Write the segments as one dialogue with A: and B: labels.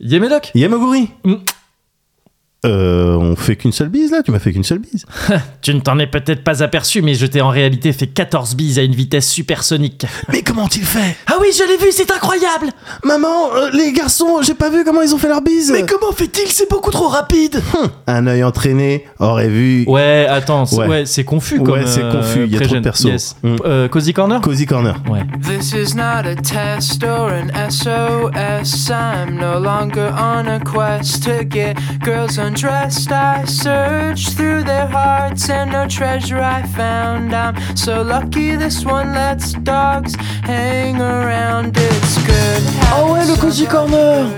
A: Yemedoc
B: Yamaguri
A: Mm.
B: Euh, on fait qu'une seule bise là, tu m'as fait qu'une seule bise.
A: Tu ne t'en es peut-être pas aperçu, mais je t'ai en réalité fait 14 bises à une vitesse supersonique.
B: Mais comment ont-ils fait
A: Ah oui, je l'ai vu, c'est incroyable
B: Maman, euh, les garçons, j'ai pas vu comment ils ont fait leur bise.
A: comment fait-il C'est beaucoup trop rapide
B: Un œil entraîné aurait vu
A: Ouais, attends, c'est, ouais.
B: Ouais.
A: c'est confus
B: Ouais,
A: comme
B: c'est
A: euh,
B: confus, il y a trop de
A: pré-gène.
B: persos.
A: Yes.
B: Mm.
A: Euh, Cozy Corner
B: Cozy Corner.
A: Ouais.
C: This is not a test or an SOS. I'm no longer on a quest to get girls undressed. I searched through their hearts and no treasure I found. I'm so lucky this one lets dogs hang around. It's good.
A: Oh ouais, le Cozy Corner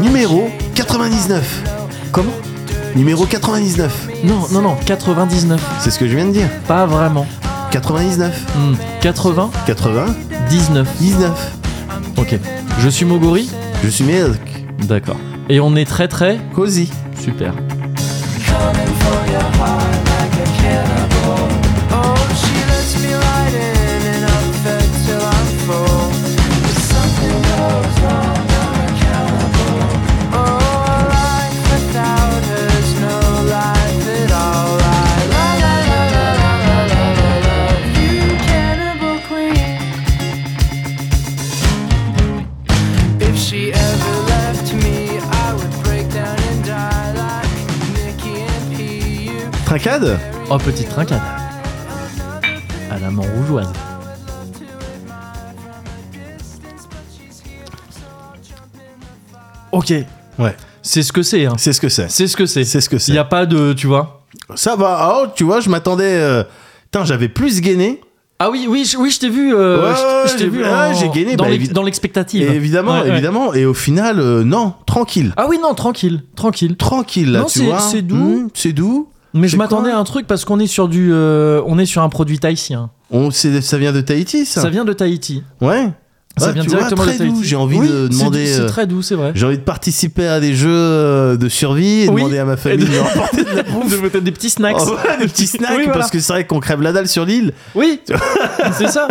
B: Numéro 99.
A: Comment
B: Numéro 99.
A: Non, non, non, 99.
B: C'est ce que je viens de dire.
A: Pas vraiment.
B: 99.
A: Hmm, 80,
B: 99.
A: 19. Ok. Je suis Mogori
B: Je suis Médoc.
A: D'accord. Et on est très très...
B: Cozy.
A: Super.
C: Oh, she lets me ride in and I'm fed till I'm full. But something goes wrong, unaccountable. Oh, a life without her's no life at all. I love, love, love, love, love, love, love you, cannibal queen. If she ever left me, I would break down and die like Nicky and P. You
B: Trincade
A: Oh, petite trincade. À la main rougeoise. Ok.
B: Ouais.
A: C'est ce que c'est. hein.
B: C'est ce que c'est.
A: C'est ce que c'est.
B: C'est ce que c'est.
A: Il n'y a pas de. Tu vois
B: Ça va. Oh, tu vois, je m'attendais. euh, Putain, j'avais plus gainé.
A: Ah oui, oui, je, oui, je t'ai vu. euh,
B: Ouais,
A: je- je t'ai
B: j'ai-
A: vu.
B: ah,
A: en-
B: j'ai gainé,
A: Dans
B: bah,
A: l'ex-
B: évi-
A: dans l'expectative.
B: Et évidemment,
A: Ouais, ouais.
B: évidemment. Et au final, euh, non, tranquille.
A: Ah oui, non, tranquille. Tranquille.
B: Tranquille, là,
A: Non,
B: tu
A: c'est-
B: vois.
A: c'est doux.
B: Mmh, c'est doux.
A: Mais je
B: C'est
A: m'attendais
B: quoi
A: à un truc parce qu'on est sur du. euh, on est sur un produit tahitien.
B: On, c'est- ça vient de Tahiti, ça,
A: Ça vient de Tahiti.
B: Ouais.
A: Ça
B: Ouais,
A: vient
B: Ah, tu vois,
A: directement de
B: très doux.
A: Tahiti.
B: J'ai envie
A: Oui,
B: de
A: c'est-
B: demander.
A: C'est
B: euh,
A: très doux, c'est vrai.
B: J'ai envie de participer à des jeux euh, de survie et
A: Oui.
B: demander à ma famille de leur apporter de la bouffe.
A: De- peut-être des petits snacks.
B: Oh, ouais, des petits snacks,
A: Oui, voilà.
B: parce que c'est vrai qu'on crève la dalle sur l'île.
A: Oui, c'est ça.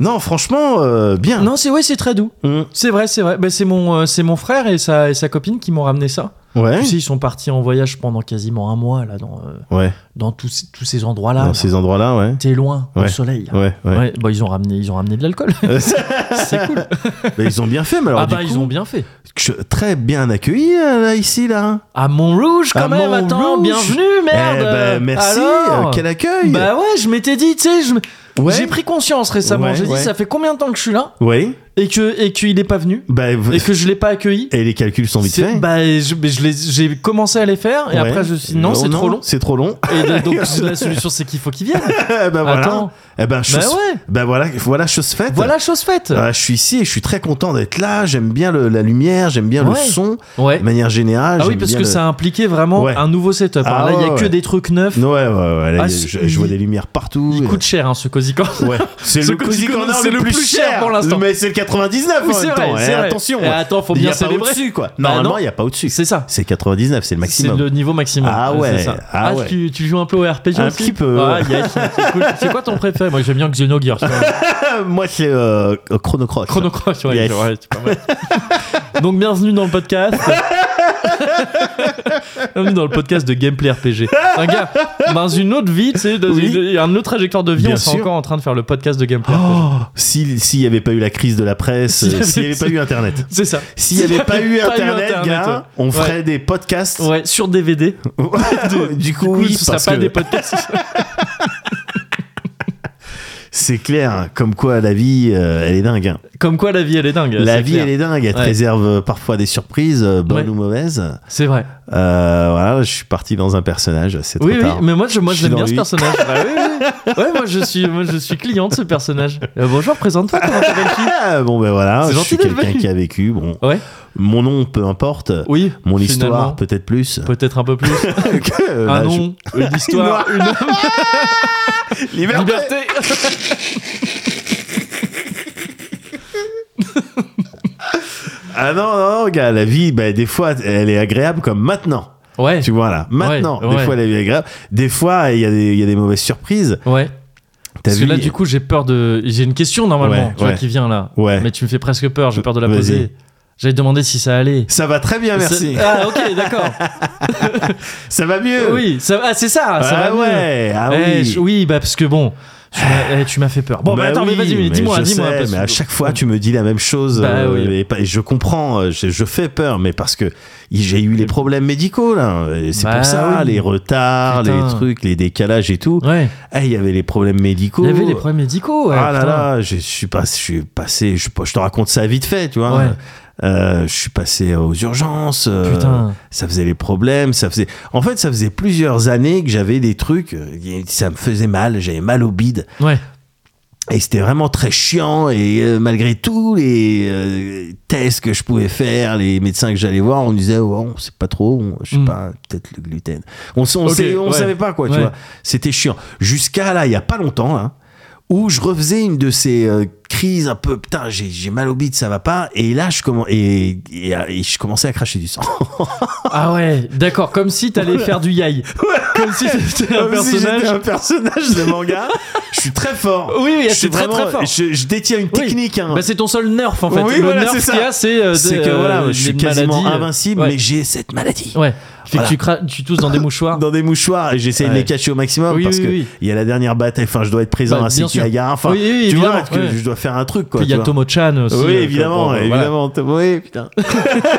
B: Non, franchement, euh, bien.
A: Non, c'est ouais, c'est très doux.
B: Mm.
A: C'est vrai, c'est vrai. Bah, c'est mon, euh, c'est mon frère et sa, et sa copine qui m'ont ramené ça.
B: Ouais.
A: Tu sais, ils sont partis en voyage pendant quasiment un mois là, dans, euh,
B: Ouais.
A: dans tous, ces- tous ces endroits-là.
B: Dans ces endroits-là, ouais.
A: T'es loin au
B: Ouais.
A: soleil. là.
B: Ouais, ouais.
A: Ouais, bah, ils ont ramené, ils ont ramené de l'alcool. c'est cool.
B: Mais Bah, ils ont bien fait, mais alors
A: ah
B: du
A: bah
B: coup,
A: ils ont bien fait.
B: je- très bien accueilli euh, là, ici, là. hein.
A: À Montrouge quand
B: À
A: même. Attends,
B: Montrouge.
A: bienvenue, merde.
B: Eh ben, merci.
A: Alors
B: euh, quel accueil.
A: Bah ouais, je m'étais dit, tu sais, je m-
B: Ouais.
A: j'ai pris conscience récemment.
B: Ouais,
A: j'ai dit,
B: ouais.
A: ça fait combien de temps que je suis là
B: Oui.
A: et que et qu'il est pas venu
B: Bah, v-
A: et que je l'ai pas accueilli.
B: et les calculs sont vite
A: C'est-
B: faits.
A: Bah, je- mais je les- j'ai commencé à les faire et
B: Ouais.
A: après je me suis dit, non,
B: Oh,
A: c'est trop long.
B: C'est trop long.
A: Et de- donc la solution c'est qu'il faut qu'il vienne.
B: Eh ben voilà.
A: Attends.
B: Eh ben, chose-
A: Bah ouais.
B: ben voilà, voilà chose faite.
A: Voilà chose faite.
B: Ah, je suis ici et je suis très content d'être là. J'aime bien le- la lumière, j'aime bien le
A: Ouais.
B: son,
A: Ouais.
B: de manière générale.
A: Ah oui,
B: j'aime
A: parce
B: bien
A: que
B: le-
A: ça a impliqué vraiment
B: Ouais.
A: un nouveau setup.
B: Ah
A: Alors là, il y a
B: ouais,
A: que
B: ouais.
A: des trucs neufs.
B: Ouais, ouais, ouais, là,
A: Ah,
B: je,
A: c'est-
B: je vois des lumières partout.
A: Il coûte cher hein, ce Cozy Corner.
B: Ouais, c'est
A: Ce
B: le
A: Cozy
B: Cozy
A: Corner,
B: Corner
A: c'est le plus cher pour l'instant.
B: Mais c'est le 99
A: Oui,
B: en
A: c'est
B: même
A: vrai,
B: temps.
A: c'est
B: eh,
A: vrai.
B: attention.
A: Et attends, faut
B: Il y
A: bien
B: a pas
A: célébrer.
B: au-dessus, quoi.
A: Bah
B: Normalement,
A: non.
B: il n'y a pas au-dessus.
A: C'est ça.
B: C'est 99, c'est
A: C'est
B: le maximum.
A: le niveau maximum.
B: Ah
A: c'est
B: ouais,
A: ça.
B: ah ouais.
A: Tu, tu joues un peu au RPG
B: Un
A: aussi
B: petit peu.
A: Ah, yes, c'est cool. C'est quoi ton préféré Moi j'aime bien Xenogears. tu vois.
B: Ah, Moi, c'est euh, Chrono Cross.
A: Chrono Cross, ouais,
B: Yes.
A: ouais, c'est pas mal. Donc bienvenue dans le podcast. bienvenue dans le podcast de gameplay RPG. Un gars, dans une autre vie, tu sais, dans
B: Oui.
A: une, un autre trajectoire de vie,
B: Bien
A: on sera
B: sûr.
A: encore en train de faire le podcast de gameplay. RPG.
B: Oh, si- s'il n'y avait pas eu la crise de la presse,
A: S'il y
B: euh, s'il n'y
A: avait-
B: avait pas eu Internet.
A: C'est ça.
B: S'il n'y avait pas eu Internet,
A: ouais.
B: gars, on ferait des podcasts.
A: Ouais, sur DVD.
B: du coup,
A: Du coup,
B: oui,
A: ce sera
B: parce
A: pas
B: que
A: des podcasts.
B: c'est clair, hein, comme quoi la vie, euh, elle est dingue. hein.
A: Comme quoi, la vie, elle est dingue.
B: La vie, elle est dingue. Elle te
A: Ouais.
B: réserve euh, parfois des surprises, euh, bonnes
A: Ouais.
B: ou mauvaises.
A: C'est vrai.
B: Euh, voilà, je suis parti dans un personnage, c'est trop
A: Oui, oui,
B: tard.
A: mais moi, je, moi,
B: Je suis
A: j'aime
B: dans
A: bien ce
B: lui.
A: personnage. Bah oui, oui. Ouais, moi, je suis, moi, je suis client de ce personnage. Euh, bonjour, présente-toi, comment t'appelles qui
B: Ah, bon, ben voilà,
A: C'est
B: je
A: gentil
B: suis
A: d'être
B: quelqu'un
A: venu.
B: qui a vécu. Bon,
A: Ouais.
B: mon nom, peu importe.
A: Oui.
B: Mon
A: finalement.
B: histoire, peut-être plus.
A: Peut-être un peu plus.
B: Que, euh,
A: un
B: là, je-
A: nom, une histoire, une
B: Liberté.
A: liberté.
B: Ah non, non, non, gars, la vie, bah, des fois, elle est agréable comme maintenant.
A: Ouais.
B: Tu vois là, maintenant,
A: Ouais, ouais.
B: des fois la vie est agréable. Des fois, il y, a des- il y a des mauvaises surprises.
A: Ouais.
B: T'as
A: Parce que
B: vu
A: là, du coup, j'ai peur de. J'ai une question normalement,
B: Ouais,
A: tu vois,
B: ouais.
A: qui vient là.
B: Ouais.
A: Mais tu me fais presque peur, j'ai peur de la
B: Vas-y.
A: poser. J'avais demandé si ça allait.
B: Ça va très bien, merci.
A: Ça- Ah, ok, d'accord.
B: Ça va mieux.
A: oui, ça... ah, c'est ça, ça va
B: Ah
A: mieux.
B: ouais, ah
A: Eh,
B: oui.
A: je- oui, bah, parce que bon, tu m'as, eh, tu m'as fait peur. Bon, bah,
B: Bah
A: attends, mais
B: oui,
A: vas-y, mais dis-moi,
B: je
A: dis-moi.
B: sais,
A: parce
B: mais
A: que-
B: à chaque fois, tu me dis la même chose.
A: Bah
B: euh,
A: oui.
B: et pas- et je comprends, euh, je, je fais peur, mais parce que j'ai eu les problèmes médicaux, là. Et C'est
A: Bah
B: pour ça,
A: oui.
B: les retards,
A: Putain.
B: les trucs, les décalages et tout.
A: Ouais,
B: Eh, Il y avait les problèmes médicaux.
A: il y avait les problèmes médicaux. ouais,
B: ah là
A: putain.
B: là, je je suis, pas, je suis passé, je, je te raconte ça vite fait, tu vois.
A: Ouais.
B: Euh, je suis passé aux urgences. euh,
A: Putain.
B: Ça faisait les problèmes, ça faisait. En fait, ça faisait plusieurs années que j'avais des trucs, euh, ça me faisait mal, j'avais mal au bide.
A: Ouais.
B: Et c'était vraiment très chiant. Et euh, malgré tous les euh, tests que je pouvais faire, les médecins que j'allais voir, on me disait, oh, on sait pas trop, on- je sais
A: Mm.
B: pas, peut-être le gluten. On, s- on,
A: Ok,
B: sait- on
A: ouais.
B: savait pas quoi,
A: Ouais.
B: tu vois. C'était chiant. Jusqu'à là, il y a pas longtemps, là, où je refaisais une de ces euh, crises un peu, putain, j'ai j'ai mal au bide, ça va pas. Et là, je, commen- et, et- et je commençais à cracher du sang.
A: Ah ouais, d'accord, comme si t'allais
B: Oula.
A: faire du yai. Comme si t'étais un
B: Comme si
A: personnage.
B: j'étais un personnage de manga. je suis très fort.
A: Oui, oui,
B: Je
A: c'est
B: suis
A: très
B: vraiment-
A: très fort.
B: Je, je détiens une
A: Oui.
B: technique. hein.
A: Bah, c'est ton seul nerf en fait.
B: Oui,
A: le
B: voilà,
A: nerf
B: c'est
A: qu'il
B: ça.
A: y a, c'est euh,
B: c'est
A: de-
B: que voilà,
A: euh,
B: je suis
A: des
B: quasiment
A: maladies, euh,
B: invincible,
A: ouais.
B: mais j'ai cette maladie.
A: Ouais. Fait
B: Voilà.
A: que tu, cra- tu tousses dans des mouchoirs.
B: Dans des mouchoirs, et j'essaie de
A: Ouais.
B: les cacher au maximum
A: Oui,
B: parce
A: oui,
B: que
A: oui.
B: il y a la dernière bataille. Enfin, je dois être présent
A: Bah,
B: à
A: bien sûr.
B: Sekigaya. Enfin,
A: Oui, oui,
B: tu
A: évidemment,
B: vois, parce que
A: ouais.
B: je dois faire un truc, quoi.
A: Puis il y
B: tu
A: a
B: vois.
A: Tomo-chan aussi.
B: Oui,
A: euh, que-
B: évidemment,
A: bon, bah, voilà.
B: évidemment. Oui, putain.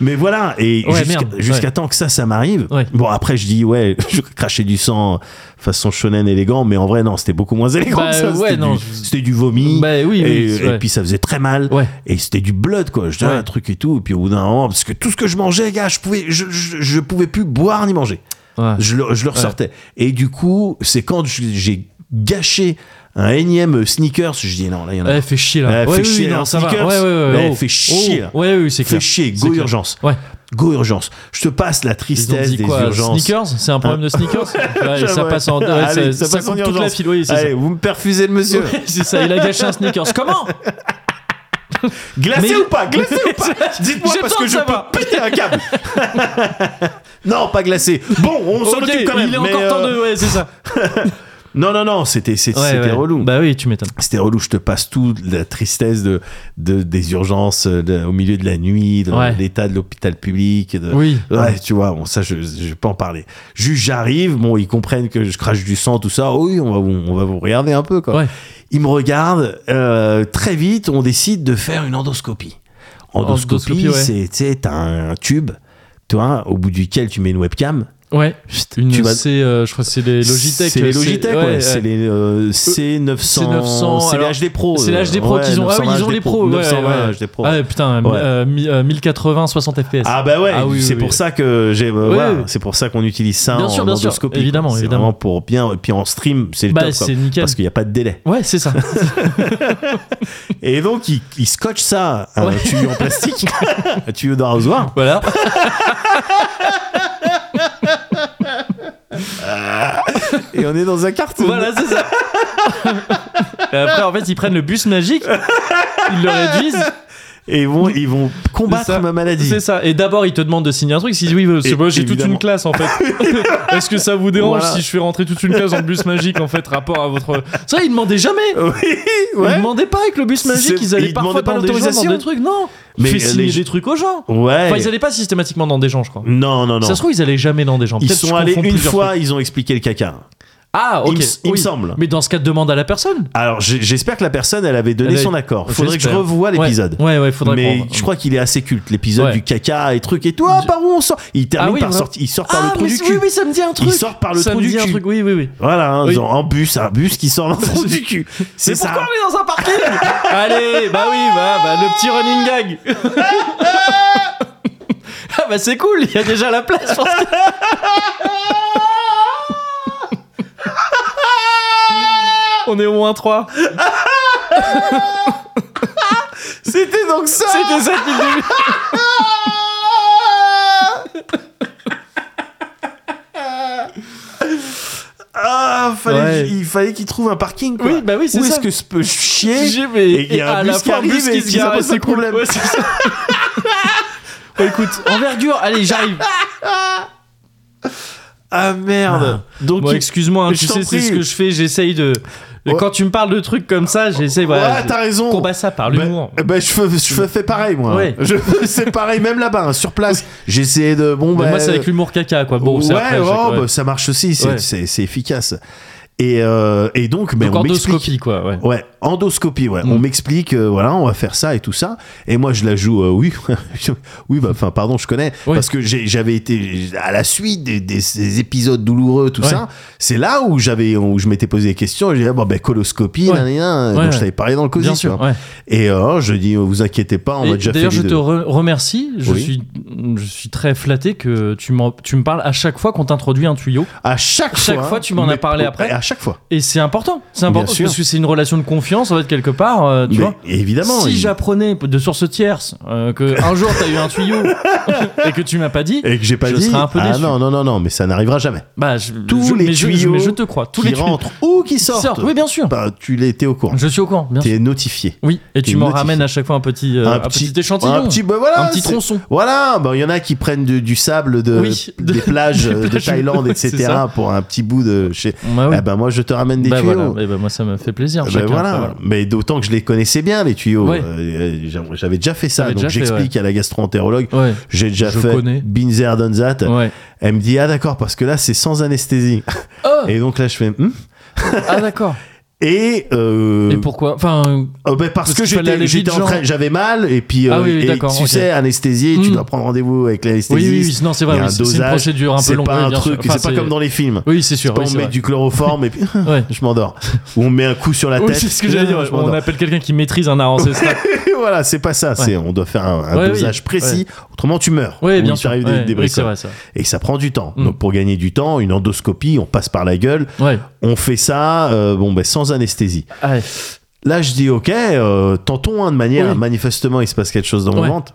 B: Mais voilà, et
A: Ouais,
B: jusqu'à
A: merde,
B: jusqu'à
A: ouais.
B: temps que ça, ça m'arrive.
A: Ouais.
B: Bon, après, je dis, ouais, je crachais du sang façon shonen élégant, mais en vrai, non, c'était beaucoup moins élégant
A: Bah,
B: que ça.
A: ouais,
B: C'était
A: non.
B: du- c'était du vomi.
A: Bah oui, oui,
B: et,
A: c'est vrai.
B: et puis, ça faisait très mal.
A: Ouais.
B: Et c'était du blood, quoi. Je dis,
A: Ouais.
B: un truc et tout. Et puis, au bout d'un moment, parce que tout ce que je mangeais, gars, je pouvais, je, je, je pouvais plus boire ni manger.
A: Ouais.
B: Je le, je le ressortais. Et du coup, c'est quand je- j'ai gâché un énième sneakers, je dis, non, là, il y en a
A: Ouais, fait chier là.
B: Ouais,
A: Ouais,
B: fait
A: oui,
B: chier,
A: oui, non,
B: un
A: ça va.
B: sneakers.
A: Ouais, ouais, ouais,
B: Ouais,
A: oh.
B: fait chier,
A: Oh. Ouais, oui, c'est
B: Fais
A: clair.
B: chier,
A: C'est
B: go
A: clair.
B: urgence.
A: Ouais.
B: Go urgence. Je te passe la
A: Ils ont
B: tristesse
A: dit
B: des
A: quoi
B: urgences.
A: Sneakers C'est un problème de sneakers Ouais,
B: Ouais,
A: Ça
B: ouais.
A: passe en. ouais,
B: Allez,
A: ça
B: ça passe en
A: coupe toute la
B: urgence.
A: file, oui, c'est ça.
B: Allez, vous me perfusez le monsieur.
A: Ouais, C'est ça, il a gâché un sneakers. Comment
B: Glacé
A: Mais-
B: ou pas Glacé ou pas Dites-moi
A: J'ai
B: parce
A: peur
B: que
A: de
B: je
A: savoir.
B: peux péter un câble. non, pas glacé. Bon, on s'en
A: Ok,
B: occupe quand même.
A: Il est
B: mais,
A: encore temps
B: euh,
A: de. Ouais, c'est ça.
B: Non, non, non, c'était c'est-
A: Ouais,
B: c'était
A: ouais.
B: relou.
A: Bah oui, tu m'étonnes.
B: C'était relou, je te passe tout la tristesse de, de des urgences euh, de- au milieu de la nuit, de
A: Ouais.
B: l'état de l'hôpital public, de,
A: Oui.
B: Ouais, tu vois, bon, ça, je, je vais pas en parler. Juste, j'arrive, bon, ils comprennent que je crache du sang, tout ça. Oh oui, on va vous, on va vous regarder un peu, quoi.
A: Ouais.
B: Ils me regardent. euh, très vite, on décide de faire une endoscopie. Endoscopie,
A: Endoscopie, ouais.
B: c'est, tu sais, t'as un tube, tu vois, au bout duquel tu mets une webcam.
A: Ouais.
B: Chut,
A: Une,
B: tu vas-
A: c'est, euh, je crois que c'est les Logitech.
B: C'est les Logitech, ouais.
A: ouais,
B: C'est
A: ouais.
B: les euh, C900.
A: C900,
B: C'est les
A: alors,
B: HD Pro.
A: C'est
B: euh,
A: l'HD Pro
B: ouais,
A: qu'ils ont. Ah oui,
B: 920
A: ils ont
B: HD
A: les pros. ouais,
B: 920
A: ouais.
B: HD Pro.
A: Ah ouais, putain,
B: Ouais.
A: euh, mi- euh, 1080, 60 FPS.
B: Ah bah ouais,
A: Ah oui,
B: c'est
A: oui,
B: pour
A: oui.
B: ça que j'ai euh,
A: Oui,
B: voilà,
A: oui.
B: c'est pour ça qu'on utilise ça
A: Bien
B: en
A: sûr, bien sûr.
B: endoscopie. quoi.
A: Évidemment,
B: C'est
A: évidemment.
B: vraiment pour bien et puis en stream, c'est le
A: Bah,
B: top quoi,
A: c'est nickel.
B: parce qu'il n'y a pas de délai.
A: Ouais, c'est ça.
B: Et donc il, il scotche ça à un
A: Ouais.
B: tuyau Ah, en plastique, un tuyau d'arrosoir.
A: voilà.
B: Et on est dans un carton.
A: Voilà, c'est ça. Et après, en fait, ils prennent le bus magique, ils le réduisent.
B: Et ils vont ils vont
A: C'est ça.
B: combattre ma maladie.
A: C'est ça. Et d'abord, ils te demandent de signer un truc. S'ils disent oui, c'est
B: Et-
A: moi, j'ai toute
B: évidemment.
A: une classe en fait. Est-ce que ça vous dérange
B: Voilà.
A: si je fais rentrer toute une classe dans le bus magique en fait, rapport à votre. Ça, ils demandaient jamais.
B: Oui,
A: Ils
B: ouais.
A: demandaient pas avec le bus magique,
B: C'est-
A: ils allaient
B: ils
A: parfois
B: demandaient pas
A: dans des gens, dans
B: l'autorisation.
A: des trucs, non.
B: Mais,
A: Mais
B: euh,
A: signer
B: les-
A: des trucs aux gens.
B: Ouais.
A: Enfin, ils allaient pas systématiquement dans des gens, je crois.
B: Non non non.
A: Ça se trouve, ils allaient jamais dans des gens.
B: ils
A: Peut-être que
B: sont
A: je
B: allés
A: confonds
B: une
A: plusieurs
B: fois,
A: trucs.
B: ils ont expliqué le caca.
A: Ah,
B: Il
A: ok.
B: me s- il me
A: oui.
B: semble.
A: Mais dans ce cas, demande à la personne.
B: Alors j'ai- j'espère que la personne elle avait donné
A: Elle a-
B: son accord. Faudrait que je
A: J'espère.
B: revoie l'épisode.
A: Ouais, ouais, ouais, faudrait
B: mais
A: prendre.
B: je crois qu'il est assez culte l'épisode
A: Ouais.
B: du caca et truc et tout ah,
A: Du-
B: par où on sort il termine
A: Ah oui,
B: par
A: vraiment.
B: sortir il sort par
A: Ah,
B: le trou
A: mais
B: du
A: c'est-
B: cul
A: oui, oui, ça me dit un truc.
B: il sort par le
A: ça
B: trou
A: me
B: du
A: dit un
B: cul
A: truc, oui, oui, oui.
B: voilà hein,
A: Oui.
B: dans un bus un bus qui sort dans le trou du cul c'est
A: Mais pourquoi
B: ça
A: on est dans un parking Allez, bah oui, bah, bah, le petit running gag. ah bah c'est cool, il y a déjà la place. Pour... ce- on est au moins 3.
B: c'était donc ça
A: C'était ça depuis le début.
B: ah fallait
A: Ouais.
B: il fallait qu'il trouve un parking quoi.
A: Oui, bah oui, c'est
B: où
A: ça.
B: est-ce que se peut chier
A: J'ai- mais-
B: et il y a un
A: à
B: bus
A: la
B: qui
A: fois, un
B: arrive
A: bus
B: et
A: qui
B: qui
A: se gare,
B: pose
A: c'est
B: un
A: cool.
B: problème.
A: Ouais, c'est Bah, ça. Bon, écoute, envergure, allez, j'arrive.
B: Ah merde Donc,
A: Bon,
B: il-
A: excuse-moi, hein,
B: Mais
A: tu
B: je t'en
A: sais, c'est
B: prie.
A: ce que je fais, j'essaye de.
B: Ouais.
A: Quand tu me parles de trucs comme ça, j'essaye. Voilà,
B: ouais,
A: je-
B: t'as raison.
A: combat ça par Ah, l'humour.
B: Bah, bah, je, fais, je fais- fais pareil, moi.
A: Ouais.
B: Je, c'est pareil, même là-bas, hein, sur place. J'essayais de. Bon,
A: Mais
B: bah,
A: moi, c'est avec l'humour caca, quoi. Bon, c'est
B: ouais,
A: après, j'ai-
B: oh,
A: ouais.
B: bah, ça marche aussi, c'est,
A: Ouais.
B: c'est- c'est efficace. Et, euh, et donc, mais
A: Donc,
B: on m'explique.
A: endoscopie, quoi. Ouais.
B: Ouais, endoscopie, ouais.
A: Mm.
B: On m'explique, euh, voilà, on va faire ça et tout ça. Et moi, je la joue, euh, oui, oui, bah, enfin, pardon, je connais.
A: Oui.
B: Parce que j'ai- j'avais été à la suite des, des- ces épisodes douloureux, tout
A: Ouais.
B: ça. C'est là où j'avais, où je m'étais posé des questions. J'ai dit, ah, bon, ben, coloscopie,
A: Ouais.
B: nan, nan, nan,
A: Ouais,
B: dont
A: ouais.
B: je t'avais parlé dans le cosy,
A: Bien
B: tu
A: sûr.
B: vois.
A: ouais.
B: Et euh, je dis, vous inquiétez pas, on
A: Et
B: va déjà faire
A: D'ailleurs, je
B: les
A: te
B: deux.
A: re- remercie. Je,
B: Oui.
A: suis, je suis très flatté que tu, m'en- tu me parles à chaque fois qu'on t'introduit un tuyau.
B: À chaque fois.
A: Chaque fois, tu m'en
B: mais
A: as parlé
B: pour-
A: après.
B: À chaque fois.
A: Et c'est important. C'est important
B: sûr.
A: parce que c'est une relation de confiance, en fait, quelque part. euh, tu
B: Mais
A: vois
B: évidemment.
A: si
B: il-
A: j'apprenais de sources tierces euh, que un jour t'as eu un tuyau et que tu m'as pas dit,
B: et que j'ai pas
A: je
B: dit.
A: serais un peu
B: ah
A: déçu.
B: non, non, non, non, mais ça n'arrivera jamais.
A: bah je,
B: Tous
A: je-
B: les
A: mais je- je-
B: tuyaux
A: mais je te crois, tous
B: qui
A: les tuyaux
B: rentrent ou qui sortent.
A: sortent. Oui, bien sûr.
B: Bah, tu l'es, t'es au courant.
A: Je suis au courant, bien sûr.
B: T'es notifié.
A: Oui, et
B: t'es
A: tu m'en
B: notifié.
A: ramènes à chaque fois un petit, euh, un petit, échantillon,
B: Un petit, bah, voilà,
A: un petit
B: c'est-
A: tronçon.
B: Voilà, bah, il y en a qui prennent de- du sable de,
A: Oui, de-
B: des plages
A: des
B: euh, de
A: plages,
B: Thaïlande,
A: c'est
B: etc.
A: ça.
B: pour un petit bout de chez.
A: Bah oui.
B: Eh ben, moi, je te ramène des
A: Bah
B: tuyaux.
A: voilà, Eh ben moi ça me fait plaisir.
B: Ben
A: chacun,
B: voilà.
A: enfin,
B: mais d'autant que je les connaissais bien les tuyaux.
A: Ouais.
B: Euh, euh, J'avais déjà fait ça,
A: T'avais
B: donc
A: déjà fait,
B: j'explique à la gastroentérologue.
A: Ouais,
B: J'ai déjà
A: Je
B: fait
A: connais.
B: Binzer Donzat.
A: ouais.
B: Elle me dit ah d'accord parce que là c'est sans anesthésie.
A: Oh,
B: Et donc là je fais Hum
A: ah d'accord.
B: et, euh,
A: Et pourquoi Enfin, euh,
B: euh, ben,
A: parce
B: parce que
A: qu'il fallait
B: j'étais
A: aller
B: j'étais
A: vite,
B: en train
A: genre.
B: j'avais mal et puis
A: Ah
B: euh,
A: oui, oui,
B: et tu
A: d'accord, ok.
B: sais anesthésie tu
A: Hmm.
B: dois prendre rendez-vous avec
A: oui, oui,
B: l'anesthésiste.
A: oui, non, c'est
B: il y
A: vrai,
B: a un
A: oui, c'est c'est une
B: dosage,
A: procédure un peu
B: C'est
A: longue.
B: pas
A: oui,
B: un
A: bien sûr.
B: truc,
A: Enfin,
B: c'est pas comme dans les films.
A: Oui, c'est sûr.
B: Quand
A: oui,
B: on
A: c'est
B: met
A: vrai.
B: du chloroforme et puis
A: Ouais.
B: je m'endors. Ou on met un coup sur la
A: Oui,
B: tête.
A: c'est ce que j'allais dire.
B: je
A: On
B: m'endors.
A: appelle quelqu'un qui maîtrise un art ancestral.
B: voilà, c'est pas ça. C'est on doit faire un, un
A: Ouais, oui.
B: dosage précis. Autrement, tu meurs.
A: Oui,
B: Ou
A: bien
B: il
A: sûr.
B: t'arrive des,
A: Ouais,
B: des
A: oui, c'est
B: bricoles.
A: vrai, ça.
B: et ça prend du temps.
A: Mm.
B: Donc pour gagner du temps, une endoscopie, on passe par la gueule,
A: Ouais.
B: on fait ça, euh, bon ben sans anesthésie.
A: Ah, ouais.
B: Là, je dis ok, euh, tentons hein, de manière.
A: Oui.
B: Manifestement, il se passe quelque chose dans mon
A: Ouais.
B: ventre.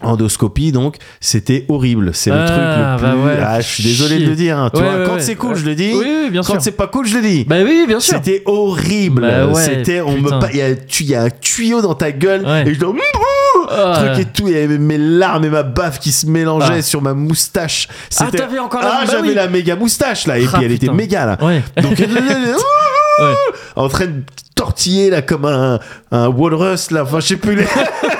B: Endoscopie, donc c'était horrible. C'est le
A: Ah,
B: truc le
A: bah
B: plus.
A: ouais,
B: ah, je suis désolé
A: chier.
B: de le dire. hein, tu
A: Ouais,
B: vois,
A: ouais,
B: quand
A: ouais.
B: c'est cool,
A: Ouais.
B: je le dis.
A: Oui, oui, bien sûr.
B: quand c'est pas cool, je le dis.
A: Bah oui, bien sûr.
B: C'était horrible.
A: Bah ouais,
B: C'était, on me,
A: putain.
B: pa- il y a, tu- il y a un tuyau dans ta gueule
A: Ouais.
B: et je dis, Mouh
A: Ah,
B: truc et tout. Il y avait mes larmes et ma baffe qui se mélangeaient
A: Ah.
B: sur ma moustache.
A: Ah,
B: C'était
A: t'avais encore la
B: ah,
A: bah
B: j'avais
A: oui.
B: la méga moustache là, et
A: Ah,
B: puis elle était
A: putain.
B: méga là.
A: Ouais.
B: Donc elle- en train de tortiller là comme un, un walrus là, enfin je sais plus. les-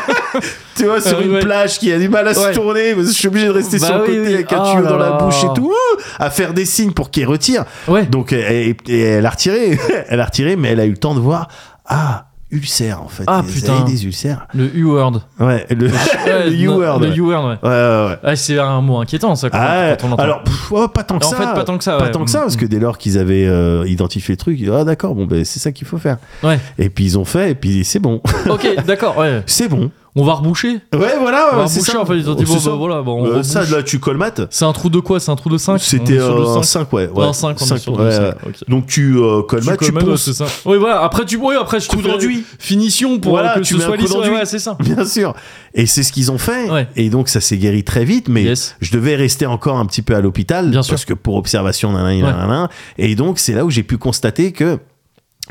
B: tu vois sur
A: Ah,
B: une
A: ouais.
B: plage qui a du mal à
A: Ouais.
B: se tourner, parce que je suis obligé de rester
A: Bah
B: sur le
A: oui,
B: côté
A: oui.
B: avec un
A: Oh
B: tuyau
A: là
B: dans la
A: là.
B: bouche et tout, Ah, à faire des signes pour qu'il retire.
A: Ouais.
B: Donc et, et- et elle a retiré, elle a retiré, mais elle a eu le temps de voir ah ulcère en fait.
A: Ah,
B: Vous
A: putain.
B: avez des ulcères.
A: Le U-word.
B: Ouais, le,
A: Ouais,
B: le
A: non,
B: U-word.
A: Le U-word, ouais.
B: Ouais, ouais, ouais.
A: Ah, c'est un mot inquiétant, ça, quand,
B: Ah,
A: quand on l'entend.
B: alors pff, oh, pas tant que
A: En
B: ça.
A: fait, pas tant que ça,
B: Pas
A: ouais.
B: tant que ça, parce que dès lors qu'ils avaient euh, identifié le truc, ils- ah d'accord, bon ben c'est ça qu'il faut faire.
A: Ouais.
B: Et puis ils ont fait, et puis c'est bon,
A: Ok, d'accord, ouais.
B: c'est bon.
A: On va reboucher.
B: Ouais,
A: On va
B: voilà, Ah, ouais, c'est
A: reboucher,
B: ça.
A: Bah, en fait. Ils ont dit,
B: C'est
A: bon,
B: ça.
A: bah voilà, bon, on
B: Euh,
A: rebouche.
B: ça, là, tu colmates.
A: C'est un trou de quoi C'est un trou de 5
B: C'était
A: le 5.
B: 5, ouais. ouais.
A: Non, 5, on est
B: Cinq,
A: sur
B: ouais,
A: le
B: ouais.
A: 5. ok.
B: Donc tu euh, colmates, tu
A: commandes, ouais,
B: ponces.
A: c'est ça. Oui, voilà. Après, tu, oui, après, je te
B: Coup
A: fais
B: d'enduit.
A: Finition pour
B: Voilà,
A: euh, que
B: tu
A: ce
B: mets un
A: soit
B: coup
A: lisse. Ouais,
B: d'enduit.
A: ouais, c'est ça.
B: Bien sûr. Et c'est ce qu'ils ont fait.
A: Ouais.
B: Et donc ça s'est guéri très vite, mais
A: Yes.
B: je devais rester encore un petit peu à l'hôpital
A: Bien
B: parce
A: sûr.
B: que pour observation, nan, nan, nan,
A: Ouais.
B: nan. et donc c'est là où j'ai pu constater que.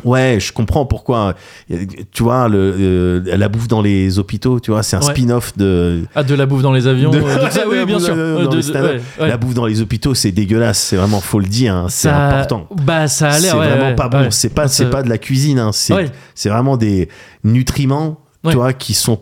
B: Ouais, je comprends pourquoi. euh, Tu vois, le, euh, la bouffe dans les hôpitaux, tu vois, c'est un
A: Ouais.
B: spin-off de.
A: Ah, de la bouffe dans les avions.
B: de-
A: euh, de- ah,
B: la
A: oui, bien
B: bouffe
A: sûr.
B: dans-
A: Euh,
B: dans
A: de- de-
B: les stand-up.
A: ouais, ouais.
B: La bouffe dans les hôpitaux, c'est dégueulasse. C'est vraiment, faut le dire, hein, c'est
A: Ça-
B: important.
A: Bah, ça a
B: C'est
A: l'air. ouais,
B: vraiment
A: ouais,
B: pas bon.
A: ouais.
B: C'est pas, c'est
A: Ça-
B: pas de la cuisine. hein. C'est,
A: Ouais.
B: c'est vraiment des nutriments,
A: Ouais.
B: tu vois, qui sont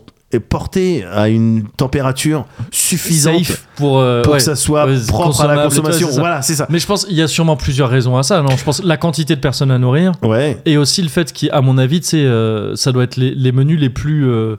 B: portés à une température suffisante
A: safe pour, euh,
B: pour
A: ouais.
B: que ça soit
A: Ouais,
B: propre à
A: consommable,
B: la consommation.
A: ouais, c'est ça.
B: voilà, c'est ça.
A: Mais je pense qu'il y a sûrement plusieurs raisons à ça. Non, je pense la quantité de personnes à nourrir
B: Ouais.
A: et aussi le fait qu'à mon avis, tu sais, euh, ça doit être les, les menus les plus euh,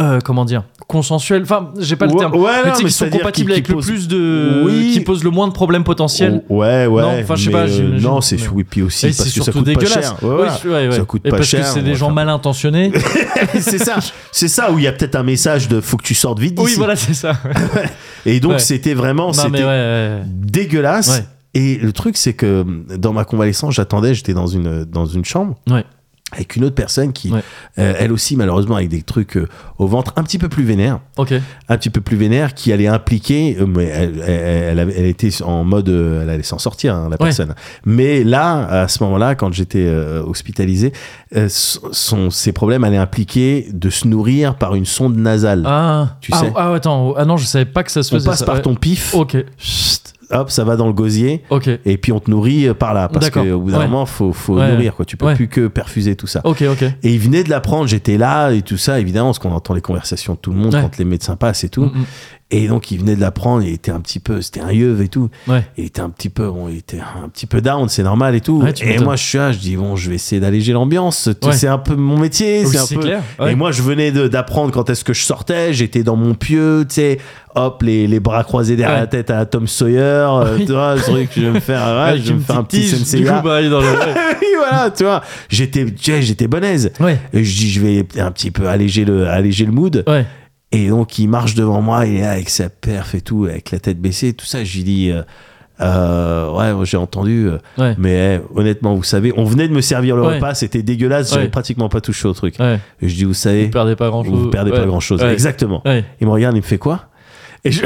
A: euh, comment dire consensuels. Enfin, j'ai pas le
B: Ouais,
A: terme.
B: ouais,
A: mais tu sais,
B: non, mais
A: qui sont
B: c'est-à-dire
A: compatibles
B: qui-
A: avec
B: qui
A: le
B: posent-
A: plus de
B: Oui.
A: qui posent le moins de problèmes potentiels.
B: Ouais, ouais.
A: Non, enfin, je sais
B: mais,
A: pas,
B: euh,
A: j'imagine.
B: non, c'est
A: Mais-
B: oui, puis aussi
A: Et
B: parce
A: c'est
B: que ça
A: surtout
B: coûte pas
A: dégueulasse.
B: cher. Ouais,
A: Oui,
B: voilà.
A: ouais, ouais.
B: Ça coûte
A: et
B: pas
A: parce
B: cher,
A: que c'est
B: on
A: des
B: va
A: gens
B: faire-
A: mal intentionnés.
B: c'est ça. C'est ça où il y a peut-être un message de faut que tu sortes vite d'ici.
A: oui, voilà, c'est ça.
B: Et donc
A: Ouais.
B: c'était vraiment,
A: non, mais
B: c'était
A: ouais, ouais, ouais.
B: dégueulasse.
A: Ouais.
B: Et le truc, c'est que dans ma convalescence, j'attendais, j'étais dans une, dans une chambre.
A: Ouais.
B: Avec une autre personne qui,
A: Ouais.
B: euh, elle aussi, malheureusement, avec des trucs euh, au ventre un petit peu plus vénère,
A: Ok.
B: un petit peu plus vénère, qui allait impliquer, euh, mais elle, elle, elle avait- elle était en mode, euh, elle allait s'en sortir, hein, la personne. Mais là, à ce moment-là, quand j'étais euh, hospitalisé, euh, son, son- ses problèmes allaient impliquer de se nourrir par une sonde nasale.
A: Ah,
B: Tu
A: ah,
B: sais.
A: ah, attends. Ah non, je savais pas que ça se
B: On
A: faisait.
B: passe
A: ça.
B: par
A: Ouais. Oh.
B: ton pif.
A: Ok.
B: Chut. hop, ça va dans le gosier.
A: Ok.
B: Et puis on te nourrit euh, par là. Parce
A: D'accord.
B: qu'au bout d'un
A: Ouais.
B: moment, faut, faut
A: Ouais.
B: nourrir. Quoi. Tu peux
A: Ouais. Oh.
B: plus que perfuser tout ça.
A: Ok, ok.
B: Et il venait de l'apprendre, j'étais là et tout ça, évidemment, parce qu'on entend les conversations de tout le monde
A: Ouais.
B: quand les médecins passent et tout.
A: Mm,
B: Et donc, il venait de l'apprendre, il était un petit peu, c'était un yeuve et tout.
A: mm. Ouais.
B: Il était un petit peu, bon, il était un petit peu down, c'est normal et tout.
A: Ouais, tu
B: et
A: m'étonnes.
B: moi, je suis là, je dis, bon, je vais essayer d'alléger l'ambiance. Tu-
A: Ouais.
B: C'est un peu mon métier,
A: Oui,
B: c'est un
A: c'est
B: peu.
A: clair. Ouais.
B: Et moi, je venais de- d'apprendre quand est-ce que je sortais, j'étais dans mon pieu, tu sais, hop, les, les bras croisés derrière
A: Ouais.
B: la tête à Tom Sawyer, euh,
A: Oui.
B: tu vois, le truc que je vais me faire, ouais,
A: Avec
B: je vais Bah, me
A: une
B: faire un petit
A: petite tige,
B: sensei.
A: Du coup, bah, il est dans le.
B: voilà, tu vois, j'étais, tu sais, j'étais bonne aise.
A: Ouais.
B: Et je dis, je vais un petit peu alléger le, alléger le mood.
A: Ouais.
B: Et donc, il marche devant moi, il est là avec sa perf et tout, avec la tête baissée, tout ça. Je lui dis, euh, euh, ouais, moi, j'ai entendu, euh,
A: Ouais.
B: mais eh, honnêtement, vous savez, on venait de me servir le
A: Ouais.
B: repas, c'était dégueulasse, j'avais
A: Ouais.
B: pratiquement pas touché au truc.
A: Ouais.
B: Et je dis, vous
A: Vous
B: savez,
A: perdez pas grand
B: vous,
A: chose.
B: perdez pas grand chose.
A: euh, Ouais.
B: Exactement.
A: Ouais.
B: Il me regarde, il me fait quoi Et je.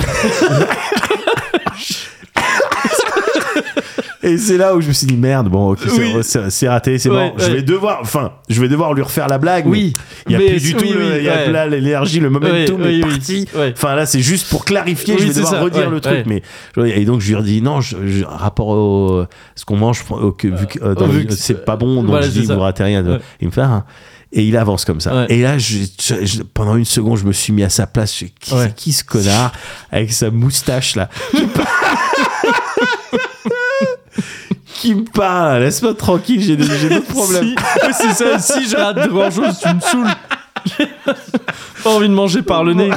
B: Et c'est là où je me suis dit merde bon ok c'est-
A: Oui.
B: c'est c'est raté c'est
A: Ouais,
B: bon je
A: ouais.
B: vais devoir enfin je vais devoir lui refaire la blague mais
A: Oui.
B: il y a
A: Mais
B: plus du
A: oui,
B: tout le-
A: oui,
B: il y a
A: ouais.
B: là, l'énergie le momentum
A: Ouais, oui,
B: est
A: oui.
B: parti
A: Ouais.
B: enfin là c'est juste pour clarifier
A: Oui,
B: je vais
A: c'est
B: devoir
A: ça,
B: redire
A: ouais,
B: le truc mais et donc je lui ai dit non je, je- rapport au ce qu'on mange au- que, vu que euh, dans-
A: vu que-
B: c'est pas bon donc
A: Voilà,
B: je
A: c'est
B: dis
A: ça.
B: vous ratez rien
A: Ouais.
B: il me fait Ah. et il avance comme ça
A: Ouais.
B: et là je- je- je- pendant une seconde je me suis mis à sa place je, qui,
A: Ouais.
B: c'est qui ce connard avec sa moustache là qui me parle laisse-moi tranquille j'ai des- j'ai d'autres problèmes
A: Si, ouais, c'est ça, si je rate grand chose, tu me saoules. J'ai pas envie de manger par le nez.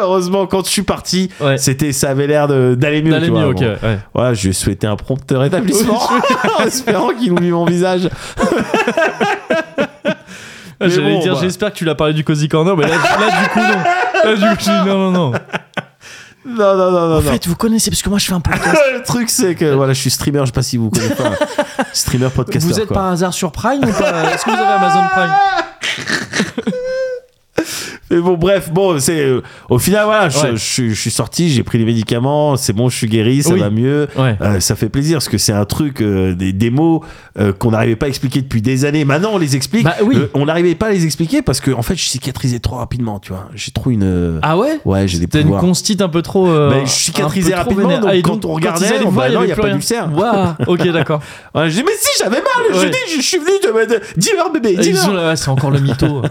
B: Heureusement, quand je suis parti,
A: Ouais.
B: c'était, ça avait l'air de- d'aller mieux.
A: D'aller
B: tu vois,
A: mieux,
B: bon.
A: ok. Ouais.
B: Voilà, je lui ai souhaité un prompt rétablissement en espérant qu'il oublie mon visage. Mais
A: Ah, J'allais
B: bon,
A: dire,
B: bah.
A: j'espère que tu l'as parlé du Cozy Corner, mais là, là, du coup, non. Là, du coup, j'ai dit, non, non, non.
B: Non, non, non, non. non.
A: vous connaissez, parce que moi, je fais un podcast.
B: le truc, c'est que voilà, je suis streamer, je sais pas si vous connaissez pas. streamer podcaster.
A: Vous êtes
B: quoi.
A: par hasard sur Prime ou pas Est-ce que vous avez Amazon Prime
B: Mais bon, bref, bon, c'est euh, au final, voilà, je,
A: Ouais.
B: je suis- je suis sorti, j'ai pris les médicaments, c'est bon, je suis guéri, ça
A: Oui.
B: va mieux.
A: Ouais.
B: Euh, ça fait plaisir parce que c'est un truc, euh, des, des mots euh, qu'on n'arrivait pas à expliquer depuis des années. Maintenant, on les explique.
A: Bah oui.
B: Euh, on n'arrivait pas à les expliquer parce que, en fait, je cicatrisais trop rapidement, tu vois. J'ai trop une. euh,
A: Ah ouais
B: ouais, j'ai des
A: T'as une
B: pouvoirs.
A: constite un peu trop. euh,
B: Bah, je cicatrisais
A: un peu trop
B: rapidement,
A: vénère. Ah,
B: donc
A: et
B: quand on regardait,
A: ils allaient
B: on-
A: voir,
B: bah non,
A: avait
B: y a
A: plus
B: pas
A: rien.
B: d'ulcère.
A: Waouh, ok, d'accord. Ah,
B: Ouais, j'ai dit, mais si, j'avais mal.
A: Ouais.
B: Je, dis, je suis venu de. me- de- Dis-leur, bébé,
A: Et ils
B: dis-leur.
A: sont là, ouais, c'est encore le mytho.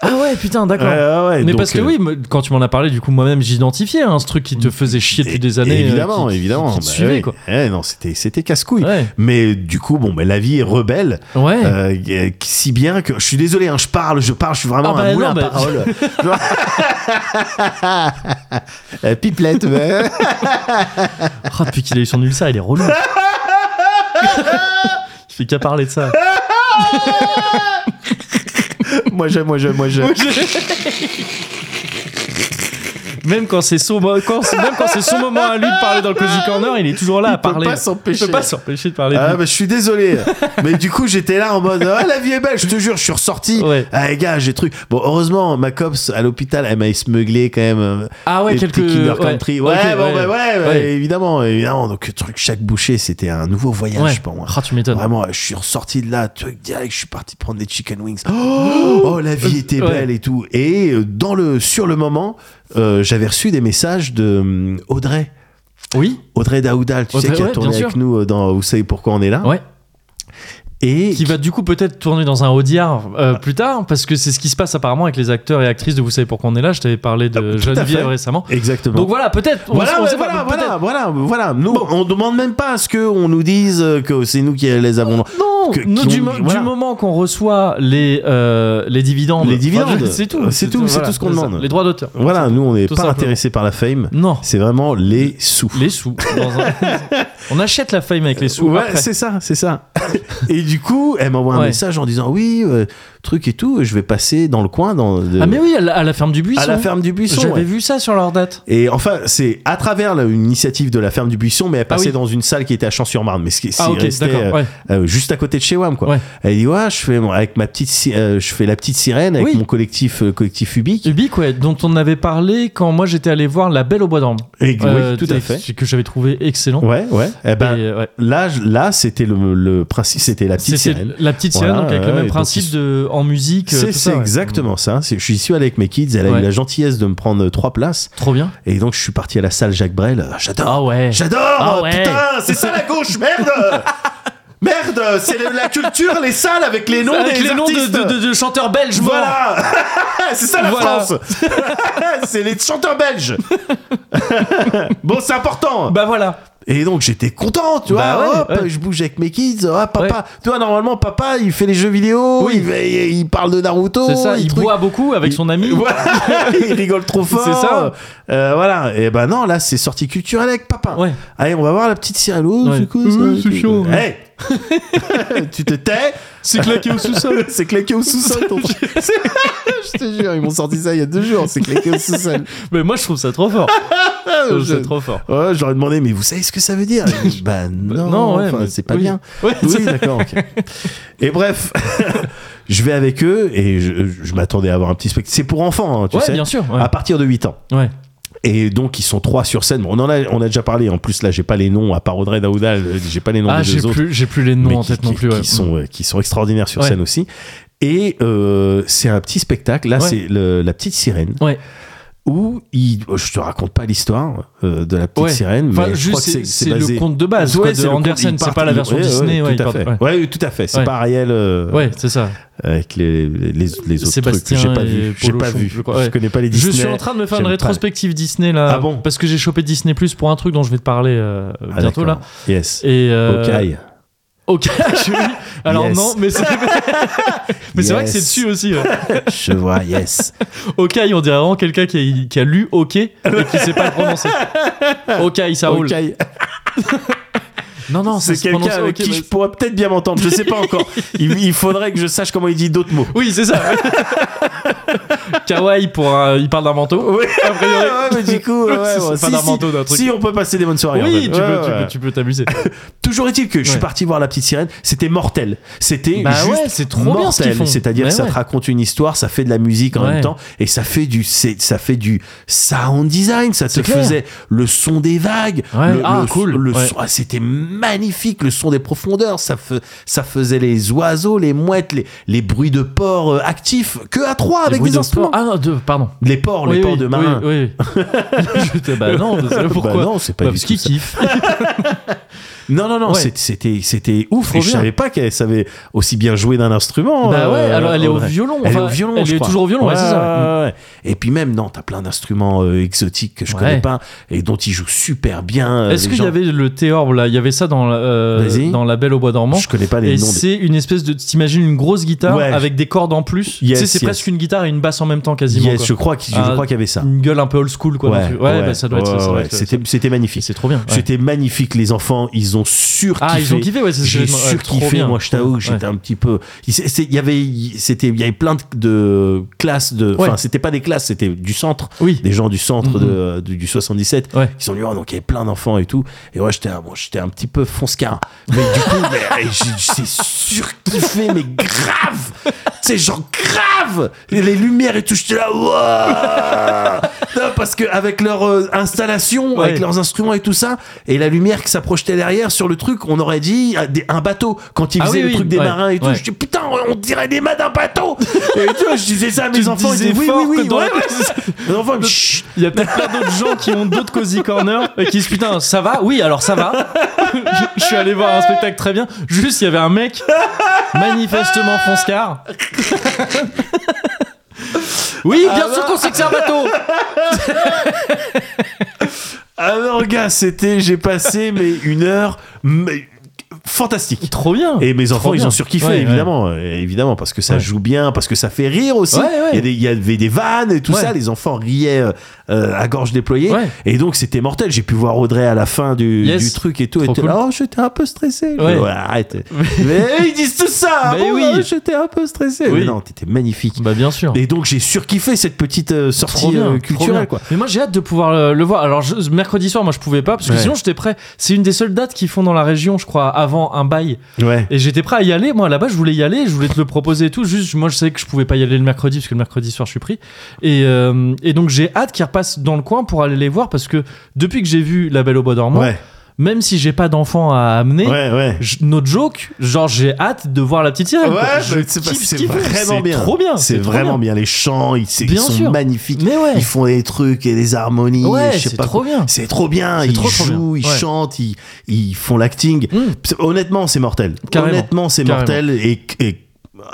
A: ah ouais, putain, d'accord.
B: Ouais, ouais, ouais,
A: Mais
B: donc,
A: parce que
B: euh,
A: oui, me- quand tu m'en as parlé, du coup, moi-même, j'identifiais hein, ce truc qui te faisait chier depuis
B: et-
A: des années. euh,
B: Évidemment,
A: qui- qui-
B: évidemment.
A: Qui te
B: Bah
A: suivait,
B: ouais.
A: quoi.
B: Eh, non, c'était c'était casse-couille.
A: Ouais.
B: Mais du coup, bon, bah, la vie est rebelle.
A: Ouais.
B: Euh, euh, si bien que je suis désolé, hein, je parle, je parle, je suis vraiment
A: Ah bah
B: un
A: non,
B: moulin
A: bah-
B: à parole. Euh, Pipelette, mais...
A: Ah, depuis qu'il a eu son ulcère, il est relou. Il fait qu'à parler de ça.
B: moi je, moi je, moi je.
A: Même quand c'est son, mo- quand c'est- même quand c'est son moment à lui de parler dans le Cozy Corner, il est toujours là à
B: peut
A: parler.
B: pas s'empêcher.
A: Il peut pas s'empêcher de parler. de
B: Ah
A: lui.
B: bah, je suis désolé, mais du coup j'étais là en mode ah, la vie est belle, je te jure, je suis ressorti.
A: Ouais.
B: Ah les gars, j'ai truc. Bon heureusement ma cops à l'hôpital, elle m'a smugglé quand même. euh,
A: Ah ouais,
B: des
A: quelques.
B: petits Kinder
A: ouais.
B: Country.
A: Ok,
B: Ouais, bon, bah, ouais, bah,
A: Ouais.
B: évidemment, évidemment. Donc truc chaque bouchée, c'était un nouveau voyage
A: Ouais.
B: pour moi.
A: Ah, tu m'étonnes.
B: Vraiment, je suis ressorti de là, truc direct, je suis parti prendre des chicken wings. Oh, oh, la vie était
A: Ouais.
B: belle et tout. Et euh, dans le, sur le moment, euh, j'avais reçu des messages de hum, Audrey.
A: Oui.
B: Audrey Daoudal, tu
A: Audrey,
B: sais, qui a
A: ouais,
B: tourné
A: bien
B: avec
A: sûr.
B: nous euh, dans Vous savez pourquoi on est là.
A: Ouais.
B: Et
A: Qui va du coup peut-être tourner dans un Audiard euh,
B: Ah.
A: plus tard, parce que c'est ce qui se passe apparemment avec les acteurs et actrices de Vous savez pourquoi on est là. Je t'avais parlé de
B: Ah, tout à
A: Geneviève
B: fait.
A: récemment.
B: Exactement.
A: Donc voilà, peut-être. on-
B: voilà,
A: on
B: ouais,
A: sait pas,
B: voilà,
A: peut-être.
B: voilà, voilà, voilà. Nous, on demande même pas à ce qu'on nous dise euh, que c'est nous qui les avons.
A: Non,
B: que-
A: non,
B: qui
A: du,
B: ont-
A: mo- du
B: voilà.
A: moment qu'on reçoit les, euh, les dividendes.
B: Les dividendes. Ah,
A: Enfin, c'est tout.
B: C'est tout, c'est tout ce qu'on
A: ça.
B: demande.
A: Les droits d'auteur.
B: Voilà, nous, on n'est
A: Tout
B: pas
A: simplement.
B: intéressés par la fame.
A: Non,
B: C'est vraiment les sous.
A: les sous. dans un- On achète la fame avec les sous.
B: Ouais,
A: après.
B: c'est ça, c'est ça. et du coup, elle m'envoie un
A: Ouais.
B: message en disant oui, euh, truc et tout, je vais passer dans le coin, dans de-
A: Ah mais oui, à la, à la ferme du buisson.
B: à la ferme du buisson.
A: J'avais
B: ouais.
A: vu ça sur leur date.
B: Et enfin, c'est à travers là, une initiative de la ferme du buisson, mais elle passait
A: Ah oui.
B: dans une salle qui était à Champs-sur-Marne, mais ce qui c'est
A: Ah ok,
B: resté,
A: d'accord.
B: euh,
A: ouais.
B: euh, juste à côté de chez Wam quoi.
A: Ouais.
B: Elle dit ouais, je fais mon- avec ma petite, si- euh, je fais la petite sirène avec
A: Oui.
B: mon collectif euh, collectif Ubique.
A: Ubique, ouais, dont on avait parlé quand moi j'étais allé voir La Belle au Bois d'Orme.
B: Et,
A: Euh,
B: oui, tout à fait.
A: Que j'avais trouvé excellent.
B: Ouais, ouais. Eh ben,
A: Et, euh, ouais.
B: là, je- là, c'était le, le principe, c'était la petite
A: C'était
B: sirène.
A: la petite sirène,
B: Voilà,
A: donc avec le
B: ouais,
A: même
B: donc
A: principe
B: ils-
A: de en musique. euh,
B: C'est
A: tout
B: c'est
A: ça, ouais.
B: exactement ça. C'est- Je suis suis allé avec mes kids. Elle a
A: Ouais.
B: eu la gentillesse de me prendre euh, trois places.
A: Trop bien.
B: Et donc, je suis parti à la salle Jacques Brel. Euh, J'adore.
A: Ah ouais.
B: J'adore.
A: Ah ouais.
B: Putain, c'est ça la gauche, merde. merde, c'est la- la culture, les salles avec les noms
A: Avec
B: des
A: les noms de,
B: artistes.
A: de- de- de chanteurs belges. morts.
B: Voilà. c'est ça la
A: Voilà.
B: France. c'est les chanteurs belges. bon, c'est important.
A: Bah voilà.
B: Et donc j'étais content, tu
A: Bah
B: vois.
A: ouais,
B: hop,
A: ouais.
B: je bouge avec mes kids. Ah, papa,
A: Ouais.
B: tu vois, normalement, papa, il fait les jeux vidéo,
A: Oui.
B: il, il- il parle de Naruto.
A: C'est ça. Il
B: Oh, truc.
A: boit beaucoup avec son ami.
B: Voilà, il rigole trop fort.
A: C'est ça.
B: Euh, voilà. Et ben non, là, c'est sortie culturelle avec E papa.
A: Ouais.
B: Allez, on va voir la petite Cyril. Oh,
A: Ouais.
B: c'est quoi ça
A: Euh, c'est chaud,
B: Hey Tu te tais
A: C'est claqué au sous-sol.
B: C'est claqué au sous-sol, ton truc. C'est- Je te jure, ils m'ont sorti ça il y a deux jours. C'est claqué au sous-sol.
A: Mais moi je trouve ça trop fort. Ah, Oh, Je trouve ça
B: Je-
A: trop fort.
B: Ouais, j'aurais demandé, mais vous savez ce que ça veut dire Bah non,
A: ouais,
B: enfin,
A: mais-
B: c'est pas
A: oui.
B: bien.
A: Ouais,
B: Oui, d'accord. ok. Et bref, je vais avec eux et je, je m'attendais à avoir un petit spectacle. C'est pour enfants, hein, tu
A: ouais,
B: sais,
A: bien sûr. Ouais.
B: à partir de 8 ans.
A: Ouais.
B: Et donc ils sont trois sur scène. Bon, on en a, on a déjà parlé. En plus là, j'ai pas les noms à part Audrey Daoudal. euh, J'ai pas les noms
A: Ah,
B: des
A: j'ai
B: deux autres.
A: plus, j'ai plus les noms
B: mais
A: en
B: qui-
A: tête non
B: qui-
A: plus. ouais.
B: Qui sont, euh, qui sont extraordinaires sur
A: Ouais.
B: scène aussi. Et euh, c'est un petit spectacle. Là,
A: Ouais.
B: c'est le- la petite sirène.
A: Ouais.
B: Où il, oh, je te raconte pas l'histoire euh, de la petite
A: Ouais.
B: sirène, mais
A: Enfin,
B: je crois
A: juste,
B: que
A: c'est,
B: c'est-
A: c'est
B: c'est
A: le
B: basé
A: conte de base quoi,
B: Ouais,
A: de
B: le con-
A: Andersen.
B: ils
A: C'est
B: partent-
A: pas la version
B: ouais, ouais,
A: Disney. ouais,
B: tout, à
A: ils
B: fait.
A: partent-
B: Ouais, oui, tout à fait. C'est
A: Ouais.
B: pas Ariel euh,
A: Ouais, c'est ça.
B: avec les, les, les autres
A: Sébastien
B: trucs. J'ai pas
A: et
B: vu. J'ai
A: Polo,
B: pas
A: je
B: vu.
A: sais plus quoi.
B: Je
A: Ouais.
B: connais pas les
A: Je
B: Disney.
A: suis en train de me faire une
B: j'aime pas.
A: rétrospective Disney là.
B: Ah bon
A: Parce que j'ai chopé Disney Plus pour un truc dont je vais te parler euh,
B: Ah,
A: bientôt là.
B: d'accord. Yes.
A: Et euh,
B: Hawkeye.
A: Ok, oui. Alors
B: Yes.
A: non, mais c'est mais c'est vrai que c'est
B: Yes.
A: dessus aussi. ouais.
B: Je vois. Yes.
A: Ok, on dirait vraiment quelqu'un qui a, qui a lu OK et qui sait pas le prononcer. Ok, ça roule.
B: Hawkeye.
A: Non non, ça
B: C'est
A: se
B: quelqu'un
A: prononce
B: avec
A: OK,
B: qui
A: mais-
B: je pourrais peut-être bien m'entendre. Je sais pas encore. Il, il faudrait que je sache comment il dit d'autres mots.
A: Oui, c'est ça. Kawaii pour un- il parle d'un manteau.
B: Oui. Ah,
A: A priori.
B: ouais, mais du coup,
A: C'est-
B: ouais,
A: c'est
B: ouais,
A: pas
B: si,
A: d'un
B: si.
A: manteau, d'un truc.
B: Si on peut passer des bonnes soirées. en fait.
A: Oui, tu,
B: Ouais,
A: peux, tu
B: ouais.
A: peux, tu peux t'amuser.
B: Toujours est-il que je suis
A: Ouais.
B: parti voir la petite sirène. C'était mortel. C'était
A: Bah
B: juste
A: ouais, c'est trop bien ce qu'ils font.
B: mortel. C'est-à-dire
A: Mais
B: que ça
A: ouais.
B: te raconte une histoire, ça fait de la musique en
A: Ouais.
B: même temps et ça fait du c'est- ça fait du sound design. Ça te
A: C'est clair.
B: faisait le son des vagues.
A: Ouais.
B: Le,
A: Ah,
B: le-
A: cool.
B: le
A: Ouais.
B: son- ah, c'était magnifique. Le son des profondeurs. Ça fe- ça faisait les oiseaux, les mouettes, les, les bruits de porcs euh, actifs que à trois
A: Les
B: avec
A: bruits
B: des
A: de
B: instruments.
A: porc. Ah non, deux, pardon.
B: Les porcs,
A: Oui,
B: les porcs
A: oui,
B: de
A: oui,
B: marin.
A: Oui. Je te- bah non, mais c'est là
B: Bah
A: pourquoi
B: non, c'est pas
A: Bah,
B: du
A: Parce
B: tout
A: qu'ils kiffent.
B: ça. Non, non, non,
A: Ouais.
B: c'est- c'était, c'était ouf.
A: Trop
B: Et je
A: bien.
B: savais pas qu'elle savait aussi bien jouer d'un instrument.
A: Bah ouais,
B: euh,
A: alors elle est au
B: Audrey.
A: violon.
B: Elle est
A: enfin,
B: au violon,
A: Elle
B: je
A: est
B: crois.
A: toujours au violon, ouais, c'est ça. Mm.
B: ouais, ouais. Et puis même, non, t'as plein d'instruments euh, exotiques que je
A: Ouais.
B: connais pas et dont il joue super bien. euh,
A: Est-ce
B: les
A: qu'il y
B: gens-
A: avait le théorbe là Il y avait ça dans, la- euh,
B: Vas-y.
A: dans La Belle au Bois dormant.
B: Je connais pas Ah, les
A: Et
B: noms. des-
A: c'est une espèce de. T'imagines une grosse guitare
B: Ouais.
A: avec des cordes en plus
B: Yes,
A: Tu sais, c'est
B: yes.
A: presque une guitare et une basse en même temps quasiment.
B: Yes,
A: quoi.
B: je crois qu'il, je
A: Ah,
B: crois qu'il y avait ça.
A: Une gueule un peu old school quoi. Donc, bah, ça doit être ça,
B: ouais,
A: ça. doit
B: ouais.
A: être ça.
B: C'était, c'était magnifique.
A: C'est trop bien. ouais.
B: C'était magnifique. Les enfants, ils ont surkiffé.
A: Ah, ils ont kiffé, ouais, c'est
B: J'ai
A: ouais, trop
B: surkiffé,
A: bien.
B: moi je t'avoue, j'étais
A: Ouais.
B: un petit peu. Il c'est- c'est- il y avait, il- c'était, il y avait plein de, de classes de. Enfin,
A: Ouais.
B: c'était pas des classes, c'était du centre.
A: Oui.
B: Des gens du centre
A: Mhm.
B: de- du, du 77
A: Ouais.
B: qui sont venus, oh, donc il y avait plein d'enfants et tout. Et ouais, j'étais un, bon, j'étais un petit peu fonce-car. Mais du coup, mais, et j'ai- j'ai surkiffé, mais grave Tu sais, genre grave Et Les lumières et tout, j'étais là, Wouah Non, Parce que avec leur euh, installation,
A: Ouais.
B: avec leurs instruments et tout ça, et la lumière que ça projetait derrière sur le truc, on aurait dit euh, des- un bateau. Quand ils
A: Ah
B: faisaient
A: oui,
B: le
A: oui,
B: truc des
A: ouais,
B: marins et tout,
A: ouais.
B: je dis putain, on dirait des mâts d'un bateau Et tu vois, je disais ça à mes
A: Tu
B: enfants, ils
A: disais
B: disaient oui,
A: fort
B: oui, oui,
A: que dans la-
B: ouais, ouais, c'est ça. Mes enfants, ils me disent, Chut,
A: Il y a peut-être plein d'autres gens qui ont d'autres cozy corners et qui se putain ça va oui alors ça va je, je suis allé voir un spectacle très bien juste il y avait un mec manifestement fonce-car oui
B: Ah
A: bien sûr
B: bah.
A: qu'on sait que c'est un bateau
B: Alors gars, c'était, j'ai passé mais une heure mais, fantastique.
A: trop bien
B: Et mes enfants,
A: Trop
B: ils
A: bien.
B: ont surkiffé,
A: Ouais, ouais.
B: évidemment, euh, évidemment, parce que ça
A: Ouais.
B: joue bien, parce que ça fait rire aussi.
A: Ouais, ouais.
B: Il, y a des- il y avait des vannes et tout
A: Ouais.
B: ça, les enfants riaient euh, euh, à gorge déployée,
A: Ouais.
B: et donc c'était mortel. J'ai pu voir Audrey à la fin du,
A: Yes.
B: du truc et tout, et
A: Trop
B: t'es
A: cool.
B: là, oh, j'étais un peu stressé. Je
A: Ouais.
B: dis, arrête. Mais ils disent tout ça. ah
A: Mais
B: bon,
A: oui.
B: oh, j'étais un peu stressé.
A: Oui.
B: Mais non, t'étais magnifique.
A: bah bien sûr
B: Et donc j'ai surkiffé cette petite euh,
A: Trop
B: sortie
A: bien,
B: euh,
A: trop bien.
B: culturelle, quoi.
A: Mais moi j'ai hâte de pouvoir le, le voir. Alors je- mercredi soir, moi je pouvais pas parce que
B: Ouais.
A: sinon j'étais prêt. C'est une des seules dates qu'ils font dans la région, je crois, avant un bail.
B: Ouais.
A: Et j'étais prêt à y aller. Moi, là-bas, je voulais y aller. Je voulais te le proposer et tout. Juste, moi, je savais que je pouvais pas y aller le mercredi parce que le mercredi soir, je suis pris. Et, euh, et donc, j'ai hâte qu'ils repassent dans le coin pour aller les voir parce que depuis que j'ai vu La Belle au Bois dormant,
B: Ouais.
A: même si j'ai pas d'enfant à amener,
B: Ouais, ouais.
A: je- notre joke, genre j'ai hâte de voir la petite sirène.
B: Ouais,
A: quoi. Je
B: mais c'est Bah, pas-
A: bah, kiffe ce
B: c'est
A: qu'ils font.
B: vraiment
A: C'est
B: bien.
A: trop bien.
B: C'est
A: trop
B: vraiment bien. Les chants, ils, c'est- ils
A: Bien
B: sont
A: sûr.
B: magnifiques.
A: Mais ouais.
B: Ils font des trucs et des harmonies.
A: Ouais,
B: et je sais
A: c'est
B: pas
A: trop
B: quoi.
A: bien.
B: C'est trop bien.
A: C'est
B: Ils
A: trop, trop bien.
B: jouent, ils
A: Ouais.
B: chantent, ils, ils font l'acting.
A: Mm.
B: C'est- Honnêtement, c'est mortel.
A: Carrément.
B: Honnêtement, c'est
A: Carrément.
B: mortel. Et, et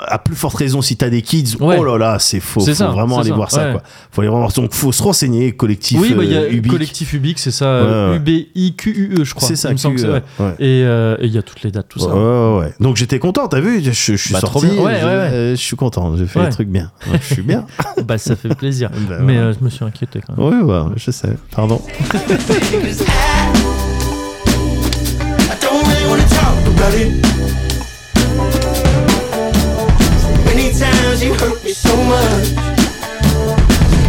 B: à plus forte raison, si t'as des kids,
A: Ouais.
B: oh là là, c'est faux.
A: C'est
B: Faut
A: ça,
B: vraiment
A: c'est
B: aller
A: ça,
B: voir ça.
A: ouais.
B: Quoi. Faut aller voir. Donc, faut se renseigner. Collectif.
A: Oui, bah, il y a
B: euh, Ubique.
A: collectif Ubique, c'est ça, euh,
B: Ouais, ouais.
A: UBIQUE, E, je crois.
B: C'est ça.
A: Il me semble que
B: Q,
A: c'est
B: euh,
A: vrai.
B: ouais.
A: Et euh, et il y a toutes les dates, tout ça.
B: Ouais, ouais, ouais. Donc j'étais content, t'as vu, je, je suis
A: Bah, trop
B: sorti,
A: bien. Ouais,
B: je,
A: ouais, ouais.
B: euh, je suis content, j'ai fait
A: Ouais.
B: les trucs bien. Ouais, je suis bien.
A: Bah, ça fait plaisir.
B: Bah,
A: Mais
B: voilà.
A: euh, je me suis inquiété quand même.
B: Oui, ouais, je sais, pardon.
D: I don't really wanna talk about it. Many times you hurt me so much.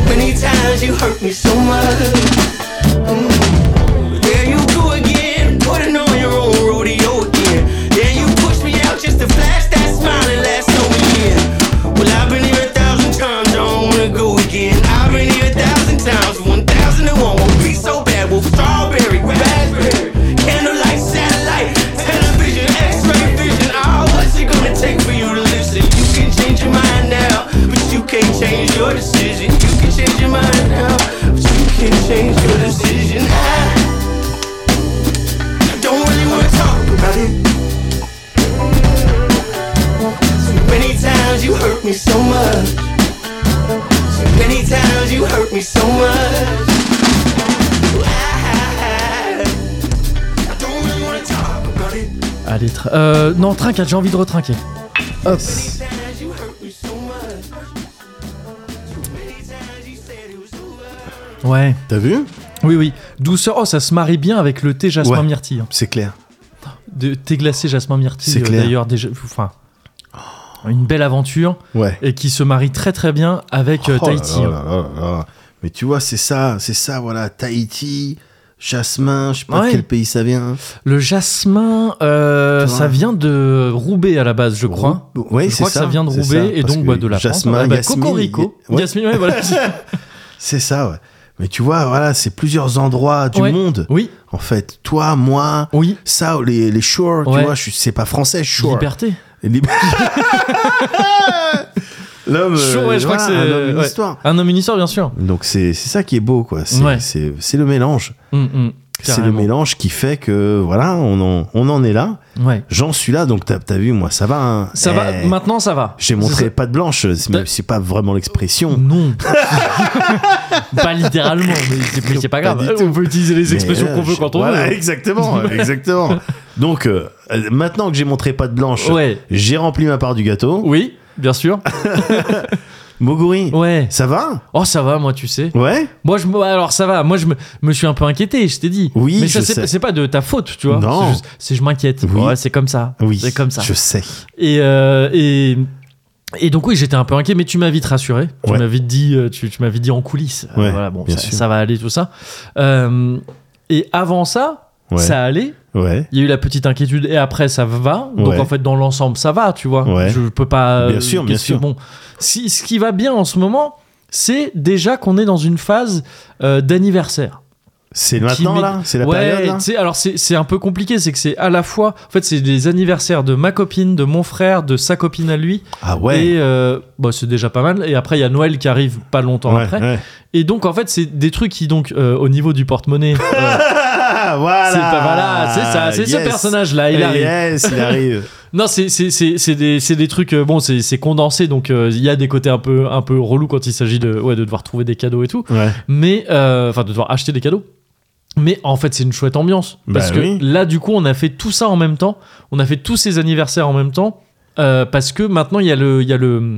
D: Many times you hurt me so much. Mm. There you go again, putting on your own rodeo again. Then you push me out just to flash that smile and last over here. Well, I've been here a thousand times, I don't wanna go again. I've been here a thousand times, one thousand and one won't be so bad. Well, strawberry, raspberry, candlelight, satellite, television, X-ray vision. Oh, what's it gonna take for you to listen? You can change your mind now, but you can't change your decision. You can change your mind now, but you can't change your decision. Ah. I don't really wanna talk about it. So many times you hurt me so much. So many times you hurt me so much. I, I don't really wanna talk about it.
A: Allez, tra- euh, non, trinquette, j'ai envie de retrinquer. Hop.
D: Times you hurt me so much. So many times you said it was over.
A: Ouais.
B: T'as vu
A: Oui, oui. Douceur. Oh, ça se marie bien avec le thé jasmin
B: Ouais.
A: myrtille. hein.
B: C'est clair.
A: De, thé glacé jasmin myrtille.
B: C'est
A: euh,
B: clair.
A: D'ailleurs, déjà. Enfin. Une belle aventure
B: Ouais.
A: et qui se marie très très bien avec euh,
B: Oh là
A: Tahiti.
B: là
A: hein.
B: là là là. Mais tu vois, c'est ça, c'est ça, voilà, Tahiti, Jasmin, je sais pas
A: Ouais.
B: de quel pays ça vient.
A: Le jasmin, euh,
B: Tu vois.
A: ça vient de Roubaix à la base, je crois.
B: Rou- Ouais,
A: je
B: c'est
A: crois que ça vient de
B: c'est
A: Roubaix
B: ça,
A: et
B: parce
A: donc
B: que
A: bah, de la
B: Jasmin,
A: France. Ah, bah,
B: Yasmine,
A: Cocorico.
B: y- ouais,
A: Yasmine, ouais, voilà.
B: c'est ça, ouais. Mais tu vois, voilà, c'est plusieurs endroits du
A: Ouais.
B: monde,
A: oui,
B: en fait. Toi, moi,
A: oui.
B: ça, les, les shores,
A: Ouais.
B: tu vois, je suis- c'est pas français, shore.
A: Liberté.
B: Lib- L'homme,
A: Chaud,
B: euh,
A: ouais, je crois que
B: voilà,
A: c'est
B: un homme, une
A: ouais.
B: histoire.
A: Un homme, une histoire, bien sûr.
B: Donc c'est c'est ça qui est beau, quoi. C'est
A: Ouais.
B: c'est- c'est le mélange.
A: Hum, hum,
B: C'est le
A: carrément.
B: mélange qui fait que, voilà, on en, on en est là.
A: Ouais.
B: J'en suis là, donc t'as as vu, moi, ça va. hein.
A: Ça
B: Eh,
A: va, maintenant ça va. C'est
B: J'ai montré
A: ça.
B: patte blanche, c'est-
A: T'as-
B: mais c'est pas vraiment l'expression.
A: Non. pas littéralement, mais c'est, mais c'est pas grave.
B: Pas du tout.
A: on peut utiliser les
B: Mais,
A: expressions
B: euh,
A: qu'on veut
B: je-
A: quand on
B: voilà,
A: veut.
B: Exactement, exactement. Donc, euh, maintenant que j'ai montré patte blanche,
A: Ouais.
B: j'ai rempli ma part du gâteau.
A: Oui, bien sûr.
B: Moguri,
A: Ouais.
B: ça va
A: Oh, ça va, moi, tu sais.
B: Ouais
A: Moi, je, me- alors ça va. Moi, je me, me suis un peu inquiété. Je t'ai dit.
B: Oui,
A: Mais ça,
B: je
A: c'est,
B: sais.
A: c'est pas de ta faute, tu vois.
B: Non.
A: C'est, juste- c'est je m'inquiète.
B: Oui.
A: Ouais, c'est comme ça.
B: Oui.
A: C'est comme ça.
B: Je sais.
A: Et, euh, et et donc oui, j'étais un peu inquiet, mais tu m'as vite rassuré. Tu
B: Ouais.
A: m'as vite dit, euh, tu, tu m'as vite dit en coulisses. Euh,
B: Ouais,
A: voilà, bon,
B: bien
A: ça,
B: sûr.
A: ça va aller tout ça. Euh, et avant ça,
B: Ouais.
A: ça allait.
B: Ouais.
A: Il y a eu la petite inquiétude et après ça va. Donc
B: Ouais.
A: en fait dans l'ensemble ça va, tu vois.
B: Ouais.
A: Je peux pas. euh,
B: Bien sûr, bien
A: qu'est-ce que-
B: sûr.
A: Bon, si, ce qui va bien en ce moment, c'est déjà qu'on est dans une phase euh, d'anniversaire.
B: C'est
A: Qui
B: maintenant
A: met-
B: là C'est la
A: ouais,
B: période là
A: tu sais, alors c'est c'est un peu compliqué, c'est que c'est à la fois, en fait c'est des anniversaires de ma copine, de mon frère, de sa copine à lui,
B: Ah ouais.
A: et euh, bah, c'est déjà pas mal. Et après il y a Noël qui arrive pas longtemps
B: Ouais,
A: après.
B: ouais.
A: Et donc en fait c'est des trucs qui donc euh, au niveau du porte-monnaie, euh,
B: Ah, voilà.
A: c'est pas voilà, c'est ça, c'est ce
B: Ah, Yes. Eh
A: personnage là, il arrive.
B: Yes, il arrive.
A: Non, c'est c'est- c'est- c'est des, c'est des trucs, euh, bon, c'est c'est condensé, donc euh, il y a des côtés un peu, un peu relous quand il s'agit de, ouais, de devoir trouver des cadeaux et tout,
B: ouais.
A: mais, euh, enfin, de devoir acheter des cadeaux. Mais en fait, c'est une chouette ambiance,
B: Bah
A: parce que
B: oui.
A: là, du coup, on a fait tout ça en même temps, on a fait tous ces anniversaires en même temps, euh, parce que maintenant, il y a le, il y a le,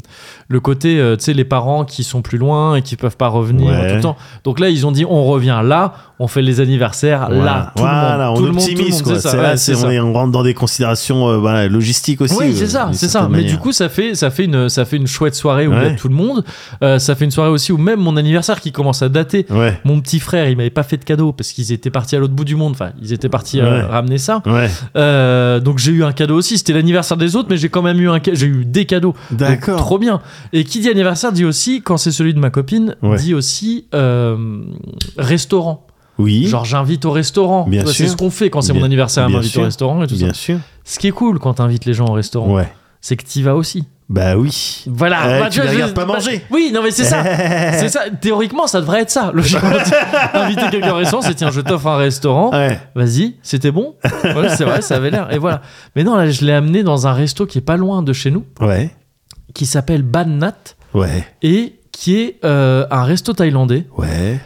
A: le côté, euh, tu sais, les parents qui sont plus loin et qui peuvent pas revenir
B: Ouais.
A: tout le temps. Donc là, ils ont dit, on revient là, on fait les anniversaires Ah là,
B: Voilà,
A: tout
B: Voilà,
A: le monde,
B: on
A: tout le monde, tout le
B: optimise
A: monde,
B: quoi.
A: c'est ça,
B: C'est là,
A: ouais,
B: c'est-
A: c'est ça.
B: on, est- on rentre dans des considérations euh, voilà, logistiques aussi.
A: Oui, c'est
B: euh,
A: ça,
B: d'une
A: c'est ça.
B: certaine
A: Mais
B: manière.
A: du coup, ça fait, ça, fait une, ça fait une chouette soirée où il y a
B: Ouais.
A: tout le monde. Euh, ça fait une soirée aussi où même mon anniversaire qui commence à dater.
B: ouais,
A: Mon petit frère, il m'avait pas fait de cadeau parce qu'ils étaient partis à l'autre bout du monde. Enfin, ils étaient partis euh,
B: Ouais.
A: ramener ça.
B: ouais,
A: Euh, donc j'ai eu un cadeau aussi. C'était l'anniversaire des autres, mais j'ai quand même eu un, ca- j'ai eu des cadeaux. Donc,
B: D'accord.
A: Trop bien. Et qui dit anniversaire dit aussi, quand c'est celui de ma copine,
B: Ouais.
A: dit aussi euh, restaurant.
B: Oui.
A: Genre j'invite au restaurant.
B: Bien
A: Tu vois, C'est
B: sûr.
A: ce qu'on fait quand c'est
B: Bien-
A: mon anniversaire,
B: bien
A: m'invite
B: sûr.
A: au restaurant et tout
B: bien
A: ça.
B: sûr.
A: Ce qui est cool quand t'invites les gens au restaurant,
B: Ouais.
A: c'est que t'y vas aussi.
B: Bah oui.
A: Voilà.
B: Eh,
A: Bah,
B: tu les
A: vois, je-
B: regardes pas
A: bah,
B: manger.
A: Oui, non mais c'est ça. C'est ça, théoriquement, ça devrait être ça. Logiquement, inviter quelqu'un au restaurant, c'est tiens, je t'offre un restaurant,
B: Ouais.
A: vas-y, c'était bon. Ouais, c'est vrai, ça avait l'air. Et voilà. Mais non, là, je l'ai amené dans un resto qui est pas loin de chez nous,
B: Ouais.
A: qui s'appelle Bannat
B: Ouais.
A: et qui est euh, un resto thaïlandais
B: Ouais.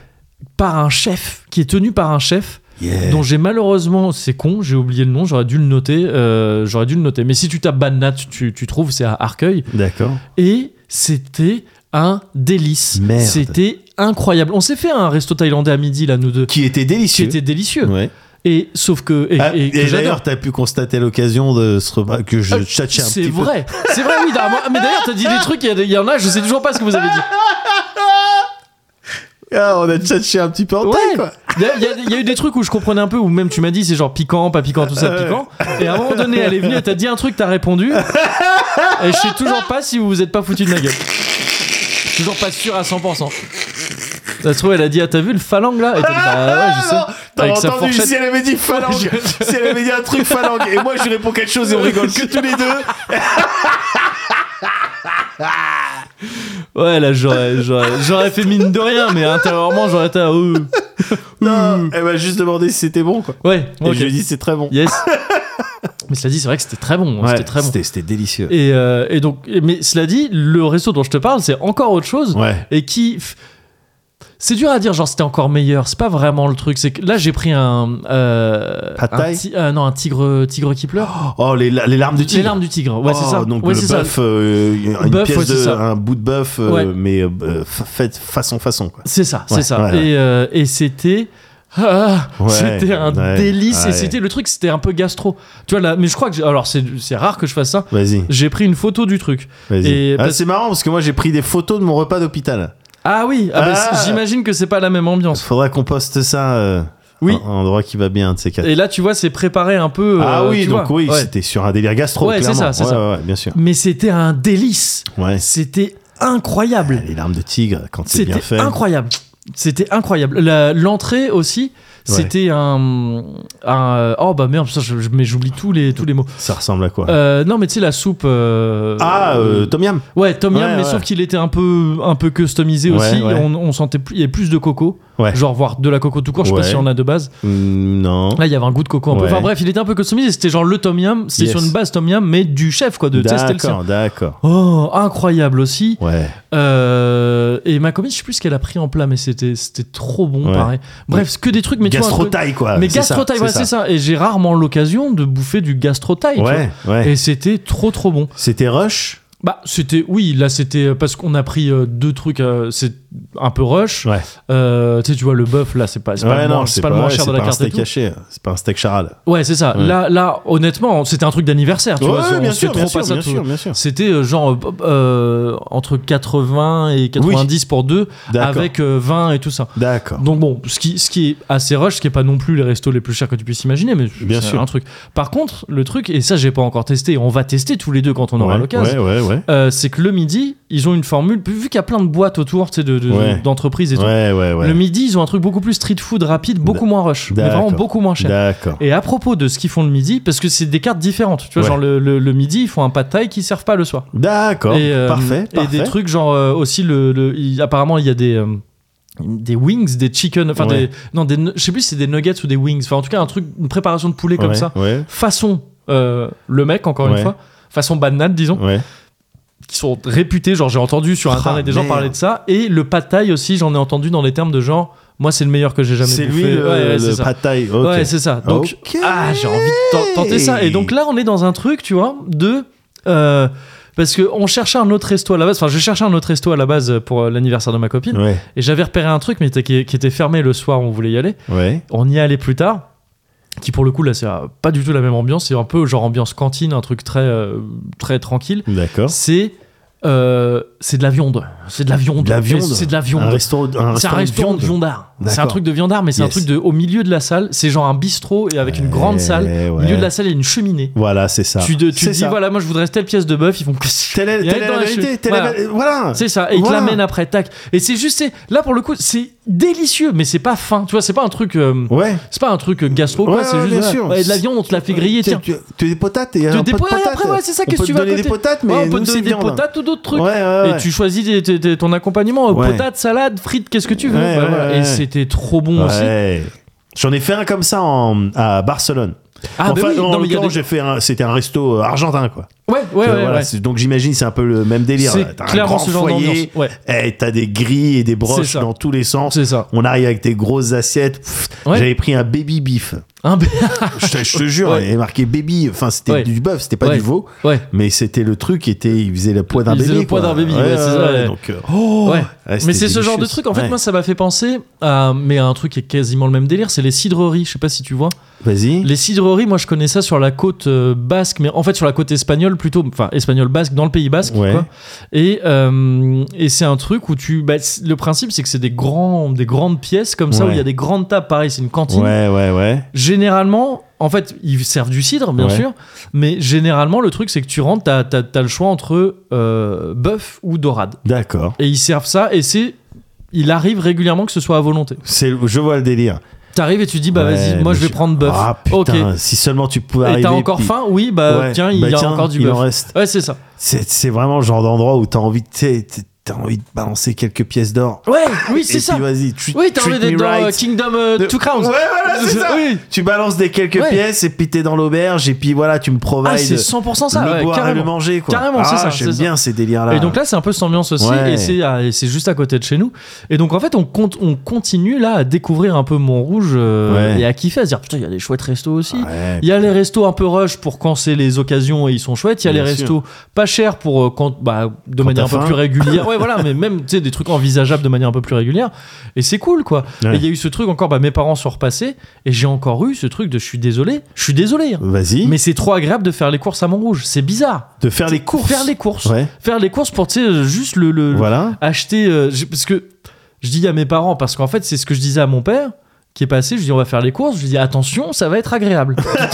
A: par un chef, qui est tenu par un chef
B: Yeah.
A: dont j'ai malheureusement, c'est con, j'ai oublié le nom, j'aurais dû le noter, euh, j'aurais dû le noter. Mais si tu tapes Bannat, tu, tu trouves, c'est à Arcueil.
B: D'accord.
A: et c'était un délice.
B: Merde.
A: C'était incroyable. On s'est fait un resto thaïlandais à midi là nous deux.
B: Qui était
A: Qui
B: délicieux.
A: était délicieux.
B: Ouais.
A: Et sauf que et,
B: Ah,
A: et
B: et
A: que j'adore.
B: d'ailleurs, t'as pu constater à l'occasion de se remarquer que je
A: Euh,
B: tchatchais un petit
A: C'est
B: peu.
A: vrai. C'est vrai oui. d'ailleurs, moi- Mais d'ailleurs t'as dit des trucs. Il y a des- il y, en a. Je sais toujours pas ce que vous avez dit.
B: Ah, on a tchatché un petit peu en tête,
A: Ouais.
B: quoi.
A: Il y a- il y, a- il y a eu des trucs où je comprenais un peu. Ou même tu m'as dit c'est genre piquant, pas piquant, tout ça
B: Euh.
A: piquant. Et à un moment donné elle est venue. Elle t'a dit un truc. T'as répondu. Et je sais toujours pas si vous vous êtes pas foutu de ma gueule. Je suis toujours pas sûr à 100%. Ça se trouve, elle a dit Ah, t'as vu le phalange là Et t'as dit Bah ouais, je sais.
B: T'as
A: Avec sa
B: entendu
A: fourchette.
B: si elle avait dit phalange, si elle avait dit un truc phalange, et moi je lui réponds quelque chose et on rigole que tous les deux.
A: Ouais, là, j'aurais, j'aurais, j'aurais fait mine de rien, mais intérieurement, j'aurais été. à, euh,
B: Non, elle m'a juste demandé si c'était bon, quoi.
A: Ouais,
B: Et
A: Hmm. ok.
B: je lui ai dit c'est très bon.
A: Yes. mais cela dit, c'est vrai que c'était très bon. hein,
B: Ouais,
A: c'était très bon.
B: C'était délicieux.
A: Et, euh, et donc, et- mais cela dit, le resto dont je te parle, c'est encore autre chose.
B: Ouais.
A: Et qui. f- C'est dur à dire, genre c'était encore meilleur. C'est pas vraiment le truc. C'est que là j'ai pris un. Euh,
B: Pad
A: un
B: thai
A: ti- euh, non, un tigre, tigre qui pleure.
B: Oh, les, la- les larmes du tigre.
A: Les larmes du tigre. Ouais, c'est
B: Oh,
A: ça.
B: Donc
A: ouais,
B: le
A: c'est ça.
B: bœuf, euh, une
A: Bœuf,
B: pièce
A: ouais, c'est
B: de-
A: ça.
B: un bout de bœuf, euh,
A: Ouais.
B: mais euh, fa- fait façon façon, quoi.
A: C'est ça,
B: Ouais,
A: c'est ça.
B: ouais, ouais.
A: Et, euh, et c'était. ah,
B: Ouais,
A: c'était un
B: ouais,
A: délice
B: ouais.
A: et c'était le truc c'était un peu gastro tu vois là mais je crois que j'ai- alors c'est c'est rare que je fasse ça
B: Vas-y,
A: j'ai pris une photo du truc
B: vas-y.
A: Et
B: Ah,
A: parce-
B: c'est marrant parce que moi j'ai pris des photos de mon repas d'hôpital.
A: ah oui ah bah,
B: Ah.
A: c'est- j'imagine que c'est pas la même ambiance
B: Faudra qu'on poste ça. euh,
A: Oui.
B: Un un endroit qui va bien, de ces quatre.
A: et là tu vois c'est préparé un peu
B: ah
A: euh,
B: oui,
A: tu
B: donc
A: vois,
B: oui,
A: ouais.
B: c'était sur un délire gastro,
A: Ouais, c'est
B: clairement.
A: ça, c'est
B: ouais,
A: ça.
B: ouais, ouais, bien sûr.
A: mais c'était un délice
B: Ouais.
A: c'était incroyable
B: Les larmes de tigre, quand c'est bien fait.
A: c'était incroyable c'était incroyable La- l'entrée aussi c'était un, un- oh bah merde ça, je- je- mais j'oublie tous les tous les mots
B: Ça ressemble à quoi
A: Euh, non mais tu sais la soupe euh,
B: Ah, euh, Tom Yam
A: Ouais, Tom Yum,
B: Ouais,
A: mais
B: ouais.
A: sauf qu'il était un peu, un peu customisé
B: Ouais,
A: aussi.
B: ouais.
A: On, on sentait plus, il y avait plus de coco,
B: Ouais.
A: genre voire de la coco tout court. Je sais
B: Ouais.
A: pas si on a de base.
B: Mm, Non.
A: Là, il y avait un goût de coco. Un peu.
B: Ouais.
A: Enfin bref, il était un peu customisé. C'était genre le Tom Yum, c'était
B: Yes.
A: sur une base Tom Yum, mais du chef quoi, de tu sais, c'était le sien.
B: D'accord, d'accord.
A: Oh, incroyable aussi.
B: Ouais.
A: Euh, et ma commis, je sais plus ce qu'elle a pris en plat, mais c'était, c'était trop bon,
B: Ouais.
A: pareil. Bref, que des trucs, mais tu vois, un truc-
B: Gastro-taille, quoi.
A: mais
B: c'est ça,
A: gastro taille, ouais, c'est ça. Et j'ai rarement l'occasion de bouffer du gastro taille. tu
B: Ouais,
A: vois.
B: ouais.
A: Et c'était trop trop bon.
B: C'était Rush
A: Bah, c'était. Oui, là, c'était euh, parce qu'on a pris euh, deux trucs. euh, c'est un peu rush.
B: Ouais.
A: Euh, tu sais, tu vois, le bœuf, là, c'est pas, c'est pas
B: Ouais,
A: le moins,
B: non,
A: c'est pas le moins
B: ouais,
A: cher
B: c'est
A: de la
B: pas un
A: carte et
B: steak
A: tout.
B: haché, c'est pas un steak charade.
A: Ouais, c'est ça.
B: Ouais.
A: Là, là, honnêtement, c'était un truc d'anniversaire, tu vois.
B: Ouais,
A: on
B: bien
A: s'est
B: sûr,
A: trop
B: bien
A: pas
B: sûr,
A: ça
B: bien
A: tout.
B: sûr, bien sûr.
A: C'était euh, genre euh, euh, entre 80 et 90 pour deux,
B: D'accord.
A: avec euh, 20 et tout ça.
B: D'accord.
A: Donc bon, ce qui, ce qui est assez rush, ce qui est pas non plus les restos les plus chers que tu puisses imaginer, mais
B: Bien
A: c'est
B: sûr.
A: un truc. Par contre, le truc, et ça j'ai pas encore testé, on va tester tous les deux quand on aura
B: ouais,
A: l'occasion,
B: Ouais, ouais, ouais.
A: Euh, c'est que le midi, ils ont une formule, vu qu'il y a plein de boîtes autour, tu sais, de- de-
B: Ouais.
A: d'entreprises et
B: Ouais, ouais,
A: tout.
B: ouais.
A: Le midi, ils ont un truc beaucoup plus street food rapide, beaucoup moins rush, mais
B: D'accord.
A: vraiment beaucoup moins cher.
B: D'accord.
A: Et à propos de ce qu'ils font le midi, parce que c'est des cartes différentes, tu vois,
B: Ouais.
A: genre le, le- le midi, ils font un pas de taille qui servent pas le soir.
B: D'accord.
A: et, euh,
B: parfait,
A: Et
B: parfait.
A: des trucs genre euh, aussi le, le- il- apparemment il y a des euh, des wings, des chicken, enfin
B: Ouais.
A: des non des nu- je sais plus si c'est des nuggets ou des wings, enfin en tout cas un truc une préparation de poulet comme
B: Ouais,
A: ça,
B: Ouais,
A: façon euh, le mec encore
B: Ouais.
A: une fois, façon banane disons
B: ouais.
A: qui sont réputés. Genre, j'ai entendu sur
B: Ah,
A: internet des gens
B: merde.
A: parler de ça. Et le pad thai aussi, j'en ai entendu dans les termes de genre, moi, c'est le meilleur que j'ai jamais
B: C'est
A: bouffé.
B: lui le,
A: ouais, ouais,
B: le
A: c'est ça.
B: pad thai. ok. Oh.
A: Ouais, c'est ça. Donc,
B: Ok.
A: ah, j'ai envie de ten- tenter ça. Et donc là, on est dans un truc, tu vois, de. euh, parce que on cherchait un autre resto à la base. Enfin, je cherchais un autre resto à la base pour euh, l'anniversaire de ma copine.
B: Ouais,
A: Et j'avais repéré un truc, mais était- qui, qui était fermé le soir, on voulait y aller.
B: ouais.
A: On y allait plus tard. Qui pour le coup là c'est euh, pas du tout la même ambiance, c'est un peu genre ambiance cantine, un truc très euh, très tranquille
B: D'accord.
A: c'est euh, c'est de la viande. C'est de la viande.
B: De la viande
A: C'est de la viande.
B: Un restaurant, un
A: C'est un restaurant de viandard. C'est un
B: D'accord.
A: truc de viandard, mais c'est un
B: Yes.
A: truc de au milieu de la salle. C'est genre un bistrot et avec une grande
B: Eh,
A: salle. Au
B: ouais.
A: milieu de la salle, il y a une cheminée.
B: Voilà, c'est ça.
A: Tu, de- tu
B: C'est
A: dis,
B: ça.
A: voilà, moi je voudrais telle pièce de bœuf. Ils font.
B: Telle est,
A: Il y a
B: telle est
A: dans
B: la
A: la
B: vérité.
A: chute.
B: telle est la- Voilà.
A: C'est ça, et ils te
B: Voilà.
A: l'amènent après, tac. Et c'est juste, c'est- là pour le coup, c'est délicieux, mais c'est pas fin, tu vois, c'est pas un truc. euh,
B: Ouais.
A: C'est pas un truc gastro, quoi,
B: Ouais,
A: c'est
B: ouais,
A: juste.
B: bien
A: voilà.
B: sûr.
A: Ouais, de la viande, on te la fait griller,
B: Tu-
A: tiens.
B: Tu tu as des potates et un
A: Tu
B: peu de
A: déposes-
B: potates.
A: après, ouais, c'est ça,
B: On
A: qu'est-ce
B: peut
A: que tu
B: te
A: vas à
B: donner des
A: côté
B: potates,
A: Ouais,
B: mais
A: on peut
B: nous,
A: te
B: c'est
A: donner des
B: viande.
A: potates ou d'autres trucs.
B: Ouais, ouais,
A: Et
B: ouais.
A: tu choisis des- tes- tes- ton accompagnement, euh,
B: Ouais.
A: potates, salade, frites, qu'est-ce que tu veux.
B: Ouais,
A: Bah,
B: ouais,
A: voilà.
B: ouais,
A: Et
B: ouais.
A: c'était trop bon aussi.
B: Ouais. J'en ai fait un comme ça en, à Barcelone.
A: Ah, bah
B: enfin,
A: oui,
B: en
A: non, mais il y a
B: l'occurrence,
A: des-
B: j'ai fait un- c'était un resto euh, argentin, quoi.
A: Ouais, ouais,
B: Euh,
A: ouais,
B: voilà,
A: ouais.
B: c'est- Donc j'imagine c'est un peu le même délire.
A: C'est
B: là. T'as un
A: clairement
B: grand
A: ce genre
B: foyer,
A: d'ambiance, ouais.
B: eh, t'as des grilles et des broches
A: C'est ça.
B: dans tous les sens.
A: C'est ça.
B: On arrive avec des grosses assiettes. Pff,
A: Ouais.
B: J'avais pris un baby beef.
A: Un bé-
B: je, te, je te jure,
A: Ouais.
B: il y avait marqué baby. Enfin, c'était
A: Ouais.
B: du bœuf, c'était pas
A: Ouais.
B: du veau.
A: Ouais.
B: Mais c'était le truc, qui était, il faisait le poids d'un
A: Il
B: bébé.
A: faisait le poids
B: quoi.
A: d'un baby, ouais, c'est ça, ouais.
B: Donc, euh, oh,
A: ouais.
B: ouais, c'était
A: mais c'est ce genre de
B: délicieux.
A: truc, en fait,
B: Ouais.
A: moi, ça m'a fait penser à, mais à un truc qui est quasiment le même délire, c'est les cidreries. Je sais pas si tu vois.
B: Vas-y.
A: Les cidreries, moi, je connais ça sur la côte euh, basque, mais en fait sur la côte espagnole plutôt, enfin espagnole basque dans le Pays basque.
B: Ouais.
A: quoi. Et euh, et c'est un truc où tu, bah, c- le principe c'est que c'est des grands, des grandes pièces comme ça où
B: Ouais.
A: il y a des grandes tables. Pareil, c'est une cantine.
B: Ouais, ouais, ouais.
A: Généralement, en fait, ils servent du cidre, bien
B: Ouais.
A: sûr, mais généralement le truc c'est que tu rentres, t'as t'as- t'as le choix entre euh, bœuf ou dorade,
B: D'accord.
A: et ils servent ça, et c'est il arrive régulièrement que ce soit à volonté.
B: C'est, je vois le délire.
A: T'arrives et tu dis bah
B: Ouais,
A: vas-y, moi
B: mais
A: je vais prendre bœuf.
B: Ah
A: ok.
B: putain, si seulement tu pouvais
A: Et
B: arriver.
A: t'as encore
B: puis-
A: faim Oui, bah
B: Ouais,
A: tiens, il
B: bah
A: y a
B: tiens,
A: encore du
B: il en
A: bœuf.
B: reste.
A: Ouais, c'est ça.
B: C'est, c'est vraiment le genre d'endroit où t'as envie de, t'sais, t'sais, t'as envie de balancer quelques pièces d'or.
A: Ouais, oui,
B: Et
A: c'est ça.
B: puis vas-y, treat-
A: Oui, t'as
B: treat
A: envie d'être
B: me
A: dans euh,
B: right.
A: Kingdom euh,
B: De-
A: Two Crowns.
B: Ouais, voilà, c'est ça.
A: Oui.
B: Tu balances des quelques
A: Ouais.
B: pièces et puis t'es dans l'auberge et puis voilà, tu me provides
A: Ah, c'est 100% ça,
B: le
A: ouais,
B: boire et le
A: carrément.
B: manger quoi.
A: Carrément, c'est
B: Ah,
A: ça,
B: J'aime
A: c'est ça.
B: bien ces délires là.
A: Et donc là, c'est un peu cette ambiance aussi,
B: Ouais.
A: et c'est à- et c'est juste à côté de chez nous. Et donc en fait, on, compte, on continue là à découvrir un peu Montrouge euh,
B: Ouais. Ah,
A: et à kiffer, à se dire putain, il y a des chouettes restos aussi.
B: Ouais.
A: Il y a les restos un peu rush pour quand c'est les occasions et ils sont chouettes. Il y a
B: Bien
A: les
B: sûr.
A: restos pas chers pour euh, quand, bah, de
B: Quand
A: manière un
B: t'as
A: peu
B: faim.
A: plus régulière. Ouais, voilà, mais même tu sais, des trucs envisageables de manière un peu plus régulière. Et c'est cool, quoi.
B: Ouais.
A: Et il y a eu ce truc encore, bah, mes parents sont repassés et j'ai encore eu ce truc de je suis désolé, je suis désolé. hein.
B: Vas-y.
A: Mais c'est trop agréable de faire les courses à Montrouge. C'est bizarre.
B: de faire les courses.
A: Faire les courses.
B: Ouais.
A: Faire les courses pour, tu sais, euh, juste le. le-
B: Voilà.
A: Acheter. euh, j'ai- parce que je dis à mes parents, parce qu'en fait, c'est ce que je disais à mon père qui est passé. Je lui dis, on va faire les courses. Je lui dis, attention, ça va être agréable. T'as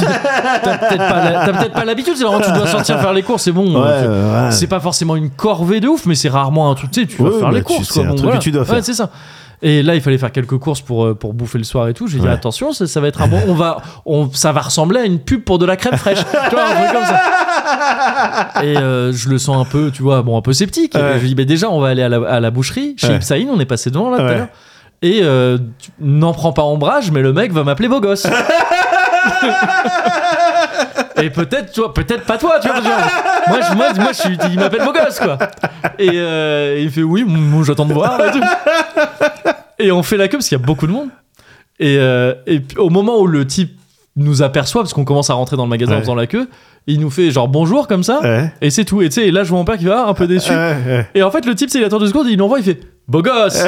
A: peut-être pas la- t'as peut-être pas l'habitude. C'est vraiment, tu dois sortir faire les courses. C'est bon.
B: Ouais,
A: euh, tu-
B: euh, voilà.
A: c'est pas forcément une corvée de ouf, mais c'est rarement un truc. Tu sais, tu vas
B: Ouais,
A: faire
B: bah,
A: les
B: tu-
A: courses.
B: c'est
A: quoi,
B: un
A: bon,
B: truc
A: voilà.
B: que tu dois faire.
A: Ouais, c'est ça. Et là, il fallait faire quelques courses pour, euh, pour bouffer le soir et tout. J'ai dit
B: Ouais.
A: attention, ça, ça va être un bon. On va, on, ça va ressembler à une pub pour de la crème fraîche. tu vois, un truc comme ça. Et euh, je le sens un peu, tu vois, bon, un peu sceptique. Et
B: Ouais.
A: Je lui dis, mais déjà, on va aller à la, à la boucherie. Chez
B: Ouais.
A: Ipsaïn, on est passé devant là tout à
B: Ouais.
A: l'heure. Et euh, tu- n'en prends pas ombrage, mais le mec va m'appeler beau gosse. Et peut-être, tu vois, peut-être pas toi, tu vois. genre, moi, je, moi, moi, je suis, il m'appelle beau gosse, quoi. Et euh, il fait oui, moi, j'attends de voir. Et, tout. Et on fait la queue parce qu'il y a beaucoup de monde. Et, euh, et puis, au moment où le type nous aperçoit, parce qu'on commence à rentrer dans le magasin en
B: Ouais.
A: faisant la queue, il nous fait genre bonjour comme ça.
B: Ouais.
A: Et c'est tout. Et tu sais, et là, je vois mon père qui va ah, un peu déçu.
B: Ouais, ouais.
A: Et en fait, le type, c'est il attend deux secondes, il l'envoie, il fait Beau gosse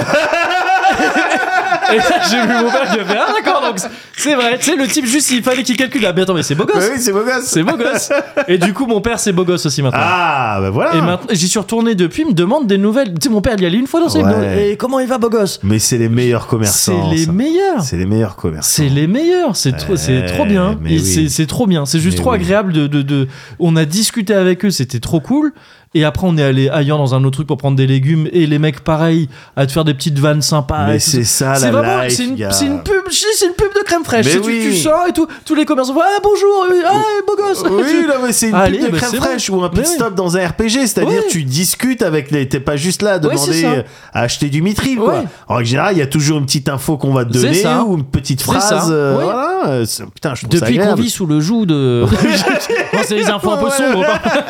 A: Et là, j'ai vu mon père qui a fait Ah, d'accord, donc c'est vrai. Tu sais, le type, juste, il fallait qu'il calcule. Ah, mais attends, mais c'est beau
B: Bah
A: gosse
B: oui, c'est beau gosse.
A: C'est beau gosse Et du coup, mon père, c'est beau gosse aussi maintenant.
B: Ah, bah voilà.
A: Et maintenant, j'y suis retourné depuis, il me demande des nouvelles. Tu sais, mon père, il y allait une fois dans ses
B: Ouais.
A: Et comment il va, beau gosse
B: Mais c'est les meilleurs
A: C'est
B: commerçants.
A: les
B: ça.
A: meilleurs
B: C'est les meilleurs commerçants.
A: c'est les meilleurs, c'est trop, c'est trop bien.
B: Euh, mais
A: Et
B: oui.
A: c'est, c'est trop bien, c'est juste
B: Mais
A: trop
B: oui.
A: agréable de, de, de- On a discuté avec eux, c'était trop cool. Et après, on est allé ailleurs dans un autre truc pour prendre des légumes. Et les mecs, pareil, à te faire des petites vannes sympas.
B: Mais
A: Ah, et tout
B: c'est ça,
A: c'est
B: la
A: vraiment,
B: life,
A: c'est une,
B: gars.
A: c'est une pub, je sais, c'est une pub de crème fraîche.
B: Mais
A: Et tu,
B: oui.
A: tu sors et tout, tous les commerçants font ah bonjour, oui, ah beau gosse.
B: Oui, là, mais c'est une
A: Allez,
B: pub de
A: bah,
B: crème
A: c'est
B: fraîche
A: vrai.
B: ou un pit
A: Mais oui.
B: stop dans un RPG, c'est-à-dire
A: Ouais.
B: tu discutes avec les. T'es pas juste là à
A: Ouais, c'est
B: demander
A: ça.
B: euh, à acheter du mitril, quoi.
A: Ouais.
B: En règle générale, il y a toujours une petite info qu'on va te
A: C'est
B: donner
A: ça.
B: ou une petite
A: C'est
B: phrase.
A: ça.
B: euh,
A: Ouais.
B: Voilà. euh, c'est- Putain, je trouve ça
A: Depuis qu'on
B: agréable.
A: vit sous le joug de, Non, c'est les infos un peu sombres. pardon.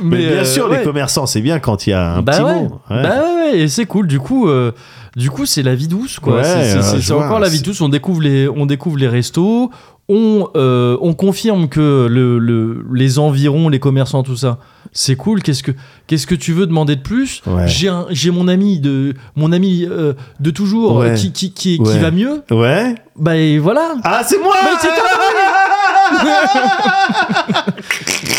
B: Mais, bien
A: euh,
B: sûr, les
A: ouais.
B: commerçants, c'est bien quand il y a un
A: bah
B: petit
A: ouais.
B: mot. Ouais.
A: Bah ouais, ouais, et c'est cool. Du coup, euh, du coup, c'est la vie douce, quoi.
B: Ouais,
A: C'est- c'est
B: euh,
A: c'est-
B: je
A: c'est
B: vois,
A: encore la vie
B: c'est-
A: douce. On découvre les, on découvre les restos. on, euh, on confirme que le, le- les environs, les commerçants, tout ça, c'est cool. Qu'est-ce que qu'est-ce que tu veux demander de plus
B: Ouais.
A: J'ai un- j'ai mon ami de mon ami euh, de toujours
B: Ouais.
A: euh, qui, qui, qui, qui
B: Ouais.
A: va mieux.
B: Ouais.
A: Bah et voilà. Bah,
B: Ah, c'est moi
A: Mais c'est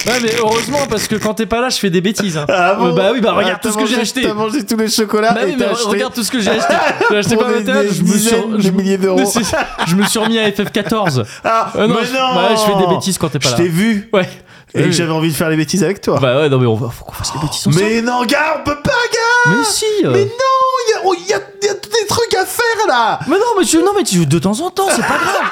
A: Ouais, mais heureusement parce que quand t'es pas là, je fais des bêtises. hein.
B: Ah bon
A: Euh, bah oui, bah
B: Ah,
A: regarde
B: t'as
A: tout ce que j'ai
B: mangé-
A: acheté.
B: T'as mangé tous les chocolats
A: Bah oui,
B: Ah, et
A: mais
B: t'as acheté
A: regarde tout ce que j'ai acheté. J'ai acheté
B: pour
A: pas
B: des-
A: mal de théâtre,
B: des
A: je me suis,
B: dizaines de
A: je-
B: milliers d'euros.
A: Mais c'est- je me suis remis à FF14.
B: Ah,
A: Euh, non,
B: mais
A: je,
B: non
A: bah ouais, je fais des bêtises quand t'es pas
B: Je
A: là.
B: t'ai vu
A: Ouais.
B: et que
A: Oui.
B: j'avais envie de faire les bêtises avec toi.
A: Bah ouais, non mais on va, faut qu'on fasse les bêtises ensemble.
B: mais non, gars, on peut pas, gars
A: Mais si. euh.
B: Mais non Il y, a- oh, y a y a des trucs à faire là
A: Mais non, mais tu, non, mais tu joues de temps en temps, c'est pas grave.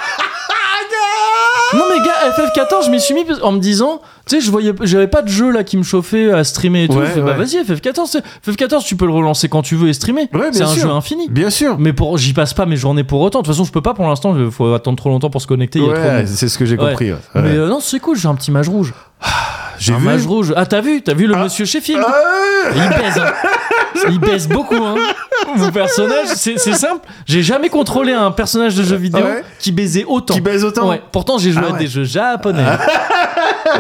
B: Ah,
A: non, mais gars, FF14, je m'y suis mis en me disant, tu sais, je voyais, j'avais pas de jeu là qui me chauffait à streamer et tout.
B: Ouais,
A: Je fais, Bah
B: ouais.
A: vas-y, FF14, c'est- FF14, tu peux le relancer quand tu veux et streamer.
B: Ouais, bien
A: c'est un
B: sûr.
A: jeu infini.
B: Bien sûr
A: Mais pour, j'y passe pas mes journées pour autant. De toute façon, je peux pas pour l'instant. Il faut attendre trop longtemps pour se connecter. il y a trop de
B: Ouais,
A: monde.
B: c'est ce que j'ai
A: Ouais.
B: compris. ouais.
A: Mais
B: Ouais.
A: euh, non, c'est cool. J'ai un petit mage rouge.
B: J'ai
A: un
B: vu.
A: mage rouge. Ah, t'as vu T'as vu le
B: Ah.
A: Monsieur Sheffield
B: Ah,
A: il baise. hein. Il baise beaucoup. Hein. Mon personnage, c'est c'est simple. J'ai jamais contrôlé un personnage de jeu vidéo
B: Ouais.
A: qui baisait autant.
B: Qui baise autant
A: Ouais. Pourtant, j'ai joué
B: Ah
A: à
B: ouais.
A: des jeux japonais.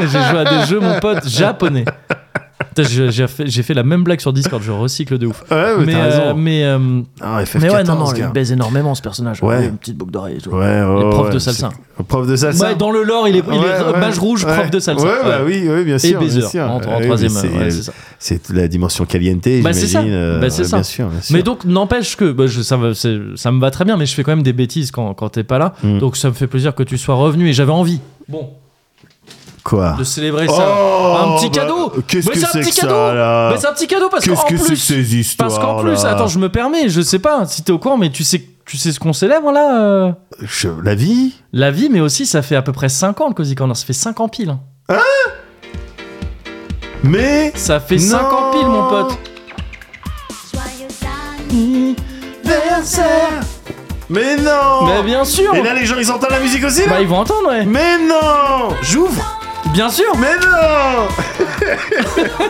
A: j'ai joué à des jeux, mon pote, japonais. Putain, J'ai j'ai fait, j'ai fait la même blague sur Discord, je recycle de ouf.
B: Ouais, mais,
A: mais
B: t'as
A: euh,
B: raison.
A: mais, euh,
B: Ah, FF14,
A: mais ouais, non, non,
B: gars.
A: il baise énormément ce personnage.
B: Ouais.
A: Il a Une petite boucle d'oreille et tout.
B: Ouais, ouais,
A: Et prof
B: ouais,
A: de
B: c'est-
A: salsa.
B: Prof de salsa.
A: Ouais, dans le lore, il est, il est
B: Ouais, ouais.
A: mage rouge, prof
B: Ouais.
A: de salsa.
B: Ouais, bah oui, oui, bien
A: Et
B: sûr. bien
A: baiser
B: sûr.
A: en, en
B: Ouais, oui,
A: troisième.
B: mais
A: ouais,
B: c'est-
A: c'est ça.
B: C'est la dimension caliente,
A: Bah, c'est ça.
B: j'imagine. euh,
A: Bah, c'est ça.
B: Bien sûr, bien sûr.
A: Mais donc, n'empêche que bah, je- ça, me- c'est- ça me va très bien, mais je fais quand même des bêtises quand, quand t'es pas là.
B: Mm.
A: Donc, ça me fait plaisir que tu sois revenu et j'avais envie. Bon,
B: Quoi
A: de célébrer ça.
B: Oh,
A: un petit
B: bah,
A: cadeau.
B: Qu'est-ce
A: Mais
B: que
A: c'est un
B: c'est
A: petit
B: que
A: cadeau.
B: ça, là
A: Mais c'est un petit cadeau parce
B: Qu'est-ce
A: qu'en
B: que c'est que
A: plus,
B: ces histoires
A: parce qu'en plus,
B: là
A: attends, je me permets, je sais pas si t'es au courant, mais tu sais, tu sais ce qu'on célèbre là. euh,
B: Je- La vie
A: la vie, mais aussi ça fait à peu près 5 ans le Cozy Corner, ça fait 5 ans pile. hein.
B: Mais
A: Ça fait 5 ans pile, mon pote.
B: Mais non
A: Mais bien sûr.
B: Et là, les gens, ils entendent la musique aussi, là
A: Bah ils vont entendre, ouais.
B: Mais non J'ouvre
A: Bien sûr.
B: Mais non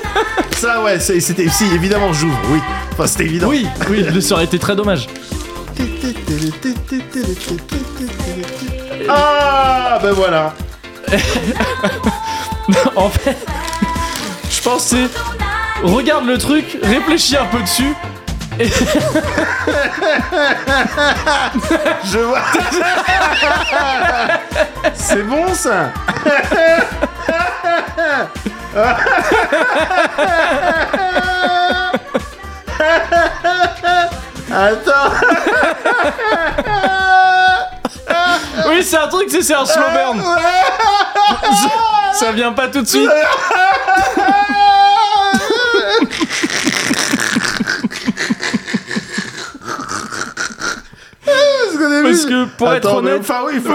B: Ça, ouais, c'est- c'était... Si, évidemment, j'ouvre, oui. Enfin, c'était évident.
A: Oui, oui, le- ça aurait été très dommage.
B: Ah, ben voilà
A: en fait, je pense que c'est regarde le truc, réfléchis un peu dessus.
B: Je vois C'est bon, ça Attends
A: Oui, c'est un truc, c'est c'est un slow burn. ça vient pas tout de suite. Parce que pour être
B: Attends, mais
A: honnête,
B: enfin, oui, il faut-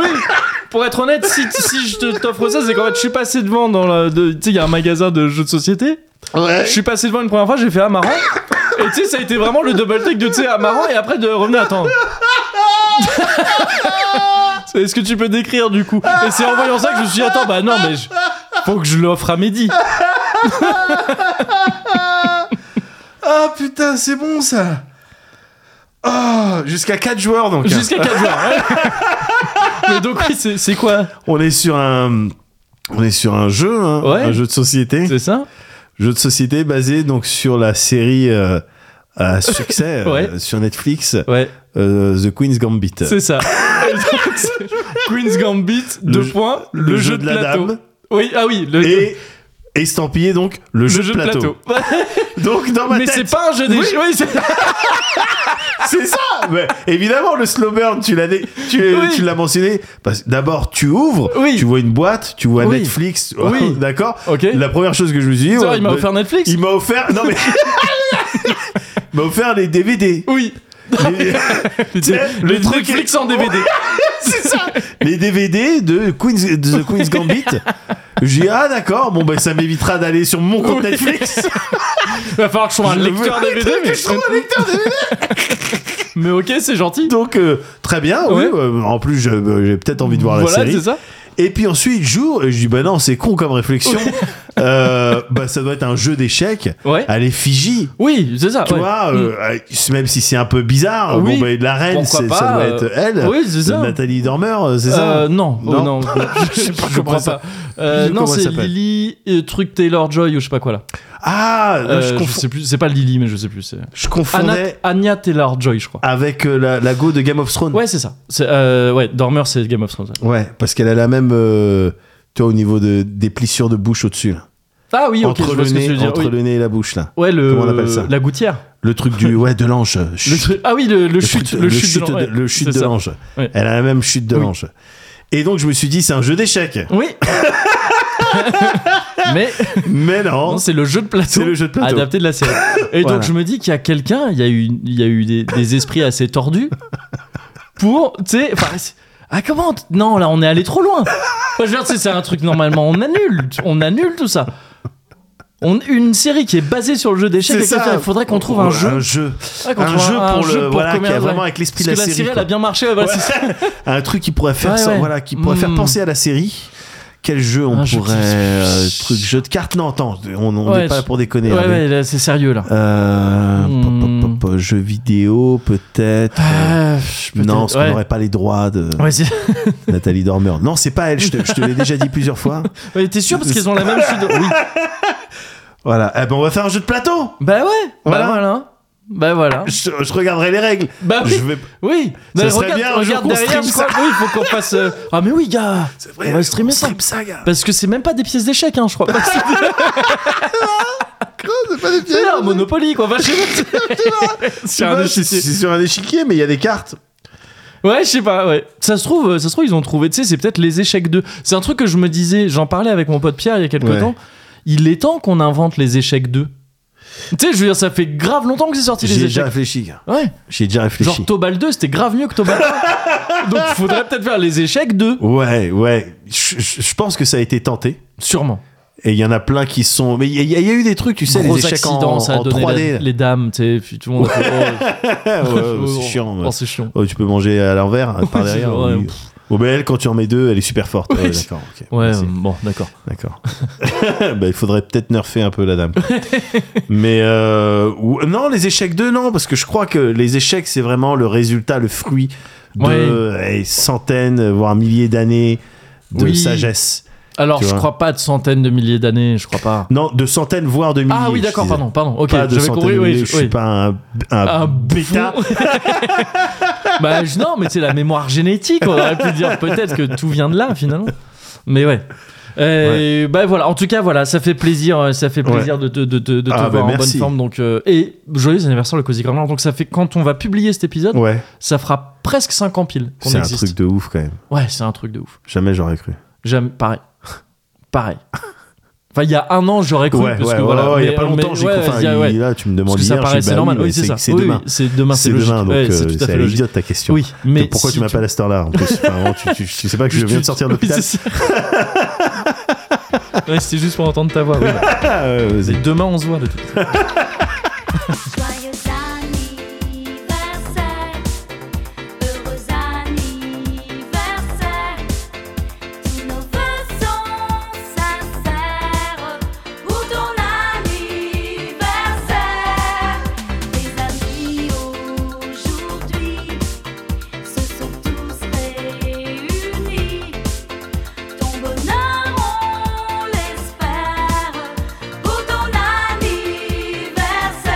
A: pour être honnête, si, si je te- t'offre ça, c'est qu'en fait, je suis passé devant dans la, de- tu sais, il y a un magasin de jeux de société.
B: Ouais.
A: Je suis passé devant une première fois, j'ai fait ah marrant. Et tu sais, ça a été vraiment le double take de tu sais ah marrant et après de revenir attendre. Est-ce que tu peux décrire du coup Et c'est en voyant ça que je me suis dit attends bah non mais je- faut que je l'offre à Mehdi.
B: Ah putain, c'est bon ça Ah, jusqu'à 4 joueurs donc.
A: Jusqu'à 4 jours. Mais donc oui, c'est c'est quoi
B: On est sur un on est sur un jeu hein,
A: Ouais.
B: un jeu de société,
A: C'est ça
B: jeu de société basé donc sur la série euh, à succès euh,
A: Ouais.
B: sur Netflix
A: Ouais,
B: euh, The Queen's Gambit.
A: c'est ça. Et donc, c'est Queen's Gambit,
B: Le
A: deux
B: jeu-
A: points, le, jeu, de, plateau.
B: dame.
A: Oui, ah oui, le,
B: Et estampillé donc le,
A: le
B: jeu, de plateau. Donc dans ma
A: Mais c'est
B: tête,
A: pas un jeu des
B: Oui.
A: oui, c'est-
B: c'est ça. Mais évidemment le slow burn, tu l'as dé- tu,
A: Oui.
B: tu l'as mentionné parce que d'abord tu ouvres,
A: Oui.
B: tu vois une boîte, tu vois
A: Oui.
B: Netflix,
A: Oui.
B: d'accord
A: Ok.
B: La première chose que je me suis dit,
A: Tiens,
B: ouais,
A: Ah, il m'a
B: bah,
A: offert Netflix.
B: il m'a offert, non mais, il m'a offert les DVD,
A: Oui.
B: les, tu sais,
A: le
B: le truc
A: truc Netflix
B: est-
A: en DVD.
B: c'est ça, les DVD de Queen's, de The Queen's Gambit. J'ai dit, ah d'accord, bon ben ça m'évitera d'aller sur mon compte
A: Oui.
B: Netflix.
A: Il va falloir que je trouve un
B: Je
A: lecteur
B: veux-
A: DVD.
B: que
A: Mais,
B: je trouve un lecteur DVD.
A: mais ok, c'est gentil.
B: Donc euh, très bien, oui,
A: Ouais.
B: euh, en plus je- euh, j'ai peut-être envie de voir la
A: voilà,
B: série.
A: c'est ça.
B: Et puis ensuite, jour, et je dis, bah non, c'est con comme réflexion. Euh, bah, ça doit être un jeu d'échecs
A: Ouais.
B: à l'effigie.
A: Oui, c'est ça.
B: Tu
A: ouais. Mm.
B: vois, euh, euh, même si c'est un peu bizarre,
A: Oui.
B: bon, bah, la reine,
A: Pourquoi
B: c'est-
A: pas,
B: ça doit
A: euh,
B: être elle.
A: oui, c'est ça.
B: Nathalie Dormer, euh, c'est
A: Euh,
B: ça
A: non, oh, non,
B: Non.
A: je,
B: sais pas
A: je
B: comment
A: comprends
B: ça-
A: pas. Euh,
B: je sais
A: non,
B: comment elle
A: c'est
B: s'appelle.
A: Lily, euh, truc Taylor Joy ou je sais pas quoi là.
B: Ah,
A: Euh,
B: je,
A: je,
B: confonds-
A: sais plus, c'est pas Lily, mais je sais plus. c'est-
B: je
A: Anna,
B: confondais
A: Anya Taylor Joy, je crois.
B: avec euh, la, la go de Game of Thrones.
A: Ouais, c'est ça. C'est, euh, ouais, Dormer, c'est Game of Thrones. ouais.
B: Ouais, parce qu'elle a la même, euh, tu vois, au niveau de, des plissures de bouche au-dessus. là.
A: Ah oui, ok,
B: entre
A: je vois
B: le,
A: ce que
B: nez,
A: tu veux dire.
B: entre
A: oui.
B: le nez et la bouche, là.
A: Ouais, le,
B: Comment on appelle ça
A: la gouttière.
B: Le truc du, ouais, de l'ange.
A: Le
B: Chut.
A: truc- ah oui, le, le
B: Le
A: chute,
B: truc-
A: le chute, de, ouais,
B: le chute
A: c'est
B: de
A: ça.
B: l'ange.
A: Ouais.
B: Elle a la même chute de
A: Oui.
B: l'ange. Et donc, je me suis dit, c'est un jeu d'échecs.
A: Oui. mais
B: Mais non,
A: non, c'est le jeu de plateau.
B: c'est le jeu de plateau.
A: adapté de la série. Et
B: Voilà.
A: donc je me dis qu'il y a quelqu'un, il y a eu, il y a eu des, des esprits assez tordus pour, tu sais, enfin, c'est- ah comment t- Non, là on est allé trop loin. Enfin, je veux dire, tu sais, c'est un truc normalement on annule, on annule tout ça. On, une série qui est basée sur le jeu d'échecs,
B: C'est
A: etc.
B: ça.
A: Il faudrait qu'on trouve un jeu,
B: Un jeu,
A: Ouais, qu'on
B: un
A: trouve
B: jeu
A: un
B: pour le, voilà, qui
A: commun-
B: a
A: ouais.
B: vraiment avec l'esprit
A: Parce
B: de
A: que la
B: la série.
A: série, elle
B: quoi.
A: a bien marché. ouais, voilà, c'est ça.
B: un truc qui pourrait faire
A: Ouais,
B: ça,
A: ouais.
B: voilà, qui pourrait faire
A: Hmm.
B: penser à la série. Quel jeu on
A: Un jeu
B: pourrait
A: qui-
B: euh, truc jeu de cartes Non, attends, on on n'est
A: Ouais,
B: pas là
A: je-
B: pour déconner.
A: Ouais,
B: hein, mais-
A: ouais, là, c'est sérieux là.
B: Euh,
A: Hmm.
B: pop, pop, pop, jeux vidéo peut-être. euh,
A: Ah, je- peut-être-
B: non, parce qu'on
A: ouais.
B: n'aurait pas les droits de
A: Ouais, c'est-
B: Nathalie Dormer. Non, c'est pas elle. Je te, je te l'ai déjà dit plusieurs fois.
A: Ouais, t'es sûr parce qu'ils ont la même chute. de- Oui.
B: Voilà. Eh ben, on va faire un jeu de plateau.
A: Bah ouais.
B: Voilà.
A: Bah voilà. Bah voilà.
B: Je, je regarderai les règles.
A: Bah oui.
B: Je vais.
A: Oui,
B: Ça
A: mais
B: serait
A: regarde,
B: bien un jour
A: regarde
B: qu'on
A: derrière,
B: stream
A: je crois. Oui, il faut qu'on fasse. euh, Ah, mais oui, gars,
B: C'est
A: on va streamer ça.
B: stream ça, gars.
A: Parce que c'est même pas des pièces d'échecs, hein, je crois. pas. C'est
B: C'est pas des
A: un Monopoly, quoi. Enfin, je sais pas. C'est un échiquier.
B: C'est sur un échiquier, mais il y a des cartes.
A: Ouais, je sais pas, ouais. Ça se trouve, euh, ça se trouve, ils ont trouvé, tu sais, c'est peut-être les échecs 2. C'est un truc que je me disais, j'en parlais avec mon pote Pierre il y a quelques
B: Ouais.
A: temps. Il est temps qu'on invente les échecs 2. Tu sais, je veux dire, ça fait grave longtemps que c'est sorti
B: J'ai
A: les
B: déjà
A: échecs.
B: réfléchi. gars.
A: Ouais.
B: J'ai déjà réfléchi.
A: Genre Tobal 2, c'était grave mieux que Tobal 1. Donc faudrait peut-être faire les échecs 2.
B: Ouais, ouais. Je, je- je pense que ça a été tenté.
A: Sûrement.
B: Et il y en a plein qui sont. Mais il y, a- il y a- il y a eu des trucs, tu sais,
A: gros
B: les échecs en,
A: accident, ça a
B: en
A: donné
B: 3D.
A: la- les dames, tu sais, puis tout le monde. a fait,
B: Ouais, ouais,
A: oh,
B: c'est
A: oh,
B: chiant.
A: oh,
B: ouais.
A: c'est chiant.
B: Oh, tu peux manger à l'envers hein, par
A: Ouais, c'est
B: derrière.
A: vrai,
B: oui. Bon, ben elle, quand tu en mets deux, elle est super forte. Ouais, d'accord. ok.
A: Ouais,
B: Merci.
A: euh, bon, d'accord.
B: D'accord. Bah, il faudrait peut-être nerfer un peu la dame. Mais euh, ou- non, les échecs deux, non, parce que je crois que les échecs, c'est vraiment le résultat, le fruit de eh, centaines, voire milliers d'années de
A: Oui.
B: sagesse.
A: Alors,
B: Tu
A: je
B: vois.
A: crois pas de centaines de milliers d'années, je crois pas.
B: Non, de centaines, voire de milliers.
A: Ah oui,
B: je
A: d'accord,
B: disais.
A: pardon, pardon. Ok,
B: Pas de
A: j'avais
B: centaines
A: compris,
B: de
A: oui.
B: milliers,
A: je-
B: je suis
A: oui.
B: pas un, un
A: Un
B: bêta.
A: fou. bah, je- non, mais c'est la mémoire génétique, on aurait pu dire peut-être que tout vient de là, finalement. Mais ouais. Euh, Bah voilà, en tout cas, voilà, ça fait plaisir, euh, ça fait plaisir de, te- de, te- de te
B: Ah, bah,
A: voir en bonne
B: merci.
A: forme. Donc, euh, et joyeux anniversaire, le Cozy Corner. Donc, ça fait quand on va publier cet épisode,
B: Ouais,
A: ça fera presque 5 ans pile qu'on
B: c'est un
A: existe.
B: truc de ouf quand même.
A: Ouais, c'est un truc de ouf.
B: Jamais j'aurais cru.
A: J'aime, pareil. Pareil. Enfin, il y a un an, j'aurais cru.
B: ouais,
A: parce
B: ouais,
A: que
B: ouais,
A: voilà.
B: ouais, il
A: mais- euh,
B: n'y a pas longtemps,
A: mais-
B: j'ai
A: ouais,
B: enfin,
A: il y a- ouais.
B: il- là, tu me demandes
A: Parce que ça
B: hier, je suis,
A: paraissait
B: bah oui,
A: normal.
B: mais
A: Oui, c'est ça.
B: C'est
A: Oui,
B: demain.
A: oui, C'est demain, c'est
B: C'est
A: logique.
B: demain, donc
A: Ouais, c'est
B: euh,
A: tout à
B: c'est
A: fait
B: à
A: logique.
B: l'idiot ta question.
A: Oui, mais
B: Mais pourquoi
A: si
B: tu m'appelles à cette heure-là en plus Enfin, vraiment, tu, tu- tu sais pas que je viens de sortir de
A: Oui,
B: l'hôpital
A: c'est ça. Ouais, c'était juste pour entendre ta voix. oui.
B: Ah, ouais,
A: Et
B: vas-y.
A: demain, on se voit de toute façon.
E: Joyeux anniversaire, heureux anniversaire, tous nos voeux sont sincères pour ton anniversaire. Les amis aujourd'hui se sont tous réunis, ton bonheur on l'espère pour ton anniversaire.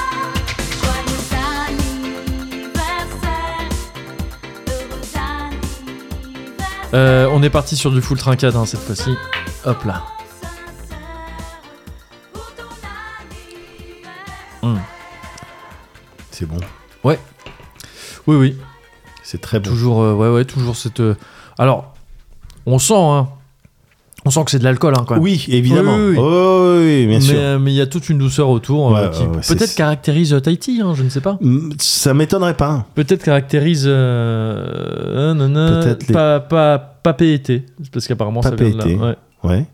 E: Joyeux anniversaire, heureux anniversaire.
A: Euh, on est parti sur du full trincade hein, cette fois-ci. Hop là.
B: C'est bon.
A: Oui, oui.
B: C'est très bon.
A: Toujours, euh, ouais, ouais, toujours cette. euh, Alors, on sent, hein, On sent que c'est de l'alcool, hein, quand même.
B: Oui, évidemment.
A: Oui, oui, oui.
B: Oh, oui, bien
A: mais
B: sûr.
A: euh, mais il y a toute une douceur autour euh,
B: Ouais,
A: qui
B: ouais, ouais,
A: peut-être
B: c'est-
A: caractérise euh, Tahiti, hein, je ne sais pas.
B: Mm, Ça m'étonnerait pas.
A: Peut-être caractérise. euh, euh, nanana,
B: Peut-être les- E
A: pas, pas, pas PET, parce qu'apparemment ça vient de là.
B: Papéété.
A: ouais.
B: Ouais.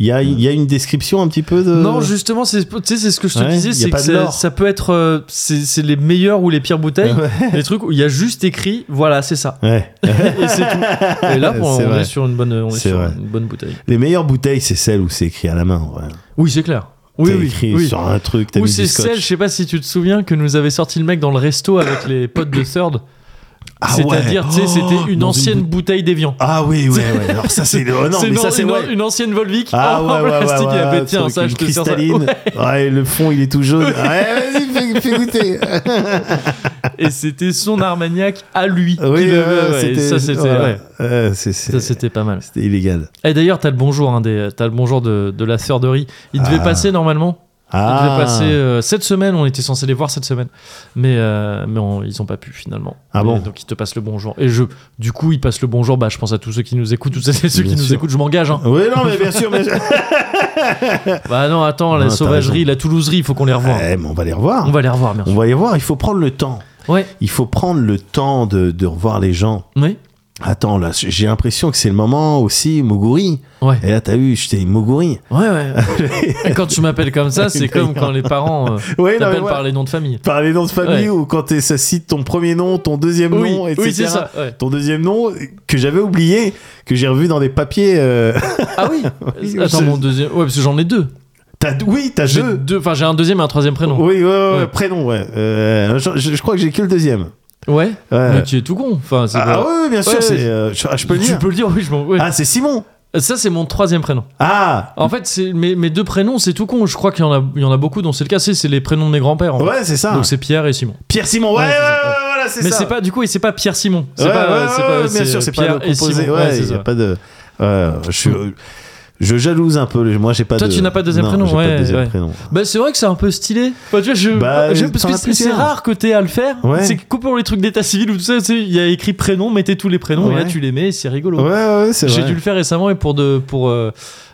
B: Il y a, il y a une description un petit peu de.
A: Non, justement, c'est tu sais, c'est ce que je te
B: Ouais, y
A: disais,
B: a
A: c'est
B: pas
A: que
B: de
A: ça,
B: l'or.
A: ça peut être. euh, c'est c'est les meilleures ou les pires bouteilles.
B: Ouais.
A: Les trucs où il y a juste écrit, voilà, c'est ça.
B: Ouais.
A: Et c'est tout. Et là, on,
B: C'est
A: on
B: vrai.
A: est sur, une bonne, on est
B: C'est
A: sur
B: vrai.
A: une bonne bouteille.
B: Les meilleures bouteilles, c'est celles où c'est écrit à la main. ouais.
A: Oui, c'est clair. Oui,
B: T'as
A: oui.
B: écrit
A: oui.
B: sur un truc, t'as
A: Ou
B: mis
A: c'est
B: du scotch.
A: celle, je sais pas si tu te souviens, que nous avait sorti le mec dans le resto avec les potes de Third.
B: Ah ouais.
A: C'est-à-dire, tu sais,
B: Oh,
A: c'était une
B: dans
A: ancienne
B: bou-
A: bouteille d'Evian.
B: Ah oui, ouais, ouais. Alors ça, c'est. Oh non,
A: C'est
B: mais
A: une,
B: ça, c'est.
A: une,
B: ouais.
A: une ancienne Volvic
B: Ah
A: en
B: ouais, ouais, ouais,
A: plastique
B: ouais,
A: et elle fait,
B: ouais,
A: tiens
B: truc
A: ça je te sers ça
B: cristalline.
A: Ouais.
B: Ouais, le fond il est tout jaune. Ouais, vas-y, fais, fais goûter.
A: et c'était son Armagnac à lui
B: Oui,
A: Qui le-
B: ouais,
A: ouais,
B: c'était-
A: ça c'était
B: voilà.
A: ouais.
B: Euh, c'est- c'est-
A: ça c'était pas mal
B: c'était illégal.
A: et d'ailleurs t'as le bonjour hein, des t'as le bonjour de, de la sœur de riz il devait
B: Ah.
A: passer normalement il
B: Ah,
A: devait passer euh, cette semaine on était censé les voir cette semaine mais euh, mais on- ils ont pas pu finalement
B: Ah
A: Et
B: bon
A: donc ils te passent le bonjour et je du coup ils passent le bonjour bah je pense à tous ceux qui nous écoutent tous ceux qui
B: Bien
A: nous
B: sûr.
A: écoutent je m'engage hein.
B: Oui, non, mais bien sûr. Mais...
A: bah non attends la
B: Non, t'as
A: sauvagerie
B: raison.
A: la toulouserie il faut qu'on les revoie
B: Eh, mais on va les revoir.
A: on va les revoir bien
B: On
A: sûr
B: va les voir. Il faut prendre le temps.
A: ouais
B: Il faut prendre le temps de, de revoir les gens.
A: oui
B: Attends, là, j'ai l'impression que c'est le moment aussi, Moguri.
A: ouais
B: Et là, t'as vu, j'étais Moguri.
A: Ouais, ouais. Et quand tu m'appelles comme ça, c'est comme quand les parents euh,
B: Oui, non, mais
A: t'appellent
B: ouais.
A: par les noms de famille.
B: Par les noms de
A: Ouais.
B: famille ou quand t'es- ça cite ton premier nom, ton deuxième
A: Oui,
B: nom, etc.
A: oui c'est ça. ouais.
B: Ton deuxième nom que j'avais oublié, que j'ai revu dans des papiers. euh,
A: Ah oui
B: Oui,
A: Attends,
B: c'est-
A: mon deuxième. Ouais, parce que j'en ai deux.
B: t'as- oui, t'as
A: J'ai
B: deux.
A: deux. Enfin, j'ai un deuxième et un troisième prénom.
B: Oui, ouais, ouais,
A: Ouais.
B: prénom, ouais. Euh, je, je- je crois que j'ai que le deuxième.
A: Ouais.
B: Ouais.
A: Mais tu es tout con. Enfin, c'est
B: Ah,
A: pas-
B: oui, oui, bien sûr.
A: Ouais,
B: c'est,
A: c'est-
B: euh, je, ah, je peux le
A: tu
B: dire.
A: peux le dire, oui, je m'en. ouais.
B: Ah, c'est Simon.
A: Ça, c'est mon troisième prénom.
B: Ah,
A: En fait, c'est mes, mes deux prénoms, c'est tout con. Je crois qu'il y, en a- il y en a beaucoup dont c'est le cas. C'est c'est les prénoms de mes grands-pères. en fait.
B: ouais, c'est ça.
A: Donc, c'est Pierre et Simon.
B: Pierre Simon.
A: Ouais,
B: Ouais, ouais,
A: c'est ça,
B: ouais, voilà, c'est
A: Mais
B: ça.
A: c'est pas, du coup, et c'est pas Pierre Simon. C'est
B: Ouais,
A: pas,
B: ouais,
A: c'est
B: ouais,
A: pas- euh,
B: ouais, bien sûr, c'est pas
A: Pierre
B: le
A: et
B: composé.
A: Simon.
B: Ouais,
A: Ouais, c'est
B: y a
A: ça.
B: pas de. ouais, je, suis- je jalouse un peu. Moi, j'ai pas.
A: Toi,
B: de...
A: tu n'as pas de deuxième
B: Non,
A: prénom,
B: j'ai pas de
A: ouais,
B: deuxième
A: ouais.
B: prénom.
A: Bah c'est vrai que c'est un peu stylé. Enfin, tu vois, je,
B: Bah,
A: je-
B: t'en
A: parce
B: as
A: que c'est c'est
B: plusieurs.
A: rare que t'aies à le faire.
B: Ouais.
A: C'est que pour les trucs d'état civil ou tout ça, tu sais, il y a écrit prénom, mettez tous les prénoms et là
B: Ouais.
A: tu les mets, et c'est rigolo.
B: Ouais, ouais, c'est
A: J'ai
B: vrai.
A: dû le faire récemment et pour de pour euh,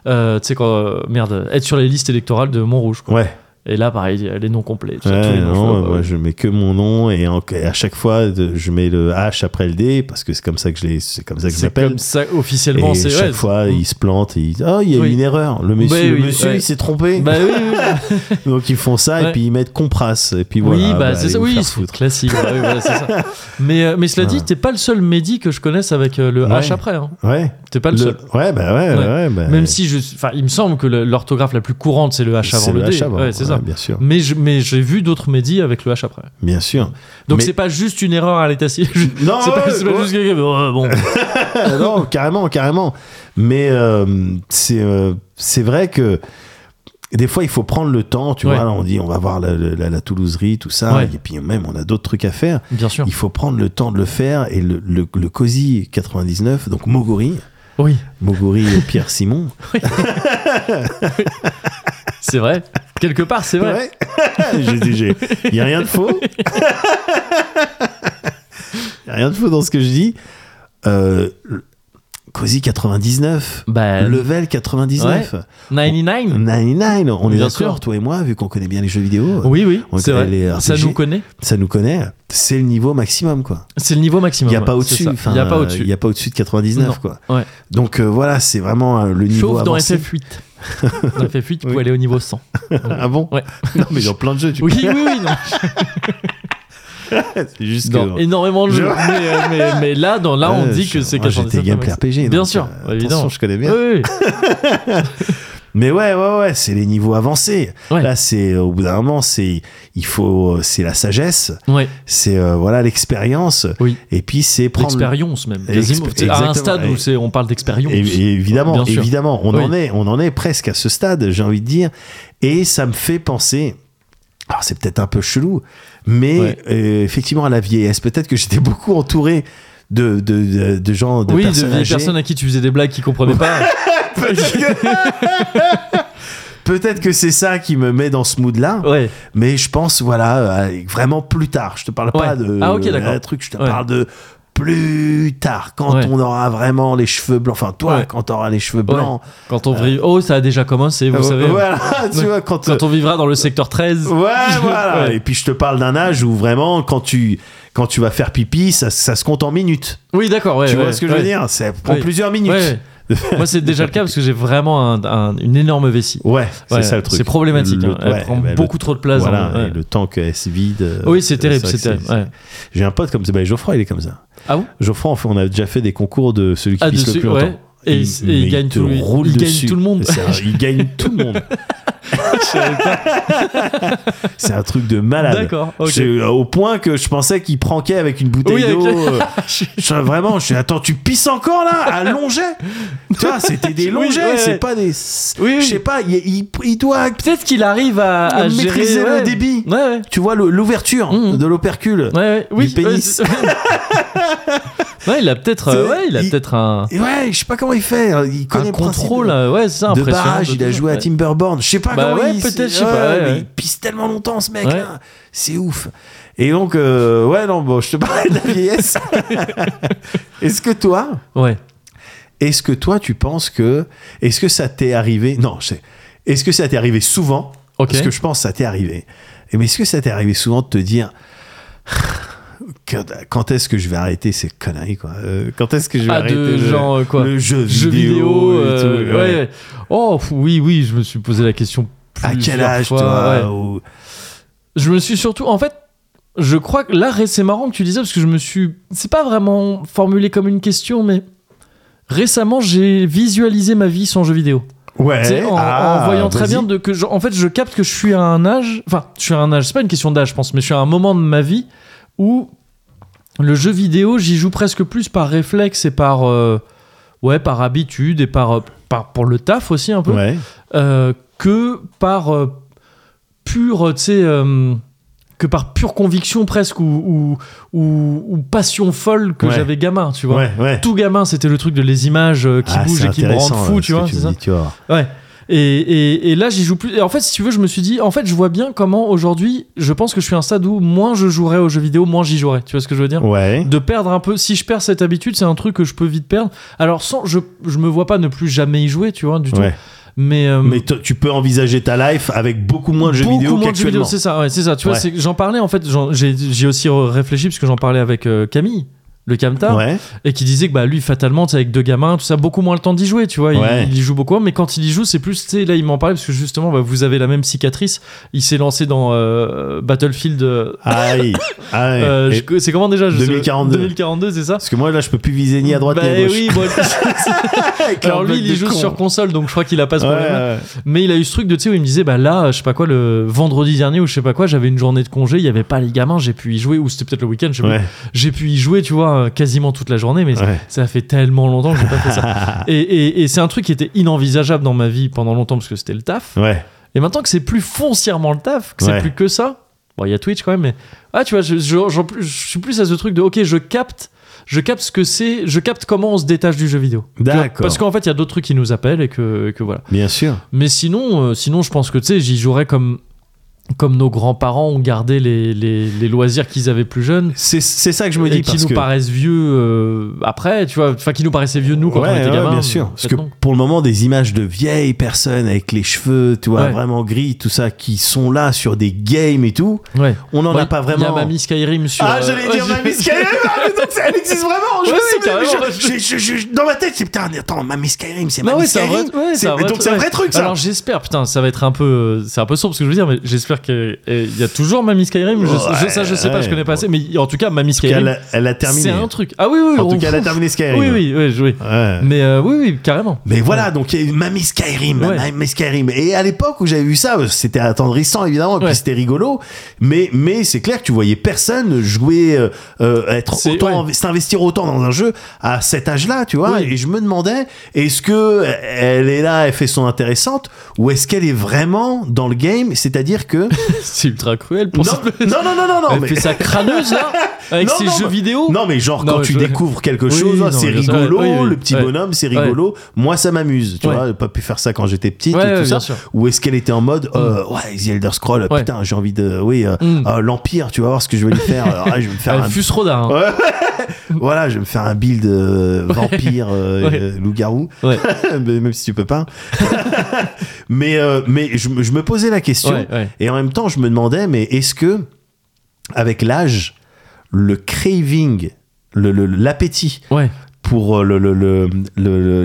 A: euh, tu sais quoi euh, merde être sur les listes électorales de Montrouge quoi.
B: Ouais,
A: Et là pareil il y a les noms complets. tu sais, tous
B: ouais
A: les noms,
B: non,
A: je vois, bah,
B: moi
A: ouais.
B: je mets que mon nom et, en- et à chaque fois de- je mets le H après le D parce que c'est comme ça que je les, c'est comme ça que je
A: C'est
B: m'appelle.
A: comme ça
B: Et
A: officiellement c'est
B: chaque
A: ouais.
B: fois il se plante, et il dit, oh il y a eu
A: Oui.
B: une erreur, le monsieur,
A: Bah
B: le
A: oui,
B: monsieur
A: ouais.
B: il s'est trompé.
A: Bah oui, oui, oui.
B: Donc ils font ça
A: Ouais.
B: et puis ils mettent comprasse et puis
A: Oui,
B: voilà.
A: bah, c'est
B: allez
A: ça,
B: vous
A: oui,
B: faire
A: c'est
B: foutre.
A: classique. bah oui, voilà, c'est ça. Mais, euh, mais cela dit,
B: Ouais.
A: t'es pas le seul Mehdi que je connaisse avec euh, le H
B: Ouais.
A: après. hein.
B: Ouais.
A: T'es pas le, seul.
B: Ouais, bah ouais,
A: Ouais.
B: ouais. bah,
A: Même si je, enfin, il me semble que le- l'orthographe la plus courante c'est le H
B: c'est
A: avant le, D.
B: H avant,
A: Ouais, c'est
B: ouais,
A: ça.
B: Bien sûr,
A: Mais je- mais j'ai vu d'autres médis avec le H après.
B: bien sûr.
A: Donc
B: Mais-
A: c'est pas juste une erreur à l'état civil. Je-
B: Non,
A: c'est pas,
B: ouais,
A: c'est pas
B: ouais.
A: juste que- euh, bon.
B: Ah non, carrément, carrément. Mais euh, c'est euh, c'est vrai que des fois, il faut prendre le temps. Tu
A: Ouais.
B: vois, là, on dit on va voir la, la, la Toulouserie, tout ça.
A: Ouais.
B: Et puis même, on a d'autres trucs à faire.
A: Bien sûr.
B: Il faut prendre le temps de le faire. Et le, le, le COSI 99, donc Mogori,
A: Oui,
B: Mogori et Pierre Simon.
A: c'est vrai. Quelque part, c'est vrai.
B: Ouais. J'ai dit, j'ai- il n'y a rien de faux. Il n'y a rien de faux dans ce que je dis. Euh, le- COSI 99.
A: Bah,
B: Level
A: 99.
B: 99. 99, on est
A: Bien
B: d'accord,
A: sûr.
B: toi et moi, vu qu'on connaît bien les jeux vidéo,
A: Oui, oui,
B: On
A: c'est
B: connaît
A: vrai.
B: les
A: Ça
B: RPG.
A: nous connaît.
B: ça nous connaît, c'est le niveau maximum, quoi.
A: C'est le niveau
B: Il
A: maximum.
B: n'y a,
A: ouais,
B: pas
A: c'est
B: au-dessus.
A: ça.
B: enfin,
A: Il y a pas
B: euh,
A: au-dessus.
B: il y a pas au-dessus de 99,
A: Non.
B: quoi.
A: Ouais.
B: Donc euh, voilà, c'est vraiment euh, le niveau
A: Sauf dans
B: avancé.
A: FF8. dans FF8, vous pouvez
B: Oui.
A: aller au niveau 100.
B: ah bon
A: Ouais.
B: Non, mais dans plein de jeux, tu
A: Oui, oui, oui. non.
B: c'est juste
A: dans
B: que...
A: énormément de
B: Je-
A: jeux. mais, euh, mais, mais là, dans, là, on
B: Ouais,
A: dit
B: je-
A: que c'est
B: moi, J'étais
A: 99.
B: gameplay RPG,
A: Bien
B: donc,
A: sûr,
B: euh,
A: évidemment.
B: attention, je connais
A: Oui,
B: bien.
A: oui.
B: Mais ouais, ouais, ouais, c'est les niveaux avancés.
A: Ouais.
B: Là, c'est euh, au bout d'un moment, c'est il faut, euh, c'est la sagesse,
A: Ouais.
B: c'est euh, voilà l'expérience,
A: Oui.
B: et puis c'est prendre
A: L'expérience même.
B: L'expé-
A: quasiment. C'est à un
B: exactement,
A: stade où
B: ouais.
A: c'est on parle d'expérience.
B: É- évidemment,
A: Bien sûr.
B: évidemment, on en
A: Oui.
B: est, on en est presque à ce stade, j'ai envie de dire, et ça me fait penser. Alors c'est peut-être un peu chelou, mais
A: Ouais.
B: euh, effectivement à la vieillesse, peut-être que j'étais beaucoup entouré de de, de, de gens, de
A: oui, de
B: personnes
A: vieilles
B: âgées.
A: personnes à qui tu faisais des blagues qui comprenaient pas.
B: Peut-être que c'est ça qui me met dans ce mood-là,
A: ouais.
B: mais je pense voilà euh, vraiment plus tard. Je te parle pas
A: Ouais.
B: de
A: Ah, ok, d'accord.
B: un truc, je te
A: Ouais.
B: parle de plus tard, quand
A: Ouais.
B: on aura vraiment les cheveux blancs. Enfin, toi,
A: Ouais.
B: quand t'auras les cheveux blancs.
A: Quand on vit- Oh, ça a déjà commencé, vous
B: Euh,
A: savez. hein.
B: Voilà, tu
A: Ouais.
B: vois, quand. euh,
A: Quand on vivra dans le secteur 13.
B: Ouais, voilà.
A: Ouais.
B: Et puis je te parle d'un âge où vraiment, quand tu, quand tu vas faire pipi, ça, ça se compte en minutes.
A: Oui, d'accord. ouais,
B: tu vois
A: ouais,
B: ce que je
A: ouais.
B: veux dire Ça prend
A: Ouais.
B: plusieurs minutes.
A: Ouais. Moi, c'est déjà le cas parce que j'ai vraiment un- un- une énorme vessie.
B: Ouais, c'est
A: Ouais,
B: ça le truc.
A: C'est problématique.
B: Le-
A: hein. Elle
B: ouais,
A: prend
B: bah, le-
A: beaucoup trop de place.
B: Voilà,
A: hein, ouais.
B: et le temps qu'elle se vide. euh,
A: Oui, c'est terrible.
B: vrai
A: C'est
B: que
A: terrible. ouais.
B: J'ai un pote comme ça. Bah, Geoffroy, il est comme ça.
A: Ah bon
B: Geoffroy, on, fait- on a déjà fait des concours de celui qui
A: Ah,
B: pisse
A: dessus,
B: le plus
A: ouais.
B: longtemps.
A: Et,
B: il,
A: et
B: mais
A: il gagne
B: te
A: tout, le-
B: roule
A: il gagne
B: dessus.
A: tout le monde. Ah,
B: C'est un- il gagne tout le monde. c'est un truc de malade.
A: D'accord. ok.
B: C'est euh, au point que je pensais qu'il pranquait avec une bouteille
A: Oui, avec
B: d'eau.
A: le-
B: euh, je- vraiment, je suis attends, tu pisses encore là à longet Tu vois, c'était des
A: Oui,
B: longets,
A: ouais.
B: c'est pas des.
A: Oui, oui.
B: Je sais pas, il, il- il doit.
A: Peut-être qu'il arrive à, à
B: Maîtriser
A: gérer,
B: le
A: ouais.
B: débit.
A: Ouais, ouais.
B: Tu vois le- l'ouverture
A: Mhm.
B: de l'opercule.
A: Ouais, ouais. Oui,
B: Du pénis.
A: ouais, c'est- Ouais, il a peut-être euh,
B: C'est-
A: ouais, il a
B: il-
A: peut-être un,
B: Et ouais, je sais pas comment il fait. Il connaît
A: un
B: le principe
A: contrôle.
B: de-
A: euh, Ouais, c'est ça,
B: de
A: impressionnant.
B: barrage. Il a joué à
A: Ouais.
B: Timberborn. Je sais pas
A: Bah
B: comment
A: ouais,
B: il
A: peut-être, je sais
B: c'est-
A: pas, ouais,
B: mais
A: ouais.
B: Il pisse tellement longtemps ce mec.
A: Ouais.
B: là. C'est ouf. Et donc, euh, ouais, non, bon, je te parlais de la vieillesse. Est-ce que toi,
A: Ouais.
B: Est-ce que toi, tu penses que. Est-ce que ça t'est arrivé. Non, je sais. Est-ce que ça t'est arrivé souvent
A: Ok.
B: Parce que je pense que ça t'est arrivé. Et Mais est-ce que ça t'est arrivé souvent de te dire. Quand quand est-ce que je vais arrêter ces conneries, quoi Euh, Quand est-ce que je vais
A: Ah,
B: arrêter
A: de
B: le,
A: genre, euh, quoi
B: le jeu,
A: Jeux
B: vidéo,
A: vidéo.
B: et
A: euh,
B: tout, ouais.
A: ouais. Oh pff, oui, oui, je me suis posé la question.
B: À quel
A: plusieurs
B: âge,
A: fois,
B: toi
A: ouais.
B: ou-
A: Je me suis surtout, en fait, je crois que là, ré- c'est marrant que tu disais parce que je me suis, c'est pas vraiment formulé comme une question, mais récemment, j'ai visualisé ma vie sans jeu vidéo.
B: Ouais.
A: Tu sais, en, en
B: ah,
A: voyant très
B: vas-y.
A: bien de que, je- en fait, je capte que je suis à un âge, enfin, je suis à un âge, c'est pas une question d'âge, je pense, mais je suis à un moment de ma vie où le jeu vidéo, j'y joue presque plus par réflexe et par, euh, ouais, par habitude et par, euh, par pour le taf aussi un peu
B: Ouais.
A: euh, que par euh, pure, tu sais, euh, que par pure conviction presque ou, ou, ou- ou passion folle que
B: Ouais.
A: j'avais gamin, tu vois.
B: Ouais, ouais.
A: Tout gamin, c'était le truc de les images euh, qui
B: Ah,
A: bougent
B: c'est
A: et qui me rendent
B: intéressant,
A: fou,
B: euh,
A: tu
B: ce que
A: vois, c'est
B: me
A: ça
B: dis, tu vois.
A: Ouais. Et, et, et là, j'y joue plus. Et en fait, si tu veux, je me suis dit, en fait, je vois bien comment aujourd'hui, je pense que je suis à un stade où moins je jouerai aux jeux vidéo, moins j'y jouerai. Tu vois ce que je veux dire
B: Ouais.
A: de perdre un peu si je perds cette habitude c'est un truc que je peux vite perdre alors sans je, je me vois pas ne plus jamais y jouer tu vois du tout
B: Ouais.
A: mais euh,
B: Mais t- tu peux envisager ta life avec beaucoup moins de jeux
A: Beaucoup
B: vidéo
A: moins de jeux
B: qu'actuellement.
A: vidéo, c'est ça, ouais, c'est ça. Tu vois,
B: Ouais.
A: c'est- j'en parlais en fait, j'en- j'ai j'ai aussi réfléchi parce que j'en parlais avec euh, Camille, le Camtar,
B: Ouais.
A: et qui disait que bah lui, fatalement, tu sais, avec deux gamins, tout ça, beaucoup moins le temps d'y jouer, tu vois. il-
B: Ouais.
A: Il, y joue beaucoup, moins, mais quand il y joue, c'est plus, tu sais, là, il m'en parlait parce que justement, bah, vous avez la même cicatrice. Il s'est lancé dans euh, Battlefield. euh,
B: Aïe. Aïe.
A: euh,
B: Et-
A: je- c'est comment déjà je sais-
B: 2042.
A: 2042, c'est ça
B: Parce que moi là je peux plus viser ni à droite
A: Bah
B: ni à gauche.
A: oui, moi,
B: Avec
A: alors
B: leur
A: lui il y
B: bête de
A: joue
B: con.
A: sur console donc je crois qu'il a pas ce
B: Ouais,
A: problème
B: ouais.
A: Mais il a eu ce truc de, tu sais, où il me disait, bah là, je sais pas quoi, le vendredi dernier ou je sais pas quoi, j'avais une journée de congé, il y avait pas les gamins, j'ai pu y jouer, ou c'était peut-être le week-end, je sais
B: Ouais,
A: plus. J'ai pu y jouer, tu vois, euh, quasiment toute la journée, mais
B: ouais.
A: ça fait tellement longtemps que j'ai pas fait ça. Et, et- et c'est un truc qui était inenvisageable dans ma vie pendant longtemps parce que c'était le taf.
B: Ouais.
A: Et maintenant que c'est plus foncièrement le taf, que c'est
B: Ouais.
A: plus que ça, bon, il y a Twitch quand même, mais. Ah, tu vois, je, je- j'en plus- je suis plus à ce truc de, ok, je capte. Je capte ce que c'est, je capte comment on se détache du jeu vidéo. Tu vois,
B: D'accord.
A: Parce qu'en fait, il y a d'autres trucs qui nous appellent et que, et que voilà.
B: Bien sûr.
A: Mais sinon, euh, sinon je pense que tu sais, j'y jouerais comme, comme nos grands-parents ont gardé les, les, les loisirs qu'ils avaient plus jeunes.
B: C'est c'est ça que je me
A: Et
B: dis
A: qui
B: parce
A: nous
B: que
A: paraissent vieux euh, après, tu vois, enfin qui nous paraissaient vieux nous quand
B: Ouais,
A: on était
B: ouais,
A: gamins.
B: bien sûr. Parce que
A: non.
B: pour le moment, des images de vieilles personnes avec les cheveux, tu vois,
A: Ouais.
B: vraiment gris, tout ça, qui sont là sur des games et tout,
A: Ouais.
B: on n'en
A: Ouais,
B: a pas
A: Il y a
B: vraiment.
A: Mamie Skyrim sur.
B: Ah,
A: euh,
B: j'allais dire
A: ouais,
B: Mamie Skyrim, ah, mais donc, elle existe vraiment. Je
A: Ouais,
B: sais,
A: ouais,
B: mais
A: carrément.
B: je- je- je- je- dans ma tête, c'est putain, attends, Mamie Skyrim, c'est
A: Non,
B: Mamie
A: ouais, c'est un vrai,
B: Skyrim.
A: ouais,
B: C'est-
A: un vrai
B: donc c'est un
A: ouais.
B: vrai truc ça.
A: Alors j'espère, putain, ça va être un peu, euh, c'est un peu sombre ce que je veux dire, mais j'espère que euh, il y a toujours Mamie Skyrim. Je, je- ça, je sais pas,
B: Ouais,
A: je connais pas
B: ouais.
A: assez, mais en tout cas, Mamie
B: elle,
A: Skyrim,
B: a- elle a terminé.
A: c'est un truc. Ah oui, oui,
B: En
A: on-
B: tout cas, elle a terminé Skyrim.
A: Oui, oui, oui, oui.
B: Ouais.
A: Mais euh, oui, oui, carrément.
B: Mais voilà, donc il y a eu Mamie Skyrim,
A: Ouais.
B: Mamie Skyrim. Et à l'époque où j'avais vu ça, euh, c'était attendrissant évidemment, et puis
A: Ouais.
B: c'était rigolo. Mais mais c'est clair que tu voyais personne jouer, euh, euh, être
A: C'est-
B: autant
A: ouais.
B: s'investir autant dans un jeu à cet âge-là, tu vois.
A: Oui.
B: Et je me demandais, est-ce que euh, elle est là, elle fait son intéressante, ou est-ce qu'elle est vraiment dans le game, c'est-à-dire que
A: C'est ultra cruel
B: non,
A: pour ça.
B: non non non non non,
A: Elle
B: mais-
A: fait sa crâneuse là avec
B: Non,
A: ses
B: non,
A: jeux
B: mais-
A: vidéo.
B: Non mais genre
A: Non,
B: quand
A: mais
B: tu
A: je-
B: découvres quelque
A: Oui,
B: chose, hein,
A: non,
B: c'est
A: mais ça-
B: rigolo,
A: ouais, oui, oui.
B: le petit
A: Ouais.
B: bonhomme, c'est rigolo. Moi ça m'amuse, tu
A: Ouais.
B: vois, j'ai pas pu faire ça quand j'étais petite
A: Ouais,
B: et tout
A: ouais, bien
B: ça.
A: sûr. Mm.
B: Ou est-ce qu'elle était en mode euh, ouais, The Elder Scroll,
A: Ouais.
B: putain, j'ai envie de oui, euh,
A: Mm.
B: euh, l'empire, tu vas voir ce que je vais lui faire, euh, ouais, je vais me faire
A: Elle
B: un
A: fuse Roda. hein.
B: Ouais. voilà, je vais me faire un build euh, vampire, euh,
A: Ouais.
B: euh, loup-garou,
A: Ouais.
B: Mais même si tu peux pas. mais euh, mais je, me- je me posais la question.
A: Ouais, ouais.
B: Et en même temps, je me demandais, mais est-ce que, avec l'âge, le craving, le- le- l'appétit
A: Ouais.
B: pour euh, le, le- le- le- le-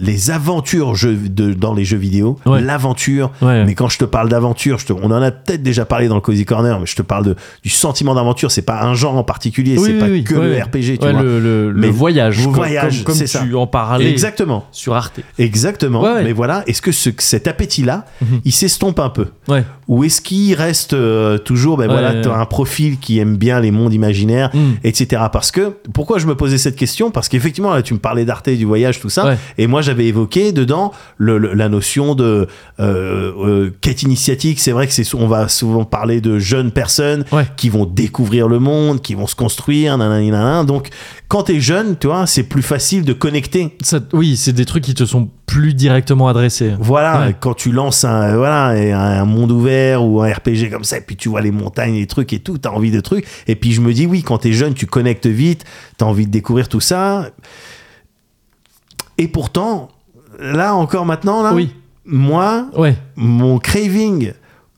B: les aventures jeux- de- dans les jeux vidéo,
A: Ouais.
B: l'aventure.
A: Ouais.
B: Mais quand je te parle d'aventure, je te- on en a peut-être déjà parlé dans le Cozy Corner, mais je te parle de, du sentiment d'aventure. C'est pas un genre en particulier, c'est pas que le
A: ouais.
B: RPG, tu
A: Ouais,
B: vois.
A: Le, le- le
B: Mais
A: voyage,
B: le
A: comme-
B: voyage,
A: comme, comme
B: c'est ça.
A: tu en parlais
B: Exactement,
A: sur Arte.
B: exactement.
A: Ouais, ouais.
B: Mais voilà, est-ce que ce- cet appétit-là,
A: Mhm.
B: il s'estompe un peu
A: Ouais.
B: Ou est-ce qu'il reste euh, toujours, ben
A: Ouais,
B: voilà,
A: ouais,
B: t'as
A: ouais.
B: un profil qui aime bien les mondes imaginaires,
A: Mm.
B: etc. Parce que, pourquoi je me posais cette question Parce qu'effectivement, là, tu me parlais d'Arte, du voyage, tout ça,
A: Ouais.
B: et moi, j'avais évoqué dedans le- le- la notion de euh, euh, quête initiatique. C'est vrai que c'est sou- on va souvent parler de jeunes personnes
A: Ouais.
B: qui vont découvrir le monde, qui vont se construire, nanani, nanana. Donc, quand t'es jeune, tu vois, c'est plus facile de connecter
A: Ça- oui, c'est des trucs qui te sont plus directement adressés.
B: voilà,
A: Ouais.
B: quand tu lances un, euh, voilà, un un monde ouvert ou un RPG comme ça, et puis tu vois les montagnes, les trucs et tout, t'as envie de trucs. Et puis je me dis, oui, quand t'es jeune, tu connectes vite, t'as envie de découvrir tout ça. Et pourtant, là encore maintenant, là,
A: Oui.
B: moi,
A: Ouais.
B: mon craving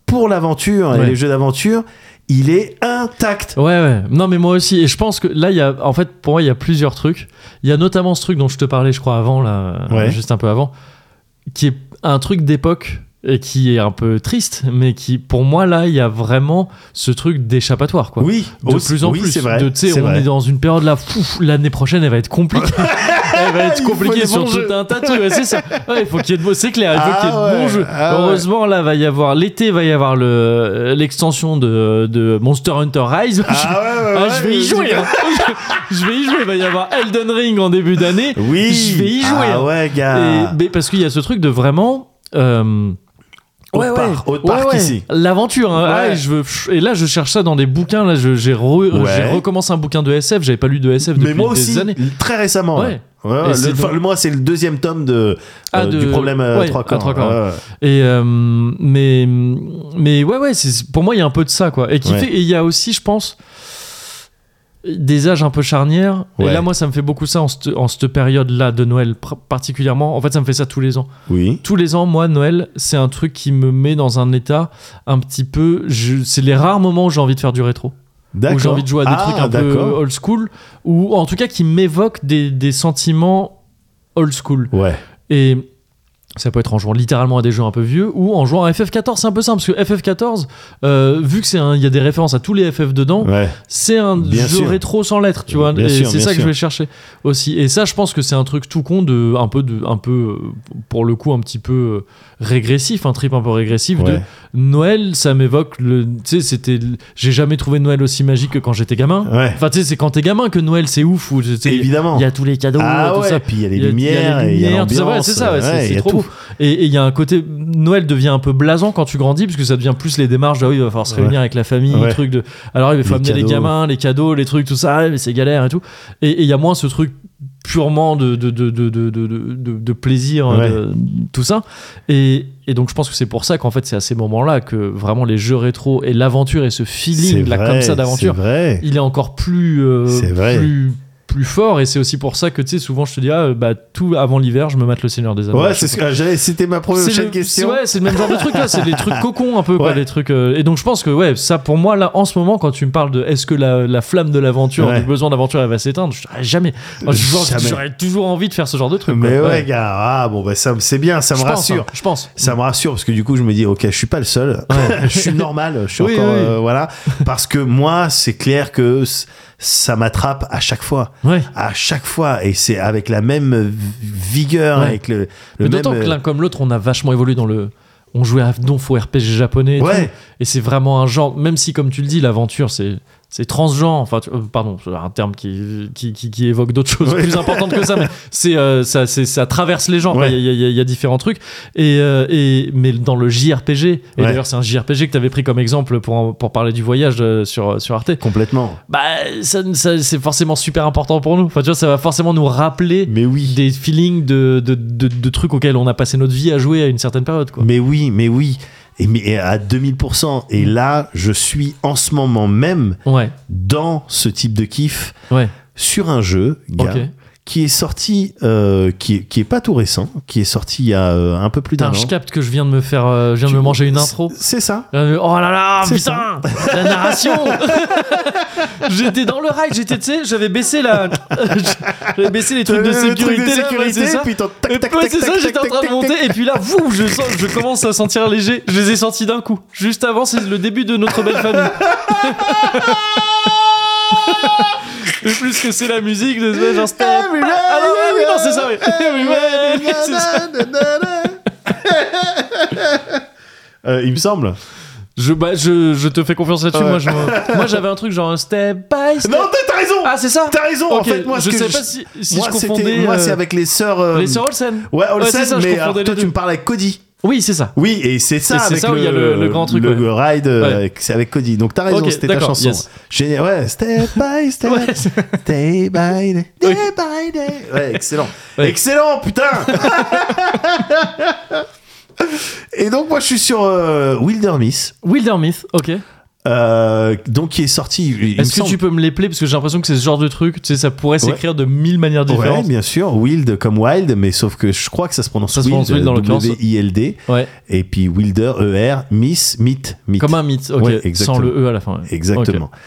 B: pour l'aventure et
A: Ouais.
B: les jeux d'aventure, il est intact.
A: Ouais, ouais. Non, mais moi aussi. Et je pense que là, il y a, en fait, pour moi, il y a plusieurs trucs. Il y a notamment ce truc dont je te parlais, je crois, avant, là,
B: Ouais.
A: juste un peu avant, qui est un truc d'époque et qui est un peu triste, mais qui, pour moi, là, il y a vraiment ce truc d'échappatoire, quoi.
B: Oui,
A: De
B: aussi-
A: plus en
B: oui,
A: plus.
B: c'est vrai.
A: De, tu sais,
B: c'est
A: on
B: vrai.
A: est dans une période là, fouf, l'année prochaine, elle va être compliquée. elle va
B: Il
A: être
B: faut
A: compliquée
B: des
A: sur
B: bons
A: tout
B: jeux.
A: un tas de trucs. Ouais, c'est ça. Ouais, il faut qu'il y ait de beaux, c'est clair. Il faut
B: Ah
A: qu'il y ait de
B: ouais,
A: bons jeux.
B: ah ouais.
A: Heureusement, là, va y avoir l'été, va y avoir le l'extension de, de Monster Hunter Rise.
B: Ah ouais, ouais,
A: Ah,
B: ouais,
A: je vais y
B: ouais,
A: jouer. hein. je, je vais y jouer. Il va y avoir Elden Ring en début d'année.
B: Oui,
A: Je vais y jouer,
B: Ah
A: hein.
B: ouais,
A: Et-
B: gars.
A: mais parce qu'il y a ce truc de vraiment. euh,
B: Autre part, autre part qu'ici.
A: L'aventure. hein. Ah,
B: Ouais.
A: et, je veux, et là, je cherche ça dans des bouquins. Là, je- j'ai re-
B: Ouais.
A: j'ai recommencé un bouquin de SF. J'avais pas lu de SF depuis
B: Mais moi
A: des
B: aussi,
A: années.
B: très récemment.
A: Ouais.
B: là. Ouais,
A: Et
B: ouais,
A: c'est
B: le,
A: donc-
B: enfin, le- moi, c'est le deuxième tome de,
A: Ah,
B: euh,
A: de-
B: du problème euh,
A: ouais,
B: trois
A: à
B: corps. Ah.
A: trois corps.
B: Ouais, ouais.
A: Et euh, mais mais ouais ouais, c'est pour moi il y a un peu de ça quoi. Et qui
B: Ouais.
A: fait et il y a aussi je pense des âges un peu charnières.
B: Ouais.
A: Et là moi ça me fait beaucoup ça en cette, en cette période là de Noël pr- particulièrement. En fait ça me fait ça tous les ans.
B: Oui.
A: Tous les ans moi Noël c'est un truc qui me met dans un état un petit peu. je- C'est les rares moments où j'ai envie de faire du rétro. où j'ai envie de jouer à des
B: Ah,
A: trucs un peu
B: d'accord.
A: old school ou en tout cas qui m'évoquent des, des sentiments old school
B: Ouais.
A: et ça peut être en jouant littéralement à des jeux un peu vieux ou en jouant à FF14 c'est un peu simple parce que FF14 euh, vu que c'est un- il y a des références à tous les FF dedans
B: Ouais.
A: c'est un
B: Bien
A: jeu
B: sûr.
A: rétro sans lettres tu vois
B: Bien
A: et
B: sûr,
A: c'est
B: bien
A: ça que
B: sûr.
A: je vais chercher aussi et ça je pense que c'est un truc tout con de un peu de un peu euh, pour le coup un petit peu euh, régressif un trip un peu régressif de
B: Ouais.
A: Noël, ça m'évoque le. Tu sais, c'était. le- J'ai jamais trouvé Noël aussi magique que quand j'étais gamin.
B: Ouais.
A: Enfin, tu sais, c'est quand t'es gamin que Noël, c'est ouf. Ou, tu sais,
B: Évidemment.
A: Il y a tous les cadeaux,
B: ah
A: tout
B: ouais,
A: ça.
B: puis il y a les
A: Il y a- il y a les
B: lumières, et il y a
A: lumières, tout ça. Ouais,
B: l'ambiance,
A: c'est ça, ouais, c'est-
B: ouais,
A: c'est
B: il y a
A: trop
B: tout.
A: beau. Et et il y a un côté. Noël devient un peu blasant quand tu grandis, parce que ça devient plus les démarches de. Ah oui, il va falloir se réunir avec la famille,
B: Ouais.
A: le truc de. Alors, il faut
B: Les
A: amener les
B: cadeaux.
A: gamins, les cadeaux, les trucs, tout ça, ouais, mais c'est galère et tout. Et et il y a moins ce truc purement de, de, de, de, de, de, de- de plaisir,
B: Ouais.
A: de- tout ça. Et, et donc je pense que c'est pour ça qu'en fait c'est à ces moments-là que vraiment les jeux rétro et l'aventure et ce feeling
B: C'est
A: là
B: vrai,
A: comme ça d'aventure,
B: C'est vrai.
A: il est encore plus, euh,
B: C'est vrai.
A: plus plus fort. Et c'est aussi pour ça que tu sais souvent je te dis ah euh, bah tout avant l'hiver je me mate le Seigneur des Anneaux.
B: Ouais,
A: Je
B: c'est
A: sais
B: ce que j'avais- c'était ma
A: pas. C'est
B: prochaine
A: le-
B: question.
A: c'est- ouais, c'est le même genre de truc là, c'est des trucs cocons un peu, quoi,
B: Ouais.
A: les trucs. euh, et donc je pense que ouais, ça pour moi là en ce moment quand tu me parles de est-ce que la, la flamme de l'aventure,
B: Ouais.
A: du besoin d'aventure, elle va s'éteindre, je dirais jamais. Moi, je- genre,
B: Jamais.
A: J'aurais toujours envie de faire ce genre de truc. quoi.
B: Mais ouais,
A: Ouais.
B: gars, ah bon, bah, ça me- c'est bien, ça me
A: Je pense,
B: rassure.
A: hein, je pense.
B: Ça me rassure parce que du coup, je me dis, ok, je suis pas le seul. je suis normal, je suis
A: Oui,
B: encore.
A: oui.
B: euh, voilà. Parce que moi, c'est clair que c- ça m'attrape à chaque fois.
A: Ouais.
B: À chaque fois. Et c'est avec la même vigueur,
A: Ouais.
B: avec le, le
A: Mais
B: même. euh,
A: d'autant que l'un comme l'autre, on a vachement évolué dans le. On jouait à Donf au RPG japonais. Et,
B: Ouais.
A: tout. et c'est vraiment un genre, même si, comme tu le dis, l'aventure, c'est. C'est transgenre, enfin, tu- euh, pardon, c'est un terme qui, qui, qui- qui évoque d'autres choses
B: Ouais.
A: plus importantes que ça, mais c'est, euh, ça, c'est- ça traverse les genres,
B: Ouais.
A: Enfin, il y, a- il y a- il y a différents trucs. Et, euh, et- mais dans le JRPG, et
B: Ouais.
A: d'ailleurs, c'est un JRPG que tu avais pris comme exemple pour, en- pour parler du voyage euh, sur, sur Arte,
B: Complètement.
A: bah, ça, ça- c'est forcément super important pour nous. Enfin, tu vois, ça va forcément nous rappeler
B: Mais oui.
A: des feelings de, de, de- de trucs auxquels on a passé notre vie à jouer à une certaine période. Quoi.
B: Mais oui, mais oui. Et, mais, et à 2000%. Et là, je suis en ce moment même
A: Ouais,
B: dans ce type de kiff
A: ouais,
B: sur un jeu, gars,
A: Ok.
B: qui est sorti, euh, qui, est- qui est pas tout récent, qui est sorti il y a euh, un peu plus d'un
A: Putain,
B: an.
A: je capte que je viens de me faire. euh, je viens
B: Tu-
A: de me manger une intro.
B: C'est ça.
A: Euh, Oh là là,
B: C'est
A: putain La narration J'étais dans le rail, j'étais, tu sais, j'avais baissé la. J'avais baissé les trucs de
B: Le Euh, truc
A: sécurité. là, ouais, c'est ça.
B: puis t'en- tac,
A: Et
B: tac,
A: ouais,
B: tac,
A: c'est ça,
B: tac,
A: j'étais en
B: tac,
A: train de
B: tac, tac.
A: monter, et puis là, vous, je, sens- je commence à sentir léger. Je les ai sentis d'un coup. Juste avant, c'est le début de notre belle famille. Et plus que c'est la musique, de ce genre step. Ah non, ah oui, non, c'est ça, oui. Everywhere, c'est ça.
B: Euh, il me semble.
A: Je, bah, je, je te fais confiance là-dessus.
B: Ouais.
A: Moi, je me- moi, j'avais un truc genre un step by step.
B: Non, t'as- t'as raison.
A: Ah, c'est ça
B: T'as raison. En
A: Ok,
B: fait, moi, ce
A: je
B: que
A: sais
B: je-
A: pas si, si
B: moi,
A: je
B: c'était-
A: confondais.
B: Moi,
A: euh,
B: c'est avec les sœurs. euh,
A: les sœurs Olsen. Ouais,
B: Ouais, Olsen,
A: c'est ça, je
B: mais
A: confondais
B: alors,
A: les
B: toi,
A: deux.
B: tu me parles avec Cody.
A: Oui, c'est ça.
B: Oui, et c'est ça
A: Et c'est
B: avec
A: ça où il y a le- le grand truc,
B: le
A: ouais.
B: ride, euh,
A: Ouais.
B: avec- c'est avec Cody. Donc t'as raison,
A: Ok,
B: c'était ta
A: d'accord,
B: chanson.
A: yes.
B: Génial, ouais, step by step,
A: Ouais, c'est-
B: day by day, day
A: Ok.
B: by day. Ouais, excellent,
A: Ouais.
B: excellent, putain. et donc moi je suis sur euh, Wilder Miss,
A: Wilder Myth, ok.
B: euh, donc qui est sorti. il- il me
A: Est-ce que
B: semble-
A: tu peux me les player Parce que j'ai l'impression que c'est ce genre de truc, tu sais, ça pourrait s'écrire de mille manières
B: Ouais,
A: différentes.
B: bien sûr, Wild comme Wild, mais sauf que je crois que ça se prononce
A: Ça se prononce Wild dans l'occurrence.
B: W-I-L-D,
A: Ouais.
B: et puis Wilder, E-R, Miss, Myth, Myth.
A: Comme un mythe, ok.
B: Ouais,
A: Sans
B: exactement.
A: le E à la fin. ouais.
B: Exactement.
A: Ok.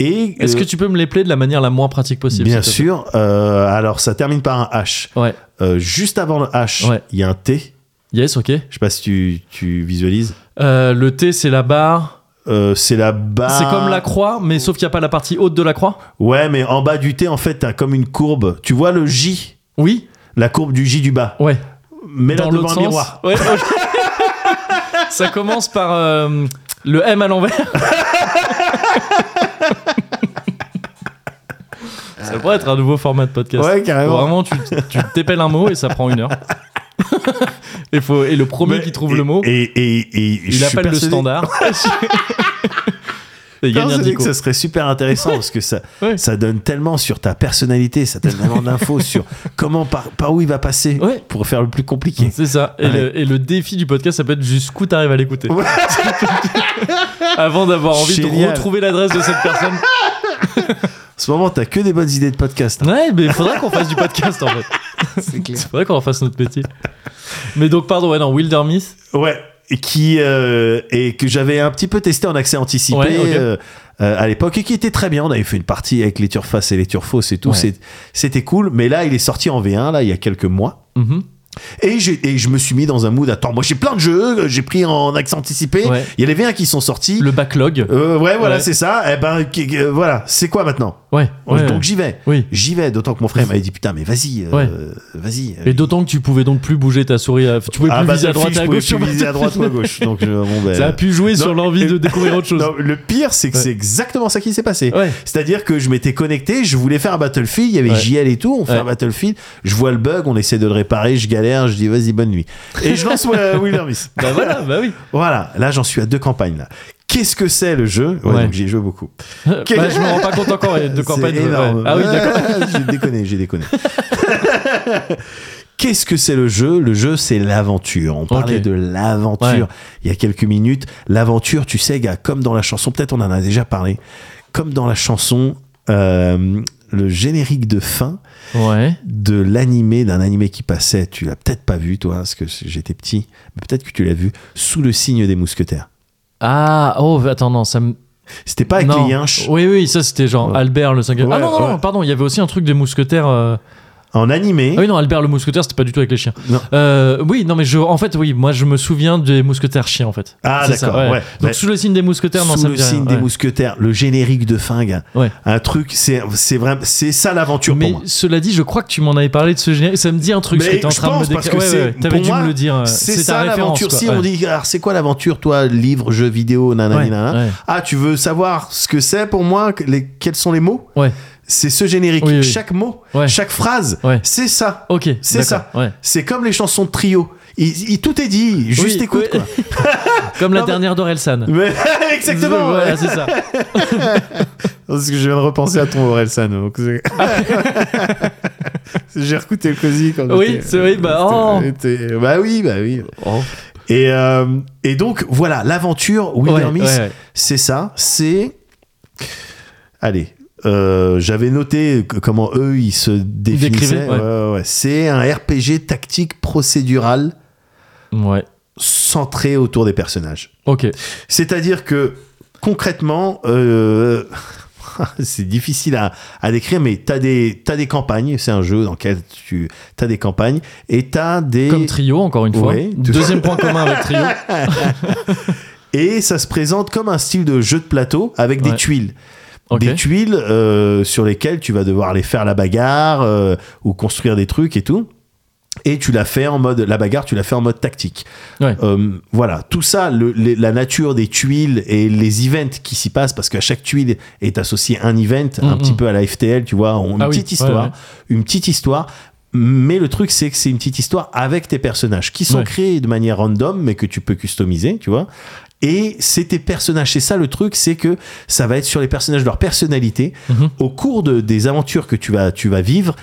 B: Et
A: Est-ce
B: euh,
A: que tu peux me les player de la manière la moins pratique possible
B: Bien
A: s'il te
B: sûr. euh, alors, ça termine par un H.
A: plaît Ouais.
B: Euh, juste avant le H, il
A: Ouais.
B: y a un T.
A: Yes, ok.
B: Je sais pas si tu, tu visualises.
A: Euh, le T, c'est la barre.
B: Euh, c'est la barre.
A: C'est comme la croix, mais sauf qu'il n'y a pas la partie haute de la croix.
B: Ouais, mais en bas du T, en fait, t'as comme une courbe. Tu vois le J,
A: Oui.
B: la courbe du J du bas.
A: Ouais.
B: Mais là,
A: Dans
B: devant
A: l'autre
B: un
A: sens.
B: miroir.
A: Ouais, ok. ça commence par euh, le M à l'envers. ça pourrait être un nouveau format de podcast.
B: Ouais, carrément.
A: Vraiment, tu, tu t'épelles un mot et ça prend une heure. et, faut, et le premier
B: Mais-
A: qui trouve
B: et-
A: le mot,
B: Et, et, et, je
A: il
B: suis
A: appelle le
B: persuadé-
A: standard. et il gagne un
B: persuadé que
A: dico.
B: ça serait super intéressant parce que ça,
A: Ouais.
B: ça donne tellement sur ta personnalité, ça donne tellement d'infos sur comment, par, par où il va passer
A: Ouais.
B: pour faire le plus compliqué.
A: C'est ça. Et,
B: Ouais.
A: le, et le défi du podcast, ça peut être jusqu'où t'arrives à l'écouter.
B: Ouais.
A: Avant d'avoir envie de
B: Génial.
A: retrouver l'adresse de cette personne.
B: En ce moment, t'as que des bonnes idées de podcast.
A: Ouais, mais faudrait qu'on fasse du podcast en fait. C'est clair. Faudrait qu'on en fasse notre métier. Mais donc, pardon, ouais, non, Wilder Myth.
B: Ouais, et qui euh, et que j'avais un petit peu testé en accès anticipé
A: Ouais, ok.
B: euh, euh, à l'époque et qui était très bien. On avait fait une partie avec les turfaces et les turfos et tout,
A: Ouais.
B: c'est- c'était cool. Mais là, il est sorti en V1 là il y a quelques mois.
A: Mhm.
B: Et, j'ai- et je me suis mis dans un mood. Attends, moi j'ai plein de jeux, j'ai pris en accès anticipé.
A: Ouais.
B: Il y a les V1 qui sont sortis.
A: Le backlog.
B: Euh, ouais, voilà,
A: Ouais.
B: c'est ça. Et ben, qui- euh, voilà, c'est quoi maintenant Euh,
A: Ouais. ouais.
B: Donc j'y vais.
A: Oui.
B: J'y vais, d'autant que mon frère m'avait dit putain, mais vas-y, euh,
A: Ouais.
B: vas-y.
A: Et d'autant que tu pouvais donc plus bouger ta souris. à- Tu pouvais plus
B: Ah, bah,
A: viser à
B: Battlefield,
A: droite et à
B: je pouvais
A: gauche. sur
B: plus viser à droite ou à
A: Battlefield.
B: gauche. Donc, je- bon, ben,
A: Ça a pu jouer sur
B: Non,
A: l'envie
B: et-
A: de découvrir autre chose.
B: Non, le pire, c'est que
A: Ouais.
B: c'est exactement ça qui s'est passé.
A: Ouais.
B: C'est-à-dire que je m'étais connecté, je voulais faire un Battlefield, il y avait
A: Ouais.
B: JL et tout, on fait
A: Ouais.
B: un Battlefield, je vois le bug, on essaie de le réparer, je galère, je dis vas-y, bonne nuit. Et je lance euh, Wildermiss.
A: Bah voilà, bah oui.
B: Voilà, là j'en suis à deux campagnes là. Qu'est-ce que c'est le jeu Ouais,
A: Ouais.
B: donc j'y ai joué beaucoup. Quel-
A: Bah, je me rends pas compte encore, il y a deux
B: C'est
A: campagnes. ouais.
B: énorme.
A: Ah oui, d'accord.
B: j'ai déconné, j'ai déconné. Qu'est-ce que c'est le jeu Le jeu, c'est l'aventure. On parlait
A: Ok.
B: de l'aventure
A: Ouais.
B: il y a quelques minutes. L'aventure, tu sais, gars, comme dans la chanson, peut-être on en a déjà parlé, comme dans la chanson, euh, le générique de fin
A: Ouais.
B: de l'animé, d'un animé qui passait, tu l'as peut-être pas vu, toi, parce que j'étais petit, mais peut-être que tu l'as vu, sous le signe des mousquetaires.
A: Ah, oh, attends, non, ça me.
B: C'était pas avec
A: non. Oh.
B: les yinches.
A: Oui, oui, ça c'était genre
B: Ouais.
A: Albert le cinquième. ah
B: Ouais,
A: non, non, non,
B: ouais.
A: pardon, il y avait aussi un truc des mousquetaires. euh,
B: En animé,
A: Ah oui, non, Albert le mousquetaire, c'était pas du tout avec les chiens.
B: Non.
A: Euh, oui, non, mais je, en fait, oui, moi je me souviens des mousquetaires chiens, en fait.
B: Ah,
A: C'est ça,
B: d'accord, ouais.
A: Donc
B: Ouais.
A: sous le signe des mousquetaires, non,
B: sous
A: ça me
B: le
A: dit rien,
B: signe
A: ouais.
B: des mousquetaires, le générique de fin, gars.
A: Ouais.
B: Un truc, c'est c'est vraiment, c'est ça l'aventure pour
A: Mais
B: moi.
A: cela dit, je crois que tu m'en avais parlé de ce générique. Ça me dit un truc.
B: Mais
A: ce que t'es en
B: je
A: train de me
B: pense, parce
A: décrire.
B: que
A: Ouais,
B: c'est-
A: ouais, ouais, T'avais
B: pour
A: dû
B: moi,
A: me le dire. euh,
B: C'est
A: ta
B: ça
A: référence,
B: l'aventure.
A: quoi.
B: Si
A: Ouais.
B: on dit, alors c'est quoi l'aventure, toi, livre, jeu vidéo, nanana,
A: Ouais,
B: nanana.
A: ouais.
B: Ah, tu veux savoir ce que c'est pour moi, que- les- quels sont les mots
A: Ouais.
B: C'est ce générique.
A: Oui, oui.
B: Chaque mot,
A: Ouais.
B: chaque phrase,
A: Ouais. Oh.
B: c'est ça.
A: Ok.
B: C'est
A: d'accord,
B: ça.
A: Ouais.
B: C'est comme les chansons de trio. Il, il- tout est dit, juste
A: Oui,
B: écoute.
A: ouais.
B: quoi.
A: Comme la
B: Non, mais-
A: dernière d'Orelsan.
B: Mais- exactement.
A: Voilà,
B: ouais.
A: c'est ça.
B: Parce que je viens de repenser à ton Orelsan. donc c'est- J'ai recouté le cosy quand
A: Oui,
B: j'étais- euh,
A: c'est vrai, bah, oh.
B: j'étais- bah oui, bah oui.
A: Oh.
B: Et, euh, et donc voilà, l'aventure Wildermiss,
A: Ouais, ouais, ouais.
B: c'est ça, c'est allez, euh, j'avais noté que- comment eux ils se définissaient.
A: décrivaient, ouais.
B: Ouais, ouais, ouais. C'est un RPG tactique procédural
A: Ouais.
B: centré autour des personnages.
A: Ok.
B: C'est-à-dire que concrètement, euh, c'est difficile à, à décrire, mais t'as des t'as des campagnes. C'est un jeu dans lequel tu t'as des campagnes et t'as des
A: Comme Trio, encore une fois.
B: Ouais, tout-
A: Deuxième point commun avec Trio.
B: et ça se présente comme un style de jeu de plateau avec des
A: Ouais.
B: tuiles.
A: Ok.
B: Des tuiles euh, sur lesquelles tu vas devoir aller faire la bagarre euh, ou construire des trucs et tout. Et tu la fais en mode la bagarre, tu la fais en mode tactique.
A: Ouais.
B: Euh, voilà, tout ça, le- les- la nature des tuiles et les events qui s'y passent, parce qu'à chaque tuile est associé un event, un
A: Mhm.
B: petit peu à la FTL, tu vois, on- une
A: Ah oui,
B: petite
A: ouais,
B: histoire,
A: ouais.
B: une petite histoire. Mais le truc, c'est que c'est une petite histoire avec tes personnages qui sont
A: Ouais.
B: créés de manière random, mais que tu peux customiser, tu vois. Et c'est tes personnages. C'est ça le truc, c'est que ça va être sur les personnages, leur personnalité.
A: Mhm.
B: Au cours de, des aventures que tu vas, tu vas vivre,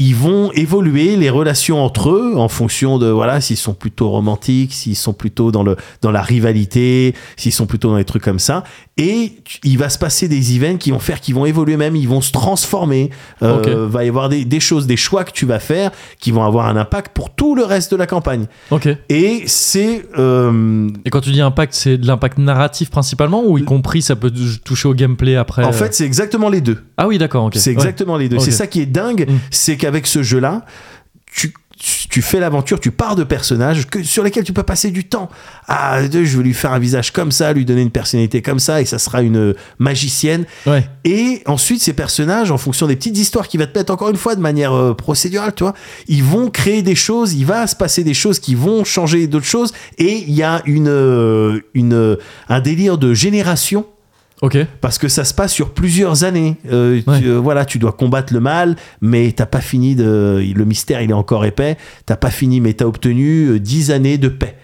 B: ils vont évoluer les relations entre eux en fonction de voilà s'ils sont plutôt romantiques, s'ils sont plutôt dans le dans la rivalité, s'ils sont plutôt dans les trucs comme ça. Et tu- il va se passer des events qui vont faire qu'ils vont évoluer même, ils vont se transformer. Euh,
A: Ok.
B: Va y avoir des, des choses, des choix que tu vas faire qui vont avoir un impact pour tout le reste de la campagne.
A: Ok.
B: Et c'est euh,
A: Et quand tu dis impact, c'est de l'impact narratif principalement ou y compris ça peut toucher au gameplay après
B: en
A: euh,
B: fait c'est exactement les deux.
A: Ah oui, d'accord, ok.
B: C'est
A: Ouais.
B: exactement les deux.
A: Ok.
B: C'est ça qui est dingue,
A: Mm.
B: c'est qu'avec ce jeu-là, tu tu fais l'aventure, tu pars de personnages que, sur lesquels tu peux passer du temps. Ah, je vais lui faire un visage comme ça, lui donner une personnalité comme ça, et ça sera une magicienne.
A: Ouais.
B: Et ensuite, ces personnages, en fonction des petites histoires qu'il va te mettre encore une fois de manière euh, procédurale, tu vois, ils vont créer des choses, il va se passer des choses qui vont changer d'autres choses, et il y a une, euh, une, un délire de génération
A: Ok.
B: parce que ça se passe sur plusieurs années. Euh, tu-
A: Ouais.
B: euh, voilà, tu dois combattre le mal, mais t'as pas fini de. Le mystère, il est encore épais. T'as pas fini, mais t'as obtenu euh, 10 années de paix.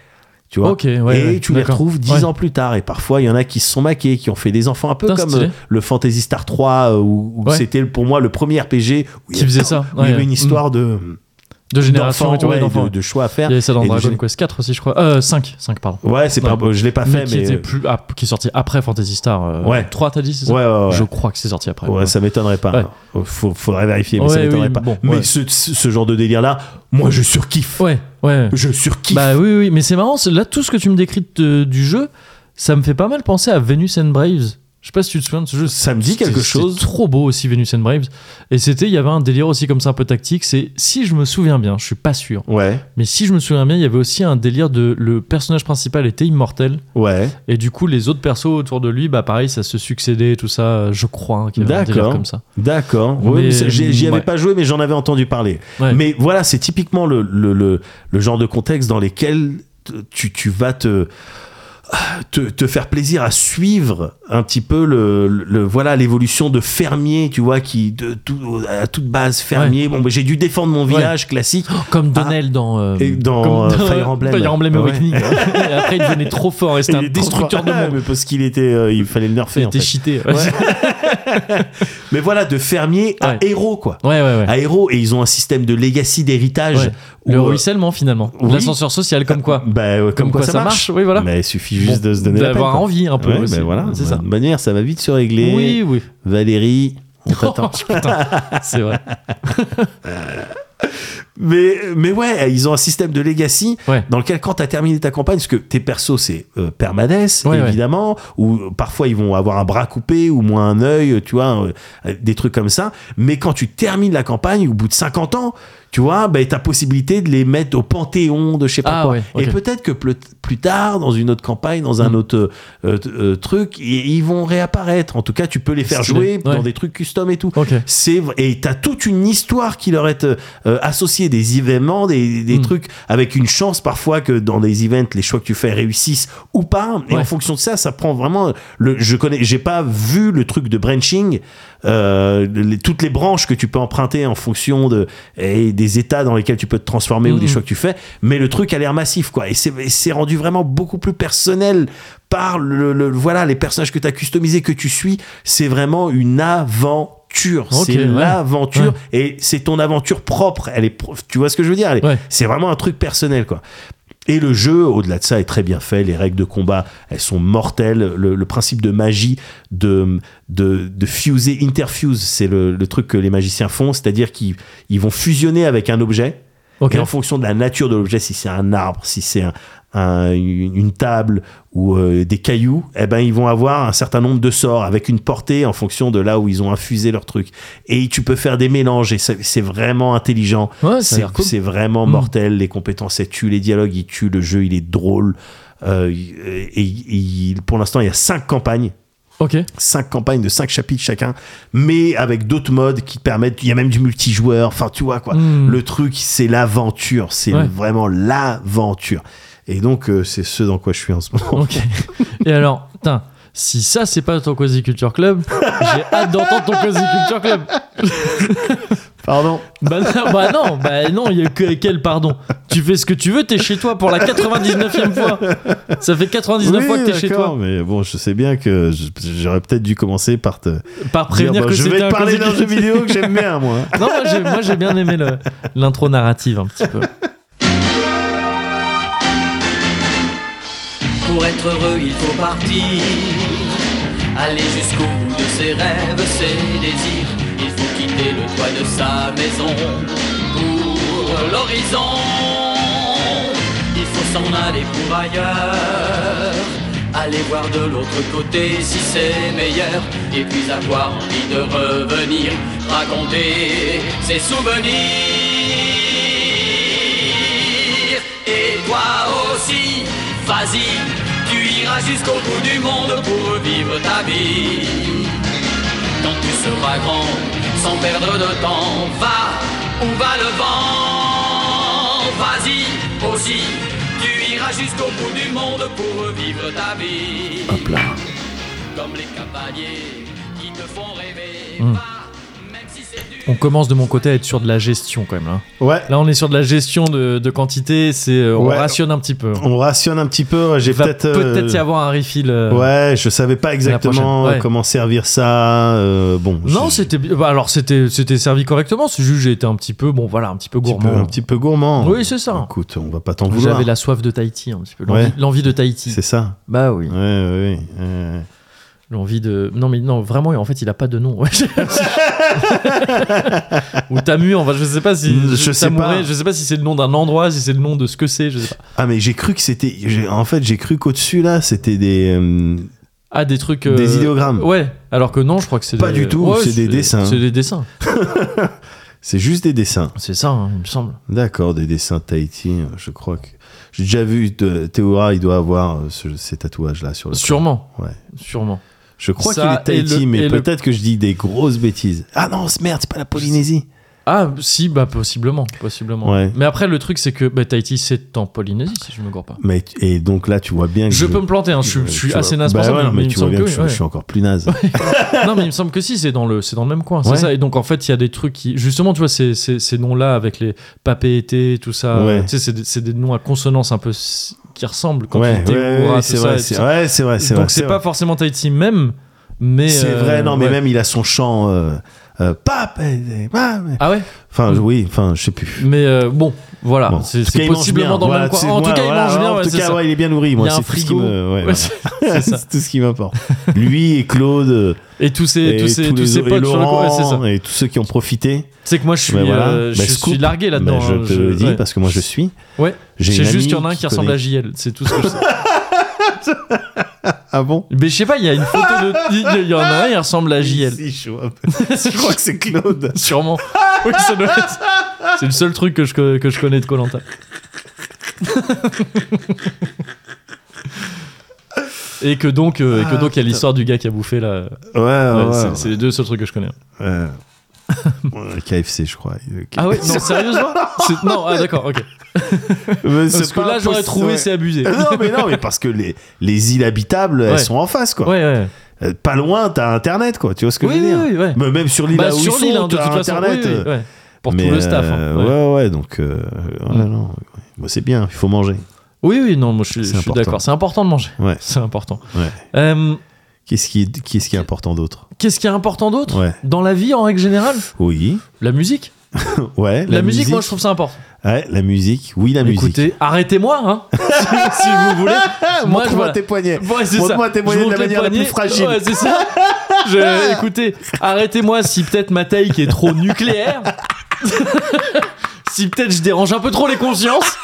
B: Tu vois
A: Ok, ouais,
B: Et
A: ouais,
B: tu les
A: d'accord.
B: retrouves 10
A: Ouais.
B: ans plus tard. Et parfois, il y en a qui se sont maqués, qui ont fait des enfants, un peu
A: Putain,
B: comme
A: stylé.
B: euh, le Fantasy Star 3, euh, où, où
A: Ouais.
B: c'était pour moi le premier RPG où il y
A: Qui faisait ça.
B: où il y
A: ouais. Mm.
B: avait une histoire de,
A: de génération
B: d'enfants,
A: et tout, ouais,
B: ouais,
A: d'enfants,
B: de,
A: ouais.
B: de choix à
A: Il
B: faire.
A: y avait ça dans
B: et de
A: Dragon
B: gén-
A: Quest 4 aussi, je crois. Euh, 5, pardon.
B: Ouais, c'est pas,
A: Ouais.
B: je l'ai pas
A: Mais
B: fait,
A: qui,
B: mais. euh,
A: était plus ap- qui est sorti après Fantasy Star. euh,
B: Ouais.
A: 3, t'as dit, c'est ça
B: Ouais, ouais, ouais.
A: Je crois que c'est sorti après.
B: Ouais,
A: Ouais.
B: ça m'étonnerait pas.
A: Ouais.
B: Faut- faudrait vérifier, mais ça
A: Ouais,
B: m'étonnerait
A: oui,
B: pas.
A: bon,
B: mais
A: ouais.
B: ce, ce- ce genre de délire-là, moi, je surkiffe.
A: ouais, ouais.
B: Je surkiffe.
A: Bah oui, oui, mais c'est marrant, c'est- là, tout ce que tu me décris de- du jeu, ça me fait pas mal penser à Venus and Braves. Je sais pas si tu te souviens de ce jeu.
B: Ça me dit
A: C'était-
B: quelque
A: c'était
B: chose.
A: trop beau aussi, Venus and Braves. Et c'était, il y avait un délire aussi comme ça, un peu tactique. C'est, si je me souviens bien, je suis pas sûr,
B: Ouais,
A: mais si je me souviens bien, il y avait aussi un délire de le personnage principal était immortel.
B: ouais.
A: Et du coup, les autres persos autour de lui, bah pareil, ça se succédait et tout ça, euh, je crois, hein, qu'il y avait un délire
B: D'accord.
A: comme ça.
B: D'accord. Ouais,
A: Mais-
B: mais ça, J'y j'y avais
A: ouais.
B: pas joué, mais j'en avais entendu parler.
A: Ouais.
B: Mais voilà, c'est typiquement le, le, le, le genre de contexte dans lesquels t- tu, tu vas te, te, te faire plaisir à suivre un petit peu le, le- le- voilà l'évolution de fermier, tu vois, qui de tout, à toute base fermier. Bon, bah, j'ai dû défendre mon village classique.
A: Comme Donnell dans, euh,
B: Ah. Et dans,
A: comme
B: euh, Fire Emblem.
A: Fire Emblem
B: Ouais.
A: Awakening. et après, il devenait trop fort et c'était un
B: Il est trop
A: destructeur de
B: fort.
A: monde.
B: Mais parce qu'il était, euh, il fallait le nerfer.
A: Il
B: en
A: était
B: fait.
A: cheaté. Ouais,
B: Ouais. Mais voilà, de fermier à
A: Ouais.
B: héros, quoi.
A: ouais, ouais.
B: À héros, et ils ont un système de legacy d'héritage.
A: Ouais. Le
B: où, Ah, euh,
A: ruissellement, finalement.
B: oui.
A: L'ascenseur social, comme quoi.
B: bah, ouais, comme, quoi, ça, marche.
A: Oui, voilà.
B: Mais il suffit juste
A: Bon,
B: de se donner la peine.
A: D'avoir
B: quoi.
A: envie un peu.
B: Ouais,
A: aussi.
B: bah voilà,
A: c'est ça.
B: De manière, ça va vite se régler.
A: Oui, oui. Oh,
B: Valérie, on t'attend.
A: Putain, c'est vrai.
B: mais, mais ouais, ils ont un système de legacy
A: Ouais.
B: dans lequel, quand t'as terminé ta campagne, parce que tes persos, c'est euh, permanence,
A: Ouais, ouais.
B: évidemment, ou parfois ils vont avoir un bras coupé ou moins un œil, tu vois, euh, des trucs comme ça. Mais quand tu termines la campagne, au bout de 50 ans, tu vois, bah, t'as possibilité de les mettre au panthéon de je sais pas
A: Ah
B: quoi.
A: ouais,
B: Et
A: ok.
B: peut-être que plus, plus tard, dans une autre campagne, dans un
A: Mm.
B: autre euh, t- euh, truc, ils ils vont réapparaître. En tout cas, tu peux les faire
A: Stylé.
B: jouer dans
A: Ouais.
B: des trucs custom et tout.
A: Ok.
B: C'est vrai. et t'as toute une histoire qui leur est euh, euh, associée, des événements, des, des
A: Mm.
B: trucs avec une chance parfois que dans des events les choix que tu fais réussissent ou pas. Et
A: Ouais.
B: en fonction de ça, ça prend vraiment le. Je connais, j'ai pas vu le truc de branching, euh, les- toutes les branches que tu peux emprunter en fonction de et des états dans lesquels tu peux te transformer ou des
A: Mm.
B: choix que tu fais. Mais le truc a l'air massif quoi. Et c'est et c'est rendu vraiment beaucoup plus personnel par le, le- voilà les personnages que tu as customisés que tu suis c'est vraiment une aventure
A: Ok,
B: c'est
A: ouais.
B: l'aventure et c'est ton aventure propre elle est pro- tu vois ce que je veux dire Elle est-
A: Ouais.
B: c'est vraiment un truc personnel quoi Et le jeu, au-delà de ça, est très bien fait. Les règles de combat, elles sont mortelles. Le, le principe de magie, de, de, de fuser, interfuse, c'est le, le truc que les magiciens font, c'est-à-dire qu'ils ils vont fusionner avec un objet.
A: Ok.
B: Et en fonction de la nature de l'objet, si c'est un arbre, si c'est un- un- une une table ou euh, des cailloux, eh ben, ils vont avoir un certain nombre de sorts avec une portée en fonction de là où ils ont infusé leur truc. Et tu peux faire des mélanges et c'est c'est vraiment intelligent.
A: Ouais, ça a
B: c'est
A: l'air cool.
B: c'est vraiment
A: Mm.
B: mortel. Les compétences, elles tuent. Les dialogues, ils tuent. Le jeu, il est drôle. Euh, et, et il- pour l'instant, il y a cinq campagnes
A: Ok.
B: cinq campagnes de cinq chapitres chacun, mais avec d'autres modes qui te permettent. Il y a même du multijoueur. Enfin, tu vois quoi.
A: Mm.
B: Le truc, c'est l'aventure. C'est
A: Ouais.
B: vraiment l'aventure. Et donc, euh, c'est ce dans quoi je suis en ce moment.
A: Ok. Et alors, putain, si ça c'est pas ton Cozy Culture Club, j'ai hâte d'entendre ton Cozy Culture Club.
B: Pardon.
A: Bah non, bah non, bah non, il y a que quel pardon. Tu fais ce que tu veux, t'es chez toi pour la 99e fois. Ça fait 99
B: Oui,
A: fois que t'es chez toi.
B: d'accord, Mais bon, je sais bien que je- j'aurais peut-être dû commencer par te
A: Par prévenir
B: dire, bah,
A: que
B: je
A: c'était
B: vais
A: un
B: te parler
A: Cozy
B: d'un jeu
A: Culture-
B: vidéo que j'aime bien, moi.
A: Non, moi j'ai, moi, j'ai bien aimé le- l'intro narrative un petit peu.
F: Pour être heureux, il faut partir. Aller jusqu'au bout de ses rêves, ses désirs. Il faut quitter le toit de sa maison pour l'horizon. Il faut s'en aller pour ailleurs. Aller voir de l'autre côté si c'est meilleur. Et puis avoir envie de revenir, raconter ses souvenirs. Et toi aussi, vas-y, tu iras jusqu'au bout du monde pour vivre ta vie. Quand tu seras grand, sans perdre de temps, va où va le vent. Vas-y, aussi, tu iras jusqu'au bout du monde pour vivre ta vie. Hop là. Comme les cavaliers qui te font rêver, va, même si c'est dur.
A: On commence de mon côté à être sur de la gestion quand même. hein. Là,
B: Ouais.
A: là on est sur de la gestion de, de quantité, c'est, euh, on
B: Ouais.
A: rationne un petit peu.
B: On rationne un petit peu. J'ai
A: Il va
B: peut-être.
A: peut-être
B: euh,
A: y avoir un refill. euh,
B: Ouais, je savais pas exactement
A: prochaine, ouais.
B: comment servir ça. euh, bon.
A: Non,
B: j'ai-
A: c'était bi- bah, alors c'était c'était servi correctement. C'est juste j'ai été un petit peu bon voilà un petit peu
B: un petit peu-
A: gourmand.
B: un petit peu gourmand.
A: Oui, c'est ça.
B: Écoute, on va pas t'en vouloir.
A: J'avais la soif de Tahiti un petit peu l'envie
B: Ouais.
A: l'envie de Tahiti.
B: C'est ça.
A: Bah oui.
B: Ouais, ouais, ouais, ouais.
A: L'envie de non mais non vraiment en fait il a pas de nom. Ouais. Ou Tamu enfin je sais pas si
B: Mm, je sais
A: Tamuré,
B: pas.
A: je sais pas si c'est le nom d'un endroit si c'est le nom de ce que c'est je sais pas.
B: Ah mais j'ai cru que c'était. j'ai- En fait, j'ai cru qu'au-dessus là, c'était des euh,
A: Ah des trucs euh,
B: des idéogrammes.
A: Ouais alors que non je crois que c'est
B: Pas
A: des-
B: du tout,
A: Ouais,
B: c'est des dessins.
A: C'est des dessins.
B: C'est juste des dessins.
A: C'est ça hein, il me semble.
B: D'accord, des dessins de Tahiti. euh, Je crois que j'ai déjà vu de- Théora. Il doit avoir euh, ce- ces tatouages là sur le. corps.
A: Sûrement
B: Ouais.
A: sûrement.
B: Je crois qu'il
A: Ça
B: est Tahiti,
A: et le- et
B: mais
A: le-
B: peut-être que je dis des grosses bêtises. Ah non, c'est- merde, c'est pas la Polynésie.
A: Ah, si, bah possiblement, possiblement.
B: Ouais.
A: Mais après, le truc, c'est que bah, Tahiti, c'est en Polynésie, si je me gourre pas.
B: Mais tu- et donc là, tu vois bien que
A: Je peux me planter, hein, je, suis- je
B: tu
A: suis
B: vois-
A: assez naze
B: Bah
A: pour ça,
B: ouais, non, mais
A: il me
B: tu vois
A: semble
B: bien que,
A: que
B: je,
A: oui, ouais.
B: je suis encore plus naze.
A: Non, mais il me semble que si, c'est dans le, c'est dans le même coin, c'est
B: Ouais.
A: ça. Et donc, en fait, il y a des trucs qui. Justement, tu vois, ces, ces, ces noms-là, avec les papéétés, tout ça,
B: Ouais.
A: tu sais, c'est des- c'est des noms à consonance un peu s- qui ressemblent quand
B: ouais,
A: tu
B: ouais,
A: dis
B: ouais,
A: Théoura, tout
B: c'est
A: ça,
B: vrai,
A: et
B: c'est
A: tout.
B: vrai, c'est vrai, c'est vrai.
A: Donc, c'est pas forcément Tahiti même, mais.
B: C'est
A: euh,
B: vrai, non, mais
A: ouais.
B: même il a son chant. Euh, euh, pape, eh, eh, pape, eh.
A: Ah ouais
B: Enfin,
A: Mm.
B: oui, enfin, je sais plus.
A: Mais euh, bon, voilà.
B: Bon. En
A: C'est
B: tout
A: c'est
B: cas, il mange bien.
A: possiblement dans le
B: Voilà,
A: même
B: c'est-
A: coin. En tout
B: voilà,
A: cas, il
B: voilà,
A: mange bien,
B: En
A: ouais,
B: tout
A: c'est
B: cas,
A: ça.
B: ouais, il est bien nourri.
A: Il
B: Moi,
A: y a un
B: c'est tout ce qui
A: frigo.
B: me- ouais,
A: Ouais,
B: voilà.
A: c'est- c'est ça.
B: C'est tout ce qui m'importe. Lui et Claude
A: Et tous ces,
B: et
A: tous ces,
B: tous
A: tous
B: les-
A: ces
B: et
A: potes sur le coin, ouais, c'est ça.
B: Laurent et tous ceux qui ont profité.
A: C'est que moi je suis,
B: Ben voilà.
A: euh, je
B: Ben,
A: suis
B: scoop.
A: largué là-dedans.
B: Ben, je
A: hein,
B: te le dis
A: ouais.
B: parce que moi je suis.
A: Ouais.
B: J'ai
A: C'est
B: une
A: juste
B: amie
A: qu'il y en a un qui ressemble
B: connaît-
A: à JL, c'est tout ce que je sais.
B: Ah bon
A: Mais je sais pas, il y a une photo de. Il il y en a un, il ressemble à JL.
B: Si, je vois. Je crois que c'est Claude.
A: Sûrement. Oui, ça doit être- C'est le seul truc que je, co- que je connais de Colanta. Et que donc, euh, et que
B: Ah,
A: donc il y a
B: putain.
A: l'histoire du gars qui a bouffé là.
B: Ouais, ouais.
A: Ouais, c'est-
B: ouais.
A: c'est les deux seuls trucs que je connais. hein.
B: Euh, ouais, KFC, je crois. Le
A: Ah ouais,
B: KFC.
A: non, sérieusement C'est- Non, ah d'accord, ok.
B: Mais c'est
A: Parce que
B: pas
A: là j'aurais
B: possible,
A: trouvé,
B: ouais.
A: c'est abusé. Ouais,
B: Non, mais non, mais parce que les, les îles habitables,
A: Ouais.
B: elles sont en face, quoi.
A: ouais.
B: Euh, Pas loin, t'as Internet, quoi. Tu vois ce que
A: Oui,
B: je veux
A: oui, oui,
B: dire
A: ouais.
B: Mais Même sur l'île
A: Bah,
B: à où
A: sur
B: ils
A: l'île,
B: sont,
A: hein, de toute
B: t'as
A: façon.
B: Internet.
A: oui, oui,
B: euh,
A: ouais. Pour
B: mais,
A: tout le staff. hein,
B: euh,
A: ouais. Mm.
B: ouais. ouais, donc. euh, ouais, non, ouais. Bon, c'est bien, il faut manger.
A: Oui, oui, non, moi je suis,
B: C'est
A: je suis
B: important.
A: d'accord. C'est important de manger.
B: Ouais.
A: C'est important.
B: Ouais.
A: Euh,
B: Qu'est-ce qui, est- qu'est-ce qui est important d'autre
A: Qu'est-ce qui est important d'autre
B: Ouais.
A: dans la vie en règle générale
B: Oui.
A: La musique.
B: Ouais.
A: La, musique, moi je trouve ça important.
B: Ouais, la musique. Oui, la musique.
A: Écoutez, arrêtez-moi, hein, si, si vous voulez. Moi, je-
B: Montre-moi
A: voilà.
B: tes poignets.
A: Ouais, c'est ça.
B: Montre-moi tes
A: Je
B: poignets de
A: montre
B: la
A: les
B: manière la plus
A: poignets.
B: fragile.
A: Ouais, c'est ça. Je- écoutez, arrêtez-moi si peut-être ma taille qui est trop nucléaire. si peut-être je dérange un peu trop les consciences.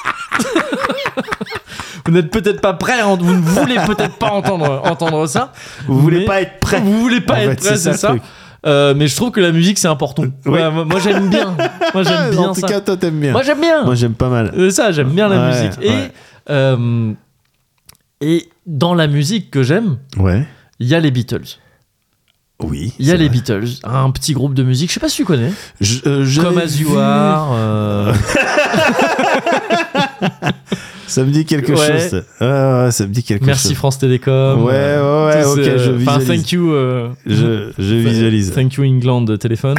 A: vous n'êtes peut-être pas prêts, hein, vous ne voulez peut-être pas entendre, entendre ça.
B: Vous voulez
A: Mais-
B: pas être prêt.
A: Vous voulez pas
B: En
A: être
B: fait,
A: prêt, c'est
B: le
A: ça.
B: truc. Euh,
A: Euh, mais je trouve que la musique c'est important.
B: Oui.
A: Ouais, moi moi, j'aime bien. Moi j'aime bien
B: en tout
A: ça.
B: cas, toi, t'aimes bien.
A: Moi j'aime bien.
B: Moi, j'aime pas mal.
A: Euh, ça, j'aime bien la
B: Ouais,
A: musique. Et,
B: ouais.
A: euh, et dans la musique que j'aime,
B: Ouais.
A: il y a les Beatles.
B: Oui.
A: Il y a
B: c'est
A: les
B: vrai.
A: Beatles, un petit groupe de musique, je sais pas si tu connais.
B: Je- euh, j'avais
A: Comme As You
B: vu-
A: Are, euh,
B: Ça me dit quelque
A: Ouais.
B: chose. ça. Ouais, ouais, ça me dit quelque
A: Merci
B: chose.
A: France Télécom.
B: Ouais,
A: euh,
B: ouais, ouais,
A: tous
B: ok,
A: ces-
B: je
A: enfin,
B: visualise.
A: thank you. euh,
B: Je, je visualise.
A: Thank you England de téléphone.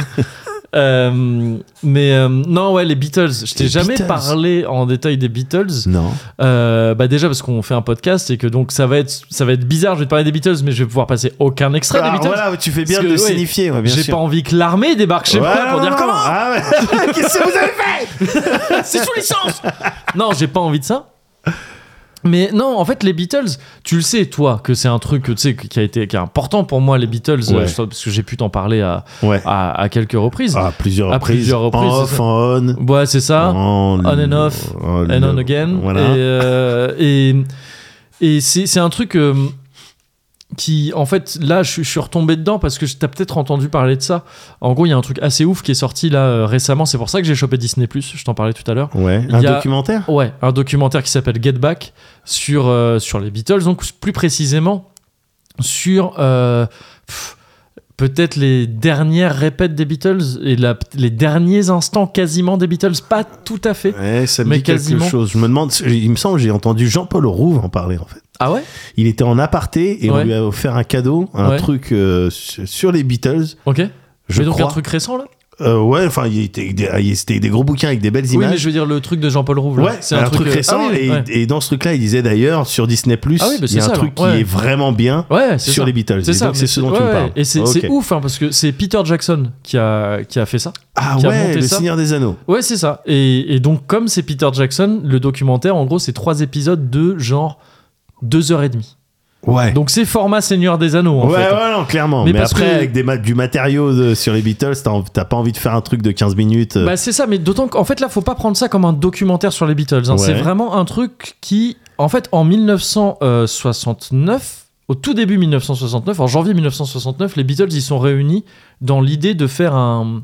A: Euh, mais euh, non, ouais, les Beatles. Je t'ai
B: Les
A: jamais
B: Beatles.
A: parlé en détail des Beatles.
B: Non.
A: Euh, bah déjà parce qu'on fait un podcast et que donc ça va être ça va être bizarre. Je vais te parler des Beatles, mais je vais pouvoir passer aucun extrait
B: Ah,
A: des Beatles.
B: voilà, tu fais bien
A: Parce
B: de
A: que, ouais,
B: signifier, ouais, bien
A: J'ai pas
B: sûr.
A: envie que l'armée débarque chez
B: Ouais,
A: moi pour
B: non,
A: dire
B: non,
A: comment
B: ah ouais. Qu'est-ce que vous avez fait
A: C'est sous licence Non, j'ai pas envie de ça. Mais non, en fait, les Beatles, tu le sais, toi, que c'est un truc tu sais, qui a été qui est important pour moi, les Beatles,
B: Ouais. Ah.
A: euh, je- parce que j'ai pu t'en parler à,
B: Ouais.
A: à, à quelques reprises.
B: À plusieurs
A: À
B: reprises.
A: plusieurs reprises,
B: En
A: c'est
B: off,
A: ça.
B: en on.
A: Ouais, c'est ça.
B: en-
A: on and off,
B: en-
A: and on again.
B: Voilà.
A: Et, euh, et, et c'est c'est un truc euh, qui, en fait, là, je, suis- je suis retombé dedans parce que t'as peut-être entendu parler de ça. En gros, il y a un truc assez ouf qui est sorti là euh, récemment. C'est pour ça que j'ai chopé Disney, je t'en parlais tout à l'heure.
B: Ouais.
A: Il
B: Un
A: y a-
B: documentaire
A: Ouais, un documentaire qui s'appelle Get Back sur, euh, sur les Beatles, donc plus précisément sur euh, pff, peut-être les dernières répètes des Beatles et la- les derniers instants quasiment des Beatles, pas tout à fait.
B: Ouais, ça me
A: Mais
B: dit quelque
A: quasiment.
B: chose. Je me demande, il me semble, que j'ai entendu Jean-Paul Rouve en parler en fait.
A: Ah ouais
B: Il était en aparté et on
A: Ouais.
B: lui a offert un cadeau, un
A: Ouais.
B: truc euh, sur sur les Beatles.
A: Ok.
B: Je
A: mais donc
B: crois.
A: un truc récent là
B: Euh, ouais, enfin, il était avec des- il- c'était des gros bouquins avec des belles
A: Oui, mais
B: images.
A: je veux dire le truc de Jean-Paul Rouve. là.
B: Ouais, c'est un, truc,
A: euh,
B: récent.
A: ah oui,
B: et,
A: ouais.
B: et dans ce truc-là, il disait d'ailleurs sur Disney Plus,
A: Ah oui, bah
B: il y
A: c'est
B: a un
A: ça,
B: truc
A: alors.
B: qui
A: Ouais.
B: est vraiment bien
A: Ouais, c'est
B: sur
A: ça.
B: les Beatles.
A: C'est
B: Et
A: ça,
B: donc
A: mais
B: c'est ce dont tu
A: ouais,
B: me
A: ouais.
B: parles.
A: Et c'est
B: Ok.
A: c'est ouf, hein, parce que c'est Peter Jackson qui a, qui a fait ça.
B: Ah
A: qui a
B: ouais,
A: monté
B: le
A: ça.
B: Seigneur des Anneaux.
A: Ouais, c'est ça. Et, et donc, comme c'est Peter Jackson, le documentaire, en gros, c'est trois épisodes de genre deux heures et demie.
B: Ouais.
A: Donc, c'est format Seigneur des Anneaux, en
B: ouais,
A: fait. hein.
B: ouais, non, clairement. Mais,
A: Mais parce
B: après,
A: que-
B: avec des ma- du matériau de- sur les Beatles, t'as en- t'as pas envie de faire un truc de 15 minutes. euh,
A: Bah, c'est ça, mais d'autant qu'en fait, là, faut pas prendre ça comme un documentaire sur les Beatles. hein.
B: Ouais.
A: C'est vraiment un truc qui, en fait, en 1969, au tout début 1969, en janvier 1969, les Beatles, ils sont réunis dans l'idée de faire un,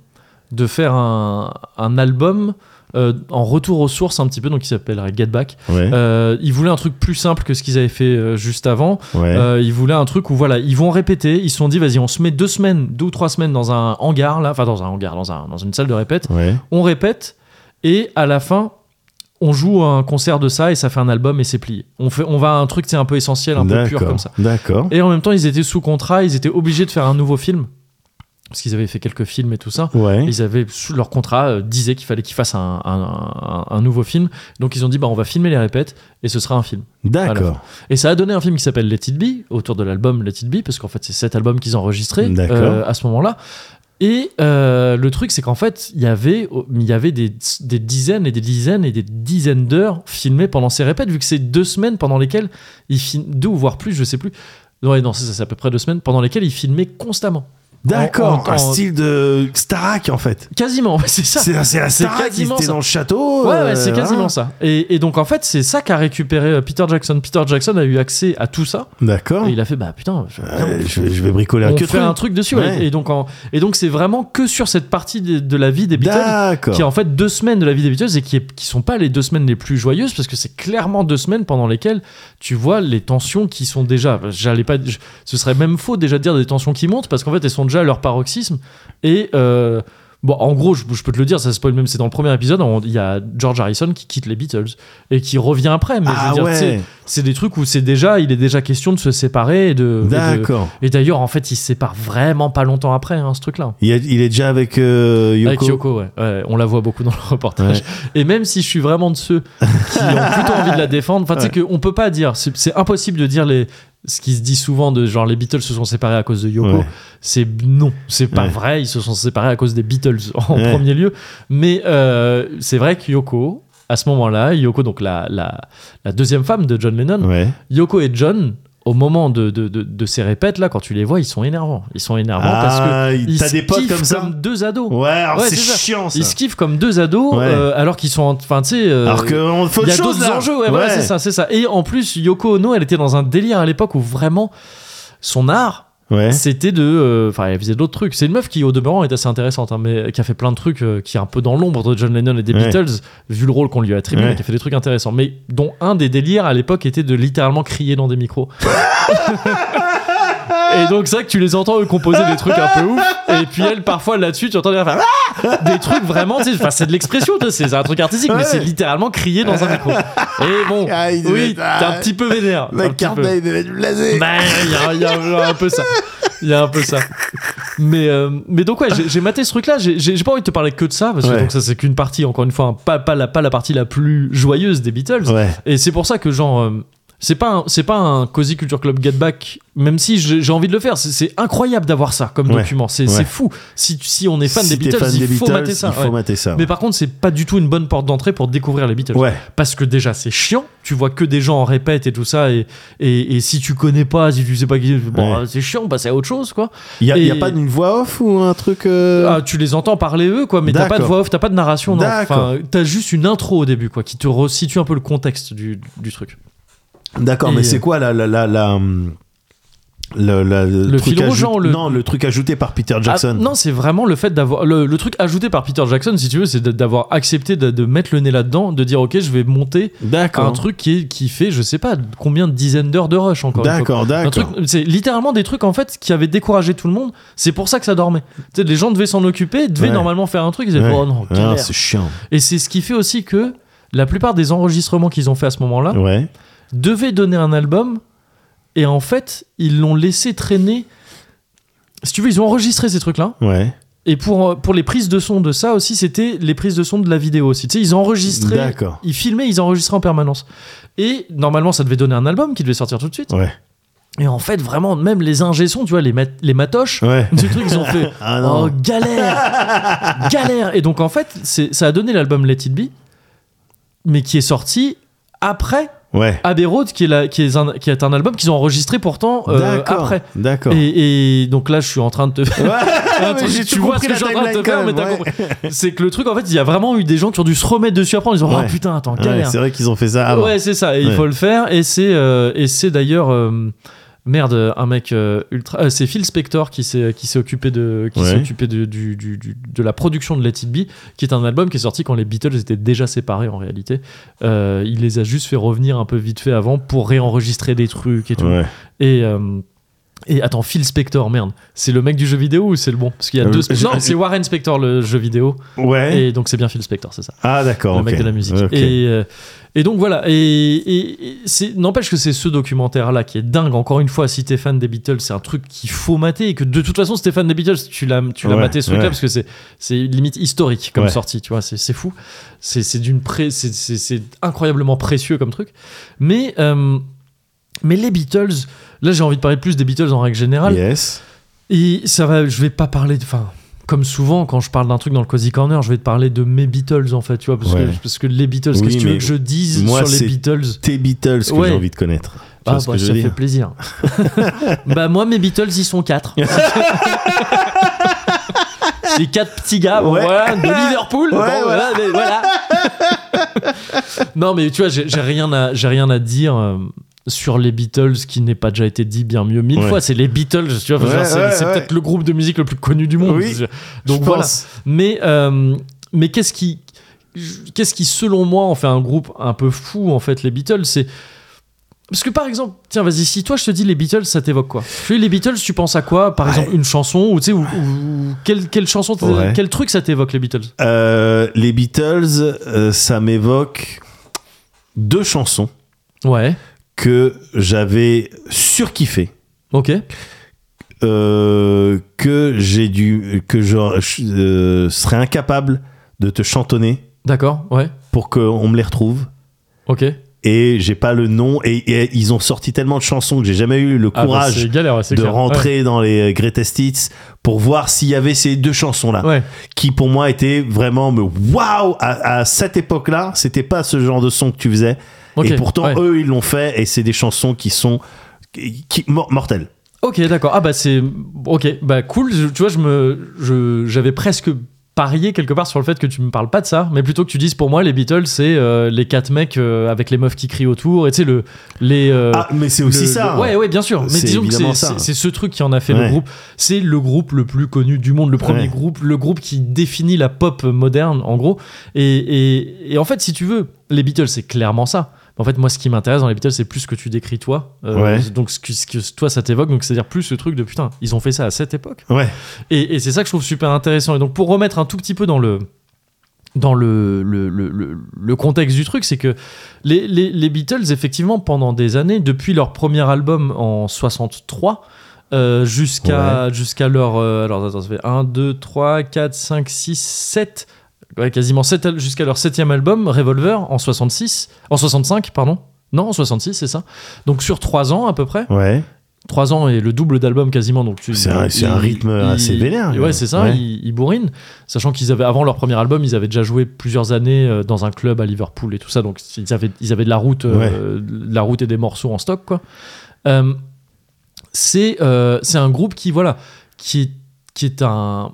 A: de faire un, un album euh, en retour aux sources, un petit peu, donc qui s'appellerait Get Back.
B: ouais,
A: Euh, ils voulaient un truc plus simple que ce qu'ils avaient fait euh, juste avant.
B: ouais.
A: Euh, ils voulaient un truc où voilà, ils vont répéter. Ils se sont dit, vas-y, on se met deux semaines, deux ou trois semaines dans un hangar là, enfin dans un hangar, dans, un- dans une salle de répète.
B: ouais.
A: On répète et à la fin, on joue un concert de ça et ça fait un album et c'est plié. On fait, on va à un truc, c'est un peu essentiel, un peu pur
B: D'accord,
A: comme ça.
B: D'accord.
A: Et en même temps, ils étaient sous contrat, ils étaient obligés de faire un nouveau film parce qu'ils avaient fait quelques films et tout ça.
B: Ouais.
A: Ils avaient sous leur contrat euh, disait qu'il fallait qu'ils fassent un, un- un- un nouveau film, donc ils ont dit bah on va filmer les répètes et ce sera un film.
B: D'accord.
A: Et ça a donné un film qui s'appelle Let It Be autour de l'album Let It Be parce qu'en fait c'est cet album qu'ils enregistraient
B: D'accord.
A: euh, à ce moment-là. Et euh, le truc c'est qu'en fait il y avait il y avait des, des dizaines et des dizaines et des dizaines d'heures filmées pendant ces répètes vu que c'est deux semaines pendant lesquelles ils filment deux ou voire plus je sais plus. Ouais, non, c'est ça, c'est à peu près deux semaines pendant lesquelles ils filmaient constamment.
B: D'accord.
A: En- en-
B: Un
A: en-
B: style de Starak en fait.
A: Quasiment, ouais, c'est ça.
B: C'est c'est la
A: C'est
B: Starak. Ils
A: quasiment
B: étaient
A: ça.
B: dans le château.
A: Ouais,
B: euh,
A: ouais, c'est quasiment
B: hein.
A: ça. Et, et donc, en fait, c'est ça qu'a récupéré euh, Peter Jackson. Peter Jackson a eu accès à tout ça.
B: D'accord.
A: Et il a fait, bah putain, je,
B: Euh, Oh. je, vais- je vais bricoler un hein.
A: on
B: que
A: fait un truc dessus. ouais.
B: Ouais.
A: Et donc, en- et donc, c'est vraiment que sur cette partie de, de la vie des Beatles, qui est
B: D'accord.
A: en fait deux semaines de la vie des Beatles et qui, est- qui sont pas les deux semaines les plus joyeuses parce que c'est clairement deux semaines pendant lesquelles tu vois les tensions qui sont déjà. J'allais pas, je- ce serait même faux déjà de dire des tensions qui montent parce qu'en fait, elles sont déjà à leur paroxysme et euh, Bon, en gros, je, je peux te le dire, ça spoil même, c'est dans le premier épisode, on- il y a George Harrison qui quitte les Beatles et qui revient après. Mais je veux
B: Ah
A: dire, tu sais,
B: ouais.
A: c'est des trucs où c'est déjà, il est déjà question de se séparer et de, et de-
B: D'accord.
A: et d'ailleurs, en fait, ils se séparent vraiment pas longtemps après, hein, ce truc-là.
B: Il, y a- il est déjà avec euh, Yoko.
A: Avec Yoko, ouais. Ouais, On la voit beaucoup dans le reportage.
B: Ouais.
A: Et même si je suis vraiment de ceux qui ont plutôt envie de la défendre, enfin, tu sais qu'on peut pas dire, c'est c'est impossible de dire les, ce qui se dit souvent de genre les Beatles se sont séparés à cause de Yoko.
B: Ouais.
A: C'est non, c'est pas
B: Ouais.
A: vrai, ils se sont séparés à cause des Beatles en
B: Ouais.
A: premier lieu. Mais euh, c'est vrai que Yoko, à ce moment-là, Yoko, donc la, la, la deuxième femme de John Lennon,
B: Ouais.
A: Yoko et John, au moment de, de, de- de ces répètes, là, quand tu les vois, ils sont énervants. Ils sont énervants parce que.
B: Ah,
A: Ils
B: t'as
A: se
B: des potes
A: kiffent
B: comme ça
A: Comme deux ados.
B: Ouais, alors
A: Ouais,
B: c'est
A: c'est ça.
B: chiant ça.
A: Ils se kiffent comme deux ados,
B: Ouais.
A: euh, alors qu'ils sont. en- Enfin, tu sais. euh,
B: Alors qu'on faut
A: il y
B: autre
A: a
B: chose
A: d'autres
B: là.
A: enjeux, ouais, voilà, c'est ça, c'est ça. Et en plus, Yoko Ono, elle était dans un délire à l'époque où vraiment son art,
B: Ouais.
A: c'était de. euh, Enfin, elle faisait d'autres trucs. C'est une meuf qui, au demeurant, est assez intéressante, hein, mais qui a fait plein de trucs, euh, qui est un peu dans l'ombre de John Lennon et des
B: Ouais.
A: Beatles, vu le rôle qu'on lui attribue,
B: Ouais.
A: mais qui a fait des trucs intéressants. Mais dont un des délires à l'époque était de littéralement crier dans des micros. Et donc c'est vrai que tu les entends eux composer des trucs un peu ouf et puis elle parfois là-dessus tu entends des, faire Ah des trucs vraiment tu sais, enfin c'est de l'expression tu sais, c'est un truc artistique mais
B: Ouais.
A: c'est littéralement crier dans un micro et bon
B: Ah, il devait
A: oui
B: être-
A: t'es un petit peu vénère un
B: La
A: petit
B: carte
A: peu.
B: il devait être blasé.
A: Bah, il y a, il y a- il y a un peu ça. Il y a un peu ça. Mais, euh, mais donc, ouais, j'ai j'ai maté ce truc-là. J'ai- J'ai j'ai pas envie de te parler que de ça, parce que
B: Ouais.
A: donc ça, c'est qu'une partie, encore une fois, hein, pas, pas, la, pas la partie la plus joyeuse des Beatles.
B: Ouais.
A: Et c'est pour ça que, genre. euh, c'est pas, un- c'est pas un Cozy Culture Club Get Back, même si j'ai j'ai envie de le faire. C'est- C'est incroyable d'avoir ça comme
B: Ouais.
A: document. C'est
B: Ouais.
A: c'est fou. Si, tu- si on est fan
B: Si
A: des
B: t'es
A: Beatles,
B: fan
A: il
B: des
A: faut
B: Beatles,
A: mater ça.
B: Il faut
A: ouais.
B: mater ça.
A: Mais par contre, c'est pas du tout une bonne porte d'entrée pour découvrir les Beatles.
B: Ouais.
A: Parce que déjà, c'est chiant. Tu vois que des gens en répètent et tout ça. Et, et, et si tu connais pas, si tu sais pas qui. Bon,
B: Ouais.
A: euh, c'est chiant, bah, c'est à autre chose, quoi.
B: Il y a, il y a
A: Et-
B: pas une voix off ou un truc. euh,
A: Ah, tu les entends parler eux, quoi. Mais t'as pas de
B: D'accord.
A: voix off, t'as pas de narration. non.
B: D'accord.
A: Enfin, t'as juste une intro au début, quoi, qui te resitue un peu le contexte du, du truc.
B: D'accord,
A: et-
B: mais c'est quoi la la la, la, hum, le, la- le
A: Le
B: truc
A: fil rouge,
B: ajout-
A: genre, le-
B: non le truc ajouté par Peter Jackson.
A: Ah, non, c'est vraiment le fait d'avoir. Le, le truc ajouté par Peter Jackson, si tu veux, c'est d'a- d'avoir accepté de, de mettre le nez là-dedans, de dire, ok, je vais monter un
B: D'accord.
A: truc qui, est- qui fait, je sais pas, combien de dizaines d'heures de rush encore. une fois,
B: D'accord,
A: Un truc,
B: d'accord.
A: c'est littéralement des trucs en fait qui avaient découragé tout le monde. C'est pour ça que ça dormait. Tu sais, les gens devaient s'en occuper, devaient
B: Ouais.
A: normalement faire un truc. Ils disaient
B: Ouais.
A: oh non,
B: Ah,
A: galère.
B: c'est chiant.
A: Et c'est ce qui fait aussi que la plupart des enregistrements qu'ils ont fait à ce moment-là
B: Ouais.
A: devaient donner un album. Et en fait, ils l'ont laissé traîner. Si tu veux, ils ont enregistré ces trucs-là.
B: Ouais.
A: Et pour, euh, pour les prises de son de ça aussi, c'était les prises de son de la vidéo aussi. Tu sais, ils enregistraient,
B: D'accord.
A: ils filmaient, ils enregistraient en permanence. Et normalement, ça devait donner un album qui devait sortir tout de suite.
B: Ouais.
A: Et en fait, vraiment, même les ingé-sons, tu vois, les, mat- les matoches,
B: Ouais.
A: du truc, ils ont fait
B: Ah non.
A: Oh, galère Galère Et donc, en fait, c'est- ça a donné l'album Let It Be, mais qui est sorti après
B: Ouais.
A: Abbey Road, qui est, la- qui est, un, qui est un album qu'ils ont enregistré pourtant euh,
B: D'accord.
A: après.
B: D'accord.
A: Et, et donc là, je suis en train de te.
B: Ouais,
A: Un
B: mais
A: truc-
B: j'ai
A: tu
B: tout
A: vois ce
B: compris
A: que
B: la
A: j'ai en train de te
B: timeline
A: faire,
B: quand
A: mais t'as
B: même,
A: compris. C'est que le truc, en fait, il y a vraiment eu des gens qui ont dû se remettre dessus après en disant
B: Ouais.
A: Oh putain, attends,
B: ouais. Ouais,
A: galère
B: c'est vrai qu'ils ont fait ça avant.
A: Ouais, c'est ça, et il
B: Ah Ouais.
A: faut le faire. Et c'est euh, et c'est d'ailleurs. euh, Merde, un mec euh, ultra. euh, c'est Phil Spector qui s'est qui s'est occupé de qui s'est
B: Ouais.
A: occupé de, du, du- du- de la production de Let It Be, qui est un album qui est sorti quand les Beatles étaient déjà séparés en réalité. Euh, il les a juste fait revenir un peu vite fait avant pour réenregistrer des trucs et tout.
B: Ouais.
A: Et euh, et attends, Phil Spector, merde, c'est le mec du jeu vidéo ou c'est le bon Parce qu'il y a
B: Euh,
A: deux.
B: je-
A: Non, c'est Warren Spector le jeu vidéo,
B: Ouais.
A: et donc c'est bien Phil Spector, c'est ça
B: Ah d'accord.
A: le
B: ok.
A: mec de la musique.
B: Ok.
A: Et, euh, et donc voilà, et, et- et c'est- n'empêche que c'est ce documentaire-là qui est dingue. Encore une fois, si t'es fan des Beatles, c'est un truc qu'il faut mater et que de toute façon, si t'es fan des Beatles, tu l'as tu l'as
B: Ouais,
A: maté ce truc-là
B: ouais.
A: parce que c'est c'est limite historique comme
B: Ouais.
A: sortie, tu vois, c'est c'est fou. C'est c'est d'une pré- c'est- c'est- c'est incroyablement précieux comme truc. Mais, euh, mais les Beatles, là j'ai envie de parler plus des Beatles en règle générale.
B: Yes.
A: Et ça va, je vais pas parler de. Enfin, comme souvent, quand je parle d'un truc dans le Cozy Corner, je vais te parler de mes Beatles, en fait, tu vois, parce,
B: Ouais.
A: que, parce que les Beatles,
B: Oui,
A: qu'est-ce que tu veux
B: mais
A: que je dise
B: moi,
A: sur les
B: c'est-
A: Beatles
B: Tes Beatles que
A: Ouais.
B: j'ai envie de connaître. Tu
A: Ah,
B: vois ce
A: bah,
B: que je
A: ça
B: veux
A: fait
B: dire
A: plaisir. bah, moi, mes Beatles, ils sont quatre. C'est quatre petits gars, bon,
B: Ouais.
A: voilà, de Liverpool. bon,
B: Ouais,
A: voilà, mais voilà. non, mais tu vois, j'ai j'ai rien à, j'ai rien à dire. euh, sur les Beatles, qui n'est pas déjà été dit bien mieux mille
B: Ouais.
A: fois, c'est les Beatles, tu vois,
B: Ouais,
A: genre, c'est
B: ouais,
A: c'est
B: ouais.
A: peut-être le groupe de musique le plus connu du monde.
B: Oui.
A: Donc
B: Je
A: voilà.
B: pense.
A: Mais, euh, mais qu'est-ce qui, qu'est-ce qui, selon moi, en fait un groupe un peu fou, en fait, les Beatles C'est. Parce que par exemple, tiens, vas-y, si toi je te dis les Beatles, ça t'évoque quoi Tu sais, les Beatles, tu penses à quoi Par exemple, une chanson ou tu sais, ou, ou- quelle, quelle chanson, t'es-
B: Ouais.
A: quel truc ça t'évoque les Beatles
B: Euh, les Beatles, euh, ça m'évoque deux chansons
A: Ouais,
B: que j'avais surkiffées.
A: ok,
B: euh, que j'ai dû que je euh, serais incapable de te chantonner
A: d'accord, ouais,
B: pour qu'on me les retrouve
A: ok.
B: et j'ai pas le nom et, et ils ont sorti tellement de chansons que j'ai jamais eu le
A: Ah, bah,
B: courage
A: c'est galère, ouais, c'est
B: de
A: clair.
B: rentrer dans les euh, greatest hits pour voir s'il y avait ces deux chansons là
A: Ouais. Ouais.
B: qui pour moi étaient vraiment mais waouh à, à cette époque là c'était pas ce genre de son que tu faisais
A: Ok,
B: et pourtant
A: ouais.
B: eux ils l'ont fait et c'est des chansons qui sont qui, qui- mor- mortelles
A: Ok, d'accord. Ah bah c'est ok, bah cool. Je- tu vois, je me, je, j'avais presque parié quelque part sur le fait que tu me parles pas de ça, mais plutôt que tu dises pour moi les Beatles c'est euh, les quatre mecs euh, avec les meufs qui crient autour et tu sais le les euh,
B: ah mais c'est aussi
A: le-
B: ça
A: le- ouais, ouais, bien sûr. Mais
B: C'est
A: disons que
B: évidemment
A: c'est,
B: ça.
A: c'est- c'est ce truc qui en a fait
B: Ouais.
A: le groupe. C'est le groupe le plus connu du monde, le premier
B: Ouais.
A: groupe, le groupe qui définit la pop moderne, en gros. Et, et- et en fait, si tu veux, les Beatles, c'est clairement ça. En fait, moi, ce qui m'intéresse dans les Beatles, c'est plus ce que tu décris toi. Euh,
B: Ouais.
A: Donc, ce que, ce que toi, ça t'évoque. Donc, c'est-à-dire plus ce truc de putain, ils ont fait ça à cette époque.
B: ouais
A: Et, et c'est ça que je trouve super intéressant. Et donc, pour remettre un tout petit peu dans le dans le, le, le- le- le contexte du truc, c'est que les, les- les Beatles, effectivement, pendant des années, depuis leur premier album en 63, euh, jusqu'à jusqu'à leur... euh, alors, attends, ça fait 1, 2, 3, 4, 5, 6, 7... Ouais, quasiment sept al- jusqu'à leur septième album, Revolver, en 66... En 65, pardon. Non, en 66, c'est ça. Donc, sur trois ans, à peu près.
B: ouais
A: 3 ans et le double d'album quasiment donc tu-
B: C'est un- c'est un
A: ils-
B: rythme
A: ils-
B: assez vénère,
A: ouais
B: quoi.
A: c'est ça
B: Ouais.
A: ils, ils bourrinent sachant qu'ils avaient avant leur premier album ils avaient déjà joué plusieurs années euh, dans un club à Liverpool et tout ça donc ils avaient ils avaient de la route euh, de la route et des morceaux en stock quoi Euh, c'est euh, c'est un groupe qui voilà qui est, qui est un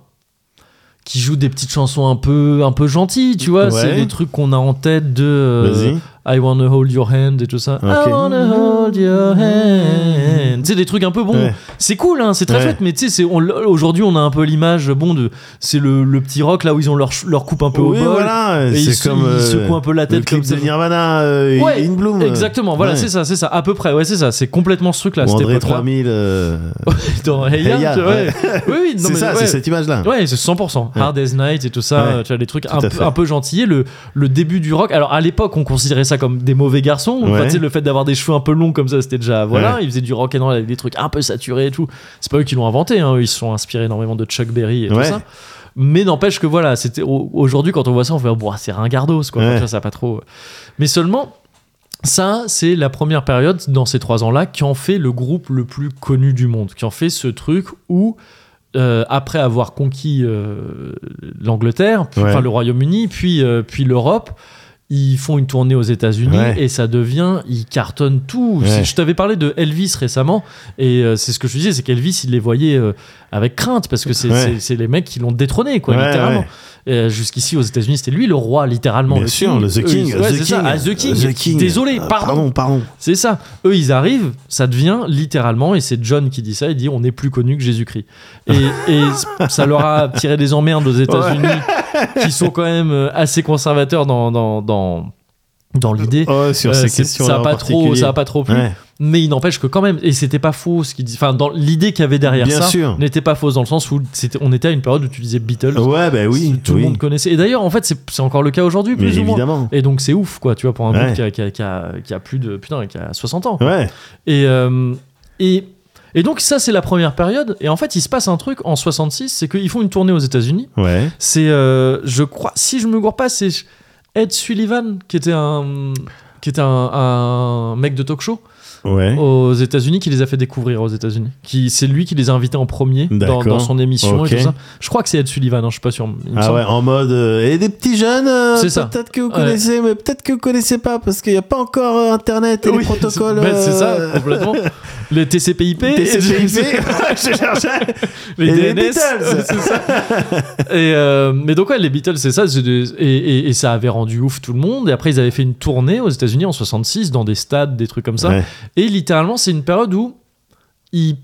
A: qui joue des petites chansons un peu un peu gentilles tu vois
B: Ouais.
A: c'est des trucs qu'on a en tête de euh,
B: vas-y
A: I wanna hold your hand et tout ça.
B: Ok.
A: I wanna hold your hand. Tu sais, des trucs un peu bon.
B: Ouais. c'est
A: C'est cool, hein, c'est très
B: Ouais.
A: chouette, mais tu sais, c'est- on l'- aujourd'hui on a un peu l'image, bon, de c'est le, le petit rock là où ils ont leur, ch- leur coupe un peu au
B: oui,
A: bol.
B: voilà,
A: et ils,
B: c'est
A: se-
B: comme
A: ils
B: euh,
A: secouent un peu la
B: le
A: tête
B: clip
A: comme ça.
B: de Nirvana euh,
A: Ouais,
B: In Bloom.
A: Exactement, voilà,
B: Ouais.
A: c'est ça, c'est ça, à peu près, ouais, c'est ça, c'est complètement ce truc là.
B: Ou André 3000. euh,
A: Dans Hey
B: Hey
A: Ya,
B: Ya,
A: tu vois,
B: ouais.
A: ouais. Oui, oui, non,
B: c'est
A: mais
B: ça,
A: ouais.
B: c'est cette image-là.
A: Ouais, c'est 100%.
B: Ouais.
A: Hard Day's Night et tout ça,
B: Ouais.
A: euh, tu as des trucs
B: Tout
A: un
B: à
A: peu,
B: fait.
A: un peu gentillés. Le, le début du rock, alors à l'époque, on considérait ça comme des mauvais garçons. Enfin,
B: Ouais.
A: tu sais, le fait d'avoir des cheveux un peu longs comme ça, c'était déjà. Voilà,
B: Ouais.
A: ils faisaient du rock and roll avec des trucs un peu saturés et tout. C'est pas eux qui l'ont inventé, hein, eux, ils se sont inspirés énormément de Chuck Berry et
B: Ouais.
A: tout ça. Mais n'empêche que voilà, c'était au- aujourd'hui, quand on voit ça, on fait oh, Boah, c'est ringardos, quoi.
B: Ouais.
A: Enfin, Ça, ça a pas trop. Mais seulement. Ça, c'est la première période dans ces trois ans-là qui en fait le groupe le plus connu du monde, qui en fait ce truc où, euh, après avoir conquis euh, l'Angleterre, puis-
B: Ouais.
A: enfin le Royaume-Uni, puis, euh, puis l'Europe, ils font une tournée aux États-Unis
B: Ouais.
A: et ça devient, ils cartonnent tout.
B: Ouais.
A: Je t'avais parlé de Elvis récemment et euh, c'est ce que je te disais, c'est qu'Elvis, il les voyait euh, avec crainte parce que c'est
B: Ouais.
A: c'est- c'est les mecs qui l'ont détrôné, quoi,
B: Ouais,
A: littéralement.
B: ouais.
A: Euh, Jusqu'ici, aux États-Unis, c'était lui le roi, littéralement.
B: Bien sûr, le The
A: Eux,
B: King.
A: ils- euh, ouais,
B: The,
A: c'est
B: King
A: ça, ah, The King. Désolé,
B: Euh,
A: pardon.
B: Pardon, pardon.
A: C'est ça. Eux, ils arrivent, ça devient littéralement, et c'est John qui dit ça, il dit on est plus connu que Jésus-Christ. Et, et ça leur a tiré des emmerdes aux États-Unis, qui sont quand même euh, assez conservateurs dans, dans, dans, dans l'idée.
B: Oh, sur
A: Euh,
B: ces
A: c'est-
B: questions-là.
A: ça a
B: en
A: pas trop,
B: particulier.
A: ça a pas trop plu.
B: Ouais.
A: Mais il n'empêche que quand même, et c'était pas faux ce qu'il dit. Enfin, dans l'idée qu'il y avait derrière
B: Bien
A: ça
B: sûr.
A: n'était pas fausse dans le sens où c'était- on était à une période où tu disais Beatles,
B: Ouais, bah oui.
A: tout
B: oui.
A: le monde connaissait. Et d'ailleurs, en fait, c'est c'est encore le cas aujourd'hui,
B: Mais
A: plus ou moins.
B: évidemment.
A: Et donc c'est ouf quoi, tu vois, pour un
B: Ouais.
A: mec qui a, qui a- qui a- qui a plus de putain, qui a 60 ans.
B: Ouais,
A: Et, euh, et, et donc ça c'est la première période. Et en fait il se passe un truc en 66, c'est qu'ils font une tournée aux États-Unis.
B: ouais.
A: C'est, euh, je crois, si je me gourre pas, c'est Ed Sullivan qui était un qui était un, un mec de talk-show
B: Ouais.
A: aux États-Unis qui les a fait découvrir aux États-Unis. Qui c'est lui qui les a invités en premier dans,
B: D'accord.
A: dans son émission
B: Ok.
A: et tout ça. Je crois que c'est Ed Sullivan, hein, je suis pas sûr. il me
B: Ah
A: semble.
B: ouais, en mode. euh, et des petits jeunes, euh,
A: C'est ça.
B: peut-être que vous
A: Ouais.
B: connaissez, mais peut-être que vous connaissez pas, parce qu'il n'y a pas encore euh, Internet et
A: Oui,
B: les protocoles.
A: c'est- bah, c'est
B: euh,
A: ça, complètement. Les TCPIP,
B: TCP/IP, je cherchais.
A: les,
B: Et les
A: DNS,
B: Beatles.
A: ouais, c'est ça. et euh, mais donc ouais, les Beatles, c'est ça, c'est des- et, et- et ça avait rendu ouf tout le monde. Et après, ils avaient fait une tournée aux États-Unis en 66 dans des stades, des trucs comme ça.
B: Ouais.
A: Et littéralement, c'est une période où ils,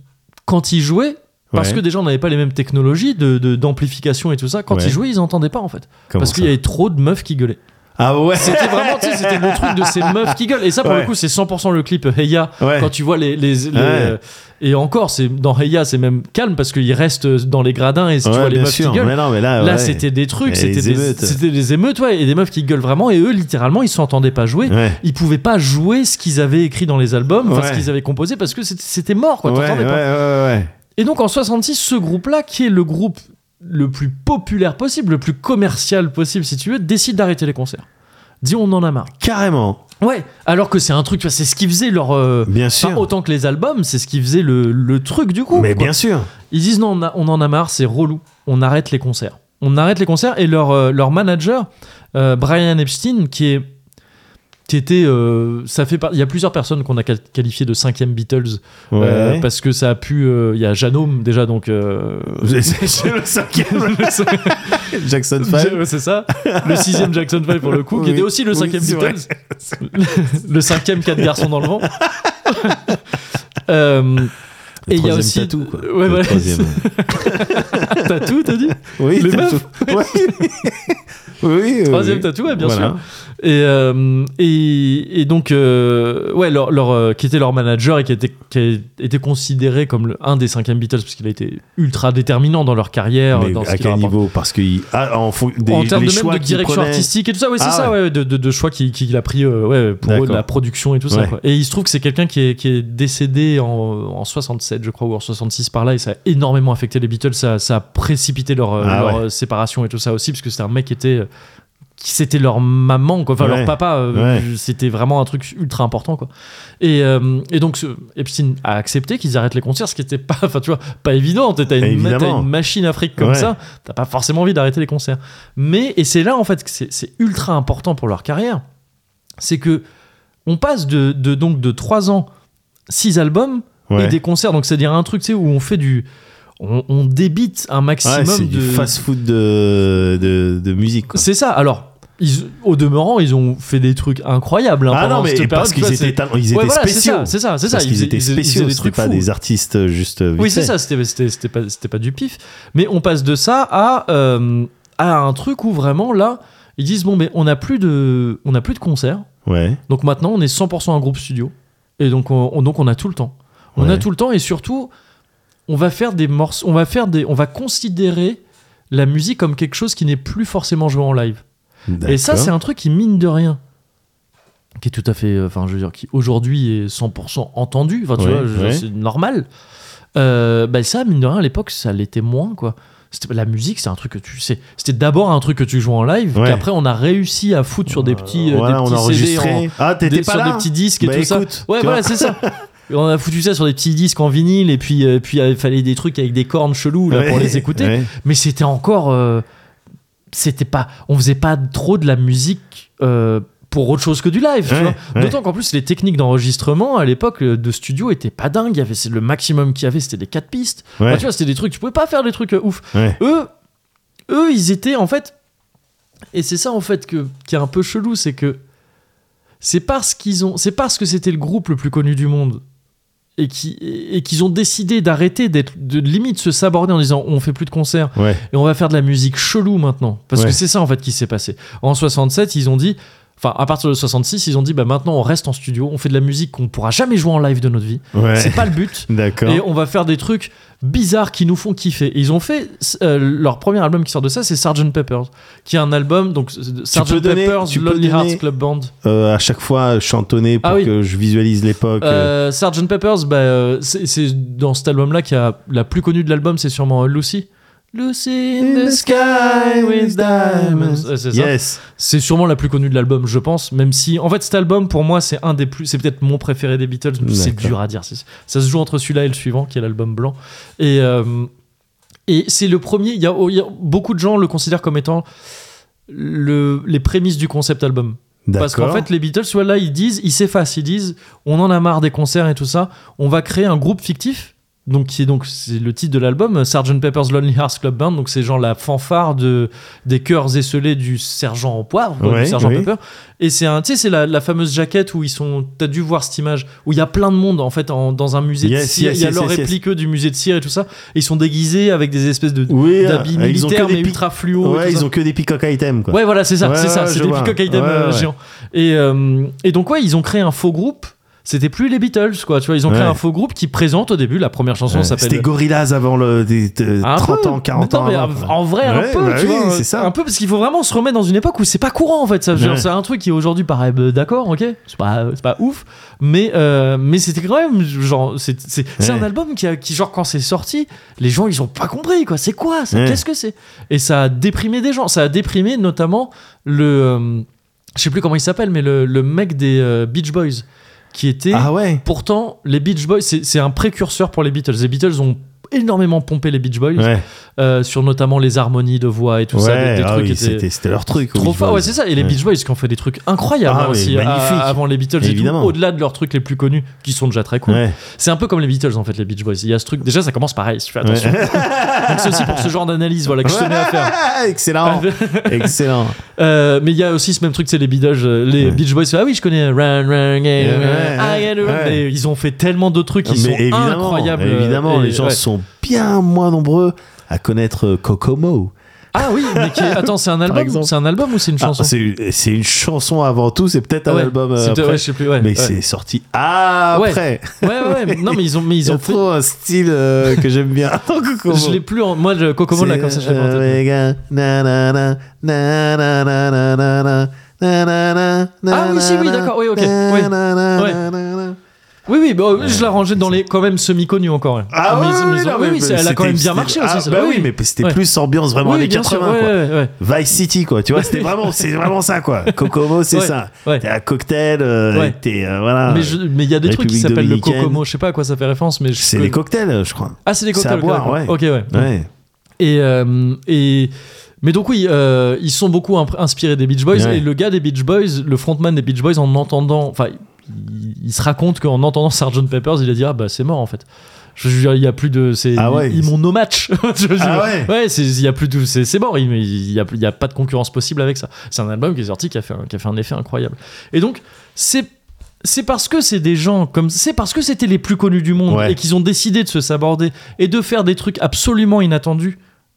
A: quand ils jouaient, parce
B: Ouais.
A: que déjà on n'avait pas les mêmes technologies de de- d'amplification et tout ça, quand
B: Ouais.
A: ils jouaient, ils n'entendaient pas en fait,
B: Comment
A: parce
B: ça
A: qu'il y avait trop de meufs qui gueulaient.
B: Ah ouais.
A: C'était vraiment, tu sais, c'était le truc de ces meufs qui gueulent. Et ça, pour
B: Ouais.
A: le coup, c'est 100% le clip Heya.
B: Ouais.
A: Quand tu vois les. les, les-
B: Ouais.
A: et encore, c'est dans Heya, c'est même calme parce qu'ils restent dans les gradins et si tu
B: Ouais,
A: vois les
B: bien
A: meufs
B: sûr.
A: qui gueulent.
B: Mais non, mais là,
A: Là,
B: ouais.
A: c'était des trucs,
B: Et
A: c'était
B: les
A: des,
B: émeutes.
A: c'était des émeutes, ouais, et des meufs qui gueulent vraiment. Et eux, littéralement, ils s'entendaient pas jouer.
B: Ouais.
A: Ils pouvaient pas jouer ce qu'ils avaient écrit dans les albums, enfin
B: Ouais.
A: ce qu'ils avaient composé, parce que c'était- c'était mort, quoi.
B: ouais,
A: t'entendais
B: ouais,
A: pas.
B: ouais, ouais.
A: Et donc en 66, ce groupe-là, qui est le groupe le plus populaire possible, le plus commercial possible, si tu veux, décide d'arrêter les concerts. dit on en a marre.
B: Carrément.
A: Ouais, alors que c'est un truc, tu vois, c'est ce qu'ils faisaient leur. euh,
B: Bien
A: enfin,
B: sûr.
A: autant que les albums, c'est ce qu'ils faisaient le, le truc du coup.
B: Mais
A: quoi.
B: bien sûr.
A: Ils disent non, on, a- on en a marre, c'est relou, on arrête les concerts. On arrête les concerts et leur, euh, leur manager, euh, Brian Epstein, qui est qui était euh, ça fait par- il y a plusieurs personnes qu'on a cal- qualifiées de cinquième Beatles
B: Ouais.
A: euh, parce que ça a pu euh, il y a Janome déjà donc euh,
B: C'est le cinquième Jackson 5.
A: Ouais, C'est ça. Le sixième Jackson 5 pour le coup, qui
B: Oui,
A: était aussi le
B: oui,
A: cinquième
B: c'est vrai.
A: Beatles. le cinquième quatre garçons dans le vent. Euh, et il y a aussi
B: Tatou, quoi.
A: Ouais,
B: Le
A: voilà.
B: troisième.
A: Tatou, t'as dit.
B: Oui,
A: Les
B: tatou. Ouais. oui, oui, oui.
A: Troisième tatou, ouais, bien sûr. Et, euh, et, et donc, euh, ouais, leur, leur, euh, qui était leur manager et qui, était, qui a été considéré comme le- un des cinquième Beatles, parce qu'il a été ultra déterminant dans leur carrière.
B: Mais
A: dans ce
B: à
A: qu'il leur
B: quel
A: apporte.
B: niveau Parce que il- ah, en, fou- des,
A: en termes
B: les
A: de même
B: choix
A: de
B: qu'il
A: direction
B: prenait-
A: artistique et tout ça ouais c'est
B: Ah
A: ça
B: ouais.
A: ouais, de, de- de choix qu'il qui, qu'il a pris euh, ouais, pour eux, de
B: D'accord.
A: la production et tout ça
B: Ouais.
A: quoi. et il se trouve que c'est quelqu'un qui est, qui est décédé en, en 67 je crois ou en 66 par là et ça a énormément affecté les Beatles ça, ça a précipité leur, euh,
B: Ah
A: leur,
B: ouais.
A: euh, séparation et tout ça aussi parce que c'était un mec qui était euh, qui c'était leur maman quoi enfin
B: Ouais.
A: leur papa euh,
B: Ouais.
A: c'était vraiment un truc ultra important quoi et, euh, et donc ce- Epstein a accepté qu'ils arrêtent les concerts ce qui était pas enfin tu vois pas évident t'as une,
B: Évidemment.
A: t'as une machine afrique comme
B: Ouais.
A: ça t'as pas forcément envie d'arrêter les concerts mais, et c'est là en fait que c'est c'est ultra important pour leur carrière, c'est que on passe de, de- donc de 3 ans, 6 albums
B: Ouais.
A: et des concerts, donc c'est-à-dire un truc tu sais, où on fait du. On, on débite un
B: Ouais,
A: maximum
B: c'est
A: de.
B: du fast-food de, de, de musique. quoi.
A: C'est ça, alors. Ils, au demeurant, ils ont fait des trucs incroyables. hein,
B: Ah
A: pendant
B: non, mais
A: cette période,
B: parce
A: tu
B: qu'ils
A: vois,
B: étaient,
A: c'est-
B: talent- ils étaient
A: Ouais, voilà, c'est
B: spéciaux.
A: ça, c'est ça, c'est ça.
B: Parce qu'ils
A: faisaient-
B: étaient
A: faisaient- ils
B: spéciaux,
A: faisaient des
B: c'était
A: trucs
B: pas
A: fous.
B: des artistes euh, juste. euh,
A: Oui,
B: vite
A: c'est
B: fait.
A: ça, c'était c'était- c'était pas, c'était pas du pif. Mais on passe de ça à, euh, à un truc où vraiment, là, ils disent bon, mais on n'a plus, de- on n'a plus de concerts.
B: Ouais.
A: Donc maintenant, on est 100% un groupe studio. Et donc, on, on- donc on a tout le temps. On
B: Ouais.
A: a tout le temps et surtout, on va faire des morceaux. On va, faire des, on va considérer la musique comme quelque chose qui n'est plus forcément joué en live. Et ça, c'est un truc qui, mine de rien, qui est tout à fait. euh, Enfin, je veux dire, qui aujourd'hui est 100% entendu. Enfin, tu
B: Ouais,
A: vois, je-
B: ouais.
A: c'est normal. Euh, bah, ça, mine de rien, à l'époque, ça l'était moins, quoi. C'était- La musique, c'est un truc que tu sais. C'était d'abord un truc que tu joues en live,
B: Ouais.
A: qu'après on a réussi à foutre sur des petits, euh,
B: Voilà,
A: des
B: on
A: petits
B: a
A: CD en,
B: enregistré. Ah, t'étais
A: des,
B: pas
A: sur
B: là
A: des petits disques et
B: Bah,
A: tout
B: écoute,
A: ça. Ouais,
B: tu
A: voilà,
B: vois.
A: c'est ça. Et on a foutu ça sur des petits disques en vinyle et puis euh, puis il fallait des trucs avec des cornes cheloues là, pour
B: Ouais,
A: les écouter.
B: ouais.
A: Mais c'était encore, euh, c'était pas, on faisait pas trop de la musique. euh, pour autre chose que du live, tu
B: Ouais,
A: vois.
B: ouais.
A: D'autant qu'en plus les techniques d'enregistrement à l'époque euh, de studio étaient pas dingues. Il y avait c'est le maximum qu'il y avait, c'était des quatre pistes.
B: Ouais.
A: Enfin, Bah, tu vois, c'était des trucs, tu pouvais pas faire des trucs euh, ouf
B: Ouais.
A: eux, eux, ils étaient en fait. Et c'est ça en fait que, qui est un peu chelou, c'est que c'est parce qu'ils ont, c'est parce que c'était le groupe le plus connu du monde et qui et qu'ils ont décidé d'arrêter d'être de limite se saborder en disant on fait plus de concerts
B: Ouais.
A: et on va faire de la musique chelou maintenant. Parce
B: Ouais.
A: que c'est ça en fait qui s'est passé. En 67, ils ont dit, enfin à partir de 66, ils ont dit bah maintenant on reste en studio, on fait de la musique qu'on pourra jamais jouer en live de notre vie.
B: Ouais.
A: C'est pas le but.
B: D'accord.
A: Et on va faire des trucs bizarres qui nous font kiffer. Et ils ont fait euh, leur premier album qui sort de ça, c'est Sgt Pepper's, qui est un album donc Sgt
B: peux donner-
A: Pepper's
B: tu peux
A: Lonely
B: donner-
A: Hearts Club Band.
B: Euh, à chaque fois chantonner pour
A: Ah oui.
B: que je visualise l'époque.
A: Euh,
B: euh,
A: Sgt Pepper's, bah, euh, c'est c'est dans cet album-là qu'il y a la plus connue de l'album, c'est sûrement euh, Lucy. Lucy in the sky with diamonds. Ouais, c'est ça.
B: Yes.
A: C'est sûrement la plus connue de l'album, je pense. Même si, en fait, cet album pour moi, c'est un des plus, c'est peut-être mon préféré des Beatles. C'est
B: D'accord.
A: dur à dire. C'est- Ça se joue entre celui-là et le suivant, qui est l'album blanc. Et euh, et c'est le premier. Il y, a- il y a beaucoup de gens le considèrent comme étant le, les prémices du concept album.
B: D'accord.
A: Parce qu'en fait, les Beatles, voilà, ils disent, ils s'effacent, ils disent, on en a marre des concerts et tout ça, on va créer un groupe fictif, donc qui est donc c'est le titre de l'album, euh, Sgt Pepper's Lonely Hearts Club Band, donc c'est genre la fanfare de des chœurs esselés du sergent en poivre, quoi,
B: Ouais,
A: du sergent
B: oui.
A: Pepper. Et c'est un, tu sais, c'est la, la fameuse jaquette où ils sont, t'as dû voir cette image où il y a plein de monde en fait en- dans un musée de
B: Yes,
A: cire,
B: yes,
A: il y a
B: yes,
A: leur
B: yes, yes.
A: réplique eux, du musée de cire et tout ça, et ils sont déguisés avec des espèces de
B: oui,
A: d'habits
B: euh, ils ont que
A: militaires
B: des
A: mais
B: pic-
A: ultra fluo. et tout
B: Ouais,
A: ça.
B: ils ont que des peacock items quoi.
A: Ouais, voilà, c'est ça,
B: Ouais,
A: c'est ça,
B: ouais,
A: c'est
B: je
A: des
B: vois.
A: peacock items
B: Ouais,
A: euh,
B: ouais.
A: géants. Et, euh, et donc, ouais, ils ont créé un faux groupe. C'était plus les Beatles, quoi. Tu vois, ils ont créé
B: Ouais.
A: un faux groupe qui présente au début la première chanson
B: Ouais.
A: s'appelle. Ah,
B: C'était Gorillaz avant le des, euh,
A: Un
B: 30
A: peu.
B: ans, 40
A: Mais non,
B: ans.
A: mais
B: avant,
A: en-
B: quoi.
A: en vrai, un
B: Ouais,
A: peu,
B: bah
A: tu
B: oui,
A: vois.
B: c'est ça.
A: Un peu parce qu'il faut vraiment se remettre dans une époque où c'est pas courant, en fait. Ça, genre,
B: Ouais.
A: c'est un truc qui aujourd'hui paraît, bah, d'accord, ok, c'est pas, c'est pas ouf, mais, euh, mais c'était quand même, genre, c'est c'est- c'est
B: Ouais.
A: un album qui, a- qui, genre, quand c'est sorti, les gens, ils ont pas compris, quoi. C'est quoi ça
B: Ouais.
A: Qu'est-ce que c'est Et ça a déprimé des gens. Ça a déprimé notamment le. euh, je sais plus comment il s'appelle, mais le, le mec des euh, Beach Boys, qui était
B: Ah ouais
A: pourtant les Beach Boys, c'est c'est un précurseur pour les Beatles. Les Beatles ont énormément pompé les Beach Boys
B: Ouais,
A: euh, sur notamment les harmonies de voix et tout ça, des,
B: ouais,
A: des
B: ah
A: trucs
B: oui,
A: qui étaient
B: c'était c'était leur truc.
A: trop
B: Beach
A: forts.
B: Boys.
A: Ouais, c'est ça. Et les
B: Ouais.
A: Beach Boys qui ont fait des trucs incroyables
B: Ah oui,
A: aussi à-
B: magnifiques.
A: avant les Beatles et tout,
B: Évidemment.
A: au-delà de leurs trucs les plus connus qui sont déjà très cool.
B: Ouais.
A: C'est un peu comme les Beatles en fait, les Beach Boys. Il y a ce truc. Déjà, ça commence pareil. Si tu fais attention. Donc c'est aussi pour ce genre d'analyse, voilà, que je tenais à faire.
B: Excellent. Excellent.
A: Euh, mais il y a aussi ce même truc, c'est les Beatles, euh, les
B: Ouais.
A: Beach Boys. Ah oui, je connais. Run, run, get
B: Ouais,
A: run, I
B: ouais,
A: get run.
B: ouais.
A: Mais ils ont fait tellement de trucs qui sont
B: Mais évidemment,
A: incroyables. euh,
B: Évidemment,
A: Et-
B: les gens
A: ouais.
B: sont bien moins nombreux à connaître euh, Kokomo.
A: Ah oui, mais qui est- attends, c'est un album,
B: exemple.
A: c'est un album ou c'est une
B: Ah,
A: chanson Ah
B: c'est c'est une chanson avant tout, c'est peut-être un
A: Ouais,
B: album. euh,
A: c'est peut-être-
B: après.
A: ouais, je sais plus. Ouais,
B: mais
A: ouais.
B: c'est sorti après.
A: Ouais, ouais, ouais. Non, mais ils ont, mais ils
B: Ils
A: ont
B: ont
A: fait.
B: trop un style euh, que j'aime bien. Kokomo.
A: Je l'ai plus en. Moi, le Kokomo, là, comme ça, je l'ai pas en tête. Ah oui, si, oui, d'accord, oui, ok, oui. Oui, oui, bah, je la rangeais dans les quand même semi-connus encore. hein.
B: Ah,
A: mais-
B: oui,
A: mais-
B: oui, non,
A: oui,
B: mais
A: oui, c'est- elle a quand même
B: c'était-
A: bien
B: c'était-
A: marché
B: ah,
A: aussi. ça.
B: bah oui, mais c'était
A: Ouais.
B: plus ambiance vraiment
A: Oui,
B: années
A: bien sûr,
B: 80.
A: ouais,
B: quoi.
A: ouais, ouais.
B: Vice City, quoi. Tu vois, c'était vraiment, c'est vraiment ça, quoi. Kokomo, c'est
A: Ouais,
B: ça.
A: ouais.
B: T'es un cocktail, euh,
A: Ouais.
B: t'es, euh, voilà.
A: Mais je- mais il y a des trucs qui
B: République
A: s'appellent le
B: dominicaine.
A: Kokomo, je sais pas à quoi ça fait référence, mais je-
B: C'est les cocktails, je crois.
A: Ah, c'est des
B: c'est
A: cocktails.
B: à
A: ok,
B: boire,
A: d'accord.
B: ouais.
A: Ok, ouais.
B: Ouais.
A: Et, euh, et mais donc oui, euh, ils sont beaucoup imp- inspirés des Beach Boys
B: Ouais.
A: et le gars des Beach Boys, le frontman des Beach Boys, en entendant, enfin, il, il se raconte qu'en entendant Sgt Pepper's, il a dit ah bah c'est mort en fait. Je veux dire, il y a plus de, c'est,
B: Ah ouais.
A: ils, ils m'ont no match. Je veux dire,
B: Ah ouais.
A: c'est, il y a plus de, c'est, c'est mort. Il, il y a, il y a pas de concurrence possible avec ça. C'est un album qui est sorti qui a fait, un- qui a fait un effet incroyable. Et donc c'est c'est parce que c'est des gens comme c'est parce que c'était les plus connus du monde
B: Ouais.
A: et qu'ils ont décidé de se saborder et de faire des trucs absolument inattendus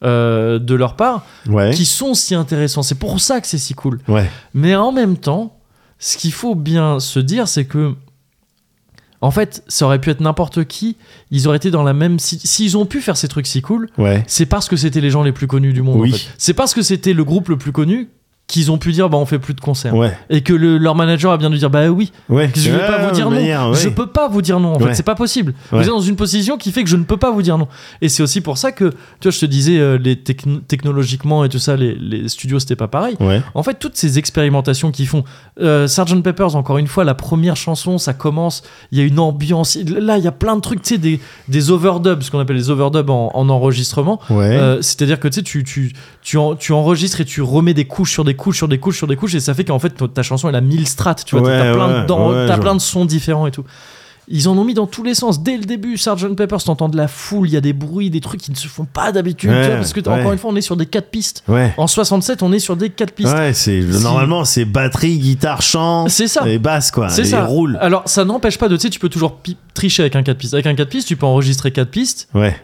A: euh, de leur part
B: Ouais.
A: qui sont si intéressants. C'est pour ça que c'est si cool.
B: Ouais.
A: Mais en même temps, ce qu'il faut bien se dire, c'est que en fait, ça aurait pu être n'importe qui. Ils auraient été dans la même. si- S'ils ont pu faire ces trucs si cool,
B: Ouais.
A: c'est parce que c'était les gens les plus connus du monde.
B: Oui.
A: en fait. C'est parce que c'était le groupe le plus connu qu'ils ont pu dire bah on fait plus de concerts
B: Ouais.
A: et que le- leur manager a bien dû dire bah oui
B: Ouais.
A: je vais pas
B: Ouais,
A: vous dire non.
B: manière, ouais.
A: Je peux pas vous dire non. En fait,
B: Ouais.
A: c'est pas possible.
B: Ouais.
A: Vous êtes dans une position qui fait que je ne peux pas vous dire non. Et c'est aussi pour ça que, tu vois, je te disais, euh, les techno- technologiquement et tout ça, les, les studios, c'était pas pareil.
B: Ouais.
A: En fait, toutes ces expérimentations qu'ils font, euh, Sgt Pepper's, encore une fois, la première chanson, ça commence, il y a une ambiance. Là, il y a plein de trucs, tu sais, des, des overdubs, ce qu'on appelle les overdubs en, en enregistrement.
B: Ouais.
A: Euh, C'est-à-dire que tu sais, tu, tu, tu, en- tu enregistres et tu remets des couches sur des couches sur des couches sur des couches, et ça fait qu'en fait ta- ta chanson elle a mille strates, tu vois,
B: Ouais,
A: t'as plein,
B: ouais,
A: de- d'en-
B: ouais,
A: t'as
B: je-
A: plein de sons différents et tout. Ils en ont mis dans tous les sens. Dès le début, Sgt Pepper, t'entends de la foule, il y a des bruits, des trucs qui ne se font pas d'habitude, tu
B: Ouais,
A: vois, parce que t-
B: ouais.
A: encore une fois, on est sur des quatre pistes.
B: Ouais.
A: En 67, on est sur des quatre pistes.
B: Ouais, c'est
A: Si-
B: normalement c'est batterie, guitare, chant
A: C'est ça.
B: et bah, basse quoi.
A: C'est
B: Et
A: ça. Ah.
B: roule.
A: Alors, ça n'empêche pas de, tu sais, tu peux toujours pi- tricher avec un 4 pistes. Avec un 4 pistes, tu peux enregistrer 4 pistes,
B: Ouais.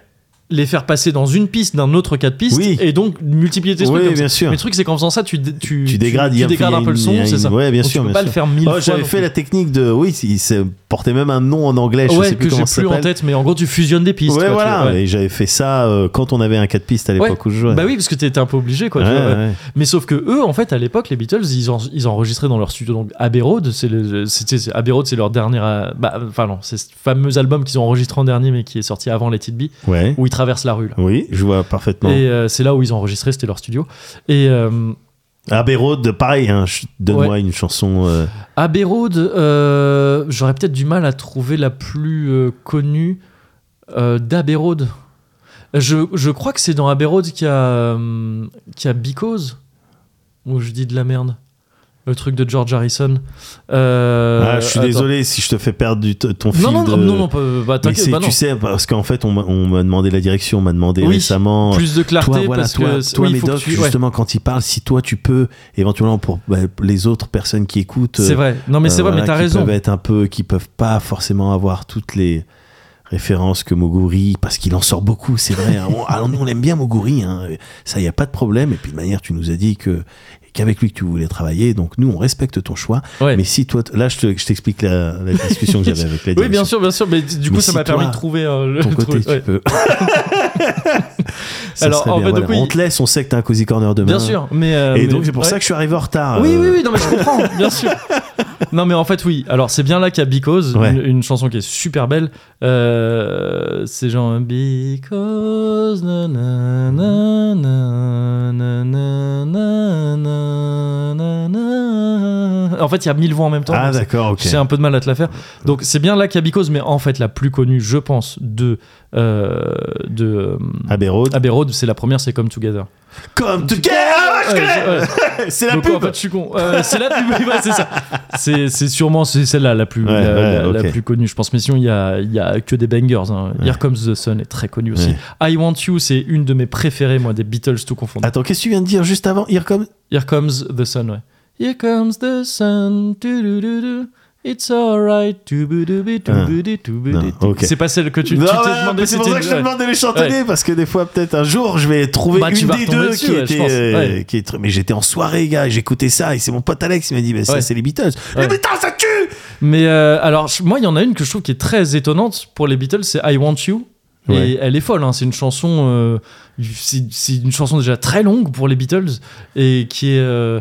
A: les faire passer dans une piste d'un autre 4 pistes,
B: Oui.
A: et donc multiplier tes trucs.
B: Oui,
A: comme ça.
B: bien sûr.
A: Mais le truc, c'est qu'en faisant ça, tu, dé- tu,
B: Tu dégrades,
A: tu,
B: il y a-
A: dégrades
B: il y a
A: un peu le
B: une-
A: son,
B: il y a
A: c'est ça.
B: une- ouais, bien
A: Donc,
B: sûr,
A: Tu peux
B: bien
A: pas
B: sûr.
A: le faire mille
B: Oh,
A: fois.
B: j'avais
A: non
B: fait
A: plus.
B: la technique de oui, il s'est porté même un nom en anglais, je
A: ouais,
B: sais plus
A: que j'ai
B: comment ça
A: plus en
B: s'appelle.
A: tête, mais en gros, tu fusionnes des pistes.
B: ouais,
A: quoi, tu
B: voilà.
A: vois, ouais.
B: Et j'avais fait ça euh, quand on avait un 4 pistes à
A: Ouais.
B: l'époque où je jouais.
A: Bah oui, parce que t'étais un peu obligé, quoi. tu
B: Ouais,
A: vois, ouais.
B: ouais.
A: Mais sauf que eux, en fait, à l'époque, les Beatles, ils, en- ils enregistraient dans leur studio. Donc, Abbey Road, c'est le- c'était- c'est- Abbey Road, c'est leur dernier. euh, bah, enfin, non, c'est ce fameux album qu'ils ont enregistré en dernier, mais qui est sorti avant les It Be,
B: Ouais.
A: où ils traversent la rue. là.
B: Oui, je vois parfaitement.
A: Et euh, c'est là où ils ont enregistré, c'était leur studio. Et euh,
B: Abbey Road, Ah, pareil, hein, ch- donne-moi une chanson. euh,
A: Abbey Road, euh, j'aurais peut-être du mal à trouver la plus euh, connue euh, d'Abbey Road. Je, je crois que c'est dans Abbey Road qu'il y, a, euh, qu'il y a Because, où je dis de la merde. Le truc de George Harrison. Euh,
B: ah, je suis
A: attends.
B: désolé si je te fais perdre du t- ton fil.
A: Non, non, non,
B: de-
A: non, non, pas- bah,
B: Mais
A: t'inquiète,
B: c'est-
A: bah non.
B: tu sais, parce qu'en fait, on m'a- on m'a demandé la direction, on m'a demandé
A: Oui.
B: récemment. euh,
A: Plus de clarté,
B: toi, voilà,
A: parce
B: toi,
A: que
B: toi
A: oui, il faut que
B: Médoc,
A: tu- ouais,
B: justement, quand il parle, si toi tu peux, éventuellement pour bah, les autres personnes qui écoutent, euh,
A: c'est vrai. Non, mais c'est vrai, mais t'as
B: Qui
A: raison.
B: peuvent être un peu, qui peuvent pas forcément avoir toutes les références que Moguri, parce qu'il en sort beaucoup, c'est vrai. hein. On- Alors nous, on l'aime bien Moguri, hein. ça y a pas de problème. Et puis de manière, tu nous as dit que qu'avec lui que tu voulais travailler, donc nous on respecte ton choix.
A: Ouais.
B: Mais si toi, t- là, je te- je t'explique la, la discussion que j'avais avec la
A: Oui, bien
B: direction.
A: sûr, bien sûr. Mais du coup,
B: Mais
A: ça
B: si
A: m'a permis
B: toi,
A: de trouver euh, le
B: Ton côté,
A: trouver- ouais.
B: tu peux. Ça
A: Alors,
B: serait
A: en
B: bien,
A: fait, donc,
B: voilà.
A: oui.
B: on te laisse, on sait que t'as un cozy corner demain.
A: Bien sûr, mais. euh,
B: Et
A: mais-
B: donc c'est pour
A: ouais.
B: ça que je suis arrivé en retard.
A: Oui,
B: euh,
A: oui, oui, non, mais je comprends, Ah, bien sûr. Non, mais en fait, oui. Alors, c'est bien là qu'il y a Because,
B: Ouais.
A: une, une chanson qui est super belle. Euh, c'est genre Because. na, na, na, na, na, na, na, na, na, na, En fait, il y a mille voix en même temps.
B: Ah,
A: donc c'est-
B: d'accord, ok.
A: J'ai un peu de mal à te la faire. Donc c'est bien la Cabicose, mais en fait la plus connue, je pense, de euh, de euh,
B: Abbey Road.
A: Abbey Road, c'est la première, c'est Come Together.
B: Come together! Ah, je
A: Ouais,
B: connais
A: ouais.
B: C'est la
A: Donc,
B: pub!
A: en fait, je suis con. Euh, c'est la pub, ouais, c'est ça. C'est, c'est sûrement c'est celle-là la plus,
B: Ouais,
A: la,
B: ouais,
A: la- la
B: ok.
A: plus connue. Je pense, mais sinon, il y a, il y a que des bangers. hein. Here Comes the Sun est très connue aussi. I Want You, c'est une de mes préférées, moi, des Beatles tout confondu.
B: Attends, qu'est-ce que tu viens de dire juste avant? Here Come-
A: Here Comes the Sun, ouais. Here Comes the Sun, tu-du-du-du, It's alright, tu-bu-du-bi, tu-bu-di, tu-bu-di,
B: Ah. Non,
A: tu-
B: ok.
A: C'est pas celle que tu, tu
B: Non,
A: t'es
B: ouais,
A: demandé
B: mais
A: si
B: c'est pour
A: t'es-
B: ça que je te
A: ouais.
B: demande de les chantonner parce que des fois peut-être un jour je vais trouver
A: Bah, tu
B: une
A: vas
B: des
A: retomber
B: deux
A: dessus,
B: qui
A: ouais, je
B: était
A: pense,
B: euh,
A: ouais.
B: qui est tr- mais j'étais en soirée gars et j'écoutais ça et c'est mon pote Alex qui m'a dit mais ça
A: Ouais.
B: c'est les Beatles
A: Ouais.
B: mais putain ça tue
A: Mais euh, alors, je- moi, il y en a une que je trouve qui est très étonnante pour les Beatles, c'est I Want You. Et
B: Ouais.
A: elle est folle, hein, c'est une chanson, euh, c'est c'est une chanson déjà très longue pour les Beatles et qui est, euh,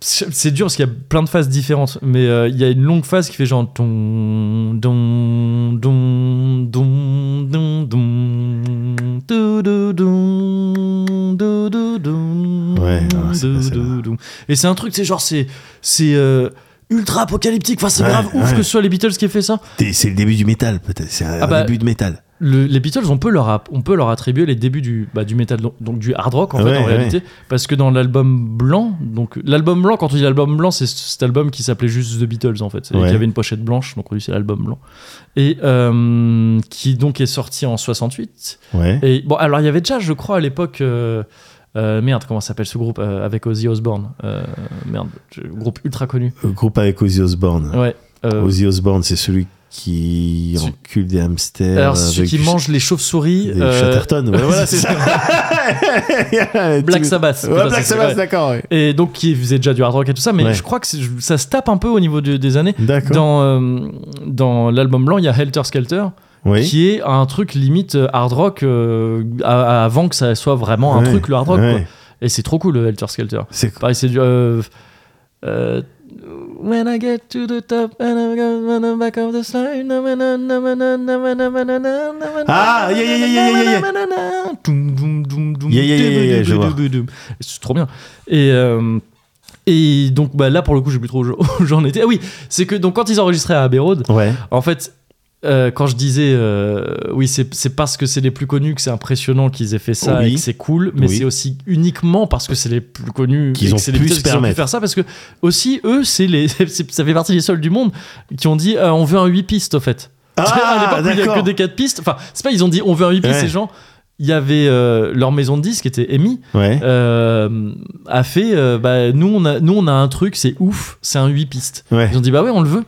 A: c'est c'est dur parce qu'il y a plein de phases différentes, mais euh, il y a une longue phase qui fait genre don don don don don don dou, dou, dou, dou, dou, dou,
B: Ouais, non, c'est pas
A: dou,
B: celle-là.
A: dou, dou. et c'est un truc, c'est genre c'est c'est euh, ultra apocalyptique. Enfin, c'est
B: Ouais,
A: grave ouf
B: ouais.
A: que ce soit les Beatles qui aient fait ça.
B: T'es- c'est le début du métal peut-être c'est un,
A: Ah bah,
B: début de métal
A: Le- les Beatles, on peut leur app- on peut leur attribuer les débuts du bah, du métal, donc- donc du hard rock en
B: Ouais,
A: fait en
B: ouais.
A: réalité, parce que dans l'album blanc, donc l'album blanc, quand on dit l'album blanc, c'est c- cet album qui s'appelait juste The Beatles en fait, et
B: Ouais.
A: qui avait une pochette blanche, donc on dit c'est l'album blanc, et euh, qui donc est sorti en 68.
B: ouais
A: Et bon, alors il y avait déjà, je crois, à l'époque. euh, euh, merde, comment s'appelle ce groupe euh, avec Ozzy Osbourne Euh, Merde, je- groupe ultra connu.
B: le Euh, groupe avec Ozzy Osbourne
A: Ouais. euh,
B: Ozzy Osbourne c'est celui qui
A: Celui-
B: encule des hamsters
A: alors, celui
B: euh, avec
A: qui
B: du-
A: mange les chauves-souris.
B: des
A: euh,
B: Chatterton ouais, voilà c'est ça
A: Black
B: Black
A: Sabbath.
B: ouais, Black
A: C'est ça,
B: Sabbath
A: ouais.
B: d'accord ouais.
A: Et donc qui faisait déjà du hard rock et tout ça, mais
B: Ouais.
A: je crois que c'est- je- ça se tape un peu au niveau de- des années.
B: d'accord
A: Dans, euh, dans l'album blanc, il y a Helter Skelter,
B: oui
A: qui est un truc limite euh, hard rock euh, à- à- avant que ça soit vraiment un
B: Ouais,
A: truc le hard rock.
B: ouais.
A: quoi. Et c'est trop cool le Helter Skelter.
B: c'est
A: Pareil, c'est du. euh, euh, When I get to the top and I go on the back of the slide. na, na, na, na, na, na, na, na, na, na, na, na,
B: Ah, yeah, yeah, yeah, yeah, yeah, yeah.
A: na, na, na, na. Doum, doum, doum, doum,
B: Yeah, yeah, yeah, yeah, yeah, je vois.
A: doum, doum. C'est trop bien. Et. euh, et donc bah, là pour le coup j'ai plus trop où j'en étais. Ah oui, c'est que donc quand ils enregistraient à Abbey Road,
B: ouais
A: en fait, euh, quand je disais euh, oui, c'est c'est parce que c'est les plus connus que c'est impressionnant qu'ils aient fait ça
B: Oui.
A: et que c'est cool, mais
B: Oui.
A: c'est aussi uniquement parce que c'est les plus connus
B: Qu'ils
A: et que
B: ont
A: c'est les
B: pu
A: Beatles
B: se
A: qui ont
B: permettre.
A: faire ça parce que aussi eux, c'est les c'est- ça fait partie des seuls du monde qui ont dit euh, on veut un 8 pistes au fait. à l'époque où il y a que des 4 pistes, enfin, c'est pas ils ont dit on veut un 8 pistes,
B: Ah, Ouais.
A: ces gens il y avait euh, leur maison de disques qui était Emmy
B: ouais
A: euh, a fait euh, bah, nous on a nous on a un truc c'est ouf c'est un 8 pistes
B: ouais
A: ils ont dit bah ouais on le veut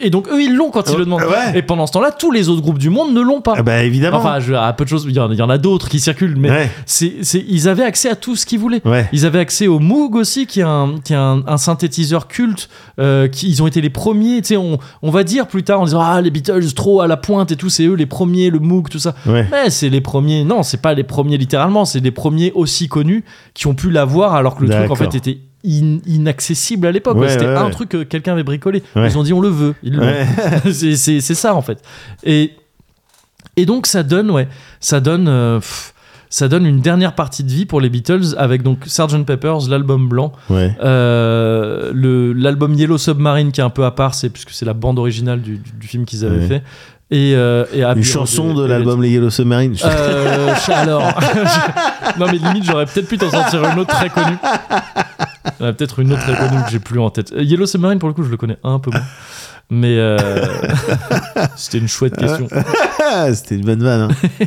A: et donc eux ils l'ont quand ils
B: Oh,
A: le demandent
B: ouais.
A: et pendant ce temps là tous les autres groupes du monde ne l'ont pas
B: Ah bah évidemment.
A: enfin je, à peu de choses il y, en- il y en a d'autres qui circulent mais
B: ouais,
A: c'est, c'est- ils avaient accès à tout ce qu'ils voulaient
B: ouais.
A: ils avaient accès au Moog aussi, qui est un, qui est un, un synthétiseur culte. euh, qui, ils ont été les premiers. Tu sais, on, on va dire plus tard en disant Ah, les Beatles, trop à la pointe et tout, c'est eux les premiers, le Moog, tout ça.
B: Ouais.
A: Mais Eh, c'est les premiers. Non, c'est pas les premiers littéralement, c'est les premiers aussi connus qui ont pu l'avoir alors que le truc en
B: D'accord.
A: fait était in- inaccessible à l'époque.
B: Ouais,
A: quoi. C'était
B: ouais,
A: un
B: ouais.
A: truc que quelqu'un avait bricolé.
B: Ouais.
A: Ils ont dit On le veut. Ils l'ont.
B: Ouais.
A: c'est, c'est- c'est ça en fait. Et, et donc ça donne, ouais, ça donne, euh, pff, ça donne une dernière partie de vie pour les Beatles avec donc Sgt Pepper's, l'album blanc,
B: Ouais.
A: euh, le, l'album Yellow Submarine qui est un peu à part, c'est puisque c'est la bande originale du, du- du film qu'ils avaient
B: Ouais.
A: fait. Et, euh, et Abbey
B: Une
A: Road
B: chanson
A: et-
B: de
A: et-
B: l'album Les Yellow Submarine.
A: Euh, alors, non mais limite j'aurais peut-être pu t'en sortir une autre très connue. Il y en a peut-être une autre très connue que j'ai plus en tête. Euh, Yellow Submarine pour le coup je le connais un peu moins. Mais euh, c'était une chouette question.
B: Ah, C'était une bonne vanne. hein.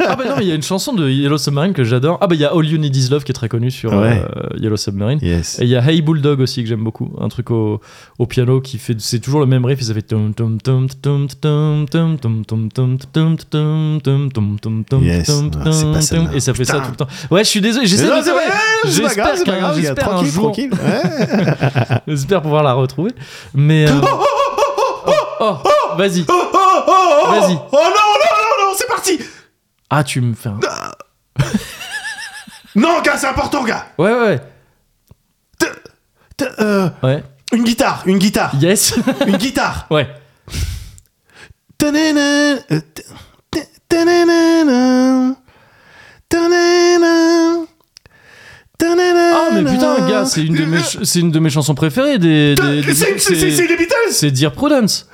A: Ah bah non mais il y a une chanson de Yellow Submarine que j'adore. Ah bah il y a All You Need Is Love qui est très connue sur
B: Ouais.
A: euh, Yellow Submarine.
B: Yes.
A: Et il y a Hey Bulldog aussi que j'aime beaucoup, un truc au, au piano qui fait, c'est toujours le même riff, et ça fait tom tom tom tom tom tom tom tom tom tom tom tom tom tom tom tom
B: Yes.
A: tom
B: Ah, c'est pas celle-là.
A: tom et ça fait ça
B: Putain.
A: tout le temps. Ouais, je suis désolé, j'essaie
B: Mais non,
A: de
B: c'est pas-
A: ouais,
B: eh, c'est pas
A: j'espère
B: grave, c'est pas
A: qu'un-
B: grave, il y a
A: j'espère un
B: tranquille,
A: jour,
B: tranquille. ouais.
A: j'espère pouvoir la retrouver, mais euh, oh, oh, vas-y,
B: Oh, oh, oh, oh.
A: Vas-y.
B: Oh non, non, non, non, c'est parti.
A: ah tu me fais, un...
B: Non, gars, c'est important, gars.
A: ouais ouais
B: T- euh,
A: ouais, ouais,
B: une guitare, une guitare,
A: yes,
B: une guitare.
A: ouais, Ah,
B: Ta-na-na, euh, t- t- ta-na-na-na, ta-na-na, ta-na-na,
A: Ah, mais mais putain, gars, c'est une, de mes ch- c'est une de mes chansons préférées des. des- des-
B: C'est c'est- c'est- c'est les Beatles
A: c'est Dear Prudence.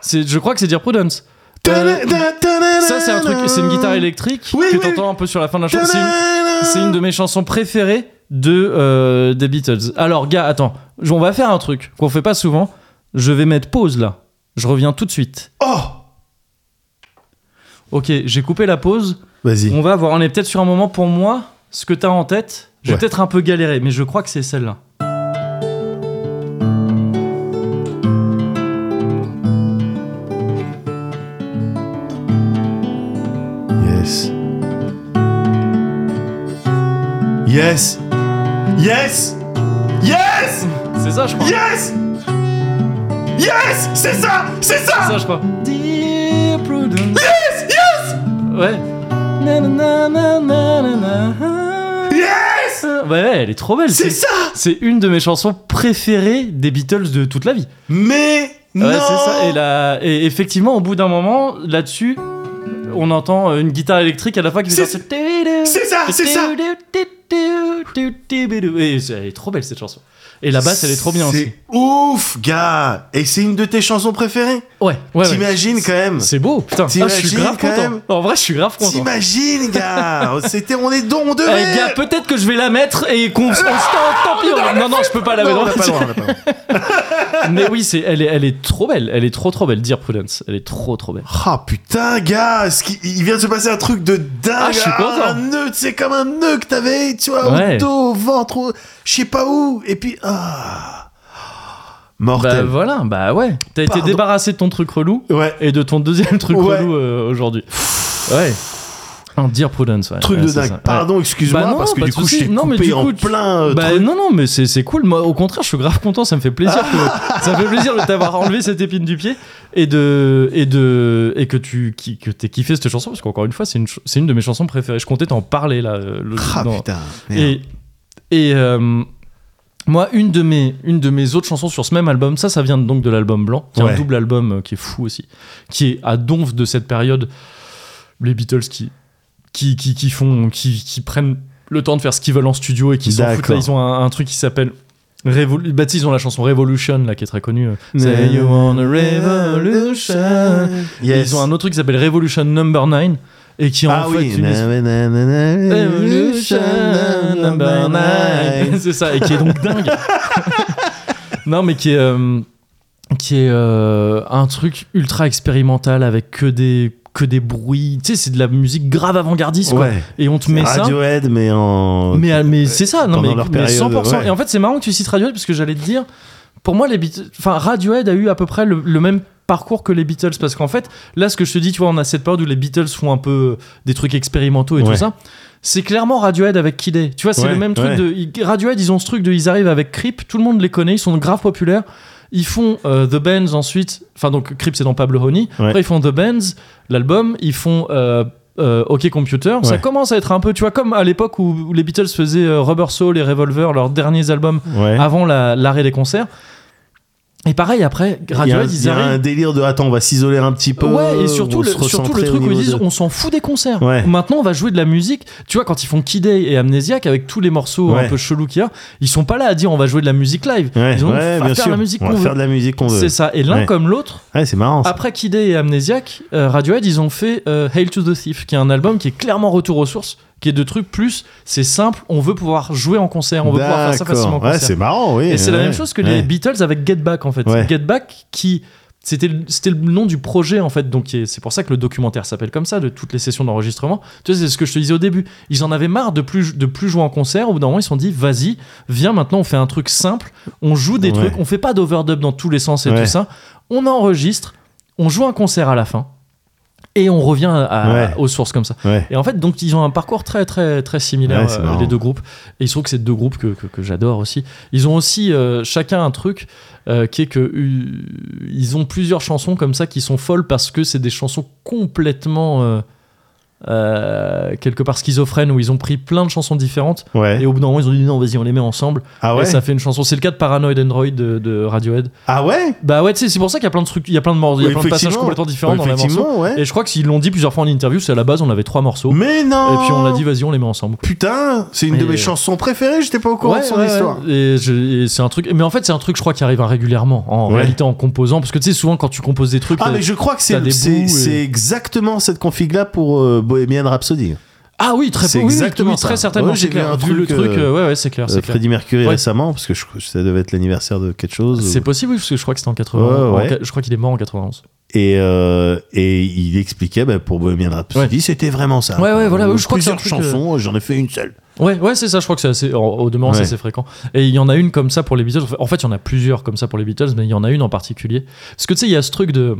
A: C'est, je crois que c'est Dear Prudence. Euh, ça,
B: Ça,
A: c'est un truc, c'est une guitare électrique
B: Oui,
A: que
B: oui.
A: t'entends un peu sur la fin de la chanson. C'est une, c'est une de mes chansons préférées de euh, des Beatles. Alors, gars, attends, Je- on va faire un truc qu'on fait pas souvent. Je vais mettre pause là. Je reviens tout de suite.
B: Oh
A: Ok, j'ai coupé la pause.
B: Vas-y.
A: On va voir. On est peut-être sur un moment pour moi. Ce que t'as en tête, j'ai
B: Ouais.
A: peut-être un peu galéré, mais je crois que c'est celle-là.
B: Yes. Yes. Yes. Yes.
A: C'est ça, je crois.
B: Yes. Yes. C'est ça. C'est
A: C'est
B: ça.
A: ça, je crois. Dear Prudence. Yes, yes. Ouais. Na, na, na, na, na, na, na.
B: Yes.
A: Ouais, ouais, elle est trop belle.
B: C'est ça.
A: C'est une de mes chansons préférées des Beatles de toute la vie.
B: Mais non.
A: Ouais, c'est ça. Et, la- et effectivement, au bout d'un moment, là-dessus, on entend euh, une guitare électrique à la fin qui fait
B: C'est-
A: genre ce-
B: c'est ça, c'est ça.
A: Et c'est- elle est trop belle cette chanson. Et la basse, elle est trop bien aussi.
B: C'est ouf, gars. Et c'est une de tes chansons préférées.
A: Ouais, ouais. ouais.
B: T'imagines quand même.
A: C'est beau, putain. Ah, je suis
B: T'imagines
A: grave
B: quand
A: content.
B: même
A: En vrai, je suis grave content.
B: T'imagines, gars. C'était, on est don, on
A: Eh
B: devait.
A: gars, peut-être que je vais la mettre et qu'on. on se- Tant pis, on- non, non, je peux pas la mettre.
B: Non, on n'a pas le droit, on n'a pas le droit.
A: Mais oui, c'est, elle est, elle est trop belle. Elle est trop, trop belle. Dear Prudence, elle est trop, trop belle.
B: Ah putain, gars, ce qui- il vient de se passer un truc de dingue.
A: Ah, je suis content.
B: un nœud, c'est comme un nœud que t'avais, tu vois,
A: Ouais.
B: au dos, au ventre, au- je sais pas où. Et puis, ah,
A: Bah
B: mortel.
A: voilà, bah ouais. T'as été
B: Pardon.
A: débarrassé de ton truc relou
B: Ouais,
A: et de ton deuxième truc
B: Ouais.
A: relou euh, aujourd'hui. Ouais. Un Dear Prudence, ouais.
B: truc
A: Ouais,
B: de
A: c'est
B: dingue.
A: ça. Ouais.
B: Pardon, excuse-moi,
A: Bah non,
B: parce que
A: pas
B: du
A: de
B: coup,
A: souci.
B: je t'ai
A: Non, mais
B: coupé
A: du
B: en
A: coup,
B: plein. euh,
A: Bah
B: truc.
A: non, non, mais c'est, c'est cool. Moi, au contraire, je suis grave content. Ça me fait plaisir. que- ça me fait plaisir de t'avoir enlevé cette épine du pied et de et de et que tu qui, que t'aies kiffé cette chanson parce qu'encore une fois, c'est une ch- c'est une de mes chansons préférées. Je comptais t'en parler là. euh, le-
B: Ah
A: dans-
B: putain. merde.
A: Et, et euh, moi, une de, mes, une de mes autres chansons sur ce même album, ça, ça vient donc de l'album blanc, qui est
B: Ouais.
A: un double album euh, qui est fou aussi, qui est à donf de cette période. Les Beatles qui, qui, qui, qui font, qui, qui prennent le temps de faire ce qu'ils veulent en studio et qui s'en foutent.
B: D'accord.
A: Là, ils ont un, un truc qui s'appelle. Révolu- bah, tu sais, ils ont la chanson Revolution là qui est très connue. euh, Say you want a revolution.
B: Yes.
A: Ils ont un autre truc qui s'appelle Revolution Number 9 et qui est
B: Ah
A: en fait
B: oui,
A: une espèce-
B: na- na- na- na- na-
A: Evolution number nine. C'est ça, et qui est donc dingue. non, mais qui est, euh, qui est euh, un truc ultra expérimental avec que des, que des bruits. Tu sais, c'est de la musique grave avant-gardiste. quoi.
B: Ouais,
A: Et on te met ça.
B: Radiohead, mais en.
A: Mais, mais c'est ça, non,
B: Pendant
A: mais,
B: leur
A: mais
B: période,
A: 100%.
B: ouais.
A: Et en fait, c'est marrant que tu cites Radiohead parce que j'allais te dire, pour moi, les Beatles, enfin, Radiohead a eu à peu près le, le même parcours que les Beatles parce qu'en fait, là, ce que je te dis, tu vois, on a cette période où les Beatles font un peu euh, des trucs expérimentaux et
B: Ouais.
A: tout ça. C'est clairement Radiohead avec Kid A. Tu vois, c'est
B: Ouais,
A: le même truc
B: ouais.
A: de. ils- Radiohead, ils ont ce truc de. Ils arrivent avec Creep, tout le monde les connaît, ils sont grave populaires. Ils font euh, The Bands ensuite. Enfin, donc Creep, c'est dans Pablo Honey.
B: Ouais.
A: Après, ils font The Bands, l'album. Ils font euh, euh, OK Computer. Ça
B: Ouais.
A: commence à être un peu, tu vois, comme à l'époque où les Beatles faisaient euh, Rubber Soul et Revolver, leurs derniers albums
B: Ouais.
A: avant la- l'arrêt des concerds. Et pareil, après,
B: Il y a un-
A: Radiohead,
B: il
A: ils
B: y a un
A: arrivent.
B: délire de attends, on va s'isoler un petit peu. euh,
A: Ouais,
B: on
A: et surtout
B: va
A: le,
B: se
A: surtout
B: recentrer
A: le
B: au
A: truc où ils
B: niveau
A: disent
B: de-
A: on s'en fout des concerts.
B: Ouais.
A: Maintenant on va jouer de la musique. Tu vois, quand ils font Kid Day et Amnesiac avec tous les morceaux
B: Ouais.
A: un peu chelous qu'il y a, ils sont pas là à dire on va jouer de la musique live.
B: Ouais,
A: ils ont dit,
B: ouais,
A: on va
B: bien
A: faire
B: sûr.
A: la musique
B: on
A: qu'on
B: va
A: veut.
B: faire de la musique qu'on veut.
A: C'est ça. Et l'un
B: Ouais.
A: comme l'autre,
B: Ouais, c'est marrant. ça.
A: après Kid Day et Amnesiac, euh, Radiohead, ils ont fait euh, Hail to the Thief, qui est un album qui est clairement retour aux sources, qui est de trucs plus, c'est simple, on veut pouvoir jouer en concert, Ah, on veut pouvoir faire ça
B: D'accord.
A: facilement en
B: Ouais,
A: concert.
B: c'est marrant, oui.
A: et c'est la
B: ouais.
A: même chose que
B: Ouais.
A: les Beatles avec Get Back, en fait.
B: Ouais.
A: Get Back, qui c'était le- c'était le nom du projet en fait donc qui est- c'est pour ça que le documentaire s'appelle comme ça de toutes les sessions d'enregistrement tu sais c'est ce que je te disais au début ils en avaient marre de plus de plus jouer en concert au bout d'un moment ils se sont dit vas-y viens maintenant on fait un truc simple on joue des
B: Ouais.
A: trucs on fait pas d'overdub dans tous les sens et
B: Ouais.
A: tout ça on enregistre on joue un concert à la fin et on revient à-
B: Ouais.
A: aux sources comme ça
B: Ouais.
A: et en fait, donc, ils ont un parcours très, très, très similaire,
B: Ouais, c'est
A: euh,
B: marrant.
A: les deux groupes. Et il se trouve que c'est deux groupes que, que, que j'adore aussi. Ils ont aussi euh, chacun un truc euh, qui est que euh, ils ont plusieurs chansons comme ça qui sont folles parce que c'est des chansons complètement. euh, euh, quelque part schizophrène où ils ont pris plein de chansons différentes
B: Ouais.
A: et au bout d'un moment ils ont dit non vas-y on les met ensemble
B: Ah
A: et
B: ouais
A: ça fait une chanson c'est le cas de Paranoid Android de, de Radiohead
B: Ah ouais
A: bah ouais tu sais c'est pour ça qu'il y a plein de trucs il y a plein de morceaux il y a
B: Oui,
A: plein de passages
B: effectivement.
A: complètement différents dans les morceaux
B: Effectivement, ouais.
A: et je crois que s'ils l'ont dit plusieurs fois en interview c'est à la base on avait trois morceaux
B: Mais non
A: et puis on l'a dit
B: Oh.
A: vas-y on les met ensemble
B: Putain, c'est une de
A: Et-
B: mes chansons préférées, j'étais pas au courant
A: Ouais,
B: de son
A: ouais,
B: histoire.
A: ouais. Et, je- et c'est un truc. Mais en fait, c'est un truc, je crois, qui arrive régulièrement. En
B: Ouais.
A: réalité, en composant, parce que tu sais, souvent quand tu composes des trucs. euh,
B: Ah
A: t'as-
B: mais je crois que
A: t'as
B: c'est
A: des
B: c'est-
A: bouts euh, et-
B: c'est exactement cette config là pour euh, Bohemian Rhapsody.
A: Ah oui, très
B: C'est
A: peu- oui, oui,
B: exactement
A: oui, très
B: ça.
A: certainement.
B: Ouais, j'ai
A: c'est clair.
B: vu un
A: Vu le
B: truc,
A: truc.
B: euh,
A: euh, ouais, ouais, c'est clair, c'est
B: Euh,
A: clair.
B: Freddie Mercury
A: Ouais.
B: récemment parce que je, ça devait être l'anniversaire de quelque chose.
A: C'est
B: ou-
A: possible, oui, parce que je crois que c'était en 80.
B: Ouais, ouais.
A: en- je crois qu'il est mort en 91.
B: Et euh, et il expliquait bah, pour Bohemian Rhapsody, c'était vraiment ça. Euh,
A: Ouais, ouais, voilà, ouais, je crois que c'est un
B: plusieurs
A: truc, euh,
B: chansons, j'en ai fait une seule.
A: Ouais, ouais, c'est ça. Je crois que c'est assez. en- Au demeurant, c'est
B: Ouais.
A: assez fréquent. Et il y en a une comme ça pour les Beatles. En fait, il y en a plusieurs comme ça pour les Beatles, mais il y en a une en particulier. Parce que tu sais, il y a ce truc de.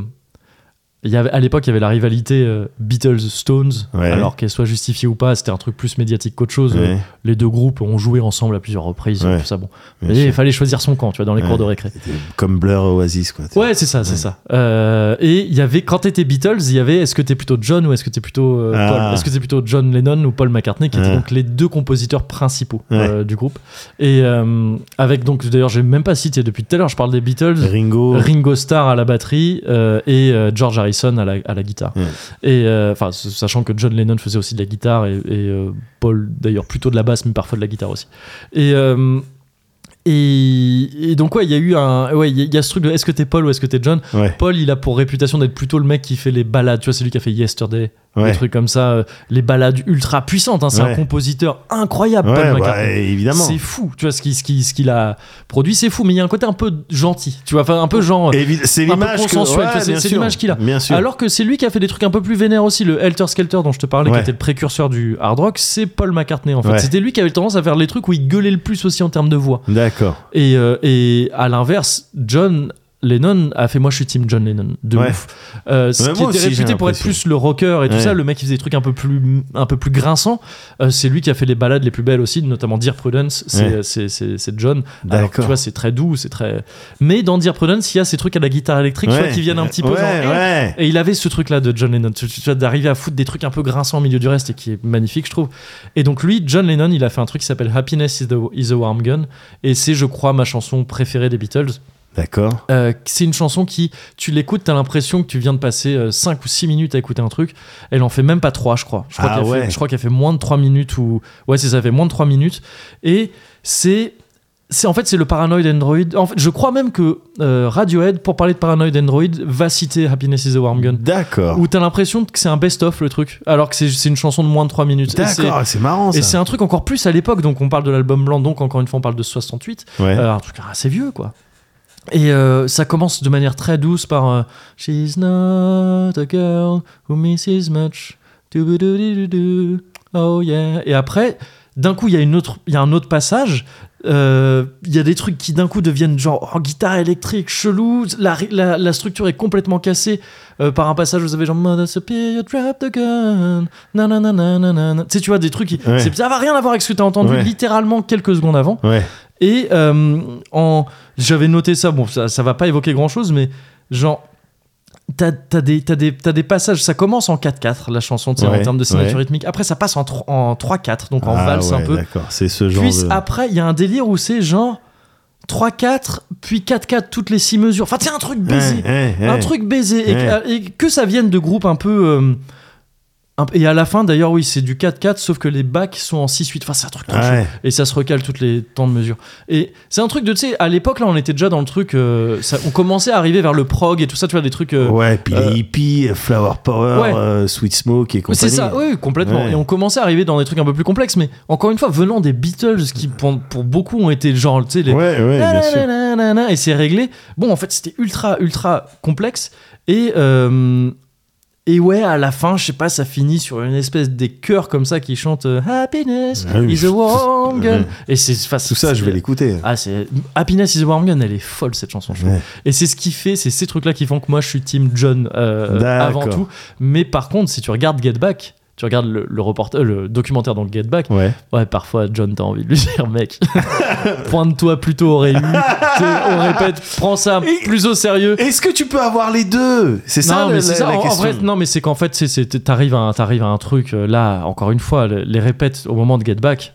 A: Il y avait, à l'époque, il y avait la rivalité euh, Beatles-Stones,
B: Ouais.
A: alors qu'elle soit justifiée ou pas, c'était un truc plus médiatique qu'autre chose.
B: Ouais,
A: les deux groupes ont joué ensemble à plusieurs reprises.
B: Ouais.
A: Tout ça, bon.
B: bien
A: Et il
B: sûr.
A: fallait choisir son camp, tu vois, dans les
B: Ouais.
A: cours de récré.
B: Comme Blur Oasis quoi.
A: Ouais, c'est ça, c'est
B: Ouais.
A: ça. Euh, et il y avait, quand t'étais Beatles, il y avait est-ce que t'es plutôt John ou est-ce que t'es plutôt euh,
B: Ah.
A: Paul Est-ce que t'es plutôt John Lennon ou Paul McCartney, qui étaient
B: Ouais.
A: donc les deux compositeurs principaux
B: Ouais.
A: euh, du groupe. Et euh, avec donc, d'ailleurs, j'ai même pas cité depuis tout à l'heure, je parle des Beatles.
B: Ringo.
A: Ringo Starr à la batterie euh, et euh, George Harrison à la, à la guitare.
B: Ouais.
A: Et euh, enfin, s- sachant que John Lennon faisait aussi de la guitare et, et, euh, Paul d'ailleurs plutôt de la basse, mais parfois de la guitare aussi. Et euh, et, et donc ouais, il y a eu un ouais, il y, a- il y a ce truc de est-ce que t'es Paul ou est-ce que t'es John.
B: Ouais.
A: Paul, il a pour réputation d'être plutôt le mec qui fait les balades. Tu vois, c'est lui qui a fait Yesterday,
B: Ouais.
A: des trucs comme ça, euh, les balades ultra puissantes. hein. c'est
B: Ouais.
A: un compositeur incroyable, Paul
B: Ouais, bah,
A: McCartney.
B: évidemment.
A: C'est fou, tu vois, ce qu'il ce qui, ce qu'il a produit, c'est fou, mais il y a un côté un peu gentil, tu vois, enfin un peu genre.
B: Évi- C'est
A: un peu
B: l'image que
A: consensuel, tu vois, c'est-
B: bien
A: c'est
B: sûr.
A: l'image qu'il a.
B: Bien sûr.
A: Alors que c'est lui qui a fait des trucs un peu plus vénères aussi, le Helter Skelter dont je te parlais,
B: Ouais.
A: qui était le précurseur du hard rock, c'est Paul McCartney en fait.
B: Ouais.
A: C'était lui qui avait tendance à faire les trucs où il gueulait le plus aussi en termes de voix.
B: D'accord.
A: Et, euh, et à l'inverse, John Lennon a fait moi je suis team John Lennon de
B: Ouais.
A: ouf. Euh, ce
B: Ouais,
A: qui
B: moi
A: était
B: aussi, j'ai
A: réputé pour être
B: l'impression.
A: plus le rocker et tout
B: Ouais.
A: ça, le mec qui faisait des trucs un peu plus un peu plus grinçants, euh, c'est lui qui a fait les balades les plus belles aussi, notamment Dear Prudence, c'est
B: Ouais.
A: c'est- c'est- c'est John. Alors que, tu
B: D'accord.
A: vois, c'est très doux, c'est très mais dans Dear Prudence, il y a ces trucs à la guitare électrique tu vois,
B: Ouais.
A: qui viennent un petit peu
B: Ouais,
A: genre, eh.
B: ouais.
A: Et il avait ce truc là de John Lennon, tu- tu- tu vois, d'arriver à foutre des trucs un peu grinçants au milieu du reste et qui est magnifique, je trouve. Et donc lui, John Lennon, il a fait un truc qui s'appelle Happiness is, the, is a Warm Gun et c'est, je crois, ma chanson préférée des Beatles.
B: D'accord.
A: Euh, c'est une chanson qui, tu l'écoutes, t'as l'impression que tu viens de passer 5 ou 6 minutes à écouter un truc. Elle en fait même pas 3, je crois. Je crois
B: Ah
A: qu'elle fait-
B: ouais.
A: je crois qu'elle fait moins de 3 minutes ou. Ouais, c'est ça, elle fait moins de 3 minutes. Et c'est. C'est, en fait, c'est le Paranoid Android. En fait, je crois même que euh, Radiohead, pour parler de Paranoid Android, va citer Happiness is a Warm Gun.
B: D'accord.
A: Où t'as l'impression que c'est un best-of le truc, alors que c'est, c'est une chanson de moins de 3 minutes. Et c'est,
B: D'accord, Ah, c'est marrant ça.
A: et c'est un truc encore plus à l'époque, donc on parle de l'album blanc, donc encore une fois on parle de 68.
B: Ouais.
A: Euh, un truc assez vieux, quoi. Et euh, ça commence de manière très douce par euh, She's not a girl who misses much. Doo-boo-doo-doo-doo. Oh yeah. Et après, d'un coup, il y, a une autre- il y a un autre passage. euh, Il y a des trucs qui d'un coup deviennent genre oh, guitare électrique, chelou. La, la- la structure est complètement cassée euh, par un passage où vous avez genre Mother Superior drop the gun. nanana, nanana. Tu sais, tu vois, des trucs qui.
B: Ouais.
A: c'est- Ça va rien à voir avec ce que tu as entendu
B: Ouais.
A: littéralement quelques secondes avant.
B: Ouais.
A: Et euh, en, j'avais noté ça, bon, ça, ça va pas évoquer grand chose, mais genre, t'as t'as des, t'as des, t'as des passages, ça commence en 4-4, la chanson, tu sais, en
B: Ouais,
A: termes de signature
B: ouais.
A: rythmique. Après, ça passe en, tro- en 3-4, donc en
B: Ah
A: valse un
B: ouais,
A: peu.
B: D'accord, c'est ce genre
A: Puis
B: de.
A: après, il y a un délire où c'est genre 3-4, puis 4-4 toutes les 6 mesures. Enfin, c'est un truc baisé.
B: Ouais, ouais,
A: Un
B: ouais.
A: truc baisé. Et,
B: Ouais.
A: que, et que ça vienne de groupes un peu. euh, un- et à la fin, d'ailleurs, oui, c'est du 4-4, sauf que les bacs sont en 6-8. Enfin, c'est un truc trop chaud
B: Ouais.
A: et ça se recale toutes les temps de mesure. Et c'est un truc de, tu sais, à l'époque, là, on était déjà dans le truc, euh, ça- on commençait à arriver vers le prog et tout ça, tu vois, des trucs. euh,
B: Ouais, puis
A: euh,
B: les hippies, euh, Flower Power,
A: Ouais.
B: euh, Sweet Smoke et compagnie.
A: C'est ça, oui, complètement.
B: Ouais.
A: Et on commençait à arriver dans des trucs un peu plus complexes, mais encore une fois, venant des Beatles, qui pour, pour beaucoup ont été genre, tu sais, les.
B: Ouais, ouais, bien sûr.
A: Nanananana, et c'est réglé. Bon, en fait, c'était ultra, ultra complexe. Et, euh, et ouais, à la fin, je sais pas, ça finit sur une espèce des chœurs comme ça qui chantent euh, Happiness
B: Ah oui, mais
A: is a
B: je-
A: warm gun.
B: Ouais.
A: Et c'est enfin,
B: Tout ça, je vais
A: c'est-
B: l'écouter.
A: Ah, c'est Happiness is a Warm Gun, elle est folle cette chanson. je trouve.
B: Ouais.
A: Et c'est ce qui fait, c'est ces trucs-là qui font que moi je suis Team John euh,
B: D'accord.
A: avant tout. Mais par contre, si tu regardes Get Back, tu regardes le, le reporta- euh, le documentaire dans le Get Back,
B: Ouais.
A: ouais, parfois, John, t'as envie de lui dire, mec, pointe-toi plutôt au réu. Tu sais, on répète, prends ça plus au sérieux.
B: Est-ce que tu peux avoir les deux C'est ça,
A: non,
B: la,
A: mais c'est
B: la-
A: ça.
B: la
A: en, en
B: question.
A: vrai, non, mais c'est qu'en fait, c'est- c'est- t'arrives à, un- t'arrives à un truc. euh, Là, encore une fois, le- les répètes au moment de Get Back,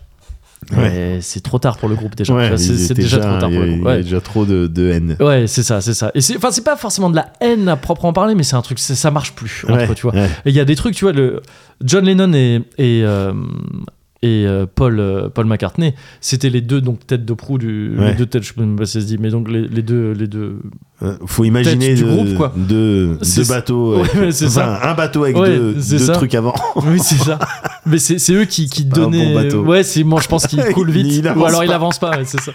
B: Ouais.
A: mais c'est trop tard pour le groupe déjà.
B: Ouais,
A: Tu vois, c'est
B: il
A: c'est
B: était hein,
A: déjà trop tard
B: il y
A: pour
B: a-
A: le
B: Il
A: groupe.
B: y a
A: Ouais.
B: déjà trop de, de haine.
A: Ouais, c'est ça, c'est ça. Et c'est, enfin, c'est pas forcément de la haine à proprement parler, mais c'est un truc, ça, ça marche plus entre eux, tu vois.
B: ouais.
A: Et il y a des trucs, tu vois, le John Lennon et et, euh, et euh, Paul euh, Paul McCartney, c'était les deux donc têtes de proue du
B: Ouais.
A: les deux têtes, je sais pas si ça se dit, mais donc les, les deux les deux.
B: Euh, Faut imaginer
A: Tête du
B: deux,
A: groupe, quoi.
B: deux,
A: C'est-
B: deux bateaux.
A: Ouais,
B: avec-
A: mais c'est
B: enfin, un bateau avec
A: Ouais,
B: deux,
A: c'est
B: deux
A: ça.
B: trucs avant.
A: Oui, c'est ça. Mais c'est c'est eux qui qui
B: pas un
A: donnaient.
B: bon bateau.
A: ouais, c'est moi je pense qu'ils coulent vite
B: Il- il avance
A: ou alors il
B: pas.
A: avance pas, ouais, c'est ça.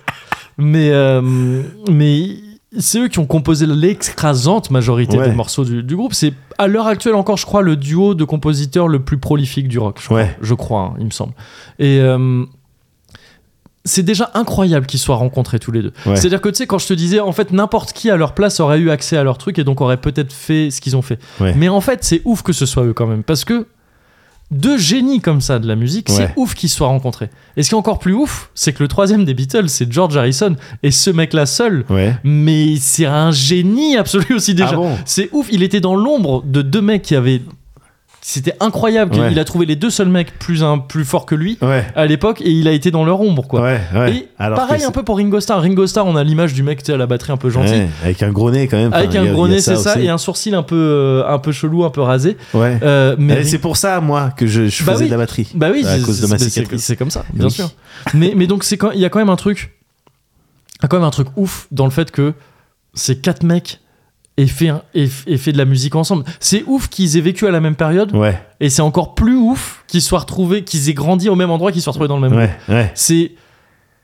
A: Mais euh, mais c'est eux qui ont composé l'excrasante majorité
B: Ouais.
A: des morceaux du, du groupe. C'est à l'heure actuelle encore, je crois, le duo de compositeurs le plus prolifique du rock. Je crois,
B: Ouais.
A: je crois hein, il me semble. Et euh, c'est déjà incroyable qu'ils soient rencontrés tous les deux.
B: Ouais.
A: C'est-à-dire que tu sais, quand je te disais, en fait, n'importe qui à leur place aurait eu accès à leur truc et donc aurait peut-être fait ce qu'ils ont fait.
B: Ouais.
A: Mais en fait, c'est ouf que ce soit eux quand même. Parce que deux génies comme ça de la musique,
B: Ouais.
A: c'est ouf qu'ils se soient rencontrés. Et ce qui est encore plus ouf, c'est que le troisième des Beatles, c'est George Harrison. Et ce mec-là seul,
B: Ouais.
A: mais c'est un génie absolu aussi déjà.
B: Ah bon
A: C'est ouf, il était dans l'ombre de deux mecs qui avaient. C'était incroyable qu'il
B: Ouais.
A: il a trouvé les deux seuls mecs plus, un, plus forts que lui
B: Ouais.
A: à l'époque et il a été dans leur ombre quoi.
B: Ouais, ouais.
A: Et
B: Alors
A: pareil
B: que
A: un peu pour Ringo Starr. Ringo Starr, on a l'image du mec tu sais, à la batterie un peu
B: c'est-
A: gentil.
B: ouais, Avec un gros nez quand même.
A: Avec
B: Enfin, il y
A: un
B: a-
A: gros
B: il y a
A: nez, c'est ça,
B: aussi.
A: et un sourcil un peu, euh, un peu chelou, un peu rasé.
B: Ouais.
A: Euh, mais
B: Eh, C'est pour ça, moi, que je, je
A: Bah
B: faisais
A: oui.
B: de la batterie.
A: Bah oui,
B: à
A: c'est-
B: cause de
A: c'est-
B: ma
A: c'est-
B: cicatrice.
A: C'est comme ça, bien
B: Oui.
A: sûr. mais, mais donc, c'est quand- il y a quand même un truc. Il y a quand même un truc ouf dans le fait que ces quatre mecs aient fait, un- aient- aient fait de la musique ensemble. C'est ouf qu'ils aient vécu à la même période,
B: Ouais,
A: et c'est encore plus ouf qu'ils soient retrouvés, qu'ils aient grandi au même endroit, qu'ils soient retrouvés dans le même groupe.
B: ouais, ouais.
A: C'est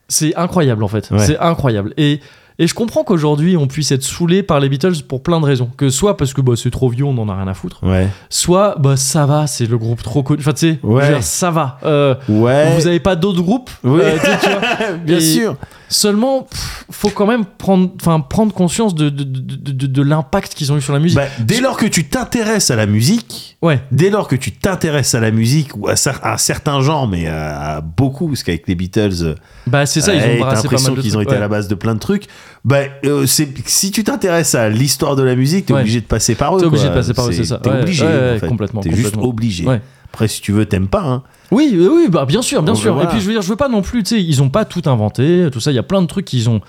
A: c'est incroyable en fait.
B: Ouais.
A: C'est incroyable. Et et je comprends qu'aujourd'hui on puisse être saoulé par les Beatles pour plein de raisons. Que soit parce que bah, c'est trop vieux, on en a rien à foutre.
B: Ouais.
A: Soit bah ça va, c'est le groupe trop connu. Enfin tu sais, je veux
B: Ouais.
A: dire, ça va. Euh,
B: Ouais.
A: Vous avez pas d'autres groupes. Euh,
B: Oui.
A: tu sais, tu vois.
B: Bien
A: Et
B: sûr.
A: Seulement, pff, faut quand même prendre, enfin prendre conscience de de, de, de- de- de l'impact qu'ils ont eu sur la musique.
B: Bah, dès lors que tu t'intéresses à la musique,
A: ouais.
B: dès lors que tu t'intéresses à la musique ou à, cer- à un certain genre, mais à, à beaucoup, parce qu'avec les Beatles, euh,
A: Bah c'est ça, ils
B: ouais,
A: ont
B: t'as
A: brassé pas
B: l'impression
A: mal de
B: qu'ils ont
A: trucs.
B: été à
A: Ouais.
B: la base de plein de trucs. Bah, euh, c'est- si tu t'intéresses à l'histoire de la musique, t'es
A: Ouais.
B: obligé de passer par eux.
A: T'es
B: quoi.
A: obligé de passer par eux, c'est ça.
B: T'es
A: Ouais,
B: obligé.
A: ouais, ouais,
B: en fait.
A: complètement,
B: T'es juste
A: complètement.
B: obligé.
A: Ouais.
B: Après, si tu veux, t'aimes pas. hein.
A: Oui, oui, oui, bah bien sûr, bien
B: Donc,
A: sûr.
B: ben, voilà.
A: Et puis je veux dire, je veux pas non plus, tu sais, ils ont pas tout inventé, tout ça. Il y a plein de trucs qu'ils ont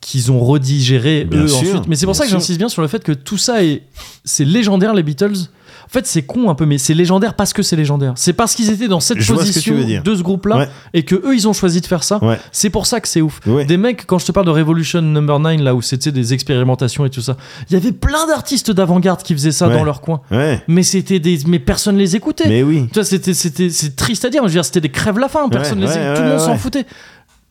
A: qu'ils ont redigéré
B: Bien
A: eux
B: sûr,
A: ensuite. Mais c'est pour
B: bien
A: ça que
B: sûr.
A: j'insiste bien sur le fait que tout ça est c'est légendaire les Beatles. En fait, c'est con un peu, mais c'est légendaire parce que c'est légendaire. C'est parce qu'ils étaient dans cette
B: Je vois ce que
A: position
B: tu veux dire.
A: de ce groupe-là
B: Ouais.
A: et que eux, ils ont choisi de faire ça.
B: Ouais.
A: C'est pour ça que c'est ouf.
B: Ouais.
A: Des mecs, quand je te parle de Revolution Number 9, là où c'était des expérimentations et tout ça, il y avait plein d'artistes d'avant-garde qui faisaient ça
B: Ouais.
A: dans leur coin.
B: Ouais.
A: Mais c'était des, mais personne les écoutait.
B: Mais oui.
A: Tu vois, c'était, c'était, c'est triste à dire. mais Je veux dire, c'était des crèves la faim. Personne
B: Ouais,
A: les-
B: ouais,
A: tout le
B: ouais,
A: monde s'en
B: ouais.
A: foutait.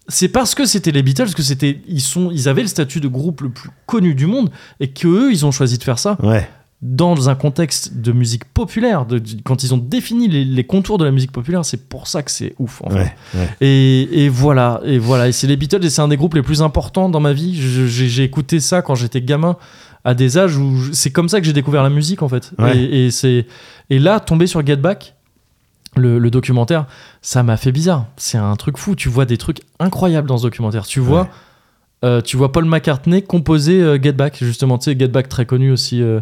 A: C'est parce que c'était les Beatles que c'était, ils sont, ils avaient le statut de groupe le plus connu du monde et que eux, ils ont choisi de faire ça
B: Ouais.
A: dans un contexte de musique populaire. de- de- quand ils ont défini les, les contours de la musique populaire, c'est pour ça que c'est ouf. en fait.
B: Ouais. ouais.
A: Et, et voilà, et voilà. Et c'est les Beatles et c'est un des groupes les plus importants dans ma vie. Je- J'ai j'ai écouté ça quand j'étais gamin, à des âges où je- c'est comme ça que j'ai découvert la musique en fait.
B: Ouais.
A: Et, et c'est et là tomber sur Get Back, le, le documentaire, ça m'a fait bizarre. C'est un truc fou. Tu vois des trucs incroyables dans ce documentaire. Tu vois.
B: Ouais.
A: euh, tu vois Paul McCartney composer euh, Get Back, justement, tu sais, Get Back très connu aussi. euh,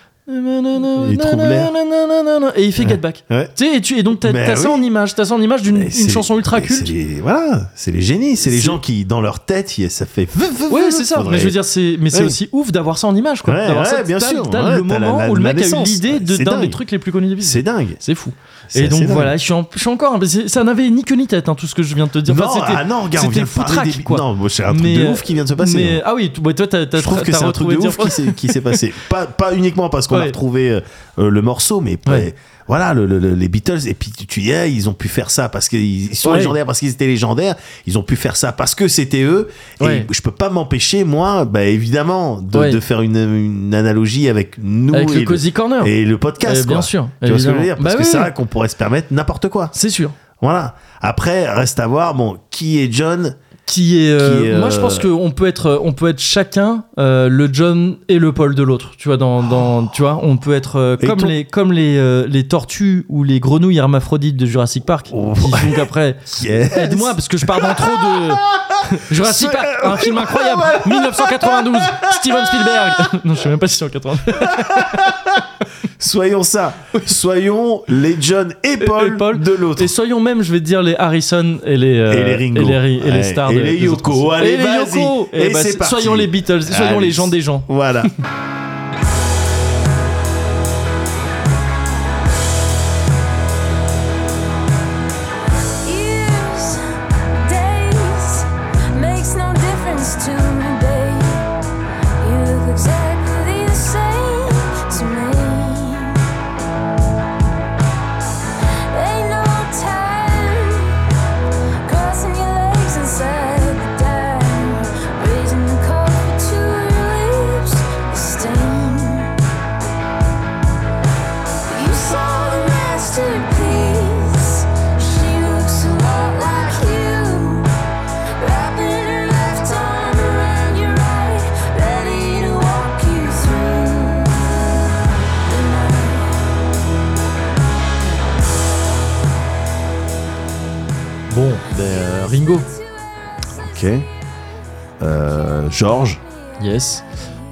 A: nan, nan,
B: Il trouve l'air.
A: nan, nan, nan, nan, nan, Et il fait Get Back.
B: Ouais.
A: Tu sais, et, tu, et donc, t'as
B: Mais
A: t'as ça
B: oui.
A: en image, t'as ça en image d'une
B: Mais
A: une
B: c'est-
A: chanson ultra
B: mais c'est
A: culte.
B: les- voilà, c'est les génies, c'est les
A: C'est-
B: gens qui, dans leur tête, y- ça fait.
A: Ouais, c'est ça. Mais je veux dire, c'est, mais c'est
B: Ouais.
A: aussi ouf d'avoir ça en image, quoi.
B: Ouais,
A: D'avoir
B: ouais,
A: ça,
B: bien
A: t'as-
B: sûr.
A: T'as
B: Ouais,
A: le
B: t'as la-
A: moment
B: la-
A: où le
B: la
A: mec a eu
B: naissance.
A: l'idée de-
B: C'est
A: d'un des
B: dingue.
A: trucs les plus connus de vie.
B: c'est dingue.
A: C'est fou.
B: C'est
A: Et donc
B: assez dingue.
A: voilà, je suis, en- je suis encore. mais c'est- Ça n'avait ni queue ni tête, hein, tout ce que je viens de te dire.
B: non,
A: Enfin, c'était-
B: ah non, regarde, on
A: c'était
B: vient de parler
A: foutraque,
B: des-
A: quoi.
B: Non, moi, c'est un truc
A: Mais,
B: de
A: euh,
B: ouf qui vient de se passer. hein.
A: mais,
B: là.
A: ah oui, t- ouais, toi, t'as, t'as,
B: je trouve que
A: t'as
B: c'est un truc
A: retrouvé
B: de
A: dire-
B: ouf qui s'est- qui s'est passé. Pas, pas uniquement parce qu'on
A: Ouais.
B: a retrouvé euh, le morceau, mais pas-
A: Ouais.
B: ouais. voilà, le- le- le- les Beatles, et puis tu, tu y es, ils ont pu faire ça parce qu'ils ils sont
A: Ouais.
B: légendaires, parce qu'ils étaient légendaires, ils ont pu faire ça parce que c'était eux, et
A: Ouais.
B: je peux pas m'empêcher, moi, bah, évidemment, de,
A: Ouais.
B: de faire une, une analogie avec nous
A: Avec
B: et,
A: le Cozy Corner.
B: et le podcast.
A: Eh bien
B: quoi.
A: sûr.
B: Tu vois ce que je veux dire
A: évidemment.
B: Parce
A: Bah
B: que
A: oui,
B: c'est
A: oui.
B: vrai qu'on pourrait se permettre n'importe quoi.
A: C'est sûr.
B: Voilà. Après, reste à voir, bon, qui est John
A: Qui est, euh,
B: Qui est,
A: Moi,
B: euh,
A: je pense qu'on peut être, euh, on peut être chacun euh, le John et le Paul de l'autre. Tu vois, dans, dans, tu vois, on peut être euh,
B: Oh. Et
A: comme
B: ton-
A: les, comme les, euh, les tortues ou les grenouilles hermaphrodites de Jurassic Park.
B: Oh.
A: Qui font qu'après,
B: Yes.
A: aide-moi parce que je pars dans trop de Jurassic Park, un film incroyable, 1992, Steven Spielberg. non, je sais même pas si c'est en 92.
B: Soyons ça. Soyons les John et Paul,
A: et Paul.
B: de l'autre.
A: Et soyons même, je vais te dire les Harrison et les euh,
B: Et les Ringo.
A: et les, Ri- et les
B: Ouais.
A: stars
B: Et
A: de-
B: les
A: des autres
B: Yoko.
A: concerts.
B: Allez,
A: et les
B: vas-y.
A: Yoko. Et,
B: Et
A: bah,
B: c'est
A: c'est-
B: parti.
A: soyons les Beatles, soyons
B: Allez.
A: les gens des gens.
B: Voilà.
E: Years, days, makes no difference to me, babe. You look exactly the same to me. Ain't no time crossing your legs inside the dime, raising the coffee to your lips, the stain. You saw the masterpiece. She looks a lot like you. Wrapping her left arm around your right, ready to walk you through the night.
A: Bon,
B: Euh,
A: Ringo.
B: Ok. Euh, Georges,
A: Yes.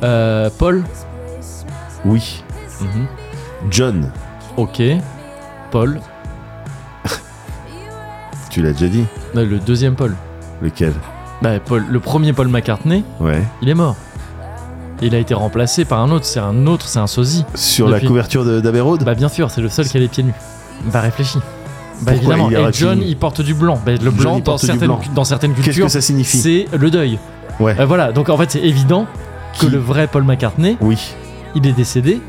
A: Euh, Paul.
B: oui.
A: Mhm.
B: John,
A: Ok. Paul.
B: tu l'as déjà dit.
A: Non, Euh, le deuxième Paul.
B: Lequel
A: Bah, Paul. Le premier Paul McCartney,
B: Ouais.
A: il est mort. Il a été remplacé par un autre. C'est un autre. C'est un sosie.
B: Sur
A: Depuis-
B: la couverture de- d'Abbey Road
A: Bah bien sûr, c'est le seul qui a les pieds nus. Bah réfléchis. Bah
B: Pourquoi
A: évidemment,
B: il
A: et
B: aurait
A: John
B: pu-
A: il porte du blanc. Bah, le
B: John,
A: blanc,
B: il
A: dans
B: porte du
A: certaines,
B: blanc.
A: dans certaines
B: Qu'est-ce
A: cultures,
B: que ça signifie
A: c'est le deuil.
B: Ouais.
A: Euh, voilà, donc en fait c'est évident que
B: Qui-
A: le vrai Paul McCartney,
B: Oui.
A: il est décédé et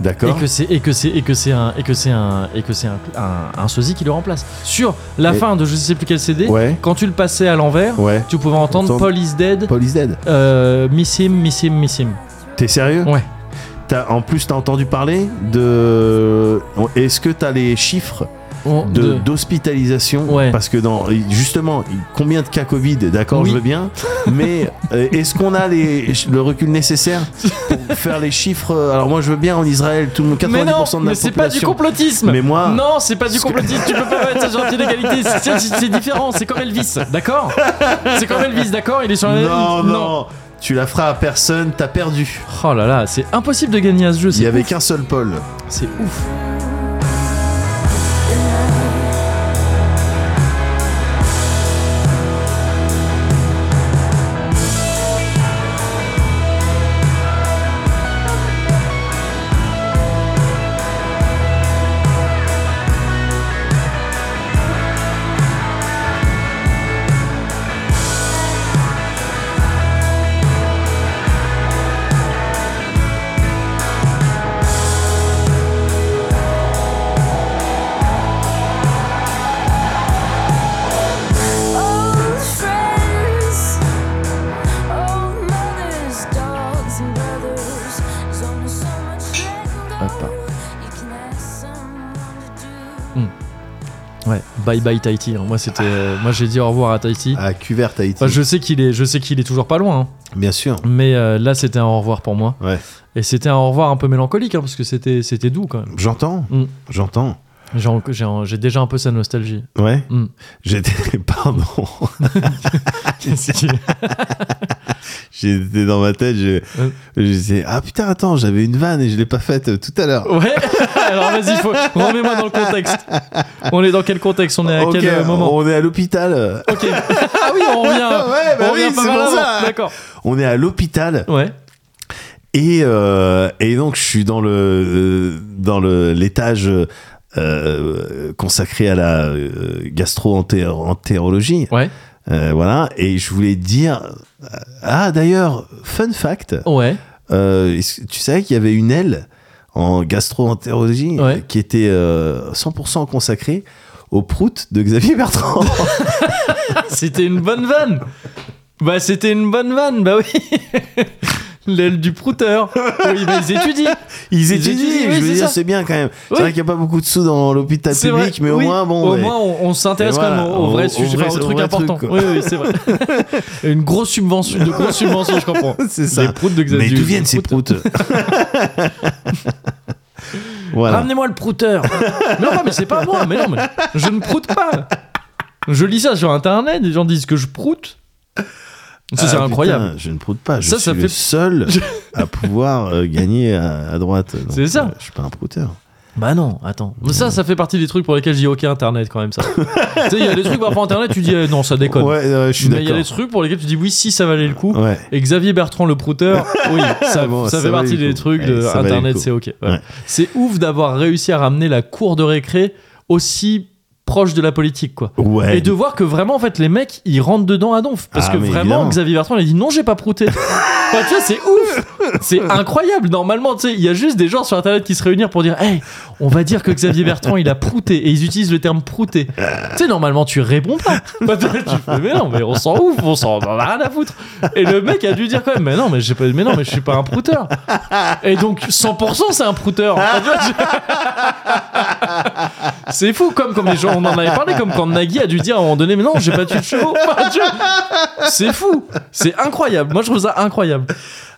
B: D'accord.
A: que c'est et que c'est et que c'est un et que c'est un et que c'est un, un, un sosie qui le remplace. Sur la
B: Et-
A: fin de je sais plus quel CD,
B: Ouais.
A: quand tu le passais à l'envers,
B: Ouais.
A: tu pouvais entendre
B: Entendre-
A: Paul is dead,
B: Paul is dead.
A: euh, miss him, miss him, miss him.
B: T'es sérieux
A: Ouais.
B: T'as- en plus, t'as entendu parler de. Est-ce que t'as les chiffres
A: On-
B: de-
A: de-
B: d'hospitalisation
A: Ouais.
B: parce que dans justement combien de cas Covid d'accord
A: Oui.
B: je veux bien mais euh, est-ce qu'on a les, le recul nécessaire pour faire les chiffres euh, alors moi je veux bien en Israël tout le monde 90%
A: mais non,
B: de la
A: mais c'est pas du
B: population
A: complotisme.
B: Mais moi-
A: non, c'est pas du complotisme. tu peux pas mettre ça sur un pied d'égalité. C'est- C'est c'est différent. C'est comme Elvis, d'accord C'est comme Elvis, d'accord Il est sur la
B: non, non tu la feras à personne t'as perdu
A: Oh là là, c'est impossible de gagner à ce jeu.
B: il y
A: C'est
B: avait
A: ouf.
B: qu'un seul Paul
A: C'est ouf.
E: Old friends, old mothers, dogs and brothers. There's only so much that can go. You can ask someone to do.
A: Ouais. Bye bye Tahiti. hein. Moi c'était, euh, moi j'ai dit au revoir à Tahiti.
B: à Cuvert Haïti
A: Enfin, Bah, je sais qu'il est, je sais qu'il est toujours pas loin. hein.
B: bien sûr
A: Mais euh, là c'était un au revoir pour moi.
B: ouais
A: Et c'était un au revoir un peu mélancolique hein, parce que c'était, c'était doux quand même.
B: j'entends
A: Mm.
B: j'entends
A: J'ai en- J'ai en- j'ai déjà un peu sa nostalgie.
B: ouais
A: Mm.
B: j'étais pardon
A: Qu'est-ce qui-
B: j'étais dans ma tête je,
A: Ouais.
B: je disais ah putain attends j'avais une vanne et je l'ai pas faite euh, tout à l'heure
A: Ouais, alors vas-y, faut... remets-moi dans le contexte. On est dans quel contexte On est à
B: Ok,
A: quel euh, moment
B: On est à l'hôpital.
A: Ok. Ah oui, on revient.
B: Ouais, bah
A: on
B: oui,
A: revient pas
B: c'est
A: mal
B: pour
A: avant.
B: ça.
A: D'accord.
B: On est à l'hôpital
A: Ouais.
B: et euh, et donc je suis dans le euh, dans le l'étage euh, consacré à la euh, gastro-entérologie.
A: Ouais.
B: Euh, voilà. Et je voulais dire euh, ah d'ailleurs fun fact,
A: Ouais.
B: euh, est-ce que tu savais qu'il y avait une aile en gastro-entérologie
A: Ouais.
B: qui était euh, 100% consacré au prout de Xavier Bertrand.
A: C'était une bonne vanne. Bah, c'était une bonne vanne, bah oui. L'aile du prouteur. Oui, bah, ils étudient.
B: Ils
A: Ils
B: étudient,
A: étudient, oui,
B: je veux
A: c'est
B: dire,
A: ça.
B: c'est bien quand même.
A: Oui.
B: C'est vrai qu'il n'y a pas beaucoup de sous dans l'hôpital
A: C'est vrai.
B: public, mais au
A: oui.
B: moins, bon.
A: Au
B: ouais.
A: moins, on, on s'intéresse
B: Et
A: quand même
B: voilà,
A: au, au vrai
B: au-
A: sujet,
B: au vrai-
A: enfin, au
B: au
A: truc
B: vrai
A: important.
B: truc,
A: oui,
B: quoi.
A: oui, c'est vrai. une grosse subvention, de grosses subventions, je comprends.
B: C'est ça.
A: Les proutes de Xavier.
B: Mais d'où
A: du
B: viennent ces
A: prouteur.
B: proutes Voilà.
A: Ramenez-moi le prouteur. non, non, mais c'est pas moi. Mais non, mais je ne proute pas. Je lis ça sur internet, les gens disent que je proute. Ça,
B: Ah,
A: c'est
B: putain,
A: incroyable.
B: je ne proute pas. Je
A: Ça,
B: suis
A: ça
B: le
A: fait-
B: seul à pouvoir euh, gagner à, à droite. Donc,
A: C'est ça.
B: euh, je suis pas un prouteur.
A: Bah non, attends.
B: Mmh.
A: Mais ça, ça fait partie des trucs pour lesquels je dis ok internet quand même ça. tu sais, il y a des trucs parfois internet, tu dis eh, non, ça déconne.
B: Ouais, euh, je suis
A: Mais il y a
B: d'accord.
A: des trucs pour lesquels tu dis oui, si ça valait le coup.
B: Ouais.
A: Et Xavier Bertrand le prouteur, oui, ça,
B: Ah Bon,
A: ça
B: ça
A: fait
B: valait
A: partie
B: le
A: des
B: coup.
A: trucs de
B: Ouais, Eh, ça valait le
A: internet,
B: coup.
A: c'est ok. ouais.
B: Ouais.
A: C'est ouf d'avoir réussi à ramener la cour de récré aussi proche de la politique quoi.
B: Ouais.
A: Et de voir que vraiment, en fait, les mecs, ils rentrent dedans à donf. Parce
B: Ah,
A: que
B: mais
A: vraiment,
B: évidemment.
A: Xavier Bertrand, il a dit non, j'ai pas prouté. Enfin, tu vois, c'est ouf. C'est incroyable. Normalement, tu sais, il y a juste des gens sur Internet qui se réunissent pour dire, hey, on va dire que Xavier Bertrand, il a prouté. Et ils utilisent le terme prouté. Tu sais, normalement, tu réponds pas. Enfin, tu fais, mais non, mais on s'en ouf, on s'en on en a rien à foutre. Et le mec a dû dire quand même, mais non, mais, j'ai pas, mais non, mais je suis pas un prouteur. Et donc, 100% c'est un prouteur. Enfin, tu vois, tu- c'est fou, comme, comme les gens, on en avait parlé, comme quand Nagui a dû dire à un moment donné, mais non, j'ai pas tué de chevaux. Enfin, tu vois, C'est fou, c'est incroyable. Moi, je trouve ça incroyable.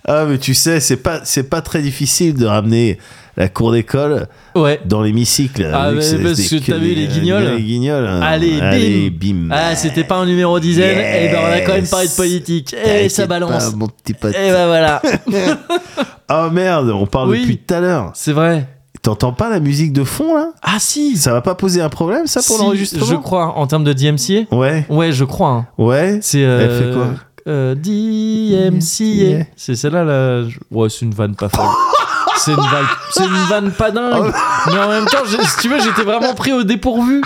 B: Ah, mais tu sais, c'est pas, c'est pas très difficile de ramener la cour d'école
A: Ouais.
B: dans l'hémicycle.
A: Ah,
B: vu
A: mais
B: c'est-
A: parce
B: c'est
A: que t'as vu les guignols
B: Les guignols. hein.
A: Allez, bim.
B: bim.
A: Ah, c'était pas un numéro dizaine, et ben on a quand même parlé de
B: Yes.
A: politique. Et ça
B: Eh, T'inquiète
A: balance.
B: pas, mon petit pote.
A: Et ben voilà.
B: Oh merde, on parle
A: Oui.
B: depuis tout à l'heure.
A: C'est vrai.
B: T'entends pas la musique de fond là
A: Ah si
B: Ça va pas poser un problème ça pour
A: Si,
B: l'enregistrement
A: Je crois, en termes de DMCA.
B: Ouais,
A: Ouais, je crois. hein.
B: ouais.
A: C'est. euh,
B: Elle fait quoi
A: euh, DMCA. C'est celle-là, là. je- Ouais, c'est une vanne pas folle. C'est une vanne, c'est une vanne pas dingue. Mais en même temps, j'ai- si tu veux, j'étais vraiment pris au dépourvu.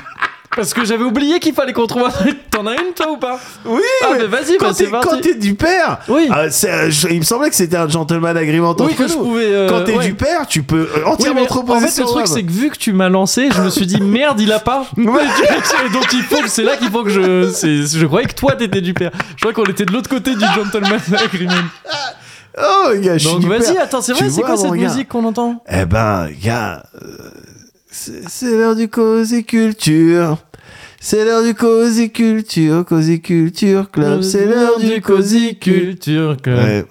A: Parce que j'avais oublié qu'il fallait qu'on trouve un truc. T'en as une, toi, ou pas
B: Oui,
A: Ah,
B: mais
A: mais vas-y, bah,
B: quand
A: c'est
B: t'es- quand
A: parti.
B: t'es du père,
A: Oui.
B: ah, c'est, euh, je- il me semblait que c'était un gentleman agreement entre
A: Oui, que je
B: nous.
A: pouvais. euh,
B: Quand t'es
A: ouais.
B: du père, tu peux euh,
A: Oui,
B: entièrement
A: mais
B: te
A: en
B: reposer
A: fait,
B: sur
A: le truc,
B: Rob.
A: c'est que vu que tu m'as lancé, je me suis dit merde, il a pas.
B: Ouais.
A: Et donc il faut que c'est là qu'il faut que je. c'est- Je croyais que toi t'étais du père. Je croyais qu'on était de l'autre côté du gentleman agreement.
B: Oh, gars, je suis
A: Donc
B: du
A: vas-y,
B: père.
A: attends, c'est
B: Tu
A: vrai, c'est
B: vois,
A: quoi
B: mon
A: cette
B: regard
A: musique qu'on entend
B: Eh ben, gars, euh, c'est c'est l'heure du Cosy Culture. C'est l'heure du Cosy Culture, Cosy Culture
A: Euh,
B: Club. C'est l'heure du Cosy
A: Culture
B: Culture. Ouais.
A: Club.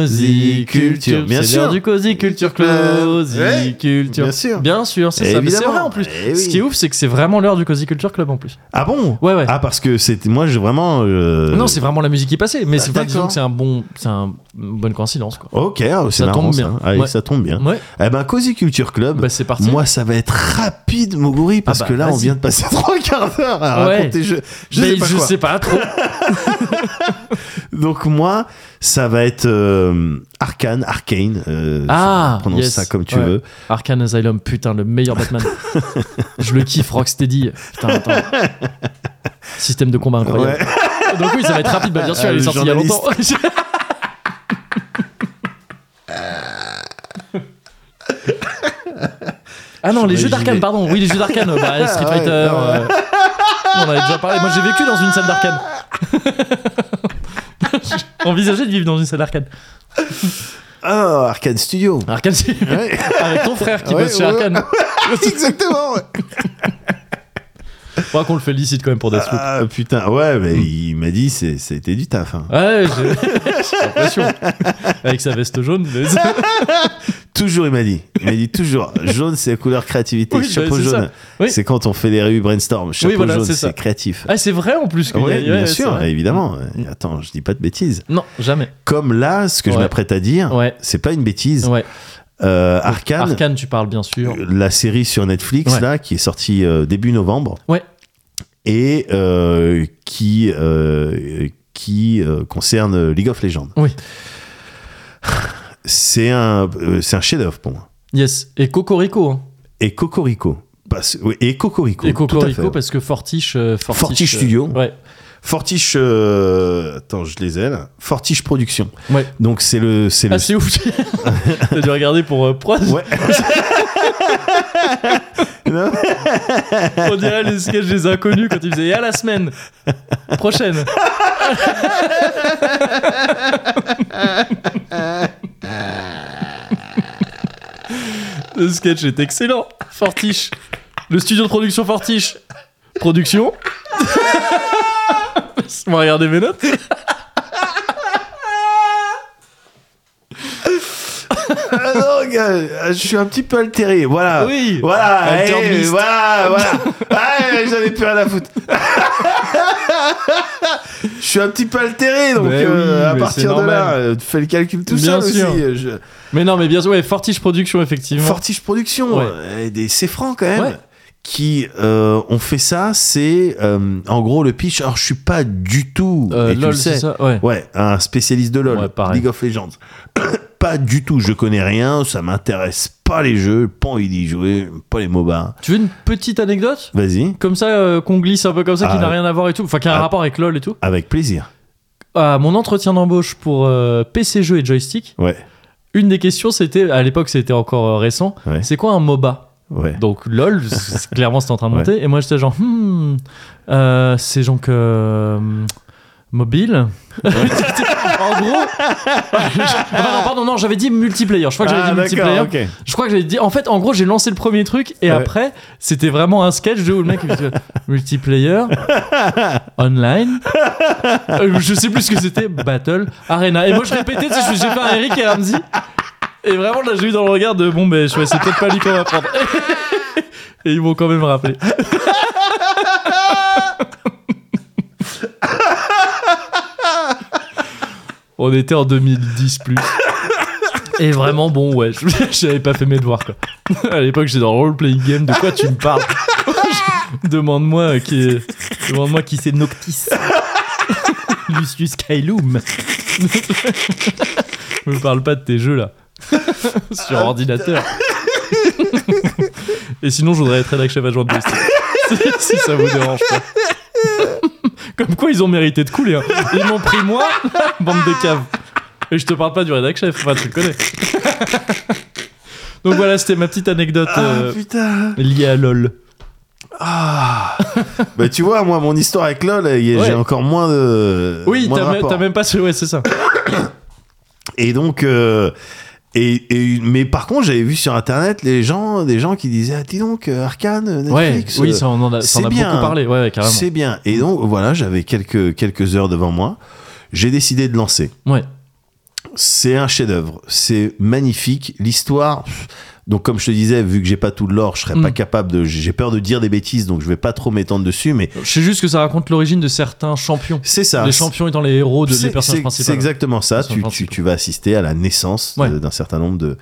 A: Cozy Culture.
B: Bien
A: C'est
B: sûr.
A: l'heure du Cozy Culture
B: Ouais.
A: Club. Cozy Culture.
B: Bien sûr.
A: Bien sûr, c'est ça. Mais C'est
B: Évidemment.
A: vrai en plus.
B: Eh oui.
A: Ce qui est ouf, c'est que c'est vraiment l'heure du Cozy Culture Club en plus.
B: Ah bon
A: Ouais, ouais.
B: Ah, parce que c'était moi, j'ai vraiment. euh, Ah,
A: Non, c'est vraiment la musique qui passait. Mais c'est pas disons
B: d'accord.
A: que c'est un bon, c'est un une bonne coïncidence quoi.
B: Ok, ah, c'est
A: Ça
B: marrant,
A: tombe
B: ça.
A: bien.
B: Allez,
A: Ouais.
B: ça tombe bien.
A: Ouais.
B: Eh ben, Cozy Culture Club.
A: Bah c'est parti.
B: Moi, ça va être rapide, Moguri, parce
A: Ah bah,
B: que là, on
A: vas-y.
B: vient de passer trois quarts d'heure à
A: Ouais.
B: raconter. Je, je
A: Mais
B: sais pas quoi.
A: trop.
B: Donc moi, ça va être euh, Arcane, Arcane. euh,
A: Ah,
B: prononce
A: yes.
B: ça comme tu
A: Ouais.
B: veux.
A: Arcane Asylum, putain, le meilleur Batman. je le kiffe, Rocksteady. Putain, attends. Système de combat incroyable.
B: Ouais.
A: Donc oui, ça va être rapide, bah, bien sûr,
B: Ah,
A: elle est
B: le
A: sortie il y a longtemps.
B: Euh.
A: ah non, les jeux
B: J'imagine.
A: d'Arcane, pardon. Oui, les jeux d'Arcane. euh, bah, Street
B: Ah ouais,
A: Fighter.
B: ah
A: euh, On en avait déjà parlé. Moi, j'ai vécu dans une salle d'arcane. Envisagé de vivre dans une salle d'arcane.
B: Ah, Arcane Studio.
A: Arcane, c'est-
B: Ouais.
A: avec ton frère qui
B: Ouais,
A: bosse chez
B: ouais.
A: Arcane.
B: Exactement. ouais.
A: Faudra qu'on le félicite quand même pour Deathloop.
B: Ah putain, ouais, mais il m'a dit c'est c'était du taf. hein.
A: Ouais, j'ai j'ai l'impression. Avec sa veste jaune. mais-
B: Toujours, il m'a dit. Il m'a dit toujours. Jaune, c'est la couleur créativité.
A: Oui,
B: Chapeau
A: bah, c'est
B: jaune.
A: ça. Oui.
B: C'est quand on fait les rues brainstorm. Chapeau
A: Oui, voilà,
B: jaune,
A: c'est ça.
B: c'est créatif.
A: Ah, c'est vrai en plus. qu'il y a-
B: Ouais,
A: ouais,
B: bien
A: ouais, c'est
B: sûr,
A: vrai.
B: évidemment. Attends, je dis pas de bêtises.
A: Non, jamais.
B: Comme là, ce que je
A: Ouais.
B: m'apprête à dire,
A: Ouais.
B: Ah. c'est pas une bêtise.
A: Ouais.
B: Euh,
A: Arcane.
B: Arcane,
A: tu parles bien sûr.
B: Euh, la série sur Netflix
A: Ouais.
B: là qui est sortie euh, début novembre
A: Ouais.
B: et euh, qui euh, qui euh, concerne League of Legends.
A: Oui.
B: C'est un euh, c'est un chef-d'œuvre pour moi.
A: Yes. Et Cocorico. hein.
B: Et Cocorico. Parce- oui, et Cocorico.
A: Et
B: tout à fait.
A: Cocorico parce que Fortiche. euh,
B: Fortiche
A: euh,
B: Studio.
A: Ouais.
B: Fortiche. euh, Attends, je les ai là. Fortiche Productions.
A: Ouais.
B: Donc c'est le. C'est le...
A: Ah, c'est ouf. T'as dû regarder pour euh, Prod.
B: Ouais. Non.
A: On dirait les sketchs des inconnus quand ils faisaient à la semaine prochaine. Le sketch est excellent. Fortiche. Le studio de production Fortiche. Production. Laisse-moi regarder mes notes.
B: Ah non, gars, je suis un petit peu altéré. Voilà.
A: Oui.
B: Voilà. eh,
A: Altermiste.
B: voilà. Voilà. Ouais, j'en ai plus rien à foutre. je suis un petit peu altéré, donc
A: Mais
B: euh,
A: oui, mais
B: à
A: c'est
B: partir de là,
A: normal.
B: euh, tu fais le calcul tout
A: Bien
B: seul
A: sûr.
B: aussi. euh, Je-
A: Mais non, mais bien sûr, ouais, Fortiche Production, effectivement.
B: Fortiche Productions,
A: Ouais.
B: euh, des c'est franc quand même.
A: Ouais.
B: Qui euh, ont fait ça, c'est euh, en gros le pitch. Alors je suis pas du tout,
A: Euh,
B: et tu
A: LOL,
B: le sais,
A: c'est ça Ouais.
B: Ouais, un spécialiste de LoL,
A: Ouais, pareil.
B: League of Legends. pas du tout, je connais rien, ça m'intéresse pas les jeux, pas envie d'y jouer, pas les MOBA.
A: Tu veux une petite anecdote
B: Vas-y,
A: Comme ça, euh, qu'on glisse un peu comme ça, qui
B: Ah.
A: n'a rien à voir et tout. Enfin, qui a un
B: Ah.
A: rapport avec LOL et tout.
B: avec plaisir.
A: à mon entretien d'embauche pour euh, PC jeux et joystick,
B: Ouais,
A: une des questions c'était, à l'époque c'était encore euh, récent,
B: Ouais.
A: c'est quoi un MOBA
B: ouais.
A: Donc LOL, c'est- clairement c'était en train de monter, et moi j'étais genre, hmm, euh, c'est donc euh, mobile En gros, Ah non, pardon, non, j'avais dit multiplayer, je crois que j'avais
B: Ah,
A: dit multiplayer. Je crois que j'avais dit. En fait, en gros, j'ai lancé le premier truc et
B: Ouais.
A: après, c'était vraiment un sketch de où le mec il disait, multiplayer, online. Euh, je sais plus ce que c'était, battle, arena. Et moi, je répétais, tu sais, je- j'ai fait un Eric et Ramsey. Et vraiment, là, j'ai eu dans le regard de bon, ben, je- ouais, c'est peut-être pas lui qu'on va prendre. Et ils m'ont quand même rappelé. On était en 2010 plus. Et vraiment, bon, ouais, je- j'avais pas fait mes devoirs, quoi. À l'époque, j'étais dans le role-playing game, de quoi tu me parles Demande-moi euh, qui est... Demande-moi qui c'est Noctis. Lucius Caelum. me parle pas de tes jeux, là. Sur ordinateur. Et sinon, je voudrais être rédacteur chef adjoint de Bastille. si, si ça vous dérange pas. Comme quoi, ils ont mérité de couler. hein. Ils m'ont pris moi, bande de caves. Et je te parle pas du rédac chef, enfin tu le connais. Donc voilà, c'était ma petite anecdote
B: Ah
A: euh,
B: putain!
A: liée à LOL.
B: Ah. bah tu vois, moi, mon histoire avec LoL, il y a-
A: Ouais.
B: j'ai encore moins de.
A: Oui,
B: Euh, moins de
A: t'as même-
B: rapport.
A: t'as même pas ce. Ouais, c'est ça.
B: Et donc. euh, et, et- mais par contre, j'avais vu sur internet les gens, des gens qui disaient Ah, dis donc, euh, Arcane,
A: Ouais,
B: Netflix.
A: oui,
B: euh,
A: ça on en a, ça en
B: c'est
A: a
B: bien.
A: beaucoup parlé, ouais, ouais, carrément.
B: C'est bien. Et donc, voilà, j'avais quelques, quelques heures devant moi. J'ai décidé de lancer.
A: Ouais.
B: C'est un chef-d'œuvre. C'est magnifique. L'histoire. pff, Donc, comme je te disais, vu que j'ai pas tout de l'or, je serais
A: Mm.
B: pas capable de. J'ai peur de dire des bêtises, donc je vais pas trop m'étendre dessus. Mais
A: Je sais juste que ça raconte l'origine de certains champions.
B: c'est ça.
A: les champions étant les héros de,
B: C'est-
A: des personnages
B: c'est-
A: principaux.
B: C'est exactement ça.
A: Personnages
B: Tu, tu,
A: principaux.
B: tu vas assister à la naissance
A: Ouais.
B: de- d'un certain nombre de,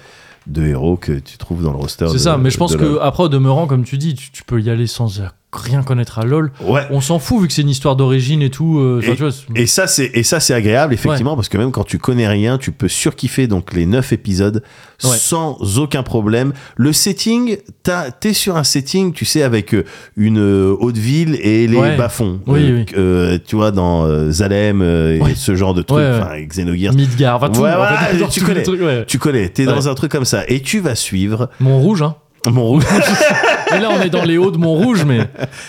B: de héros que tu trouves dans le roster.
A: C'est
B: de-
A: ça, mais je
B: de
A: pense
B: la-
A: que après au demeurant, comme tu dis, tu, tu peux y aller sans rien connaître à LOL.
B: Ouais.
A: On s'en fout vu que c'est une histoire d'origine et tout. euh, enfin, tu vois, c'est-
B: Et ça, c'est et ça, c'est agréable effectivement parce que même quand tu connais rien, tu peux surkiffer donc les 9 épisodes
A: Ouais.
B: sans aucun problème. Le setting, t'as- t'es sur un setting, tu sais, avec euh, une euh, haute ville et les
A: Ouais.
B: bas-fonds.
A: Oui,
B: Euh,
A: oui.
B: euh, tu vois dans euh, Zalem euh, et
A: Ouais.
B: ce genre de trucs,
A: Ouais, ouais.
B: enfin Xenogears.
A: Midgar, enfin tout.
B: Ouais,
A: en
B: voilà,
A: fait,
B: genre, tu
A: tous les
B: connais.
A: trucs, ouais.
B: Tu connais, t'es
A: Ouais.
B: dans un truc comme ça et tu vas suivre
A: Mon rouge, hein.
B: mon rouge.
A: Et là, on est dans les hauts de Montrouge, mais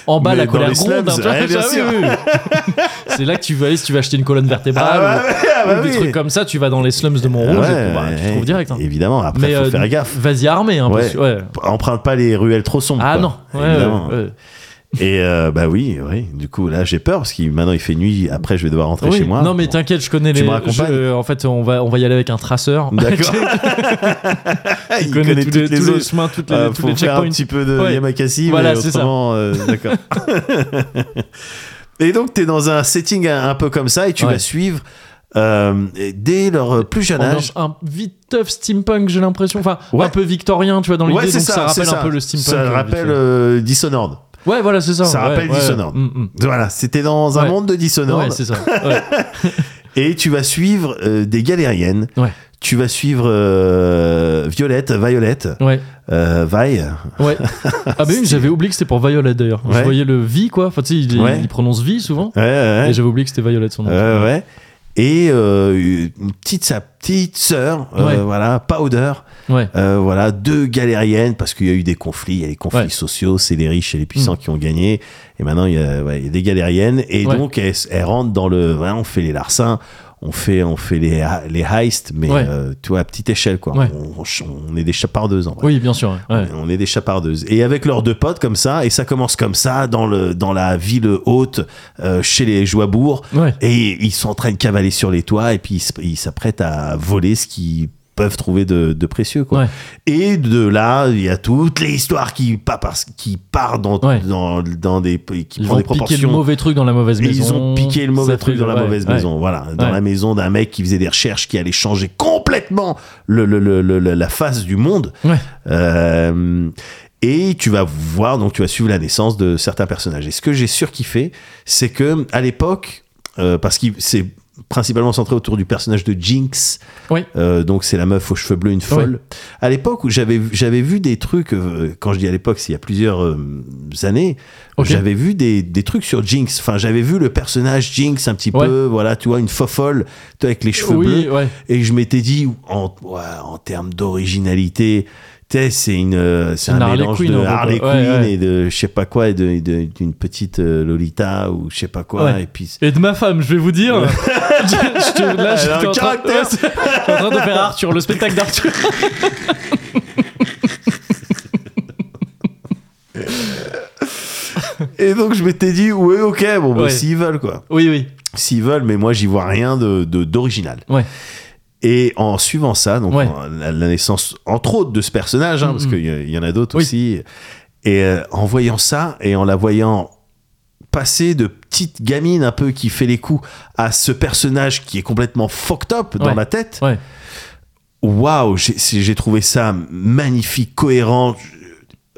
A: en bas,
B: Mais
A: la
B: dans
A: colère
B: les slums,
A: gronde. hein, tu vois,
B: ouais, bien
A: ah oui,
B: sûr.
A: oui, oui. C'est là que tu vas aller si tu vas acheter une colonne vertébrale
B: Ah, ouais,
A: ou,
B: ah, bah
A: ou des
B: oui.
A: trucs comme ça. Tu vas dans les slums de Montrouge et
B: Ouais,
A: puis, bah, tu
B: ouais,
A: trouves direct. hein.
B: Évidemment, après
A: mais
B: faut
A: euh,
B: faire gaffe.
A: vas-y armé, hein, parce
B: Ouais.
A: que- ouais.
B: Emprunte pas les ruelles trop sombres.
A: Ah
B: quoi.
A: non, ouais,
B: Évidemment.
A: ouais, ouais.
B: Et euh, bah oui, oui. Du coup, là, j'ai peur parce que maintenant il fait nuit. Après, je vais devoir rentrer
A: Oui,
B: chez moi.
A: Non mais t'inquiète, je connais
B: Tu
A: les.
B: me raccompagnes
A: je- euh, en fait, on va on va y aller avec un traceur.
B: D'accord. il,
A: Tu
B: connaît,
A: tous
B: toutes
A: les,
B: les
A: tous les
B: autres.
A: chemins, toutes les,
B: Euh,
A: tous
B: faut
A: les
B: faire
A: checkpoints.
B: un petit peu de
A: Ouais.
B: Yamakasi.
A: Voilà,
B: mais
A: c'est ça.
B: autrement, euh, D'accord. et donc, t'es dans un setting un, un peu comme ça et tu
A: Ouais.
B: vas suivre euh, et dès leur plus jeune âge.
A: Ambiance un vite tough steampunk, j'ai l'impression. Enfin,
B: Ouais.
A: un peu victorien, tu vois, dans l'idée.
B: Ouais, c'est
A: donc
B: ça,
A: ça, rappelle
B: c'est
A: un peu le steampunk.
B: Ça
A: euh,
B: rappelle
A: vite
B: euh, Dishonored.
A: fait. Ouais, voilà, c'est ça.
B: ça
A: ouais,
B: rappelle
A: ouais.
B: Dishonored.
A: Mm, mm.
B: Voilà, c'était dans un
A: Ouais.
B: monde de Dishonored.
A: Ouais, c'est ça. Ouais.
B: Et tu vas suivre euh, des galériennes.
A: Ouais.
B: Tu vas suivre euh, Violette, Violette,
A: Ouais,
B: euh, Vi.
A: ouais. Ah, bah oui, j'avais oublié que c'était pour Violet d'ailleurs. Je
B: Ouais.
A: voyais le vie, quoi. Enfin, tu sais, il,
B: Ouais.
A: il prononce vie souvent.
B: Ouais, ouais, ouais.
A: Et j'avais oublié que c'était Violet son nom.
B: Ouais, ouais. Et euh, une petite, sa petite sœur, euh,
A: Ouais.
B: voilà, Powder,
A: Ouais.
B: euh, voilà, deux galériennes, parce qu'il y a eu des conflits, il y a les conflits
A: Ouais.
B: sociaux, c'est les riches et les puissants
A: Mm.
B: qui ont gagné, et maintenant il y a, ouais, il y a des galériennes, et
A: Ouais.
B: donc elles, elles rentrent dans le, ouais, on fait les larcins, on fait, on fait les, ha- les heists, mais
A: Ouais.
B: euh, tu vois, à petite échelle, quoi.
A: Ouais.
B: On, on- on est des chapardeuses, en vrai.
A: Oui, bien sûr. ouais.
B: On est des chapardeuses. Et avec leurs deux potes comme ça, et ça commence comme ça, dans, le, dans la ville haute, euh, chez les Joibourg,
A: Ouais.
B: et ils sont en train de cavaler sur les toits et puis ils s- ils s'apprêtent à voler ce qu'ils peuvent trouver de, de précieux. Quoi.
A: Ouais.
B: Et de là, il y a toutes les histoires qui, pas parce, qui partent dans,
A: Ouais.
B: dans, dans des... qui
A: Ils
B: prend
A: ont piqué le
B: des proportions.
A: mauvais truc dans la mauvaise
B: Et
A: maison.
B: ils ont piqué le mauvais
A: Ça
B: truc
A: fait
B: dans la
A: ouais,
B: mauvaise
A: ouais.
B: maison. Voilà, dans
A: Ouais.
B: la maison d'un mec qui faisait des recherches, qui allait changer complètement le, le- le- le- le- la face du monde.
A: Ouais.
B: Euh, et tu vas voir, donc tu vas suivre la naissance de certains personnages. Et ce que j'ai surkiffé, c'est que à l'époque, euh, parce que c'est principalement centré autour du personnage de Jinx,
A: Oui.
B: euh, donc c'est la meuf aux cheveux bleus, une folle. À l'époque où j'avais j'avais vu des trucs, euh, quand je dis à l'époque, c'est il y a plusieurs euh, années,
A: Ok.
B: j'avais vu des, des trucs sur Jinx. Enfin, j'avais vu le personnage Jinx un petit
A: Ouais.
B: peu, voilà, tu vois, une fofolle, tu vois, avec les cheveux bleus.
A: Oui, ouais.
B: Et je m'étais dit, en, ouais, en termes d'originalité, tu sais, c'est une, euh, c'est
A: Une
B: un
A: Harley
B: mélange
A: Quinn, en
B: de
A: gros,
B: Harley
A: quoi. Ouais,
B: Quinn
A: ouais.
B: et de je sais pas quoi, et de- et de- d'une petite euh, Lolita ou je sais pas quoi.
A: Ouais.
B: Et puis,
A: Et de ma femme, je vais vous dire. Je- je te- là,
B: Elle a
A: Ah, j'étais
B: un
A: en train-
B: caractère.
A: ouais, c'est- j'étais en train de faire Arthur, le spectacle d'Arthur.
B: et donc je m'étais dit, ouais, ok, bon, bah,
A: Ouais.
B: s'ils veulent, quoi.
A: Oui, oui.
B: S'ils veulent, mais moi, j'y vois rien de- de- d'original.
A: Ouais.
B: Et en suivant ça, donc
A: Ouais.
B: en- la, la naissance, entre autres, de ce personnage, hein,
A: Mm,
B: parce
A: mm.
B: qu'il y, a- il y en a d'autres
A: Oui.
B: aussi, et euh, en voyant ça et en la voyant passer de petite gamine un peu qui fait les coups à ce personnage qui est complètement fucked up dans
A: Ouais.
B: la tête,
A: Ouais.
B: waouh, j'ai- c'est- j'ai trouvé ça magnifique, cohérent.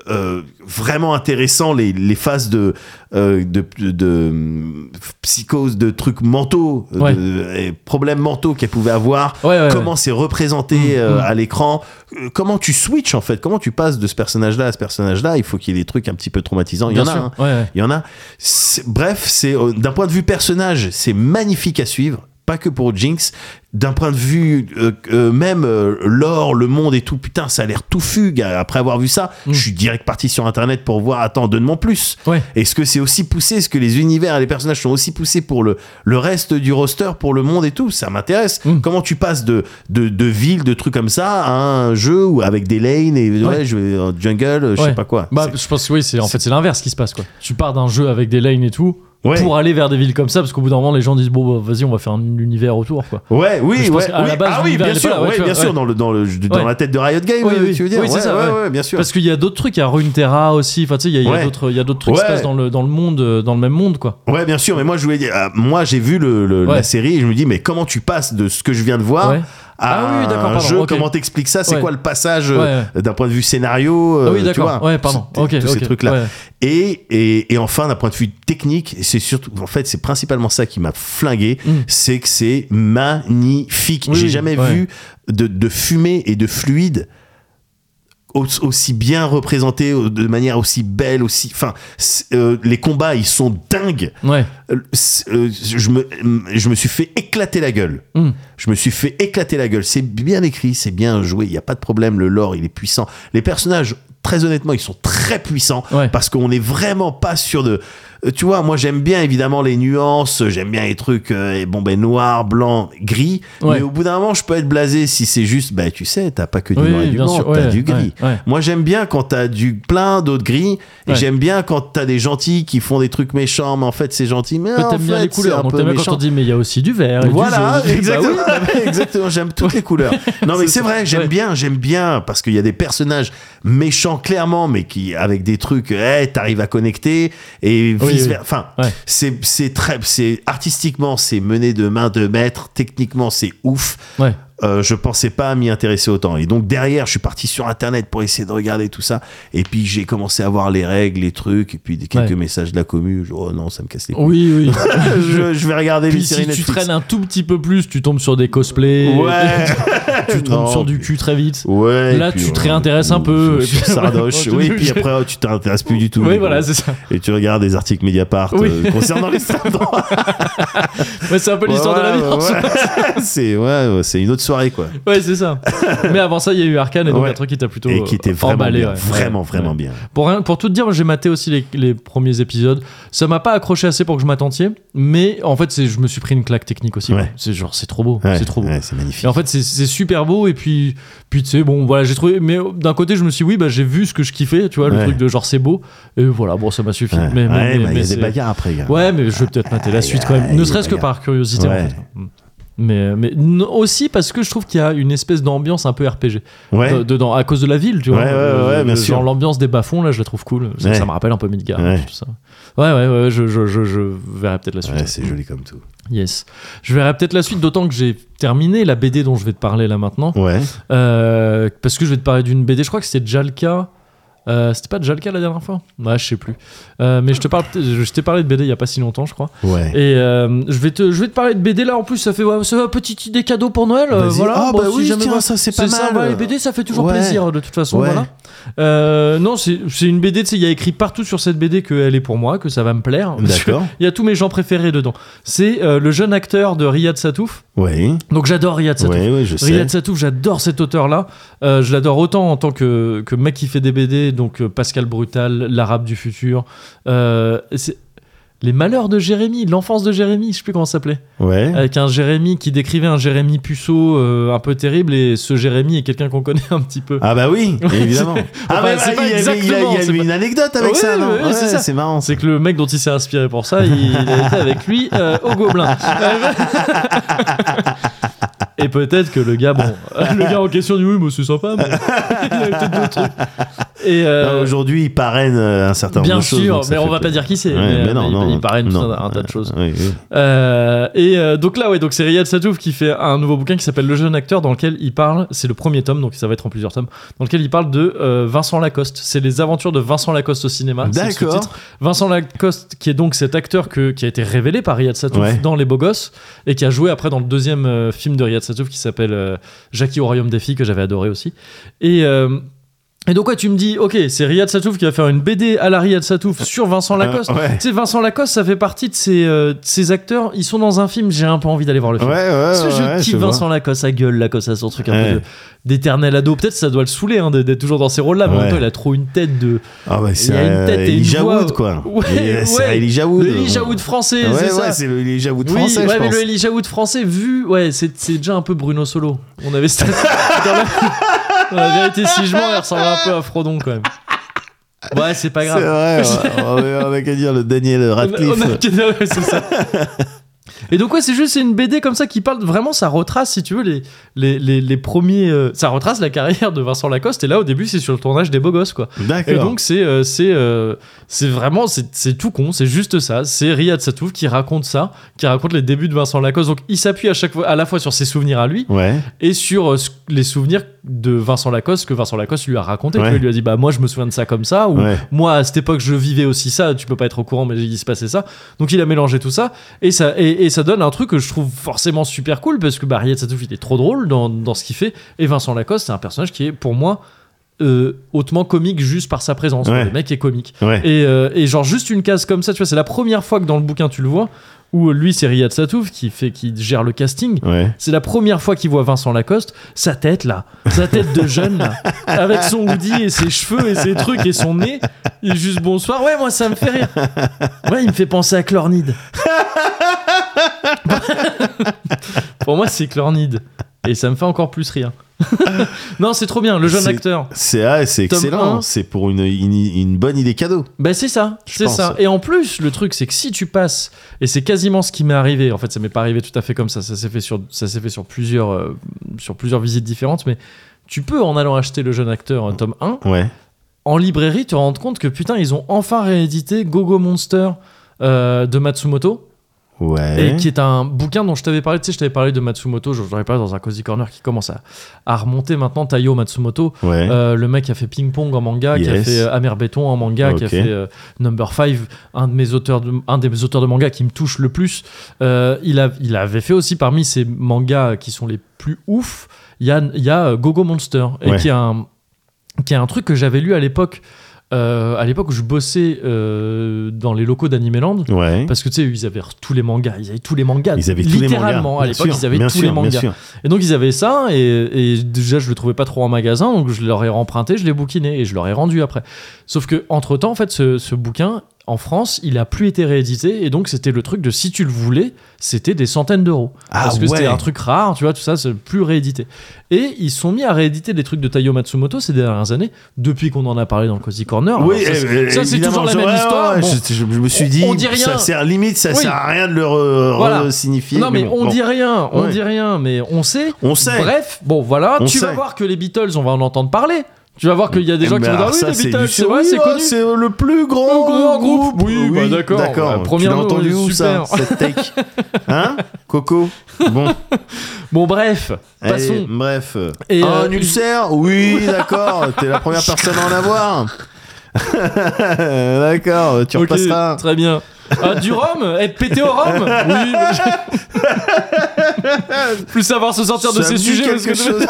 B: euh, vraiment intéressant les, les phases de, euh, de, de- de, hum, psychose, de trucs mentaux, euh,
A: Ouais.
B: de- et problèmes mentaux qu'elle pouvait avoir,
A: Ouais, ouais, ouais.
B: comment c'est représenté
A: Mm,
B: euh,
A: mm.
B: à l'écran, euh, comment tu switches en fait, comment tu passes de ce personnage-là à ce personnage-là, il faut qu'il y ait des trucs un petit peu traumatisants, il y
A: Bien
B: en a.
A: sûr.
B: hein.
A: Ouais, ouais.
B: Il y en a. C'est- Bref, c'est euh, d'un point de vue personnage, c'est magnifique à suivre. Pas que pour Jinx, d'un point de vue euh, euh, même euh, l'or, le monde et tout, putain, ça a l'air touffu. gars. Après avoir vu ça,
A: Mm.
B: je suis direct parti sur internet pour voir, attends, donne-moi plus.
A: Ouais.
B: Est-ce que c'est aussi poussé Est-ce que les univers et les personnages sont aussi poussés pour le, le reste du roster, pour le monde et tout Ça m'intéresse.
A: Mm.
B: Comment tu passes de, de, de ville, de trucs comme ça, à un jeu où avec des lanes et ouais,
A: Ouais.
B: je vais en jungle, je
A: Ouais.
B: sais pas quoi.
A: Bah,
B: C'est-
A: je pense que oui, c'est en fait c'est l'inverse qui se passe quoi. Tu pars d'un jeu avec des lanes et tout
B: Ouais.
A: pour aller vers des villes comme ça parce qu'au bout d'un moment les gens disent bon bah, vas-y on va faire un univers autour quoi.
B: Ouais, oui,
A: Je pense
B: ouais,
A: qu'à
B: oui.
A: la base,
B: ah oui,
A: l'univers, il
B: bien
A: est
B: sûr,
A: pas là, ouais,
B: ouais,
A: tu vois,
B: bien sûr,
A: ouais.
B: dans le dans le dans
A: Ouais.
B: la tête de Riot Games,
A: Oui, oui.
B: tu veux dire
A: Oui, c'est
B: ouais,
A: ça,
B: ouais,
A: ouais.
B: ouais, bien sûr.
A: Parce qu'il y a d'autres trucs, il y a Runeterra aussi, enfin tu sais il y a, il y a
B: Ouais.
A: d'autres il y a d'autres trucs qui se
B: Ouais.
A: passent dans le dans le monde euh, dans le même monde quoi.
B: Ouais, bien sûr, mais moi je voulais dire, euh, moi j'ai vu le, le-
A: Ouais.
B: la série et je me dis mais comment tu passes de ce que je viens de voir
A: Ouais.
B: à
A: Ah oui, d'accord,
B: un
A: pardon,
B: jeu
A: ok.
B: Comment t'expliques ça C'est
A: Ouais.
B: quoi le passage euh,
A: Ouais,
B: d'un point de vue scénario
A: Ah
B: euh,
A: oui
B: tu
A: d'accord.
B: vois,
A: Ouais pardon.
B: tous-
A: OK
B: tous
A: OK.
B: ces trucs là.
A: Ouais.
B: Et, et, et enfin, d'un point de vue technique, c'est surtout, en fait, c'est principalement ça qui m'a flingué,
A: Mm.
B: c'est que c'est magnifique.
A: Oui,
B: J'ai
A: oui,
B: jamais
A: ouais.
B: vu de, de fumée et de fluide au- aussi bien représenté au- de manière aussi belle aussi enfin c'est- euh, les combats ils sont dingues
A: Ouais.
B: Euh, c'est- euh, je me je me suis fait éclater la gueule
A: Mm.
B: je me suis fait éclater la gueule. C'est bien écrit, c'est bien joué, il n'y a pas de problème, le lore, il est puissant. Les personnages, très honnêtement, ils sont très puissants
A: Ouais.
B: parce qu'on n'est vraiment pas sûr de... Euh, Tu vois, moi j'aime bien évidemment les nuances, j'aime bien les trucs, euh, et bon ben noir, blanc, gris,
A: Ouais.
B: mais au bout d'un moment je peux être blasé si c'est juste, ben tu sais, t'as pas que du
A: Oui,
B: noir et du
A: bien
B: blanc,
A: sûr,
B: t'as
A: ouais,
B: du gris.
A: ouais, ouais.
B: Moi j'aime bien quand t'as du plein d'autres gris, et
A: Ouais.
B: j'aime bien quand t'as des gentils qui font des trucs méchants, mais en fait c'est gentil, mais en
A: T'aimes bien
B: fait,
A: les
B: c'est un
A: couleurs donc
B: peu
A: t'aimes bien
B: méchant.
A: quand on dit mais il y a aussi du vert et du
B: Voilà,
A: jaune. Bah
B: exactement. Ah
A: oui.
B: exactement. J'aime toutes les couleurs. Non,
A: C'est
B: mais c'est
A: ça.
B: vrai, j'aime
A: Ouais.
B: bien, j'aime bien, parce qu'il y a des personnages méchants clairement, mais qui, avec des trucs, eh, t'arrives à connecter, et
A: Oui,
B: vice
A: oui.
B: versa. Enfin,
A: Ouais.
B: c'est, c'est très, c'est artistiquement, c'est mené de main de maître, techniquement, c'est ouf.
A: Ouais.
B: euh, je pensais pas m'y intéresser autant. Et donc derrière, je suis parti sur Internet pour essayer de regarder tout ça. Et puis j'ai commencé à voir les règles, les trucs, et puis des quelques
A: Ouais.
B: messages de la commu. Je- oh non, ça me casse les
A: Oui,
B: couilles.
A: oui.
B: je, je vais regarder les
A: Puis
B: séries
A: si tu
B: Netflix.
A: traînes un tout petit peu plus, tu tombes sur des cosplays.
B: Ouais.
A: tu tombes
B: Non,
A: sur du
B: mais-
A: cul très vite.
B: Ouais. et
A: Là,
B: puis,
A: tu te
B: euh,
A: réintéresses un peu,
B: je
A: et
B: suis
A: puis-
B: sardoche.
A: Ouais,
B: oui,
A: je-
B: puis après, tu t'intéresses plus du tout.
A: oui,
B: Mais
A: voilà,
B: bon.
A: c'est ça.
B: Et tu regardes des articles Mediapart
A: Oui.
B: euh, concernant les sardoches.
A: Ouais, c'est un peu l'histoire de la vie. en soi.
B: la vie. C'est ouais, ouais, c'est une autre soirée, quoi.
A: Ouais, c'est ça. Mais avant ça, il y a eu Arkane et donc
B: Ouais.
A: un truc qui t'a plutôt
B: Et qui était
A: euh,
B: vraiment
A: emballé,
B: bien.
A: ouais.
B: Vraiment,
A: Ouais.
B: vraiment
A: Ouais.
B: bien.
A: Pour, rien- pour tout te dire, j'ai maté aussi les, les premiers épisodes. Ça m'a pas accroché assez pour que je m'attendiez, mais en fait, c'est- je me suis pris une claque technique aussi.
B: Ouais.
A: quoi. C'est genre, c'est trop beau,
B: Ouais,
A: c'est trop beau.
B: ouais, c'est magnifique.
A: Et en fait, c'est- c'est super beau. Et puis, puis tu sais, bon, voilà, j'ai trouvé. Mais d'un côté, je me suis dit, oui, bah, j'ai vu ce que je kiffais, tu vois, le
B: Ouais.
A: truc de genre, c'est beau. Et voilà, bon, ça m'a suffi.
B: Ouais,
A: Mais, mais- mais-
B: Ouais, bah, il
A: mais
B: y a des
A: c'est-
B: bagarres après, gars.
A: Ouais, mais je vais peut-être mater la suite quand
B: Ah,
A: même.
B: il y
A: Ne
B: a
A: serait-ce que
B: bagarre.
A: par curiosité, en
B: Ouais.
A: fait. Mais, mais n- aussi parce que je trouve qu'il y a une espèce d'ambiance un peu RPG
B: Ouais.
A: de- dedans, à cause de la ville, tu vois.
B: Ouais, ouais, ouais,
A: Euh,
B: ouais,
A: le-
B: bien
A: genre
B: sûr.
A: l'ambiance des bas-fonds, là, je la trouve cool. Ça,
B: Ouais.
A: ça me rappelle un peu Midgard.
B: Ouais.
A: Tout ça. Ouais, ouais, ouais, je, je, je, je verrai peut-être la suite.
B: Ouais, c'est joli comme tout.
A: Yes. Je verrai peut-être la suite, d'autant que j'ai terminé la BD dont je vais te parler là maintenant.
B: Ouais.
A: Euh, parce que je vais te parler d'une BD, je crois que c'était déjà le cas. Euh, c'était pas déjà le cas la dernière fois Ouais, je sais plus. Euh, mais je te parle, je t'ai parlé de BD il y a pas si longtemps, je crois.
B: Ouais.
A: Et euh, je, vais te, je vais te parler de BD là en plus, ça fait ouais, ça va, petite idée cadeau pour Noël. euh,
B: Vas-y.
A: voilà,
B: Ah,
A: Bon,
B: bah
A: si
B: oui,
A: jamais,
B: tiens,
A: ouais,
B: ça, c'est
A: c'est
B: pas
A: ça,
B: mal.
A: ouais, les BD ça fait toujours
B: Ouais.
A: plaisir de toute façon.
B: Ouais.
A: Voilà. Euh, non, c'est c'est une BD, tu sais, il y a écrit partout sur cette BD qu'elle est pour moi, que ça va me plaire. parce que
B: D'accord.
A: Il y a tous mes gens préférés dedans. C'est euh, le jeune acteur de Riyad Satouf.
B: Ouais.
A: Donc j'adore Riyad Satouf.
B: Ouais, ouais, je sais.
A: Riyad Satouf, j'adore cet auteur-là. Euh, je l'adore autant en tant que, que mec qui fait des BD, donc euh, Pascal Brutal, l'Arabe du futur. Euh, c'est- les malheurs de Jérémy, l'enfance de Jérémy, je sais plus comment ça s'appelait.
B: Ouais.
A: Avec un Jérémy qui décrivait un Jérémy puceau euh, un peu terrible, et ce Jérémy est quelqu'un qu'on connaît un petit peu.
B: Ah bah oui, évidemment. ah
A: Enfin,
B: bah,
A: c'est
B: bah,
A: pas
B: il y avait- il y a,
A: exactement,
B: il y a
A: c'est
B: une anecdote avec
A: Ouais,
B: ça, non
A: ouais, c'est ça.
B: c'est marrant.
A: hein, C'est que le mec dont il s'est inspiré pour ça, il, il a été avec lui euh, au Gobelin. Et peut-être que le gars, bon, euh, le gars en question dit oui, mais c'est sympa, mais il avait peut-être d'autres trucs. Et euh,
B: Non, Bah, Aujourd'hui, il parraine euh, un certain nombre
A: bien
B: de choses.
A: sûr,
B: donc ça
A: mais on
B: fait
A: va pas
B: plaisir.
A: dire qui c'est.
B: Ouais,
A: mais, euh,
B: mais non,
A: mais il-
B: non,
A: il paraît tout
B: non.
A: un, un tas de choses.
B: Oui, oui.
A: Euh, et euh, donc là, ouais, donc c'est Riyad Satouf qui fait un nouveau bouquin qui s'appelle Le jeune acteur, dans lequel il parle, c'est le premier tome, donc ça va être en plusieurs tomes, dans lequel il parle de euh, Vincent Lacoste. C'est les aventures de Vincent Lacoste au cinéma. c'est le
B: D'accord.
A: sous-titre. Vincent Lacoste, qui est donc cet acteur que, qui a été révélé par Riyad Satouf
B: Ouais.
A: dans Les Beaux Gosses et qui a joué après dans le deuxième euh, film de Riyad Satouf qui s'appelle euh, Jackie au Royaume des filles, que j'avais adoré aussi. Et. euh, et donc ouais, tu me dis, ok, c'est Riyad Satouf qui va faire une BD à la Riyad Satouf sur Vincent Lacoste.
B: Euh, ouais.
A: Tu sais, Vincent Lacoste, ça fait partie de ces, euh, de ces acteurs. Ils sont dans un film, j'ai un peu envie d'aller voir le
B: Ouais,
A: film.
B: ouais,
A: Parce que je
B: ouais,
A: kiffe
B: je vois.
A: Vincent Lacoste, sa gueule, Lacoste, à son truc un
B: Ouais.
A: peu de- d'éternel ado. Peut-être que ça doit le saouler hein, d'être toujours dans ces rôles-là, mais en
B: Ouais.
A: même temps, il a trop une tête de.
B: Ah bah c'est
A: Il y a une
B: euh,
A: tête et une
B: Elijah
A: voix.
B: Wood, quoi.
A: Ouais,
B: Il est- C'est
A: ouais.
B: Elijah Wood.
A: Le Elijah Wood français,
B: Ouais,
A: c'est
B: ouais,
A: ça.
B: c'est le Elijah Wood
A: Oui,
B: français,
A: ouais,
B: je
A: mais
B: pense.
A: le Elijah Wood français, vu, ouais, c'est c'est déjà un peu Bruno Solo. On avait cette. dans, la... dans la vérité, si je mens, il ressemble un peu à Frodon quand même. Ouais, c'est pas
B: C'est
A: grave.
B: vrai, ouais. on a- on a qu'à dire le Daniel Radcliffe.
A: On a- on a- ouais, c'est ça. Et donc ouais, c'est juste c'est une BD comme ça qui parle vraiment, ça retrace si tu veux les les, les, les premiers, euh, ça retrace la carrière de Vincent Lacoste. Et là au début c'est sur le tournage des Beaux Gosses quoi. Et
B: D'accord.
A: donc c'est euh, c'est euh, c'est vraiment c'est c'est tout con, c'est juste ça. C'est Riyad Satouf qui raconte ça, qui raconte les débuts de Vincent Lacoste. Donc il s'appuie à chaque fois à la fois sur ses souvenirs à lui
B: Ouais,
A: et sur euh, ce- les souvenirs de Vincent Lacoste que Vincent Lacoste lui a raconté. Tu
B: Ouais.
A: vois, Il lui a dit bah moi je me souviens de ça comme ça ou
B: ouais.
A: moi à cette époque je vivais aussi ça tu peux pas être au courant mais il se passait ça donc il a mélangé tout ça et ça et, et ça donne un truc que je trouve forcément super cool parce que bah, Riyad Satouf il est trop drôle dans, dans ce qu'il fait et Vincent Lacoste c'est un personnage qui est pour moi euh, hautement comique juste par sa présence
B: Ouais.
A: le mec est comique
B: Ouais.
A: et, euh, et genre juste une case comme ça tu vois c'est la première fois que dans le bouquin tu le vois où lui c'est Riyad Satouf qui fait qui gère le casting
B: Ouais.
A: c'est la première fois qu'il voit Vincent Lacoste, sa tête là, sa tête de jeune là, avec son hoodie et ses cheveux et ses trucs et son nez. Il est juste bonsoir. Ouais, moi ça me fait rire. Ouais, il me fait penser à Chlornide. Pour moi, c'est Chlornide. Et ça me fait encore plus rire. non, c'est trop bien, le jeune
B: C'est-
A: acteur.
B: C'est ah, c'est
A: Tome
B: excellent.
A: un.
B: C'est pour une, une, une bonne idée cadeau.
A: Bah c'est ça,
B: Je
A: c'est
B: pense.
A: ça. Et en plus, le truc c'est que si tu passes, et c'est quasiment ce qui m'est arrivé. En fait, ça m'est pas arrivé tout à fait comme ça. Ça s'est fait sur, ça s'est fait sur plusieurs, euh, sur plusieurs visites différentes. Mais tu peux en allant acheter le jeune acteur euh, tome 1
B: Ouais.
A: en librairie, te rendre compte que putain, ils ont enfin réédité Gogo Monster euh, de Matsumoto.
B: Ouais. Eh.
A: et qui est un bouquin dont je t'avais parlé, tu sais, je t'avais parlé de Matsumoto, je- j'en avais parlé dans un Cozy Corner qui commence à, à remonter maintenant, Taiyo Matsumoto,
B: Ouais.
A: euh, le mec qui a fait Ping Pong en manga, qui a
B: Yes.
A: fait euh, Amer Béton en manga, qui a
B: Ok.
A: fait euh, Number 5, un, de mes auteurs de- un des auteurs de manga qui me touche le plus. Euh, il, a, il avait fait aussi parmi ses mangas qui sont les plus ouf, il y a, il y a, euh, Gogo Monster, et
B: Ouais.
A: qui, est un, qui est un truc que j'avais lu à l'époque. euh, à l'époque où je bossais euh, dans les locaux d'Animeland,
B: Ouais.
A: parce que tu sais, ils avaient tous les mangas, ils avaient tous les mangas.
B: Mhm. Ils avaient tous les mangas.
A: littéralement à
B: Bien
A: l'époque,
B: sûr,
A: ils avaient
B: bien
A: tous
B: sûr,
A: les
B: bien
A: mangas.
B: sûr.
A: Et donc ils avaient ça, et, et déjà je le trouvais pas trop en magasin, donc je leur ai emprunté, je l'ai bouquiné et je leur ai rendu après. Sauf que entre temps, en fait, ce, ce bouquin en France, il a plus été réédité, et donc c'était le truc de si tu le voulais, c'était des centaines d'euros
B: Ah
A: parce que c'était
B: ouais.
A: un truc rare, tu vois, tout ça, c'est plus réédité. Et ils sont mis à rééditer des trucs de Taiyo Matsumoto ces dernières années, depuis qu'on en a parlé dans le Cozy Corner.
B: Oui,
A: Alors, ça,
B: euh,
A: c'est- ça, c'est toujours
B: évidemment,
A: la
B: je-
A: même
B: ouais,
A: histoire.
B: ouais,
A: Bon.
B: je, je me suis
A: On-
B: dit,
A: on dit rien.
B: ça sert limite, ça
A: Oui.
B: sert à rien de le re-
A: Voilà.
B: signifier.
A: Non mais,
B: bon,
A: on
B: bon.
A: dit rien, on
B: Ouais.
A: dit rien, mais on sait.
B: On sait.
A: Bref, bon voilà,
B: On
A: tu vas
B: sait.
A: voir que les Beatles, on va en entendre parler. Tu vas voir qu'il y a des
B: Eh
A: gens qui
B: ben,
A: vont dire
B: alors
A: ah oui
B: ça,
A: les Beatles,
B: du-
A: c'est vrai,
B: oui,
A: c'est
B: oh,
A: connu.
B: c'est le plus grand,
A: Le grand groupe. Oui, bah, d'accord.
B: D'accord.
A: La
B: Tu
A: première
B: l'as
A: note, euh,
B: entendu où
A: super.
B: ça, cette take Hein Coco Bon,
A: Bon bref,
B: allez,
A: passons.
B: bref.
A: Et,
B: un
A: euh,
B: ulcère Oui, d'accord. T'es la première personne à en avoir. d'accord, tu
A: Ok,
B: repasseras.
A: Très bien. Ah, du rhum Être pété au rhum Oui. Plus savoir se sortir de
B: Ça
A: ces
B: me dit
A: sujets. parce
B: quelque
A: que-
B: chose.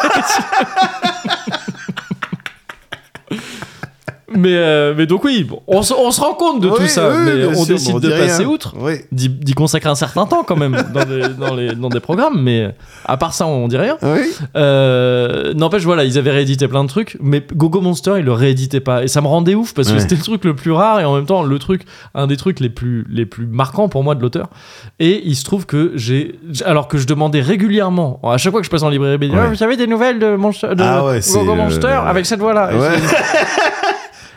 A: Mais, euh, mais donc oui, bon, on, se- on se rend compte de tout
B: Oui,
A: ça,
B: oui,
A: mais
B: bien
A: on
B: sûr,
A: décide
B: on
A: de
B: dit
A: passer
B: rien.
A: outre.
B: Oui.
A: d'y- d'y consacrer un certain temps quand même dans des, dans les- dans des programmes, mais à part ça, on dit rien.
B: Oui.
A: Euh, N'empêche, voilà, ils avaient réédité plein de trucs, mais Gogo Monster, ils le rééditaient pas. Et ça me rendait ouf parce que
B: Ouais.
A: c'était le truc le plus rare et en même temps, le truc, un des trucs les plus, les plus marquants pour moi de l'auteur. Et il se trouve que j'ai. j'- Alors que je demandais régulièrement, à chaque fois que je passe en librairie, BD,
B: Ouais.
A: Ah, vous avez des nouvelles de, Monster- de
B: Ah ouais, c'est,
A: Gogo
B: euh,
A: Monster avec cette voix-là Et
B: Ouais.
A: c'est-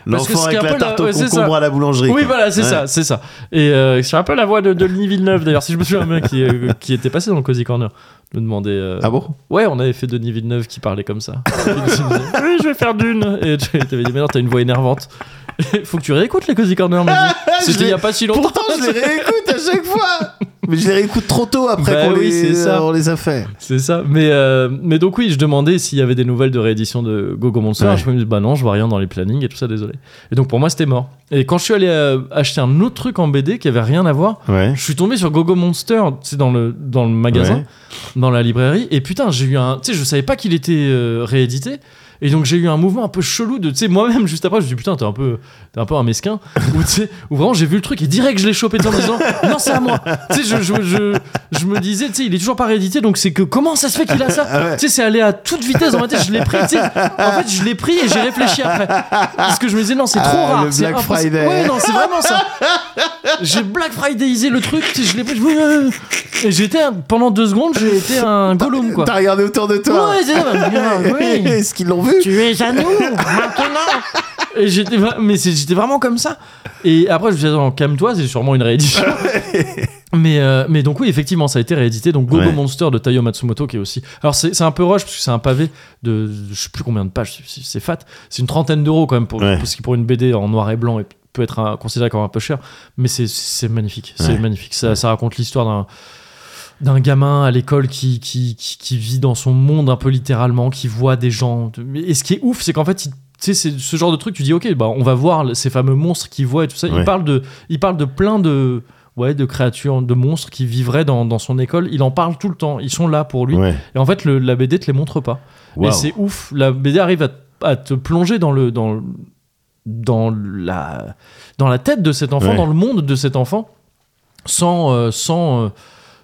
A: Ah, Parce que
B: L'enfant
A: ce qui est
B: avec
A: un
B: la
A: peu la-
B: tarte au
A: ouais, c'est
B: concombre
A: ça.
B: à la boulangerie.
A: Oui,
B: quoi.
A: voilà, c'est
B: Ouais.
A: ça, c'est ça. Et euh, c'est un peu la voix de Denis Villeneuve, d'ailleurs, si je me souviens bien, qui, euh, qui était passé dans le Cozy Corner. Je me demandais. euh,
B: Ah bon
A: Ouais, on avait fait Denis Villeneuve qui parlait comme ça. Il se disait, oui, je vais faire d'une. Et tu t'avais dit, mais non, t'as une voix énervante. Faut que tu réécoutes les Cozy Corner, mais
B: Ah, Je
A: C'était
B: l'ai-
A: il y a pas si longtemps.
B: Pourtant, je les réécoute à chaque fois. Mais je les réécoute trop tôt après
A: Bah
B: qu'on
A: oui, c'est
B: les,
A: ça.
B: on les a fait.
A: C'est ça. Mais, euh, mais donc, oui, je demandais s'il y avait des nouvelles de réédition de Gogo Monster.
B: Ouais.
A: Je me dis, bah non, je vois rien dans les plannings et tout ça, désolé. Et donc, pour moi, c'était mort. Et quand je suis allé euh, acheter un autre truc en BD qui avait rien à voir,
B: Ouais.
A: je suis tombé sur Gogo Monster, c'est dans le dans le magasin,
B: Ouais.
A: dans la librairie et putain, j'ai eu un tu sais je savais pas qu'il était euh, réédité. Et donc j'ai eu un mouvement un peu chelou de tu sais moi-même juste après je me suis dit putain t'es un peu t'es un peu un mesquin ou tu sais ou vraiment j'ai vu le truc et direct je l'ai chopé dedans en me disant non c'est à moi tu sais je, je, je, je me disais tu sais il est toujours pas réédité donc c'est que comment ça se fait qu'il a ça
B: Ah ouais.
A: tu sais c'est allé à toute vitesse dans ma tête je l'ai pris tu sais en fait je l'ai pris et j'ai réfléchi après parce que je me disais non c'est trop
B: Ah,
A: rare
B: le
A: c'est
B: Black
A: impossible.
B: Friday.
A: ouais non c'est vraiment ça j'ai Black Fridayisé le truc, tu sais, je l'ai pris, je- euh, et j'étais un- pendant deux secondes, j'ai été un Gollum quoi.
B: T'as regardé autour de toi.
A: Ouais, c'est ça, bah, bien, oui.
B: Est-ce qu'ils l'ont vu
A: Tu es à nous maintenant. Et j'étais, vra- mais c'est- j'étais vraiment comme ça. Et après, je me suis dit, attends, calme-toi, c'est sûrement une réédition. mais, euh, mais donc, oui, effectivement, ça a été réédité. Donc, Gogo
B: Ouais.
A: Monster de Taiyo Matsumoto, qui est aussi. Alors, c'est c'est un peu rush, parce que c'est un pavé de je sais plus combien de pages, c'est- c'est fat. C'est une trentaine d'euros quand même, pour,
B: Ouais.
A: parce que pour une BD en noir et blanc, et peut être un- considéré comme un peu cher. Mais c'est- c'est magnifique. C'est
B: Ouais.
A: magnifique. Ça, ça raconte l'histoire d'un d'un gamin à l'école qui, qui, qui, qui vit dans son monde un peu littéralement, qui voit des gens. Et ce qui est ouf, c'est qu'en fait, il- tu sais, c'est ce genre de truc, tu dis, ok, bah, on va voir ces fameux monstres qu'il voit et tout ça. Il,
B: Ouais.
A: parle de, il parle de plein de, ouais, de créatures, de monstres qui vivraient dans, dans son école. Il en parle tout le temps. Ils sont là pour lui.
B: Ouais.
A: Et en fait, le- la BD te les montre pas.
B: Wow.
A: Et c'est ouf. La BD arrive à, à te plonger dans le dans le- dans la dans la tête de cet enfant,
B: Ouais.
A: dans le monde de cet enfant, sans euh, sans euh,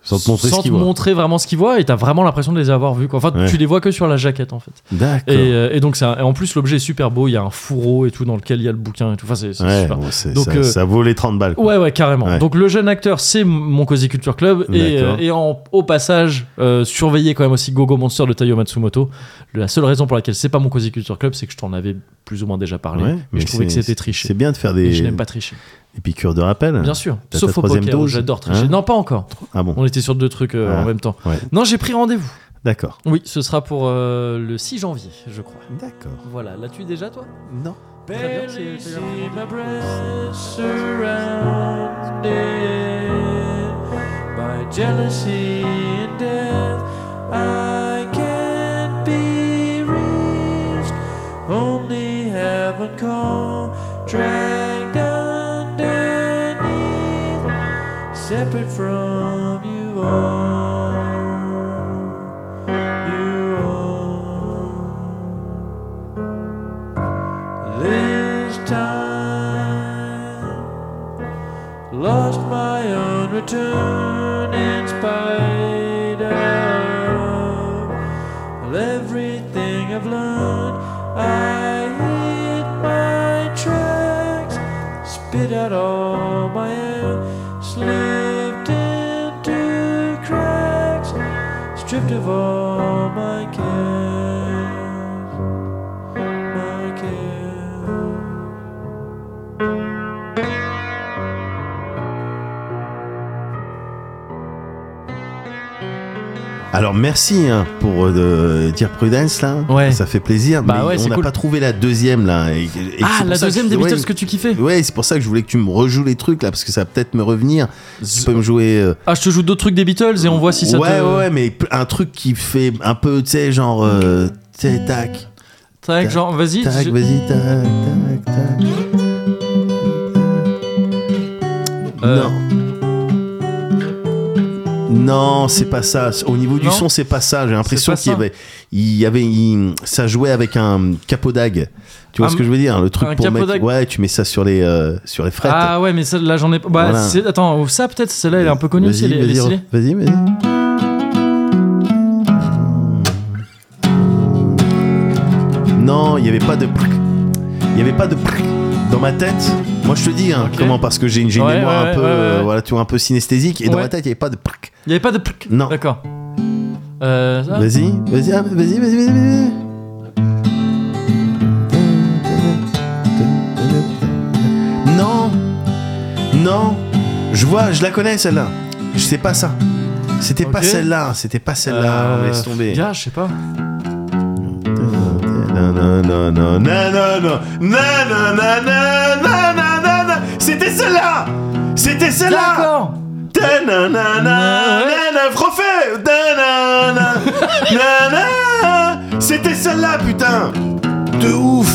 B: Sans te montrer ce
A: te
B: qu'ils voient.
A: montrer vraiment ce qu'il voit. Et t'as vraiment l'impression de les avoir vus. Quoi. Enfin,
B: Ouais.
A: tu les vois que sur la jaquette en fait. Et,
B: D'accord.
A: euh, et donc c'est un- et en plus l'objet est super beau. Il y a un fourreau et tout dans lequel il y a le bouquin et tout. Enfin, c'est c'est
B: Ouais,
A: super.
B: bon, c'est-
A: Donc,
B: ça,
A: euh,
B: ça vaut les 30 balles. quoi.
A: Ouais, ouais, carrément.
B: Ouais.
A: Donc le jeune acteur, c'est mon Cozy Culture Club. Et,
B: D'accord.
A: euh, et en, au passage, euh, surveillez quand même aussi Gogo Monster de Taiyo Matsumoto. La seule raison pour laquelle c'est pas mon Cozy Culture Club, c'est que je t'en avais plus ou moins déjà parlé.
B: Ouais,
A: Et je trouvais que
B: c'est-
A: c'était triché.
B: C'est bien de faire
A: Et je
B: des,
A: n'aime pas tricher.
B: des piqûres de rappel.
A: Bien sûr.
B: T'as
A: Sauf
B: ta
A: au
B: troisième
A: poker, où
B: dose,
A: j'adore tricher.
B: hein
A: non, pas encore.
B: Ah bon.
A: On était sur deux trucs euh,
B: Ah.
A: en même temps.
B: Ouais.
A: Non, j'ai pris rendez-vous.
B: D'accord.
A: Oui, ce sera pour euh, le 6 janvier, je crois.
B: D'accord.
A: Voilà, l'as-tu déjà, toi
B: Non.
A: Très bien, c'est- c'est- Ah,
F: my breath surrounded by
C: my jealousy and death. I can't be reached, only heaven call, dragged underneath, separate from you all. You all. This time lost my own return in spite of everything I've learned. I hit my tracks, spit out all my air, slipped into cracks, stripped of all my cares, my cares.
B: Alors merci hein, pour euh, de- dire Prudence là,
A: Ouais.
B: ça fait plaisir.
A: Bah
B: mais
A: ouais,
B: on
A: c'est
B: n'a
A: cool.
B: pas trouvé la deuxième là. et- et c'est
A: Ah,
B: pour
A: la
B: ça
A: deuxième
B: que-
A: des Beatles
B: ouais,
A: que tu kiffais
B: Ouais, c'est pour ça que je voulais que tu me rejoues les trucs là, parce que ça va peut-être me revenir. Tu peux me jouer. euh,
A: Ah, je te joue d'autres trucs des Beatles et on voit si ça
B: ouais,
A: te.
B: ouais, mais p- un truc qui fait un peu, tu sais, genre. euh, tu sais, tac,
A: Tac, genre, vas-y.
B: tac,
A: je-
B: vas-y, tac, tac, tac.
A: Euh,
B: Non. Non, c'est pas ça. Au niveau du
A: Non.
B: son, c'est pas ça. J'ai l'impression
A: pas
B: qu'il y
A: ça.
B: avait, il y avait, il- ça jouait avec un capodag. Tu vois
A: Un-
B: ce que je veux dire Le truc
A: un
B: pour mettre,
A: capodag.
B: ouais, tu mets ça sur les, euh, sur les frettes.
A: Ah ouais, mais celle-là, j'en ai pas. Bah,
B: Voilà.
A: c'est- attends, ça peut-être, celle-là, elle est un peu connue aussi,
B: Vas-y,
A: elle est- elle est
B: vas-y,
A: stylée.
B: Vas-y, vas-y. Non, il n'y avait pas de. pric. Il n'y avait pas de. pric Dans ma tête, moi je te dis hein,
A: Ok.
B: comment parce que j'ai une, j'ai une
A: Ouais,
B: mémoire
A: ouais,
B: un peu,
A: ouais, ouais,
B: euh,
A: ouais.
B: voilà, tu vois, un peu synesthésique et dans
A: Ouais.
B: ma tête il n'y avait pas de. pric.
A: Il y avait pas de. pluc.
B: Non.
A: D'accord. Euh, ça
B: Vas-y, vas-y, ah, vas-y, vas-y, vas-y, vas-y. Non, non, je vois, je la connais celle-là. Je sais pas ça. C'était pas
A: Ok.
B: celle-là, c'était pas celle-là.
A: Euh,
B: Laisse tomber.
A: Gars, je sais pas.
B: Non, non, non, non, non, non, non, non, non, non, non, non, non, non. C'était celle-là. C'était celle-là.
A: D'accord
B: Ta-na-na-na,
A: Ouais.
B: na-na, refais Ta-na-na, na-na. C'était celle-là, putain De ouf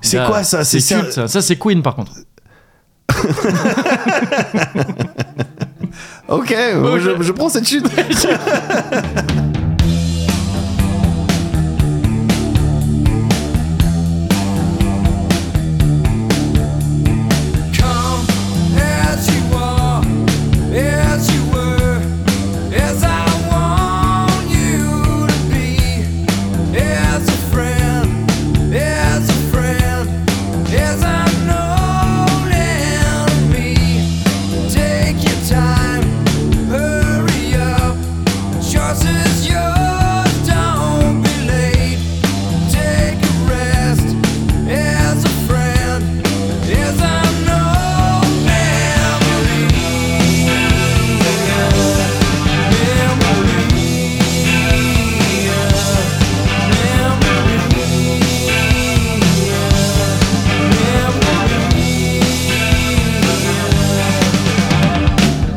B: C'est
A: Gars,
B: quoi ça
A: Ah, C'est
B: ça-
A: culte, ça. Ça, c'est Queen, par contre.
B: Ok, moi, je, je prends cette chute.
C: Come as you are, as you were, as I want you to be, as a friend, as a friend, as I know and me. Take your time, hurry up. Choice is yours, don't be late. Take a rest as a friend, as I know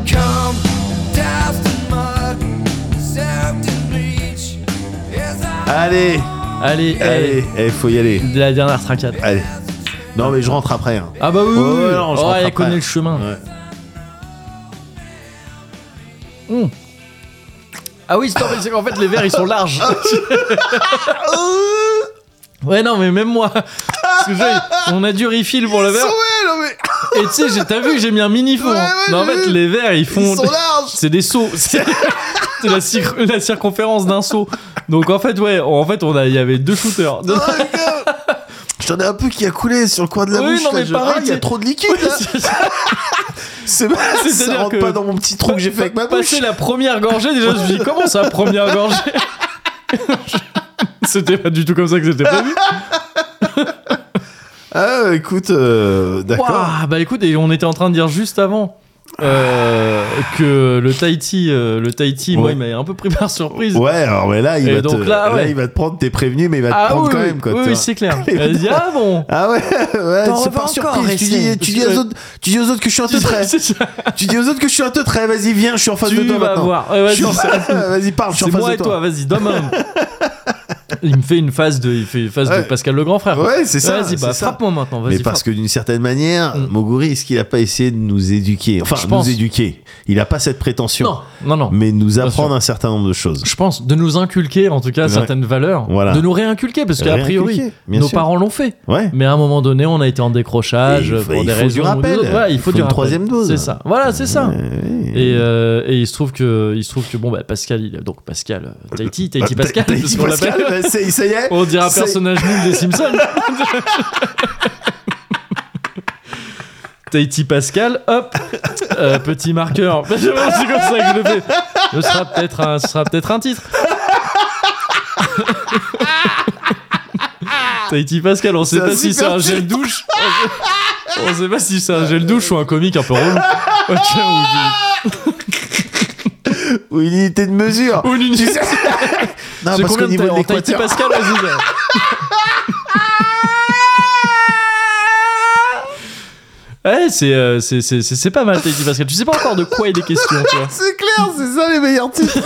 C: Come, dust and mud, served in bleach, as I
B: Allez,
A: Allez, allez.
B: allez, il faut y aller.
A: De la dernière trincade.
B: Allez. Non, mais je rentre après. hein.
A: Ah bah oui,
B: Ouais,
A: oui,
B: ouais,
A: oui.
B: non, je
A: Oh,
B: rentre
A: elle
B: après.
A: connaît le chemin. Hum. Ah oui, c'est normal, c'est qu'en fait les verres ils sont larges. ouais non mais même moi, Parce que j'ai- on a du refill pour le verre.
B: Ouais, non, mais
A: Et tu sais, j'ai- t'as vu que j'ai mis un mini four.
B: Ouais,
A: hein.
B: ouais,
A: mais en
B: j'ai
A: fait
B: vu.
A: les verres ils font,
B: ils sont larges.
A: c'est des seaux. C'est c'est la, cir- la circonférence d'un seau. Donc en fait ouais, en fait on a, il y avait deux shooters.
B: Oh, my God. Je t'en ai un peu qui a coulé sur le coin de la
A: Oui,
B: bouche.
A: non,
B: là,
A: mais
B: je-
A: pareil,
B: Ah, il y a
A: c'est-
B: trop de liquide. là. C'est pas-
A: C'est-à-dire
B: Ça rentre
A: que-
B: pas dans mon petit trou que j'ai fait avec ma bouche.
A: Passer la première gorgée, déjà, je me suis dit, comment ça, première gorgée C'était pas du tout comme ça que c'était prévu.
B: Ah, écoute, euh, d'accord.
A: Ah, Ouah, bah écoute, et on était en train de dire juste avant euh, que le Tahiti, euh, le Tahiti, moi,
B: Ouais.
A: il m'a un peu pris par surprise.
B: Ouais, alors mais là, il,
A: Et
B: va,
A: donc
B: te,
A: là, ouais.
B: il va te prendre, t'es prévenu, mais il va te
A: Ah
B: prendre
A: oui,
B: quand
A: oui,
B: même. Quoi,
A: oui,
B: tu vois.
A: c'est clair. Elle dit ah bon.
B: Ah ouais, ouais
A: T'en
B: c'est
A: vas
B: par
A: encore
B: surprise. Tu
A: rester.
B: dis, tu, dis aux autres, tu dis aux autres que je suis un teutré.
A: C'est ça.
B: tu dis aux autres que je suis un teutré. Vas-y, viens, je suis en face
A: Tu
B: de toi
A: vas
B: maintenant.
A: voir. Ouais,
B: Je
A: vas-y,
B: suis-
A: c'est-
B: Vas-y, parle, je suis en
A: C'est
B: face
A: moi
B: de
A: et toi, vas-y, donne un. Il me fait une phase de, il fait une phase
B: Ouais.
A: de Pascal le grand frère.
B: Ouais, c'est ça.
A: Vas-y, bah,
B: c'est ça.
A: frappe-moi maintenant.
B: Mais
A: Vas-y,
B: parce
A: frappe.
B: que d'une certaine manière,
A: Mm.
B: Moguri, est-ce qu'il a pas essayé de nous éduquer Enfin,
A: Je
B: nous
A: pense.
B: éduquer. Il a pas cette prétention.
A: Non, non, non.
B: Mais nous
A: sûr.
B: apprendre un certain nombre de choses.
A: Je pense de nous inculquer, en tout cas,
B: Ouais.
A: certaines valeurs.
B: Voilà.
A: De nous réinculquer, parce qu'a priori,
B: Réinculquer, bien
A: nos
B: sûr.
A: parents l'ont fait.
B: Ouais.
A: Mais à un moment donné, on a été en
B: Et
A: décrochage
B: il faut-
A: pour
B: il
A: des
B: faut
A: raisons.
B: du
A: ou des
B: rappel.
A: autres. Ouais, il faut
B: Il faut
A: du
B: une
A: rappel.
B: troisième dose.
A: C'est ça. Voilà, c'est ça.
B: Et
A: Et, euh, et il se trouve que il se trouve que bon bah Pascal il donc Pascal euh, Tahiti Tahiti Pascal parce qu'on
B: Bah, Pascal,
A: l'appelle.
B: bah, c'est- ça y est.
A: on dirait un
B: c'est-
A: personnage nul des Simpsons Tahiti Pascal hop euh, petit marqueur c'est comme ça que je le fais ce sera peut-être un ce sera peut-être un titre Tahiti Pascal on sait
B: C'est un
A: pas si c'est
B: super
A: un gel douche on sait pas si c'est un gel douche ou un comique un peu relou Ok, ou-
B: Ou une unité de mesure.
A: ou une
B: Tu sais- non,
A: C'est
B: Ah, parce qu'au
A: combien de
B: niveau de
A: taille En Tahiti
B: l'équateur.
A: Pascal, vas-y. là. Ouais, c'est, euh, c'est, c'est, c'est, c'est pas mal, Tahiti Pascal. Tu sais pas encore de quoi il est question, tu vois.
B: C'est clair, c'est ça les meilleurs titres.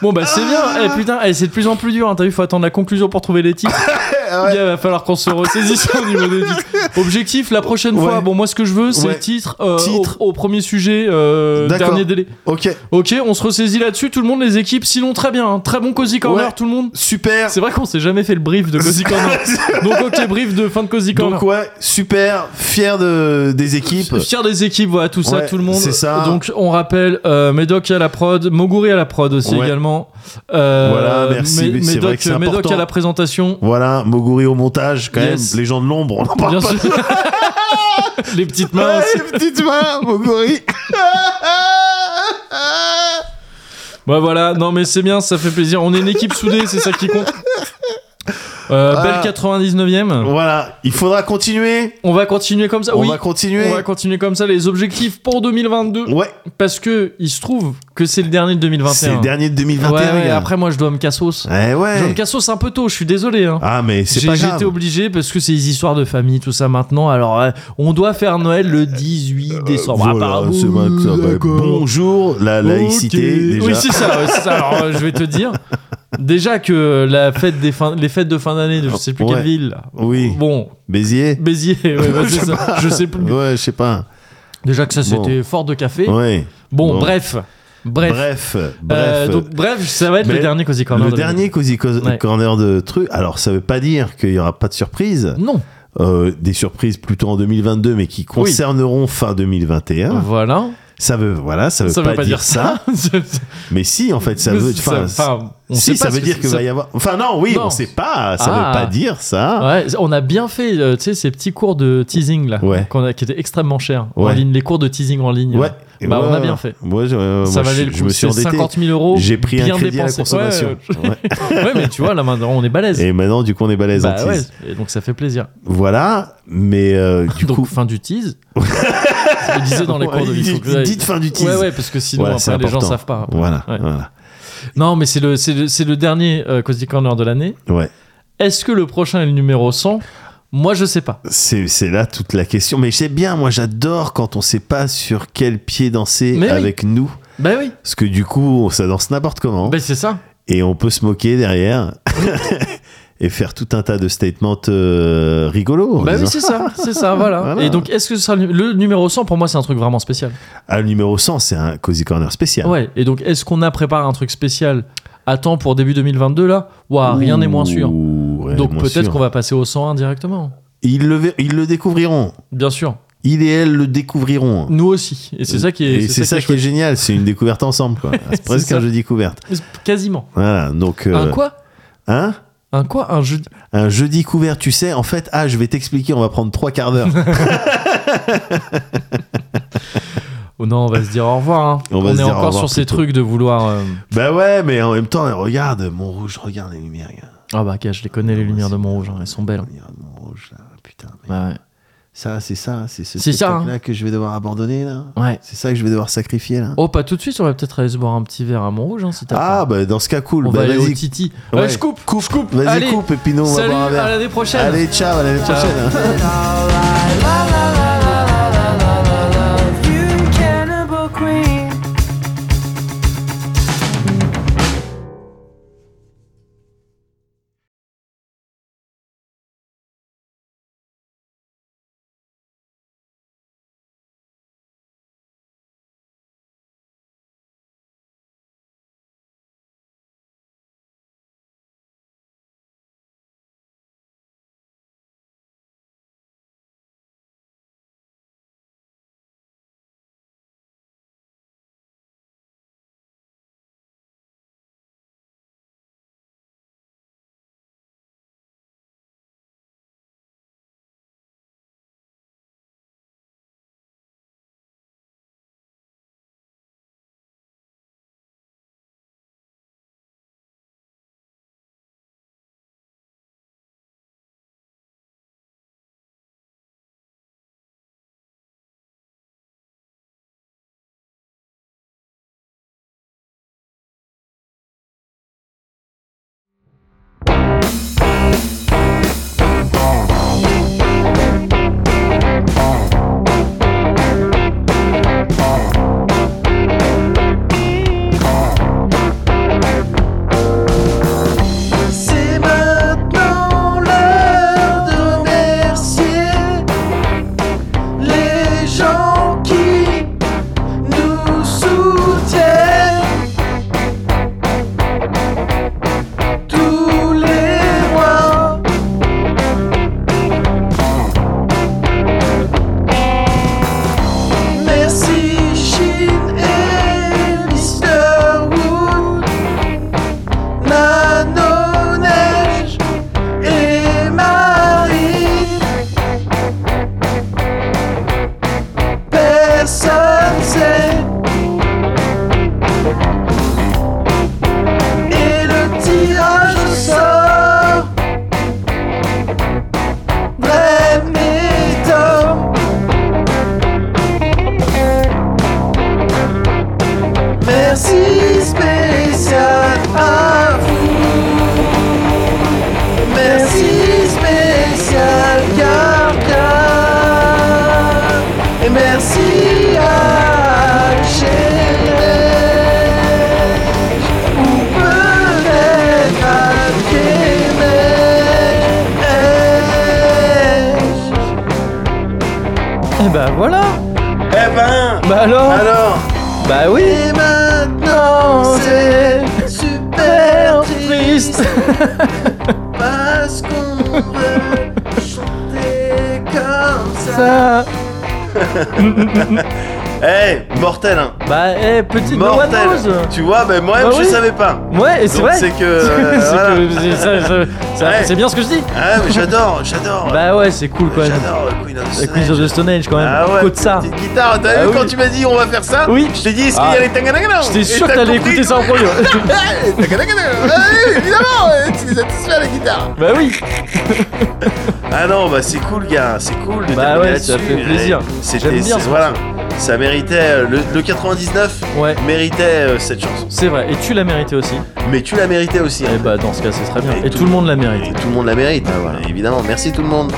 A: Bon, bah, c'est bien. Eh, putain, eh, c'est de plus en plus dur. hein. T'as vu, faut attendre la conclusion pour trouver les titres.
B: Ouais.
A: Il va falloir qu'on se ressaisisse au niveau des titres. Objectif, la prochaine
B: Ouais.
A: fois. Bon, moi, ce que je veux, c'est
B: Ouais.
A: titre, euh,
B: Titre.
A: Au, au premier sujet, euh,
B: D'accord.
A: dernier délai.
B: Ok,
A: Ok, on se ressaisit là-dessus. Tout le monde, les équipes. Sinon, très bien. hein. Très bon Cozy Corner,
B: Ouais.
A: tout le monde.
B: super.
A: C'est vrai qu'on s'est jamais fait le brief de Cozy Corner. Donc ok, brief de fin de Cozy Corner.
B: Donc ouais, super, fier de, des équipes.
A: Fier des équipes, voilà tout ça,
B: Ouais,
A: tout le monde.
B: c'est ça.
A: Donc on rappelle euh, Médoc à la prod, Moguri à la prod aussi
B: Ouais.
A: également. Euh,
B: Voilà, merci,
A: Mé-
B: mais c'est
A: Médoc,
B: vrai que c'est
A: Médoc
B: important.
A: à la présentation.
B: Voilà, Moguri au montage, quand
A: Yes.
B: même. Les gens de l'ombre, on en parle
A: Bien
B: pas.
A: sûr. Les petites mains.
B: Ouais,
A: aussi.
B: les petites mains, Moguri.
A: Bah voilà, non mais c'est bien, ça fait plaisir. On est une équipe soudée, c'est ça qui compte. Euh,
B: Ah.
A: Belle 99e.
B: voilà, il faudra continuer.
A: On va continuer comme ça.
B: on
A: oui.
B: va continuer.
A: On va continuer comme ça. Les objectifs pour 2022.
B: Ouais,
A: Parce que il se trouve que c'est le dernier de 2021.
B: c'est le dernier de 2021.
A: Ouais, ouais,
B: gars.
A: après moi je dois me cassos.
B: Eh
A: Je dois me
B: ouais.
A: cassos un peu tôt, je suis désolé. hein.
B: Ah, mais c'est
A: J'ai
B: pas
A: J'étais
B: grave.
A: obligé parce que c'est les histoires de famille, tout ça maintenant. Alors, euh, on doit faire Noël le 18 décembre. Ah,
B: Euh, Voilà,
A: pardon.
B: c'est vrai que ça va être-
A: D'accord.
B: Bonjour, la laïcité,
A: Ok.
B: déjà.
A: Oui, c'est ça, ouais, c'est ça. Alors, euh, je vais te dire. Déjà que la fête des fins- les fêtes de fin d'année de je sais plus
B: Ouais.
A: quelle ville.
B: Oui.
A: Bon,
B: Béziers
A: Béziers, ouais, bah, c'est ça. Je sais plus.
B: Ouais, je sais pas.
A: Déjà que ça
B: Bon.
A: c'était fort de café.
B: Ouais.
A: Bon,
B: Bon.
A: bref. Bref.
B: Bref,
A: Euh,
B: bref.
A: donc, bref, ça va être
B: Mais
A: le dernier Cozy Corner.
B: le
A: de l'année.
B: dernier Cozy Co-
A: Ouais.
B: Corner de truc. Alors, ça veut pas dire qu'il y aura pas de surprises.
A: Non.
B: Euh, des surprises plutôt en 2022, mais qui concerneront fin 2021.
A: Voilà.
B: Ça veut, voilà, Ah. ça veut,
A: Mmh. ça
B: pas, dire ça. mais si, en fait, ça veut. Enfin,
A: enfin, on
B: si,
A: sait pas
B: ça
A: ce
B: veut
A: que
B: dire
A: c'est-
B: que
A: ça-
B: va y avoir. Enfin, non, oui,
A: Non.
B: on sait pas. Ça
A: Ah.
B: veut pas dire ça.
A: Ouais, on a bien fait, euh, tu sais, ces petits cours de teasing là,
B: Ouais.
A: qu'on a, qui étaient extrêmement chers en
B: Ouais.
A: ligne, les cours de teasing en ligne.
B: Ouais.
A: là.
B: Et
A: Bah,
B: moi,
A: on a bien fait.
B: Moi, je, euh,
A: Ça
B: moi,
A: valait
B: je-
A: le coup.
B: Je me suis
A: c'est
B: endetté.
A: 50 000 euros.
B: J'ai pris
A: Oh, bien
B: un crédit à la
A: dépensé.
B: consommation. Ouais.
A: Ouais, ouais, mais tu vois, là maintenant, on est balèze.
B: Et maintenant, du coup, on est balèze
A: Bah
B: en tease.
A: ouais, et donc ça fait plaisir.
B: Voilà, mais euh, du
A: donc
B: coup.
A: fin du tease. Je le disais dans les cours de
B: Ouais,
A: il faut que-
B: Dites fin du tease.
A: Ouais, ouais, parce que sinon
B: Voilà, c'est
A: après les gens
B: important.
A: savent pas.
B: Voilà,
A: Ouais.
B: voilà.
A: Non, mais c'est le, c'est le, c'est le dernier euh, Cozy Corner de l'année.
B: Ouais.
A: Est-ce que le prochain est le numéro 100 Moi, je sais pas.
B: C'est c'est là toute la question. Mais c'est bien, moi j'adore quand on sait pas sur quel pied danser
A: Mais oui.
B: avec nous.
A: Bah oui,
B: Parce que du coup, on- ça danse n'importe comment.
A: bah c'est ça.
B: Et on peut se moquer derrière. et faire tout un tas de statements euh, rigolos. en
A: Bah oui,
B: disant,
A: c'est ça, c'est ça, voilà.
B: Voilà.
A: Et donc, est-ce que ce sera le, le numéro 100 Pour moi, c'est un truc vraiment spécial.
B: ah, le numéro 100, c'est un Cozy Corner spécial.
A: Ouais, et donc, est-ce qu'on a préparé un truc spécial à temps pour début 2022 là Ouah, Ah, rien n'est moins sûr.
B: Ouh, rien
A: Donc,
B: n'est moins
A: peut-être
B: sûr.
A: qu'on va passer au 101 directement.
B: Ils le, ver- ils le découvriront.
A: Bien sûr,
B: Il et elle le découvriront.
A: nous aussi. Et c'est ça qui est.
B: Et c'est ça, qui est
A: chouette.
B: génial, c'est une découverte ensemble. quoi. C'est presque
A: ça.
B: un jeu découverte.
A: Quasiment.
B: Voilà, donc. euh,
A: Un quoi
B: hein
A: Un quoi Un jeu.
B: un jeudi couvert, tu sais, en fait, ah, je vais t'expliquer, on va prendre trois quarts d'heure.
A: Oh non, on va se dire au revoir. hein.
B: On
A: On,
B: va se
A: est
B: dire au
A: encore
B: revoir
A: sur ces
B: plutôt.
A: trucs de vouloir. euh,
B: bah ouais, mais en même temps, regarde, mon rouge, regarde les lumières, regarde, bah,
A: Ah bah, gars, je les connais, les lumières de Montrouge. hein, Elles hein, sont belles.
B: les lumières de mon rouge, là, putain, mais
A: Bah ouais.
B: ça, c'est ça, c'est ce
A: C'est ça, hein.
B: spectacle-là que je vais devoir abandonner là.
A: Ouais.
B: C'est ça que je vais devoir sacrifier là.
A: Oh, pas tout de suite, on va peut-être aller se boire un petit verre à Montrouge, hein, si t'as
B: ah
A: pas.
B: bah dans ce cas cool.
A: on
B: Bah,
A: va aller au
B: vas-y,
A: Titi.
B: Ouais.
A: Ouais, je coupe, coupe, je coupe.
B: vas-y
A: Allez,
B: coupe et puis nous on va
A: Salut,
B: boire un verre.
A: à l'année prochaine.
B: Allez ciao à l'année
A: Ciao.
B: prochaine.
C: You cannibal queen. C'est maintenant l'heure de remercier les gens qui nous soutiennent. Tous les mois, merci Chine et Mr. Wood. Nano Neige et Marie. Personne sait. Et le tirage au sort. Bref, et Tom. Merci spécial à vous. Merci spécial Garga. Et merci à Gérège. Ou peut-être à Kémège.
A: Eh bah voilà
B: Eh ben
A: Bah alors
B: alors.
A: Bah oui
C: Et maintenant c'est super triste parce qu'on veut chanter comme
B: hein.
C: ça.
A: Ça.
B: Eh mortel. Hein.
A: Bah, eh, petite
B: Mortel.
A: dose
B: Tu vois ben moi
A: Bah
B: je
A: oui.
B: savais pas.
A: Ouais, et c'est
B: Donc
A: vrai
B: c'est que,
A: C'est
B: euh, voilà.
A: que- c'est- ça- ça- ça-
B: Ouais.
A: c'est bien ce que je dis
B: Ah mais j'adore, j'adore.
A: Bah ouais, c'est cool quand même.
B: J'adore euh, Queen of the
A: La
B: Stone
A: Queen of
B: Age.
A: the Stone Age quand même.
B: Ah ouais,
A: Côte ça.
B: petite guitare, t'as
A: Ah
B: vu
A: oui.
B: quand tu m'as dit on va faire ça
A: Oui.
B: Je t'ai dit est-ce qu'il
A: Ah.
B: y a les tanganagana
A: J'étais
B: Et
A: sûr
B: t'as
A: que t'allais
B: compris
A: écouter ça en premier.
B: Ouais, tanganagana Ah oui, Évidemment, euh, tu les as tous fait à la guitare
A: bah oui
B: Ah non, bah c'est cool, gars, c'est cool de
A: Bah
B: terminer
A: ouais,
B: là-dessus.
A: ça fait plaisir.
B: Et C'était,
A: J'aime bien
B: c'est-
A: ce
B: voilà, ça méritait, euh, le, le 99
A: Ouais,
B: méritait euh, cette chanson.
A: c'est vrai. Et tu l'as mérité aussi.
B: Mais tu la méritais aussi.
A: Et
B: hein.
A: bah dans ce cas, c'est très bien.
B: Et
A: Et
B: tout-
A: tout le monde l'a
B: Et
A: mérité.
B: tout le monde la mérite,
A: Ah, voilà.
B: évidemment. Merci tout le monde.